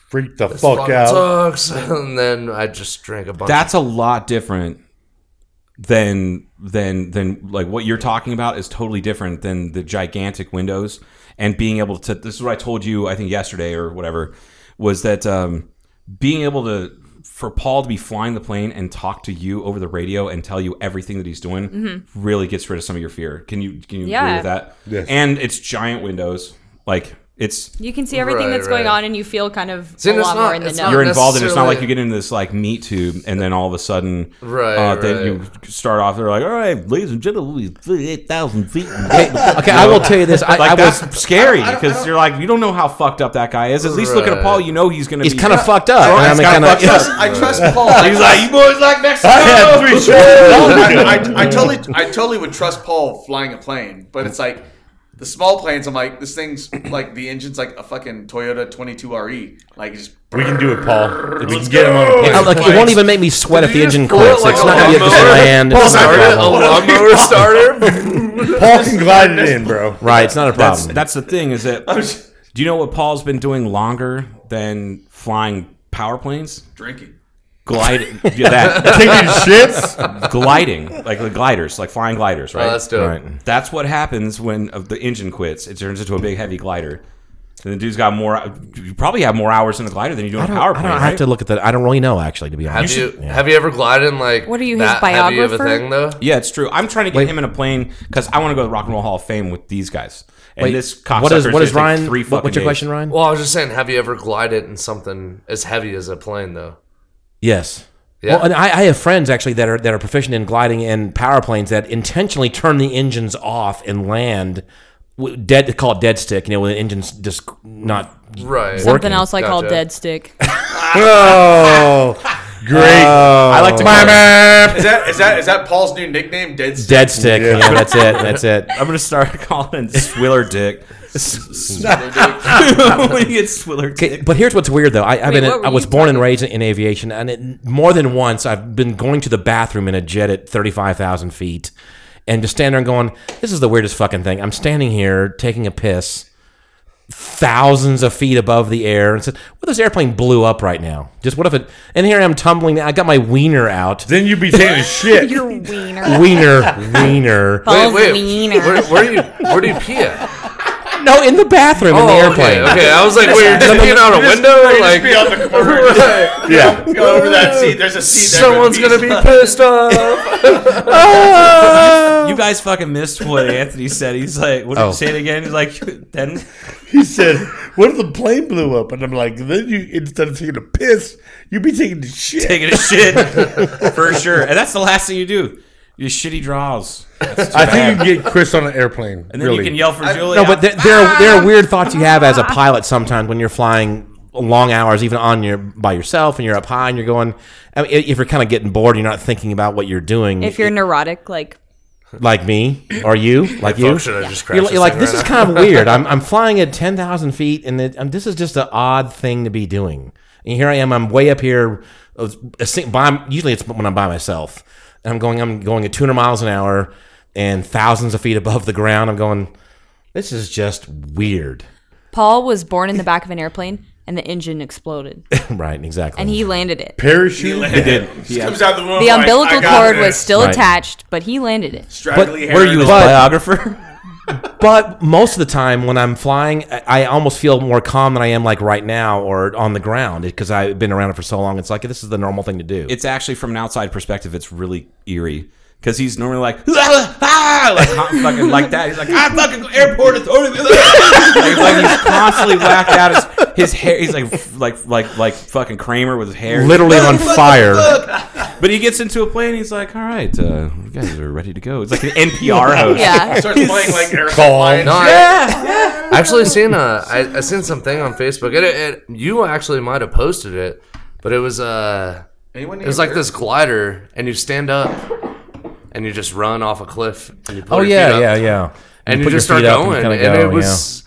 [SPEAKER 10] freak the
[SPEAKER 9] this
[SPEAKER 10] fuck
[SPEAKER 9] fucking
[SPEAKER 10] out.
[SPEAKER 9] sucks. [LAUGHS] And then I just drank a bunch.
[SPEAKER 6] That's a lot different than than than like what you're talking about is totally different than the gigantic windows and being able to. This is what I told you, I think yesterday or whatever, was that um, being able to for Paul to be flying the plane and talk to you over the radio and tell you everything that he's doing really gets rid of some of your fear. Can you can you agree
[SPEAKER 5] Yeah.
[SPEAKER 6] with that?
[SPEAKER 10] Yes.
[SPEAKER 6] And it's giant windows, like it's
[SPEAKER 5] You can see everything
[SPEAKER 9] Right,
[SPEAKER 5] that's going
[SPEAKER 9] right.
[SPEAKER 5] on, and you feel kind of
[SPEAKER 9] See,
[SPEAKER 5] a
[SPEAKER 9] and it's
[SPEAKER 5] lot
[SPEAKER 9] not-
[SPEAKER 5] more in the
[SPEAKER 9] it's
[SPEAKER 5] know.
[SPEAKER 9] not
[SPEAKER 6] you're involved in it. It's not like
[SPEAKER 9] necessarily-
[SPEAKER 6] you get into this like meat tube and then all of a sudden
[SPEAKER 9] Right,
[SPEAKER 6] uh, then you
[SPEAKER 9] right.
[SPEAKER 6] start off they're like all right ladies and gentlemen we flew 8,000
[SPEAKER 9] [LAUGHS]
[SPEAKER 6] feet
[SPEAKER 8] Okay, I will tell you this. I,
[SPEAKER 6] like
[SPEAKER 8] I
[SPEAKER 6] that's
[SPEAKER 8] was.
[SPEAKER 6] scary because you're like you don't know how fucked up that guy is at least looking at
[SPEAKER 9] Right.
[SPEAKER 6] Paul you know he's gonna
[SPEAKER 8] He's
[SPEAKER 6] be
[SPEAKER 8] kind of fucked up.
[SPEAKER 6] Right,
[SPEAKER 8] I
[SPEAKER 6] he's
[SPEAKER 8] mean,
[SPEAKER 6] kinda
[SPEAKER 8] kinda- [LAUGHS]
[SPEAKER 6] fucked up.
[SPEAKER 7] I trust Paul. [LAUGHS] I
[SPEAKER 6] he's
[SPEAKER 7] trust-
[SPEAKER 6] like you boys like Mexico
[SPEAKER 10] I
[SPEAKER 7] [LAUGHS]
[SPEAKER 10] had three shows.
[SPEAKER 7] I, [LAUGHS] I, I totally, I totally would trust Paul flying a plane, but it's like the small planes. I'm like, this thing's like the engine's like a fucking Toyota 22RE. Like, just
[SPEAKER 10] We can do it, Paul. If we can get him on a plane.
[SPEAKER 8] I- Like, it won't even make me sweat if the engine quits.
[SPEAKER 9] like
[SPEAKER 8] It's
[SPEAKER 9] a
[SPEAKER 8] not going to be a good
[SPEAKER 9] lawnmower?
[SPEAKER 8] land. It's not a
[SPEAKER 9] Started a
[SPEAKER 8] problem.
[SPEAKER 9] lawnmower [LAUGHS] starter.
[SPEAKER 10] Paul can glide it in, bro.
[SPEAKER 8] Right, it's not a
[SPEAKER 6] that's
[SPEAKER 8] problem.
[SPEAKER 6] that's the thing is
[SPEAKER 9] [LAUGHS]
[SPEAKER 6] that do you know what Paul's been doing longer than flying power planes
[SPEAKER 7] drinking.
[SPEAKER 6] gliding yeah,
[SPEAKER 9] [LAUGHS]
[SPEAKER 6] that
[SPEAKER 8] [LAUGHS]
[SPEAKER 10] Taking shits.
[SPEAKER 6] gliding like the gliders like flying gliders right
[SPEAKER 9] Oh, that's dope.
[SPEAKER 8] Right.
[SPEAKER 6] That's what happens when uh, the engine quits. It turns into a big heavy glider. And the dude's got more. You probably have more hours in a glider than you do in
[SPEAKER 8] I
[SPEAKER 6] a
[SPEAKER 8] don't,
[SPEAKER 6] power
[SPEAKER 8] I
[SPEAKER 6] plane.
[SPEAKER 8] don't
[SPEAKER 6] right?
[SPEAKER 8] have to look at that. I don't really know, actually, to be
[SPEAKER 9] Have
[SPEAKER 8] honest.
[SPEAKER 9] you have you ever glided in like
[SPEAKER 5] What are you, his
[SPEAKER 9] that heavy of a
[SPEAKER 5] biographer?
[SPEAKER 9] thing though?
[SPEAKER 6] Yeah, it's true. I'm trying to get him in a plane because I want to go to the Rock and Roll Hall of Fame with these guys. And
[SPEAKER 8] Wait,
[SPEAKER 6] this
[SPEAKER 8] what is
[SPEAKER 6] cocksucker's
[SPEAKER 8] what
[SPEAKER 6] gonna
[SPEAKER 8] is
[SPEAKER 6] take
[SPEAKER 8] Ryan?
[SPEAKER 6] Three
[SPEAKER 8] what-
[SPEAKER 6] fucking
[SPEAKER 8] what's your
[SPEAKER 6] days. [LAUGHS]
[SPEAKER 8] question, Ryan?
[SPEAKER 9] Well, I was just saying, have you ever glided in something as heavy as a plane though?
[SPEAKER 8] Yes.
[SPEAKER 9] Yeah.
[SPEAKER 8] Well, and I, I have friends actually that are that are proficient in gliding and power planes that intentionally turn the engines off and land w- dead. They call it dead stick. You know, when the engine's just not.
[SPEAKER 9] Right.
[SPEAKER 8] working.
[SPEAKER 5] Something else I call
[SPEAKER 9] Gotcha.
[SPEAKER 5] dead stick.
[SPEAKER 9] [LAUGHS]
[SPEAKER 10] Oh,
[SPEAKER 8] [LAUGHS]
[SPEAKER 10] great.
[SPEAKER 8] Uh,
[SPEAKER 6] I like to. Call,
[SPEAKER 7] Is that is that is that Paul's new nickname? Dead. [LAUGHS] Stick?
[SPEAKER 8] Dead stick. Yeah, that's it. That's it.
[SPEAKER 6] I'm gonna start calling it Swiller
[SPEAKER 8] [LAUGHS]
[SPEAKER 6] Dick. [LAUGHS] when you get Swiller Dick.
[SPEAKER 8] Okay, but here's what's weird though. I, I've
[SPEAKER 5] Wait,
[SPEAKER 8] been
[SPEAKER 5] what were
[SPEAKER 8] I was
[SPEAKER 5] you
[SPEAKER 8] born and raised in, in aviation, and it, more than once I've been going to the bathroom in a jet at thirty five thousand feet, and just standing there and going, "This is the weirdest fucking thing." I'm standing here taking a piss, thousands of feet above the air, and said, "What if this airplane blew up right now? Just what if it?" And here I'm tumbling. I got my wiener out.
[SPEAKER 10] Then you'd be
[SPEAKER 6] [LAUGHS]
[SPEAKER 10] taking a shit.
[SPEAKER 5] Your wiener.
[SPEAKER 8] Wiener,
[SPEAKER 5] [LAUGHS]
[SPEAKER 8] wiener.
[SPEAKER 5] Paul's
[SPEAKER 9] wait, wait.
[SPEAKER 5] wiener.
[SPEAKER 9] Where, where do you where do you pee at?
[SPEAKER 8] No, in the bathroom in the airplane.
[SPEAKER 9] Oh, Okay,
[SPEAKER 8] [LAUGHS]
[SPEAKER 9] okay. I was like, wait, you're just peeing out a window? Like,
[SPEAKER 7] Be
[SPEAKER 9] [LAUGHS]
[SPEAKER 7] on the corner.
[SPEAKER 10] Yeah.
[SPEAKER 7] Go over that seat. There's a seat. there for
[SPEAKER 9] someone's
[SPEAKER 7] peace.
[SPEAKER 9] gonna be pissed off.
[SPEAKER 6] You guys fucking missed what Anthony said. He's like, "What did
[SPEAKER 8] Oh.
[SPEAKER 6] you say it again?" He's like, "Then."
[SPEAKER 10] He said, "What if the plane blew up?" And I'm like, "Then you instead of taking a piss, you'd be taking a shit."
[SPEAKER 6] [LAUGHS] taking a shit for sure. And that's the last thing you do. Your shitty draws.
[SPEAKER 10] I think you can get Chris on an airplane.
[SPEAKER 6] And then
[SPEAKER 10] really.
[SPEAKER 6] you can yell for Julie.
[SPEAKER 8] No, but there, there,
[SPEAKER 5] [LAUGHS]
[SPEAKER 8] are, there are weird thoughts you have as a pilot sometimes when you're flying long hours, even on your by yourself, and you're up high and you're going. I mean, if you're kind of getting bored, you're not thinking about what you're doing.
[SPEAKER 5] if you're neurotic, like
[SPEAKER 8] like me or you, like [LAUGHS] you,
[SPEAKER 9] Fuck, should I just
[SPEAKER 8] you're,
[SPEAKER 9] crash
[SPEAKER 8] you're like
[SPEAKER 9] thing
[SPEAKER 8] this
[SPEAKER 9] right
[SPEAKER 8] is
[SPEAKER 9] [LAUGHS]
[SPEAKER 8] kind of weird. I'm, I'm flying at ten thousand feet, and it, um, this is just an odd thing to be doing. And here I am. I'm way up here. I was- I think by, usually it's when I'm by myself, and I'm going. I'm going at 200 miles an hour and thousands of feet above the ground. I'm going. This is just weird. [LAUGHS]
[SPEAKER 5] Paul was born in the back of an airplane and the engine exploded,
[SPEAKER 8] right, exactly.
[SPEAKER 5] and he landed it.
[SPEAKER 10] Parachute.
[SPEAKER 7] He
[SPEAKER 6] did.
[SPEAKER 7] Just comes out of the room.
[SPEAKER 5] The
[SPEAKER 7] like,
[SPEAKER 5] umbilical
[SPEAKER 7] Oh, "I got
[SPEAKER 5] cord
[SPEAKER 7] this."
[SPEAKER 5] was still
[SPEAKER 8] Right.
[SPEAKER 5] attached, but he
[SPEAKER 7] [LAUGHS]
[SPEAKER 5] landed it.
[SPEAKER 8] but
[SPEAKER 7] straggly hair.
[SPEAKER 6] Were you his
[SPEAKER 8] But-
[SPEAKER 6] biographer?
[SPEAKER 8] But most of the time when I'm flying, I I almost feel more calm than I am like right now or on the ground because I've been around it for so long. It's like this is the normal thing to do.
[SPEAKER 6] it's actually from an outside perspective, it's really eerie because he's normally like, [LAUGHS] "Ah, ah," like hot fucking like that. He's like, I fucking airport authority. [LAUGHS] like, like he's constantly whacked out. His, his hair, he's like, like, like, like fucking Kramer with his hair
[SPEAKER 8] literally on fire.
[SPEAKER 6] But he gets into a plane. He's like, "All right, uh, you guys are ready to go." It's like an NPR
[SPEAKER 5] [LAUGHS]
[SPEAKER 6] host.
[SPEAKER 5] Yeah.
[SPEAKER 7] Starts playing like Eric
[SPEAKER 9] Oh, No, I, I actually seen a, I, I seen something on Facebook. It, it, you actually might have posted it, but it was uh,
[SPEAKER 7] Anyone
[SPEAKER 9] it was
[SPEAKER 7] here?
[SPEAKER 9] like this glider, and you stand up, and you just run off a cliff, and you put
[SPEAKER 8] oh
[SPEAKER 9] your feet
[SPEAKER 8] yeah,
[SPEAKER 9] up,
[SPEAKER 8] yeah, yeah.
[SPEAKER 9] and you,
[SPEAKER 8] put
[SPEAKER 9] just
[SPEAKER 8] your
[SPEAKER 9] start
[SPEAKER 8] feet up
[SPEAKER 9] going,
[SPEAKER 8] kinda
[SPEAKER 9] and,
[SPEAKER 8] go,
[SPEAKER 9] it was,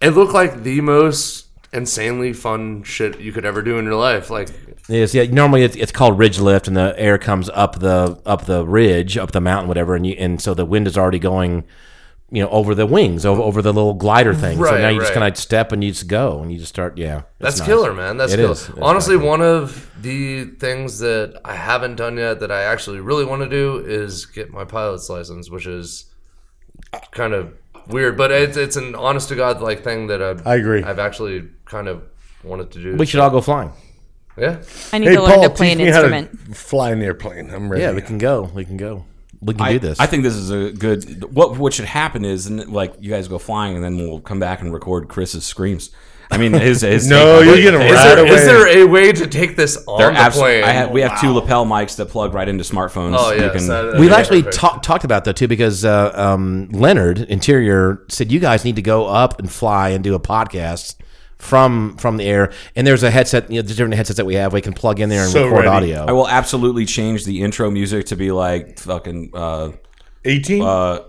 [SPEAKER 9] it looked like the most insanely fun shit you could ever do in your life. Like
[SPEAKER 8] yeah. It is, yeah. Normally it's, it's called ridge lift, and the air comes up the up the ridge, up the mountain, whatever, and you, and so the wind is already going, you know, over the wings, over over the little glider thing. so
[SPEAKER 9] Right,
[SPEAKER 8] now you just
[SPEAKER 9] right.
[SPEAKER 8] kind of step and you just go and you just start. Yeah,
[SPEAKER 9] That's
[SPEAKER 8] nice.
[SPEAKER 9] killer, man. That's
[SPEAKER 8] It
[SPEAKER 9] killer.
[SPEAKER 8] is. That's
[SPEAKER 9] Honestly,
[SPEAKER 8] right.
[SPEAKER 9] one of the things that I haven't done yet that I actually really want to do is get my pilot's license, which is kind of weird, but it's it's an honest to god like thing that I've,
[SPEAKER 10] I agree.
[SPEAKER 9] I've actually kind of wanted to do.
[SPEAKER 8] We should all go flying.
[SPEAKER 9] yeah.
[SPEAKER 5] I need
[SPEAKER 10] Hey
[SPEAKER 5] to learn
[SPEAKER 10] Paul,
[SPEAKER 5] to play
[SPEAKER 10] teach
[SPEAKER 5] an
[SPEAKER 10] me how
[SPEAKER 5] instrument.
[SPEAKER 10] to fly an airplane. I'm ready.
[SPEAKER 8] Yeah, we can go. We can go. We can
[SPEAKER 6] I,
[SPEAKER 8] do this.
[SPEAKER 6] I think this is a good. What what should happen is, and, like, you guys go flying, and then we'll come back and record Chris's screams. I mean, his
[SPEAKER 9] [LAUGHS]
[SPEAKER 6] his.
[SPEAKER 10] No, you're gonna
[SPEAKER 9] Is
[SPEAKER 10] Right
[SPEAKER 9] there,
[SPEAKER 10] away.
[SPEAKER 9] is there a way to take this on
[SPEAKER 6] They're
[SPEAKER 9] the
[SPEAKER 6] abso-
[SPEAKER 9] plane?
[SPEAKER 6] I have, we have two lapel mics that plug right into smartphones.
[SPEAKER 9] oh
[SPEAKER 6] You
[SPEAKER 9] yeah,
[SPEAKER 6] can-
[SPEAKER 8] We've actually ta- talked about that too because uh, um, Leonard Interior said you guys need to go up and fly and do a podcast from from the air. And there's a headset, you know, there's different headsets that we have. We can plug in there and
[SPEAKER 10] So
[SPEAKER 8] record
[SPEAKER 10] ready.
[SPEAKER 8] audio.
[SPEAKER 6] I will absolutely change the intro music to be like fucking. Uh,
[SPEAKER 10] 18.
[SPEAKER 6] uh,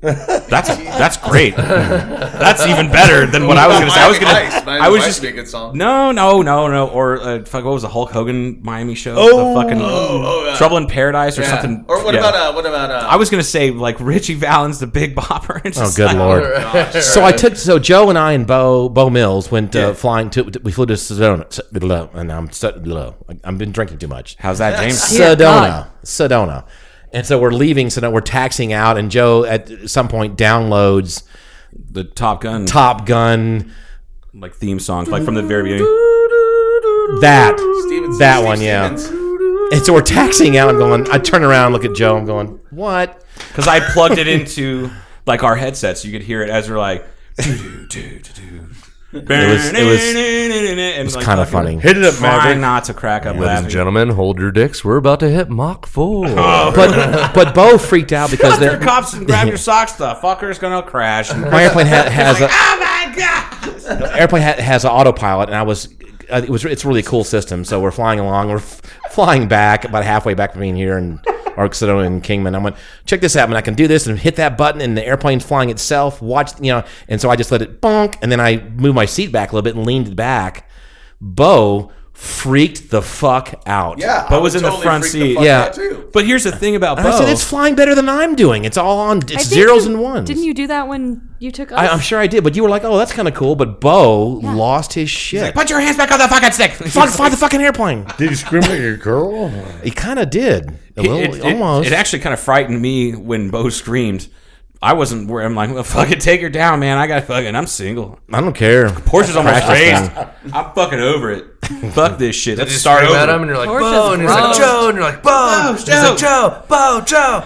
[SPEAKER 6] that's that's great. that's even better than what I was gonna say. I
[SPEAKER 9] [LAUGHS]
[SPEAKER 6] was gonna. I was just
[SPEAKER 7] a good song.
[SPEAKER 6] No, no, no, no. Or uh, fuck, what was the Hulk Hogan Miami show?
[SPEAKER 10] Oh.
[SPEAKER 6] the fucking
[SPEAKER 7] oh, yeah.
[SPEAKER 6] Trouble in Paradise or
[SPEAKER 7] Yeah.
[SPEAKER 6] something.
[SPEAKER 7] Or what
[SPEAKER 6] yeah.
[SPEAKER 7] about uh, what about uh,
[SPEAKER 6] I was gonna say like Richie Valens, the Big Bopper. [LAUGHS] It's
[SPEAKER 8] oh,
[SPEAKER 6] just
[SPEAKER 8] good
[SPEAKER 6] like-
[SPEAKER 8] lord! So I took so Joe and I and Bo Bo Mills went uh, flying to we flew to Sedona S- blah, and I'm so- blah. I've been drinking too much.
[SPEAKER 6] How's that, James?
[SPEAKER 5] Dear
[SPEAKER 8] Sedona,
[SPEAKER 5] God.
[SPEAKER 8] Sedona, and so we're leaving. So now we're taxing out, and Joe at some point downloads
[SPEAKER 6] the Top Gun
[SPEAKER 8] Top Gun.
[SPEAKER 6] like theme song, like from the very beginning.
[SPEAKER 8] That
[SPEAKER 7] Steven-
[SPEAKER 8] that
[SPEAKER 7] Steve
[SPEAKER 8] one, yeah.
[SPEAKER 7] Stevens?
[SPEAKER 8] And so we're taxiing out. I'm going. I turn around, look at Joe. I'm going. What?
[SPEAKER 6] Because I plugged it into like our headsets, you could hear it as we're like. doo doo doo doo doo. It
[SPEAKER 8] was- it was-
[SPEAKER 6] it
[SPEAKER 8] was kinda funny.
[SPEAKER 10] Hit it up,
[SPEAKER 6] Try
[SPEAKER 10] Maverick.
[SPEAKER 6] not to crack up with
[SPEAKER 9] Ladies
[SPEAKER 6] that.
[SPEAKER 9] and gentlemen, hold your dicks. We're about to hit Mach four.
[SPEAKER 7] Oh.
[SPEAKER 8] But but Bo freaked out because
[SPEAKER 6] Your
[SPEAKER 8] they're,
[SPEAKER 6] cops and grab
[SPEAKER 8] [LAUGHS]
[SPEAKER 6] your socks. The fucker's gonna crash.
[SPEAKER 8] my airplane ha- has a,
[SPEAKER 6] oh my god!
[SPEAKER 8] airplane ha- has an autopilot, and I was uh, it was it's a really cool system. So we're flying along, we're f- flying back about halfway back from being here in Arcadona and Kingman. I went check this out, man. I can do this and hit that button, and the airplane's flying itself. Watch, you know, and so I just let it bonk, and then I moved my seat back a little bit and leaned back. Bo freaked the fuck out.
[SPEAKER 7] Yeah, I
[SPEAKER 6] Bo was
[SPEAKER 7] would
[SPEAKER 6] in the
[SPEAKER 7] totally
[SPEAKER 6] front
[SPEAKER 7] freak
[SPEAKER 6] seat.
[SPEAKER 7] The fuck
[SPEAKER 8] Yeah.
[SPEAKER 7] out too.
[SPEAKER 6] But here's the thing about
[SPEAKER 8] And I
[SPEAKER 6] Bo.
[SPEAKER 8] said, it's flying better than I'm doing. It's all on.
[SPEAKER 5] I
[SPEAKER 8] It's
[SPEAKER 5] think
[SPEAKER 8] zeros
[SPEAKER 5] you-
[SPEAKER 8] and ones.
[SPEAKER 5] Didn't you do that when you took us?
[SPEAKER 8] I, I'm sure I did, but you were like, "Oh, that's kind of cool." But Bo lost his shit.
[SPEAKER 6] Put your hands back on the fucking [LAUGHS] stick.
[SPEAKER 8] Fuck, fly the fucking airplane.
[SPEAKER 10] [LAUGHS] Did you scream at your girl?
[SPEAKER 8] He kind of did. A
[SPEAKER 6] It-
[SPEAKER 8] little,
[SPEAKER 6] it, it-
[SPEAKER 8] almost.
[SPEAKER 6] It, actually kind of frightened me when Bo screamed. I wasn't where I'm like, well, fucking take her down, man. I got fucking, I'm single.
[SPEAKER 8] I don't care.
[SPEAKER 6] Porsche's almost raised.
[SPEAKER 8] Practice
[SPEAKER 6] I'm fucking over it. Fuck this shit. Let's
[SPEAKER 9] You
[SPEAKER 6] start
[SPEAKER 9] start
[SPEAKER 6] over.
[SPEAKER 9] at him and you're like,
[SPEAKER 5] Horses
[SPEAKER 9] Bo, and he's like,
[SPEAKER 5] roast.
[SPEAKER 9] Joe, and you're like, Bo, and he's like, Joe, Bo, Joe.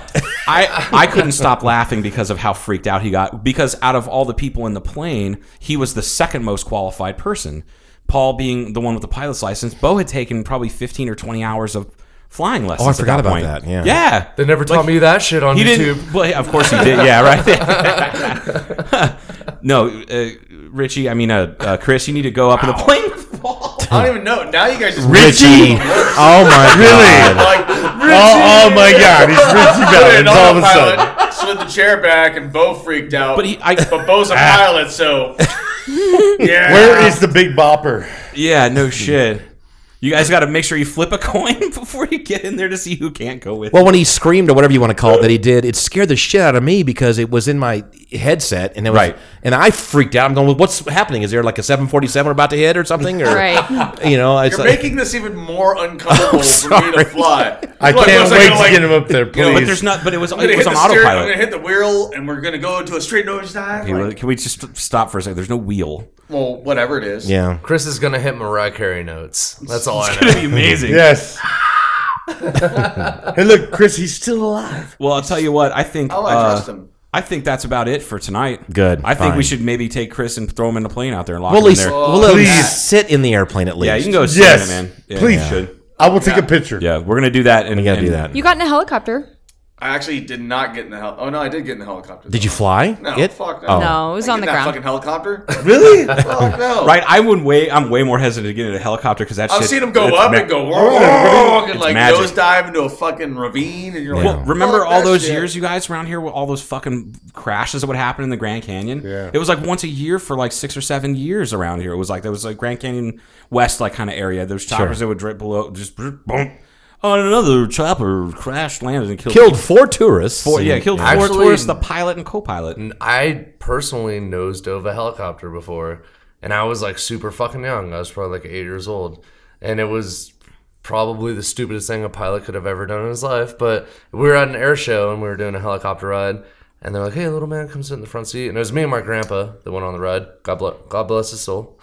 [SPEAKER 6] I, I couldn't stop laughing because of how freaked out he got. Because out of all the people in the plane, he was the second most qualified person. Paul being the one with the pilot's license, Bo had taken probably 15 or 20 hours of flying lessons.
[SPEAKER 8] Oh, I
[SPEAKER 6] at
[SPEAKER 8] forgot about
[SPEAKER 6] point.
[SPEAKER 8] that, yeah.
[SPEAKER 6] Yeah.
[SPEAKER 9] They never taught me that shit on
[SPEAKER 6] He
[SPEAKER 9] YouTube.
[SPEAKER 6] didn't. Well, yeah, of course he
[SPEAKER 8] [LAUGHS]
[SPEAKER 6] did. Yeah, right. [LAUGHS] no, uh, Richie. I mean, uh, uh, Chris. You need to go up in the plane with Paul.
[SPEAKER 7] [LAUGHS] I don't even know. Now you guys just
[SPEAKER 8] Richie. Oh my
[SPEAKER 10] Really?
[SPEAKER 8] god.
[SPEAKER 7] like
[SPEAKER 10] Oh, oh my God, he's
[SPEAKER 8] [LAUGHS]
[SPEAKER 10] Richie
[SPEAKER 7] Put it
[SPEAKER 10] Valens all of a sudden.
[SPEAKER 7] autopilot, slid the chair back, and Bo freaked out.
[SPEAKER 6] But he- I- Ah.
[SPEAKER 7] but
[SPEAKER 6] [LAUGHS]
[SPEAKER 7] Bo's a pilot, so yeah.
[SPEAKER 10] Where is the big bopper?
[SPEAKER 6] Yeah, no shit. You guys got to make sure you flip a [LAUGHS] coin before you get in there to see who can't go with.
[SPEAKER 8] Well, when he screamed or whatever you want to call it that he did, it scared the shit out of me because it was in my headset and it was,
[SPEAKER 6] Right.
[SPEAKER 8] and I freaked out. I'm going, well, what's happening? Is there like a 747 about to hit or something?
[SPEAKER 7] [LAUGHS]
[SPEAKER 8] Or
[SPEAKER 5] Right.
[SPEAKER 8] you know, it's
[SPEAKER 7] You're
[SPEAKER 8] like,
[SPEAKER 7] making this even more
[SPEAKER 6] [LAUGHS]
[SPEAKER 7] uncomfortable for me
[SPEAKER 8] sorry.
[SPEAKER 7] to fly.
[SPEAKER 10] I
[SPEAKER 7] Look,
[SPEAKER 10] can't
[SPEAKER 7] looks like
[SPEAKER 10] wait
[SPEAKER 7] I'm
[SPEAKER 10] to
[SPEAKER 7] like,
[SPEAKER 10] get him up there, please.
[SPEAKER 6] No, but there's not. But
[SPEAKER 8] [LAUGHS]
[SPEAKER 6] it was
[SPEAKER 7] I'm gonna
[SPEAKER 6] it was
[SPEAKER 7] hit
[SPEAKER 6] on
[SPEAKER 7] the steering, I'm gonna hit
[SPEAKER 6] autopilot.
[SPEAKER 7] the wheel, and we're gonna go into a straight nose dive.
[SPEAKER 6] Okay, well,
[SPEAKER 7] like,
[SPEAKER 6] can we just stop for a second? There's no wheel.
[SPEAKER 7] well, whatever it is.
[SPEAKER 8] yeah.
[SPEAKER 9] Chris is gonna hit Mariah Carey notes. That's all I know.
[SPEAKER 6] That'd be amazing. [LAUGHS]
[SPEAKER 10] Yes. hey, look, Chris, he's still alive.
[SPEAKER 6] Well, I'll tell you what. I think.
[SPEAKER 7] Oh, I
[SPEAKER 6] uh,
[SPEAKER 7] trust him.
[SPEAKER 6] I think that's about it for tonight.
[SPEAKER 8] Good,
[SPEAKER 6] I think we
[SPEAKER 8] fine.
[SPEAKER 6] should maybe take Chris and throw him in a plane out there and lock
[SPEAKER 8] Well, at
[SPEAKER 6] him in
[SPEAKER 8] least
[SPEAKER 6] there.
[SPEAKER 8] we'll at
[SPEAKER 10] Please.
[SPEAKER 8] least sit in the airplane at least.
[SPEAKER 6] yeah, you can go. sit in
[SPEAKER 10] Yes,
[SPEAKER 6] it, man. Yeah,
[SPEAKER 10] please.
[SPEAKER 6] you should.
[SPEAKER 10] I will take a picture.
[SPEAKER 6] Yeah, we're gonna do that. And
[SPEAKER 8] We gotta do
[SPEAKER 6] and-
[SPEAKER 8] that.
[SPEAKER 5] You got in a helicopter.
[SPEAKER 7] I actually did not get in the hel. Oh no, I did get in the helicopter.
[SPEAKER 8] Did you fly?
[SPEAKER 7] No,
[SPEAKER 8] it?
[SPEAKER 7] fuck no.
[SPEAKER 8] Oh.
[SPEAKER 5] No, it was
[SPEAKER 7] I
[SPEAKER 5] on
[SPEAKER 7] get
[SPEAKER 5] the
[SPEAKER 7] in that
[SPEAKER 5] ground.
[SPEAKER 7] Fucking
[SPEAKER 6] [LAUGHS]
[SPEAKER 7] helicopter.
[SPEAKER 10] Really?
[SPEAKER 7] fuck no.
[SPEAKER 6] Right, I would way. I'm way more hesitant to get in a helicopter because that
[SPEAKER 7] Oh. I've
[SPEAKER 6] shit.
[SPEAKER 7] seen him go
[SPEAKER 6] it's
[SPEAKER 7] up
[SPEAKER 6] ma-
[SPEAKER 7] and go wrong and
[SPEAKER 6] It's
[SPEAKER 7] like
[SPEAKER 6] magic.
[SPEAKER 7] nose dive into a fucking ravine, and you're like,
[SPEAKER 6] Well, remember
[SPEAKER 7] fuck
[SPEAKER 6] all
[SPEAKER 7] that
[SPEAKER 6] those
[SPEAKER 7] shit. [LAUGHS]
[SPEAKER 6] years, you guys, around here, with all those fucking crashes that would happen in the Grand Canyon?
[SPEAKER 10] Yeah.
[SPEAKER 6] It was like once a year for like six or seven years around here. It was like there was like Grand Canyon West, like kind of area. There was choppers that would drip below, just boom. Oh, and another chopper crashed, landed, and killed.
[SPEAKER 8] Killed four tourists.
[SPEAKER 6] Four, yeah, killed four
[SPEAKER 9] Actually-
[SPEAKER 6] tourists, the pilot and co-pilot.
[SPEAKER 9] And I personally nose dove a helicopter before, and I was like super fucking young. I was probably like eight years old, and it was probably the stupidest thing a pilot could have ever done in his life. But we were at an air show and we were doing a helicopter ride, and they're like, "Hey, little man, come sit in the front seat." And it was me and my grandpa that went on the ride. God bless, God bless his soul.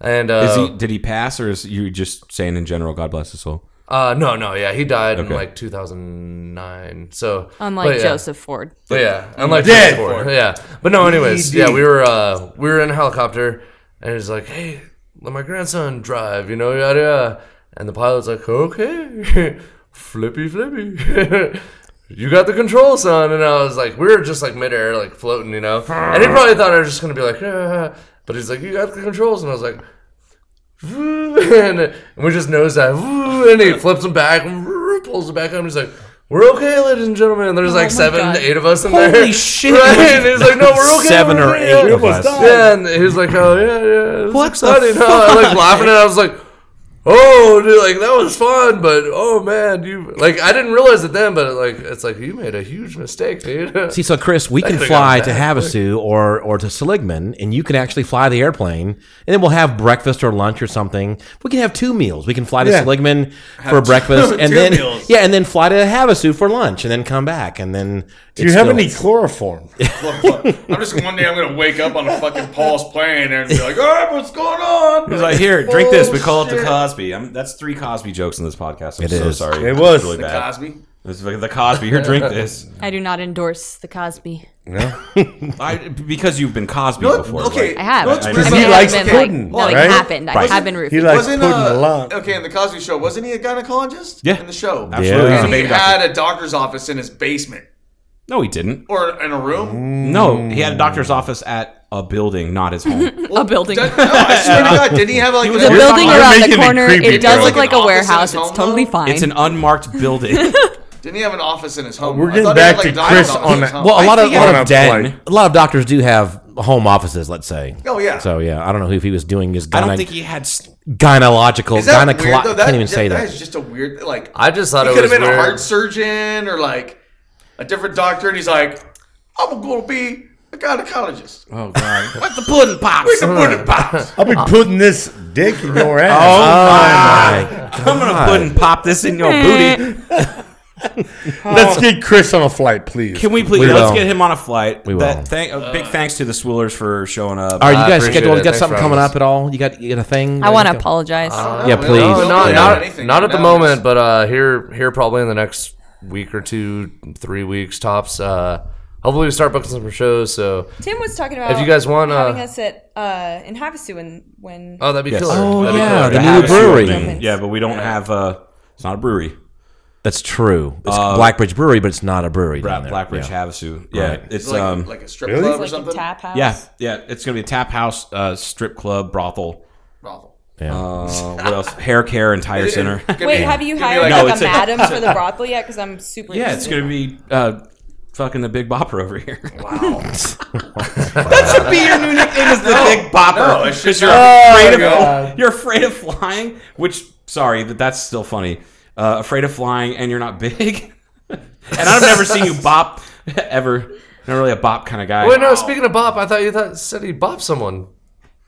[SPEAKER 9] And uh,
[SPEAKER 6] Is he? Did he pass, or is you just saying in general? God bless his soul.
[SPEAKER 9] Uh, no, no, yeah, he died in
[SPEAKER 6] Okay.
[SPEAKER 9] like 2009. So
[SPEAKER 5] Unlike
[SPEAKER 9] but yeah.
[SPEAKER 5] Joseph Ford.
[SPEAKER 9] But yeah, unlike
[SPEAKER 10] Dead.
[SPEAKER 9] Joseph Ford. Yeah, but no, anyways, yeah, we were uh, we were in a helicopter, and he's like, "Hey, let my grandson drive," you know, yada yada. And the pilot's like, "Okay, [LAUGHS] flippy flippy." [LAUGHS] You got the control, son, and I was like, we were just like midair, like floating, you know. And he probably thought I was just gonna be like, ah. but he's like, you got the controls, and I was like, [LAUGHS] and, and we just nose that, and he flips him back, pulls it back up, and he's like, "We're okay, ladies and gentlemen." And there's like seven,
[SPEAKER 5] God.
[SPEAKER 9] eight of us in there.
[SPEAKER 6] Holy shit.
[SPEAKER 9] [LAUGHS] Right? And he's like, "No, we're okay."
[SPEAKER 8] Seven
[SPEAKER 9] we're
[SPEAKER 8] or
[SPEAKER 9] okay."
[SPEAKER 8] eight of us.
[SPEAKER 9] Yeah, and he was like, "Oh yeah, yeah." It was
[SPEAKER 6] What the
[SPEAKER 9] exciting. huh? I like laughing, and I was like. Oh, dude! Like that was fun, but oh man, you like I didn't realize it then, but like it's like you made a huge mistake, dude. [LAUGHS]
[SPEAKER 8] See, so Chris, we can
[SPEAKER 9] could've
[SPEAKER 8] fly to
[SPEAKER 9] gone
[SPEAKER 8] Havasu or or to Seligman, and you can actually fly the airplane, and then we'll have breakfast or lunch or something. We can have two meals. We can fly to
[SPEAKER 10] Yeah.
[SPEAKER 8] Seligman for
[SPEAKER 7] [LAUGHS]
[SPEAKER 8] breakfast, and
[SPEAKER 7] two
[SPEAKER 8] then
[SPEAKER 7] meals.
[SPEAKER 8] yeah, and then fly to Havasu for lunch, and then come back, and then
[SPEAKER 10] Do you have any chloroform?
[SPEAKER 7] Look, look, I'm just one day I'm gonna wake up on a fucking Paul's plane and be like, all right, what's going on?
[SPEAKER 6] He's like, here, drink this. We call it the Cosby. I'm, that's three Cosby jokes in this podcast. I'm so
[SPEAKER 8] is.
[SPEAKER 6] sorry.
[SPEAKER 10] It
[SPEAKER 6] It's
[SPEAKER 10] was.
[SPEAKER 6] really
[SPEAKER 10] The
[SPEAKER 6] bad.
[SPEAKER 7] Cosby.
[SPEAKER 6] It's like the Cosby. Here,
[SPEAKER 8] [LAUGHS]
[SPEAKER 6] drink this.
[SPEAKER 5] I do not endorse the Cosby.
[SPEAKER 6] I, because you've been Cosby
[SPEAKER 7] No,
[SPEAKER 6] before.
[SPEAKER 7] okay.
[SPEAKER 6] like-
[SPEAKER 5] I have.
[SPEAKER 7] What's-
[SPEAKER 5] I
[SPEAKER 10] Because
[SPEAKER 5] mean,
[SPEAKER 10] he
[SPEAKER 5] I have
[SPEAKER 10] likes
[SPEAKER 5] been,
[SPEAKER 10] pudding,
[SPEAKER 5] like, no,
[SPEAKER 10] right?
[SPEAKER 5] it happened.
[SPEAKER 6] Right.
[SPEAKER 5] I have been roofing.
[SPEAKER 10] He likes
[SPEAKER 7] Wasn't
[SPEAKER 10] pudding
[SPEAKER 7] uh,
[SPEAKER 10] a lot.
[SPEAKER 7] okay in the Cosby Show? Wasn't he a gynecologist?
[SPEAKER 6] Yeah.
[SPEAKER 7] in the show.
[SPEAKER 6] Absolutely.
[SPEAKER 10] Yeah.
[SPEAKER 6] He's a
[SPEAKER 7] And he
[SPEAKER 6] baby doctor.
[SPEAKER 7] had a doctor's office in his basement
[SPEAKER 6] no, he didn't.
[SPEAKER 7] or in a room.
[SPEAKER 6] No, he had a doctor's office at a building, not his
[SPEAKER 5] [LAUGHS]
[SPEAKER 6] home.
[SPEAKER 5] a building.
[SPEAKER 7] Does- no,
[SPEAKER 10] [LAUGHS]
[SPEAKER 7] I swear to God, didn't he have like
[SPEAKER 6] was
[SPEAKER 5] The
[SPEAKER 6] You're-
[SPEAKER 5] building
[SPEAKER 6] you're
[SPEAKER 5] around the
[SPEAKER 10] making me
[SPEAKER 5] corner,
[SPEAKER 10] creepy,
[SPEAKER 5] it does
[SPEAKER 10] bro.
[SPEAKER 5] look like a
[SPEAKER 7] Like an office in
[SPEAKER 5] warehouse.
[SPEAKER 7] his
[SPEAKER 5] It's
[SPEAKER 7] home,
[SPEAKER 5] totally
[SPEAKER 7] though?
[SPEAKER 5] fine.
[SPEAKER 6] it's an unmarked building.
[SPEAKER 7] Didn't he have an office in his home?
[SPEAKER 10] We're
[SPEAKER 7] I
[SPEAKER 10] getting
[SPEAKER 7] thought he had,
[SPEAKER 10] back to
[SPEAKER 7] doctor's
[SPEAKER 10] Chris
[SPEAKER 7] office in
[SPEAKER 10] on
[SPEAKER 7] his
[SPEAKER 10] that-
[SPEAKER 7] home.
[SPEAKER 8] Well, a lot
[SPEAKER 7] I
[SPEAKER 8] of a
[SPEAKER 7] think
[SPEAKER 8] lot
[SPEAKER 10] on
[SPEAKER 7] it-
[SPEAKER 10] a
[SPEAKER 8] of, den,
[SPEAKER 10] plane.
[SPEAKER 8] a lot of doctors do have home offices. Let's say.
[SPEAKER 7] Oh yeah.
[SPEAKER 8] So yeah, I don't know if he was doing his
[SPEAKER 6] I
[SPEAKER 8] gyne-
[SPEAKER 6] don't think he had. St-
[SPEAKER 8] gynecological.
[SPEAKER 7] Is that
[SPEAKER 8] Gyneco-
[SPEAKER 7] weird though?
[SPEAKER 8] I
[SPEAKER 7] That,
[SPEAKER 8] can't even say
[SPEAKER 7] That is
[SPEAKER 8] that.
[SPEAKER 7] just a weird like.
[SPEAKER 9] I just thought
[SPEAKER 7] he
[SPEAKER 9] it
[SPEAKER 7] could
[SPEAKER 9] was
[SPEAKER 7] have been
[SPEAKER 9] weird.
[SPEAKER 7] a heart surgeon or like a different doctor, and he's like, I'm gonna be a gynecologist.
[SPEAKER 10] Uh,
[SPEAKER 6] oh God! [LAUGHS] what the pudding pops?
[SPEAKER 8] Oh
[SPEAKER 10] [LAUGHS] I'll be putting this dick in your
[SPEAKER 6] Oh
[SPEAKER 10] ass.
[SPEAKER 6] my! I'm gonna pudding pop this in your booty.
[SPEAKER 10] Let's get Chris on a flight, please.
[SPEAKER 6] Can we please?
[SPEAKER 8] We
[SPEAKER 6] let's
[SPEAKER 8] will.
[SPEAKER 6] get him on a flight. We
[SPEAKER 8] will.
[SPEAKER 6] thank, a big thanks to the Swillers for showing up. Uh,
[SPEAKER 8] Are you
[SPEAKER 9] I
[SPEAKER 8] guys
[SPEAKER 9] appreciate
[SPEAKER 8] scheduled?
[SPEAKER 9] it.
[SPEAKER 8] You got
[SPEAKER 9] Thanks
[SPEAKER 8] something
[SPEAKER 9] for
[SPEAKER 8] coming
[SPEAKER 9] having
[SPEAKER 8] up at all? You got you got a thing?
[SPEAKER 5] I want to
[SPEAKER 8] to
[SPEAKER 5] apologize.
[SPEAKER 7] Uh,
[SPEAKER 8] Yeah, please.
[SPEAKER 9] No, not,
[SPEAKER 8] Yeah.
[SPEAKER 9] not,
[SPEAKER 7] Anything
[SPEAKER 9] not at the
[SPEAKER 7] now,
[SPEAKER 9] moment,
[SPEAKER 7] just-
[SPEAKER 9] but uh, here here probably in the next week or two, three weeks tops. Uh, hopefully we start booking some shows. So
[SPEAKER 5] Tim was talking about
[SPEAKER 9] If you guys want, uh,
[SPEAKER 5] having us at uh, in Havasu when
[SPEAKER 7] Uh,
[SPEAKER 5] when
[SPEAKER 9] oh, that'd be killer.
[SPEAKER 8] Oh,
[SPEAKER 9] That'd be
[SPEAKER 8] yeah,
[SPEAKER 9] killer.
[SPEAKER 8] the
[SPEAKER 9] Yeah.
[SPEAKER 8] new
[SPEAKER 6] Havasu
[SPEAKER 8] brewery.
[SPEAKER 6] opening. Yeah, but we don't have. Uh, it's not a brewery.
[SPEAKER 8] That's true. It's Blackbridge Brewery, but it's not a brewery.
[SPEAKER 6] Uh, Bra-
[SPEAKER 8] down there.
[SPEAKER 6] Blackbridge
[SPEAKER 8] Yeah.
[SPEAKER 6] Havasu. Yeah,
[SPEAKER 8] Right.
[SPEAKER 6] it's
[SPEAKER 7] Like,
[SPEAKER 6] um.
[SPEAKER 7] like a strip
[SPEAKER 10] really?
[SPEAKER 7] club or
[SPEAKER 5] like a
[SPEAKER 7] something.
[SPEAKER 5] tap house.
[SPEAKER 6] yeah, yeah. It's gonna be a tap house, uh, strip club,
[SPEAKER 7] [LAUGHS]
[SPEAKER 6] brothel.
[SPEAKER 7] Brothel.
[SPEAKER 6] Uh, what else? Hair care and
[SPEAKER 7] [LAUGHS]
[SPEAKER 6] tire center.
[SPEAKER 7] It- it could
[SPEAKER 5] Wait,
[SPEAKER 7] be-
[SPEAKER 5] have you
[SPEAKER 7] could be
[SPEAKER 5] hired
[SPEAKER 7] like-
[SPEAKER 5] like,
[SPEAKER 6] No,
[SPEAKER 5] a
[SPEAKER 6] it's a-
[SPEAKER 5] madam for
[SPEAKER 6] [LAUGHS]
[SPEAKER 5] the brothel yet? Because I'm super.
[SPEAKER 6] Yeah, it's
[SPEAKER 5] interested.
[SPEAKER 6] gonna be uh, fucking the Big Bopper over here.
[SPEAKER 7] [LAUGHS]
[SPEAKER 6] [LAUGHS]
[SPEAKER 7] Wow.
[SPEAKER 6] Be your new nickname is the Big Bopper
[SPEAKER 7] no, it's just
[SPEAKER 6] you're
[SPEAKER 7] not-
[SPEAKER 6] afraid
[SPEAKER 7] Oh,
[SPEAKER 6] of you're afraid of flying, which Sorry, but that's still funny. Uh, afraid of flying and you're not big. [LAUGHS] and I've never seen you bop [LAUGHS] ever. Not really a bop kind of guy.
[SPEAKER 9] Wait, no. Speaking of Bob, I thought you thought said he bopped someone.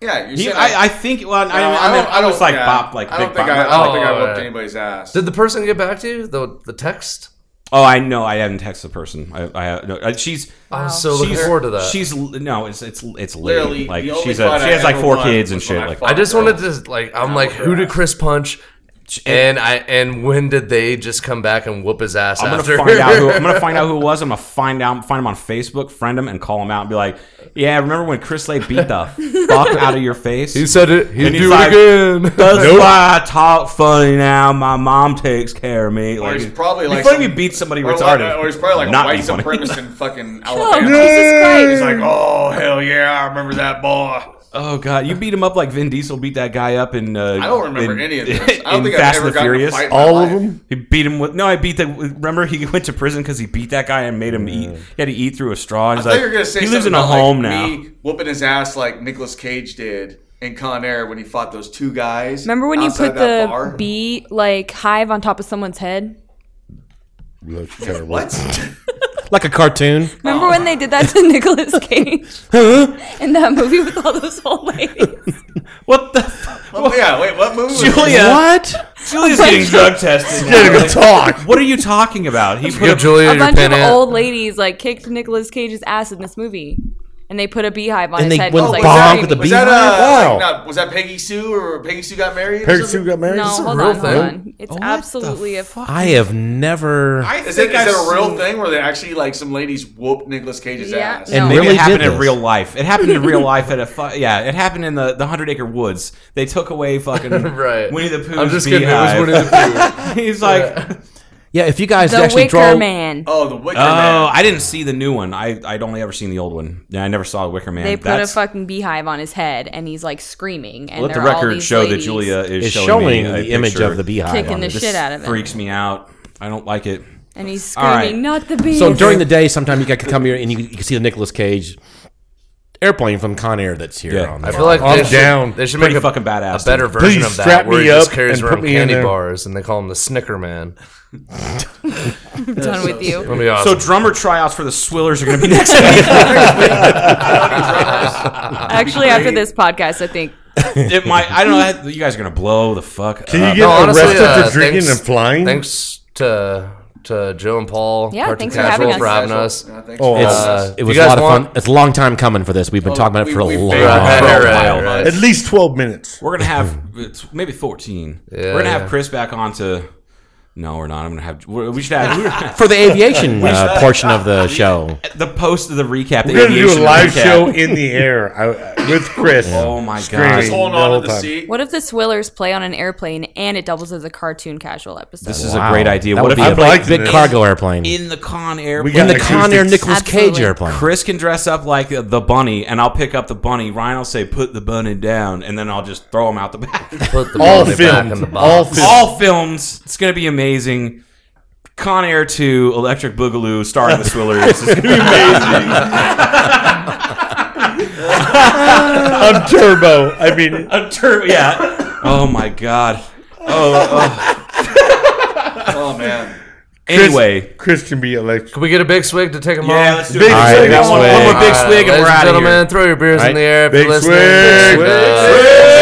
[SPEAKER 7] Yeah, you
[SPEAKER 6] He-
[SPEAKER 7] said
[SPEAKER 6] I, I think. Well, I, I, mean, I, was like
[SPEAKER 7] yeah.
[SPEAKER 6] bop, like
[SPEAKER 7] I
[SPEAKER 6] big
[SPEAKER 7] don't think
[SPEAKER 6] bop.
[SPEAKER 7] I, I don't
[SPEAKER 9] Oh,
[SPEAKER 7] think I
[SPEAKER 10] uh,
[SPEAKER 7] whooped
[SPEAKER 9] yeah.
[SPEAKER 7] anybody's ass.
[SPEAKER 9] Did the person get back to you? The the text.
[SPEAKER 6] oh, I know. I haven't texted the person. I, I no, uh, she's.
[SPEAKER 9] I was so looking
[SPEAKER 6] she's-
[SPEAKER 9] forward to that.
[SPEAKER 6] She's no, it's it's it's
[SPEAKER 7] Literally,
[SPEAKER 6] literally like
[SPEAKER 7] the only
[SPEAKER 6] she's
[SPEAKER 7] fight
[SPEAKER 6] a, she
[SPEAKER 7] I
[SPEAKER 6] has like
[SPEAKER 7] ever
[SPEAKER 6] four
[SPEAKER 7] won
[SPEAKER 6] kids and
[SPEAKER 7] was when I
[SPEAKER 6] shit. Like
[SPEAKER 7] fought
[SPEAKER 9] I just
[SPEAKER 7] Girl.
[SPEAKER 9] wanted to like. I'm like,
[SPEAKER 7] whoop
[SPEAKER 9] who
[SPEAKER 7] her
[SPEAKER 9] did
[SPEAKER 7] ass.
[SPEAKER 9] Chris punch? And I and when did they just come back and whoop his ass
[SPEAKER 6] I'm
[SPEAKER 9] after?
[SPEAKER 6] gonna find out
[SPEAKER 9] [LAUGHS]
[SPEAKER 6] who I'm gonna find out who it was. I'm gonna find out find him on Facebook, friend him, and call him out and be like, "Yeah, remember when Chris Lay beat the
[SPEAKER 9] [LAUGHS]
[SPEAKER 6] fuck out of your face?"
[SPEAKER 9] he said it. He'd
[SPEAKER 6] And he's
[SPEAKER 9] do
[SPEAKER 6] like,
[SPEAKER 9] it again.
[SPEAKER 6] That's why I talk funny now. My mom takes care of me.
[SPEAKER 7] Or he's probably
[SPEAKER 6] it'd be
[SPEAKER 7] like
[SPEAKER 6] funny
[SPEAKER 7] some-
[SPEAKER 6] if you beat somebody
[SPEAKER 7] or, like, uh,
[SPEAKER 6] retarded.
[SPEAKER 7] or he's probably like
[SPEAKER 6] Not
[SPEAKER 7] a white
[SPEAKER 6] be funny.
[SPEAKER 7] supremacist in
[SPEAKER 5] [LAUGHS]
[SPEAKER 7] fucking
[SPEAKER 5] Oh,
[SPEAKER 7] Alabama.
[SPEAKER 5] Jesus
[SPEAKER 7] He's
[SPEAKER 5] Christ.
[SPEAKER 7] like, oh hell yeah, I remember that boy.
[SPEAKER 6] Oh god, you beat him up like Vin Diesel beat that guy up in. Uh,
[SPEAKER 7] I don't remember
[SPEAKER 6] in-
[SPEAKER 7] any of this. I don't
[SPEAKER 6] in
[SPEAKER 7] think
[SPEAKER 6] Fast
[SPEAKER 7] I've ever
[SPEAKER 6] and the
[SPEAKER 7] gotten
[SPEAKER 6] Furious.
[SPEAKER 7] a fight in my
[SPEAKER 10] All of
[SPEAKER 7] life.
[SPEAKER 10] them?
[SPEAKER 6] He beat him with no. I beat the. Remember, he [LAUGHS] went to prison because he beat that guy and made him eat. He had to eat through a straw.
[SPEAKER 7] I
[SPEAKER 6] He's
[SPEAKER 7] thought
[SPEAKER 6] like,
[SPEAKER 7] you were gonna say
[SPEAKER 6] he lives
[SPEAKER 7] something
[SPEAKER 6] in a
[SPEAKER 7] about,
[SPEAKER 6] home
[SPEAKER 7] like,
[SPEAKER 6] now.
[SPEAKER 7] Me whooping his ass like Nicolas Cage did in Con Air when he fought those two guys.
[SPEAKER 5] Remember when you
[SPEAKER 7] outside
[SPEAKER 5] put
[SPEAKER 7] that
[SPEAKER 5] the
[SPEAKER 7] bar?
[SPEAKER 5] bee like hive on top of someone's head?
[SPEAKER 10] That's [LAUGHS]
[SPEAKER 6] Uh,
[SPEAKER 10] terrible.
[SPEAKER 7] What?
[SPEAKER 8] Like a
[SPEAKER 5] [LAUGHS]
[SPEAKER 8] cartoon.
[SPEAKER 5] Remember when they did that to [LAUGHS] Nicolas Cage in that movie with all those old ladies?
[SPEAKER 6] What the? F-
[SPEAKER 7] Oh, yeah, wait, what movie? was it?
[SPEAKER 6] Julia,
[SPEAKER 8] What?
[SPEAKER 6] Julia's getting drug tested.
[SPEAKER 10] Can't even
[SPEAKER 5] [LAUGHS]
[SPEAKER 10] talk.
[SPEAKER 6] What are you talking about? He put
[SPEAKER 9] Give
[SPEAKER 6] a,
[SPEAKER 9] Julia
[SPEAKER 5] a
[SPEAKER 9] your
[SPEAKER 5] bunch of
[SPEAKER 9] pen out.
[SPEAKER 5] old ladies like kicked Nicolas Cage's ass in this movie, and they put a beehive on
[SPEAKER 8] And
[SPEAKER 5] his
[SPEAKER 8] they
[SPEAKER 5] head.
[SPEAKER 8] went
[SPEAKER 5] It was like
[SPEAKER 8] bonk
[SPEAKER 5] screaming.
[SPEAKER 8] with the
[SPEAKER 7] Oh, Was that, uh,
[SPEAKER 10] Wow.
[SPEAKER 7] like, not- was that Peggy Sue or Peggy Sue got married? or
[SPEAKER 10] Perry Sue
[SPEAKER 7] something?
[SPEAKER 10] got married.
[SPEAKER 5] No,
[SPEAKER 10] Is this a
[SPEAKER 5] hold
[SPEAKER 9] real
[SPEAKER 5] on, hold
[SPEAKER 9] thing?
[SPEAKER 5] on. It's absolutely a fuck.
[SPEAKER 8] I have never.
[SPEAKER 6] I
[SPEAKER 7] Is it,
[SPEAKER 6] think
[SPEAKER 7] is
[SPEAKER 6] I've
[SPEAKER 7] it a real
[SPEAKER 6] seen-
[SPEAKER 7] thing where they actually like some ladies whooped Nicolas Cage's
[SPEAKER 5] Yeah.
[SPEAKER 7] ass?
[SPEAKER 5] And
[SPEAKER 6] And maybe
[SPEAKER 8] really
[SPEAKER 6] it happened
[SPEAKER 8] did
[SPEAKER 6] in
[SPEAKER 8] this.
[SPEAKER 6] real life. It happened in real life at a fu- yeah. It happened in the the Hundred Acre Woods. They took away fucking
[SPEAKER 9] [LAUGHS] [LAUGHS]
[SPEAKER 6] [LAUGHS]
[SPEAKER 9] Right.
[SPEAKER 6] Winnie the Pooh.
[SPEAKER 9] I'm just kidding. It was Winnie the Pooh.
[SPEAKER 6] He's like,
[SPEAKER 8] Yeah, if you guys
[SPEAKER 5] The
[SPEAKER 8] actually
[SPEAKER 5] Wicker
[SPEAKER 8] draw.
[SPEAKER 5] Man.
[SPEAKER 7] Oh, the Wicker Man.
[SPEAKER 6] oh, I didn't see the new one. I I'd only ever seen the old one. Yeah, I never saw the Wicker Man.
[SPEAKER 5] They put
[SPEAKER 6] That's-
[SPEAKER 5] a fucking beehive on his head, and he's like screaming. And
[SPEAKER 6] Let the
[SPEAKER 5] there are all
[SPEAKER 6] record
[SPEAKER 5] these
[SPEAKER 6] show that
[SPEAKER 5] ladies
[SPEAKER 6] Julia is,
[SPEAKER 8] Is
[SPEAKER 6] showing, me
[SPEAKER 8] showing
[SPEAKER 6] a
[SPEAKER 8] the image
[SPEAKER 6] picture.
[SPEAKER 8] of the beehive.
[SPEAKER 5] kicking
[SPEAKER 8] on
[SPEAKER 5] the
[SPEAKER 8] it.
[SPEAKER 5] shit out of him,
[SPEAKER 6] Freaks me out. I don't like it.
[SPEAKER 5] and he's
[SPEAKER 6] All
[SPEAKER 5] screaming,
[SPEAKER 6] right.
[SPEAKER 5] "Not the bees!"
[SPEAKER 8] So during the day, sometime you could come here and you, you can see the Nicolas Cage airplane from Con Air that's here.
[SPEAKER 6] Yeah.
[SPEAKER 8] on
[SPEAKER 9] I
[SPEAKER 8] the
[SPEAKER 9] feel like
[SPEAKER 10] I'm
[SPEAKER 9] they should,
[SPEAKER 10] down.
[SPEAKER 9] They should
[SPEAKER 6] Pretty
[SPEAKER 9] make a,
[SPEAKER 6] fucking badass,
[SPEAKER 9] a better
[SPEAKER 6] dude.
[SPEAKER 9] version
[SPEAKER 10] Please
[SPEAKER 9] of that,
[SPEAKER 10] strap
[SPEAKER 9] where
[SPEAKER 10] me
[SPEAKER 9] he just
[SPEAKER 10] up
[SPEAKER 9] carries
[SPEAKER 10] and put
[SPEAKER 9] around
[SPEAKER 10] me in
[SPEAKER 9] candy
[SPEAKER 10] there.
[SPEAKER 9] bars, and they call him the Snicker Man.
[SPEAKER 5] done with you.
[SPEAKER 9] That'd be
[SPEAKER 6] So
[SPEAKER 9] awesome.
[SPEAKER 6] drummer tryouts for the Swillers are going to be [LAUGHS] next week.
[SPEAKER 5] Actually, after this podcast, I think
[SPEAKER 6] it might. I don't know. You guys are going to blow the fuck.
[SPEAKER 10] Can
[SPEAKER 6] up.
[SPEAKER 10] you get
[SPEAKER 9] no, honestly,
[SPEAKER 10] arrested
[SPEAKER 9] uh,
[SPEAKER 10] for drinking
[SPEAKER 9] thanks-
[SPEAKER 10] and flying?
[SPEAKER 9] thanks to to Joe and Paul,
[SPEAKER 5] Yeah,
[SPEAKER 9] Cartoon
[SPEAKER 5] thanks for having
[SPEAKER 9] Casual,
[SPEAKER 5] us.
[SPEAKER 9] for having us.
[SPEAKER 7] Yeah, thanks.
[SPEAKER 10] Oh,
[SPEAKER 8] It's,
[SPEAKER 9] Uh,
[SPEAKER 8] it
[SPEAKER 9] you
[SPEAKER 8] was a
[SPEAKER 9] guys
[SPEAKER 8] lot of
[SPEAKER 9] want-
[SPEAKER 8] fun. It's a long time coming for this. We've been talking about it
[SPEAKER 7] Oh, we- we
[SPEAKER 8] for a long
[SPEAKER 7] figured it out. uh,
[SPEAKER 8] time.
[SPEAKER 9] Right,
[SPEAKER 6] Wild,
[SPEAKER 9] right, right.
[SPEAKER 10] At least 12 minutes.
[SPEAKER 6] We're gonna have it's maybe fourteen.
[SPEAKER 9] Yeah,
[SPEAKER 6] we're gonna have
[SPEAKER 9] yeah.
[SPEAKER 6] Chris back on to. No, we're not. I'm gonna have. we're- We should have
[SPEAKER 8] For the aviation uh, portion of the show. [LAUGHS]
[SPEAKER 6] the post of the recap. The
[SPEAKER 10] We're going to do a
[SPEAKER 6] aviation
[SPEAKER 10] live
[SPEAKER 6] recap.
[SPEAKER 10] show in the air I, I- with Chris.
[SPEAKER 6] Oh my
[SPEAKER 10] Screaming.
[SPEAKER 6] god!
[SPEAKER 7] Holding
[SPEAKER 10] the
[SPEAKER 7] on
[SPEAKER 10] whole
[SPEAKER 7] to the
[SPEAKER 10] time.
[SPEAKER 7] seat.
[SPEAKER 5] what if the Swillers play on an airplane and it doubles as a cartoon casual episode?
[SPEAKER 6] This is a great idea.
[SPEAKER 8] That
[SPEAKER 6] What
[SPEAKER 8] would
[SPEAKER 6] if
[SPEAKER 8] be
[SPEAKER 6] you
[SPEAKER 8] a
[SPEAKER 10] I'd like
[SPEAKER 8] big, big
[SPEAKER 10] this.
[SPEAKER 8] cargo airplane. In,
[SPEAKER 6] in the Con Air?
[SPEAKER 10] We got
[SPEAKER 8] the
[SPEAKER 10] an
[SPEAKER 8] Con Air
[SPEAKER 10] acoustic-
[SPEAKER 8] Nicolas Cage
[SPEAKER 5] Absolutely.
[SPEAKER 8] airplane.
[SPEAKER 6] Chris can dress up like uh, the bunny, and I'll pick up the bunny. Ryan will say, "Put the bunny down," and then I'll just throw him out the
[SPEAKER 10] [LAUGHS]
[SPEAKER 6] back.
[SPEAKER 9] Put the
[SPEAKER 10] All
[SPEAKER 9] money back in the
[SPEAKER 10] filmed.
[SPEAKER 9] box.
[SPEAKER 10] All filmed.
[SPEAKER 6] All films. It's gonna be amazing. Con Air 2, Electric Boogaloo, starring the Swillers. It's gonna
[SPEAKER 10] [LAUGHS]
[SPEAKER 6] be
[SPEAKER 10] I'm turbo. I mean,
[SPEAKER 6] a tur- yeah. Oh my god.
[SPEAKER 7] Oh man.
[SPEAKER 6] Anyway,
[SPEAKER 10] Chris uh, can be electric.
[SPEAKER 9] Can we get a big swig to take him
[SPEAKER 6] Yeah,
[SPEAKER 9] off?
[SPEAKER 6] let's do
[SPEAKER 10] Big
[SPEAKER 6] it.
[SPEAKER 10] All right, swig. big
[SPEAKER 6] One
[SPEAKER 10] swig.
[SPEAKER 6] more big
[SPEAKER 9] All right,
[SPEAKER 6] swig, and
[SPEAKER 9] ladies
[SPEAKER 6] we're out of
[SPEAKER 9] gentlemen,
[SPEAKER 6] here.
[SPEAKER 9] Throw your beers in the air. If
[SPEAKER 10] Big
[SPEAKER 9] you're listening.
[SPEAKER 10] swig.
[SPEAKER 9] Uh,
[SPEAKER 10] Big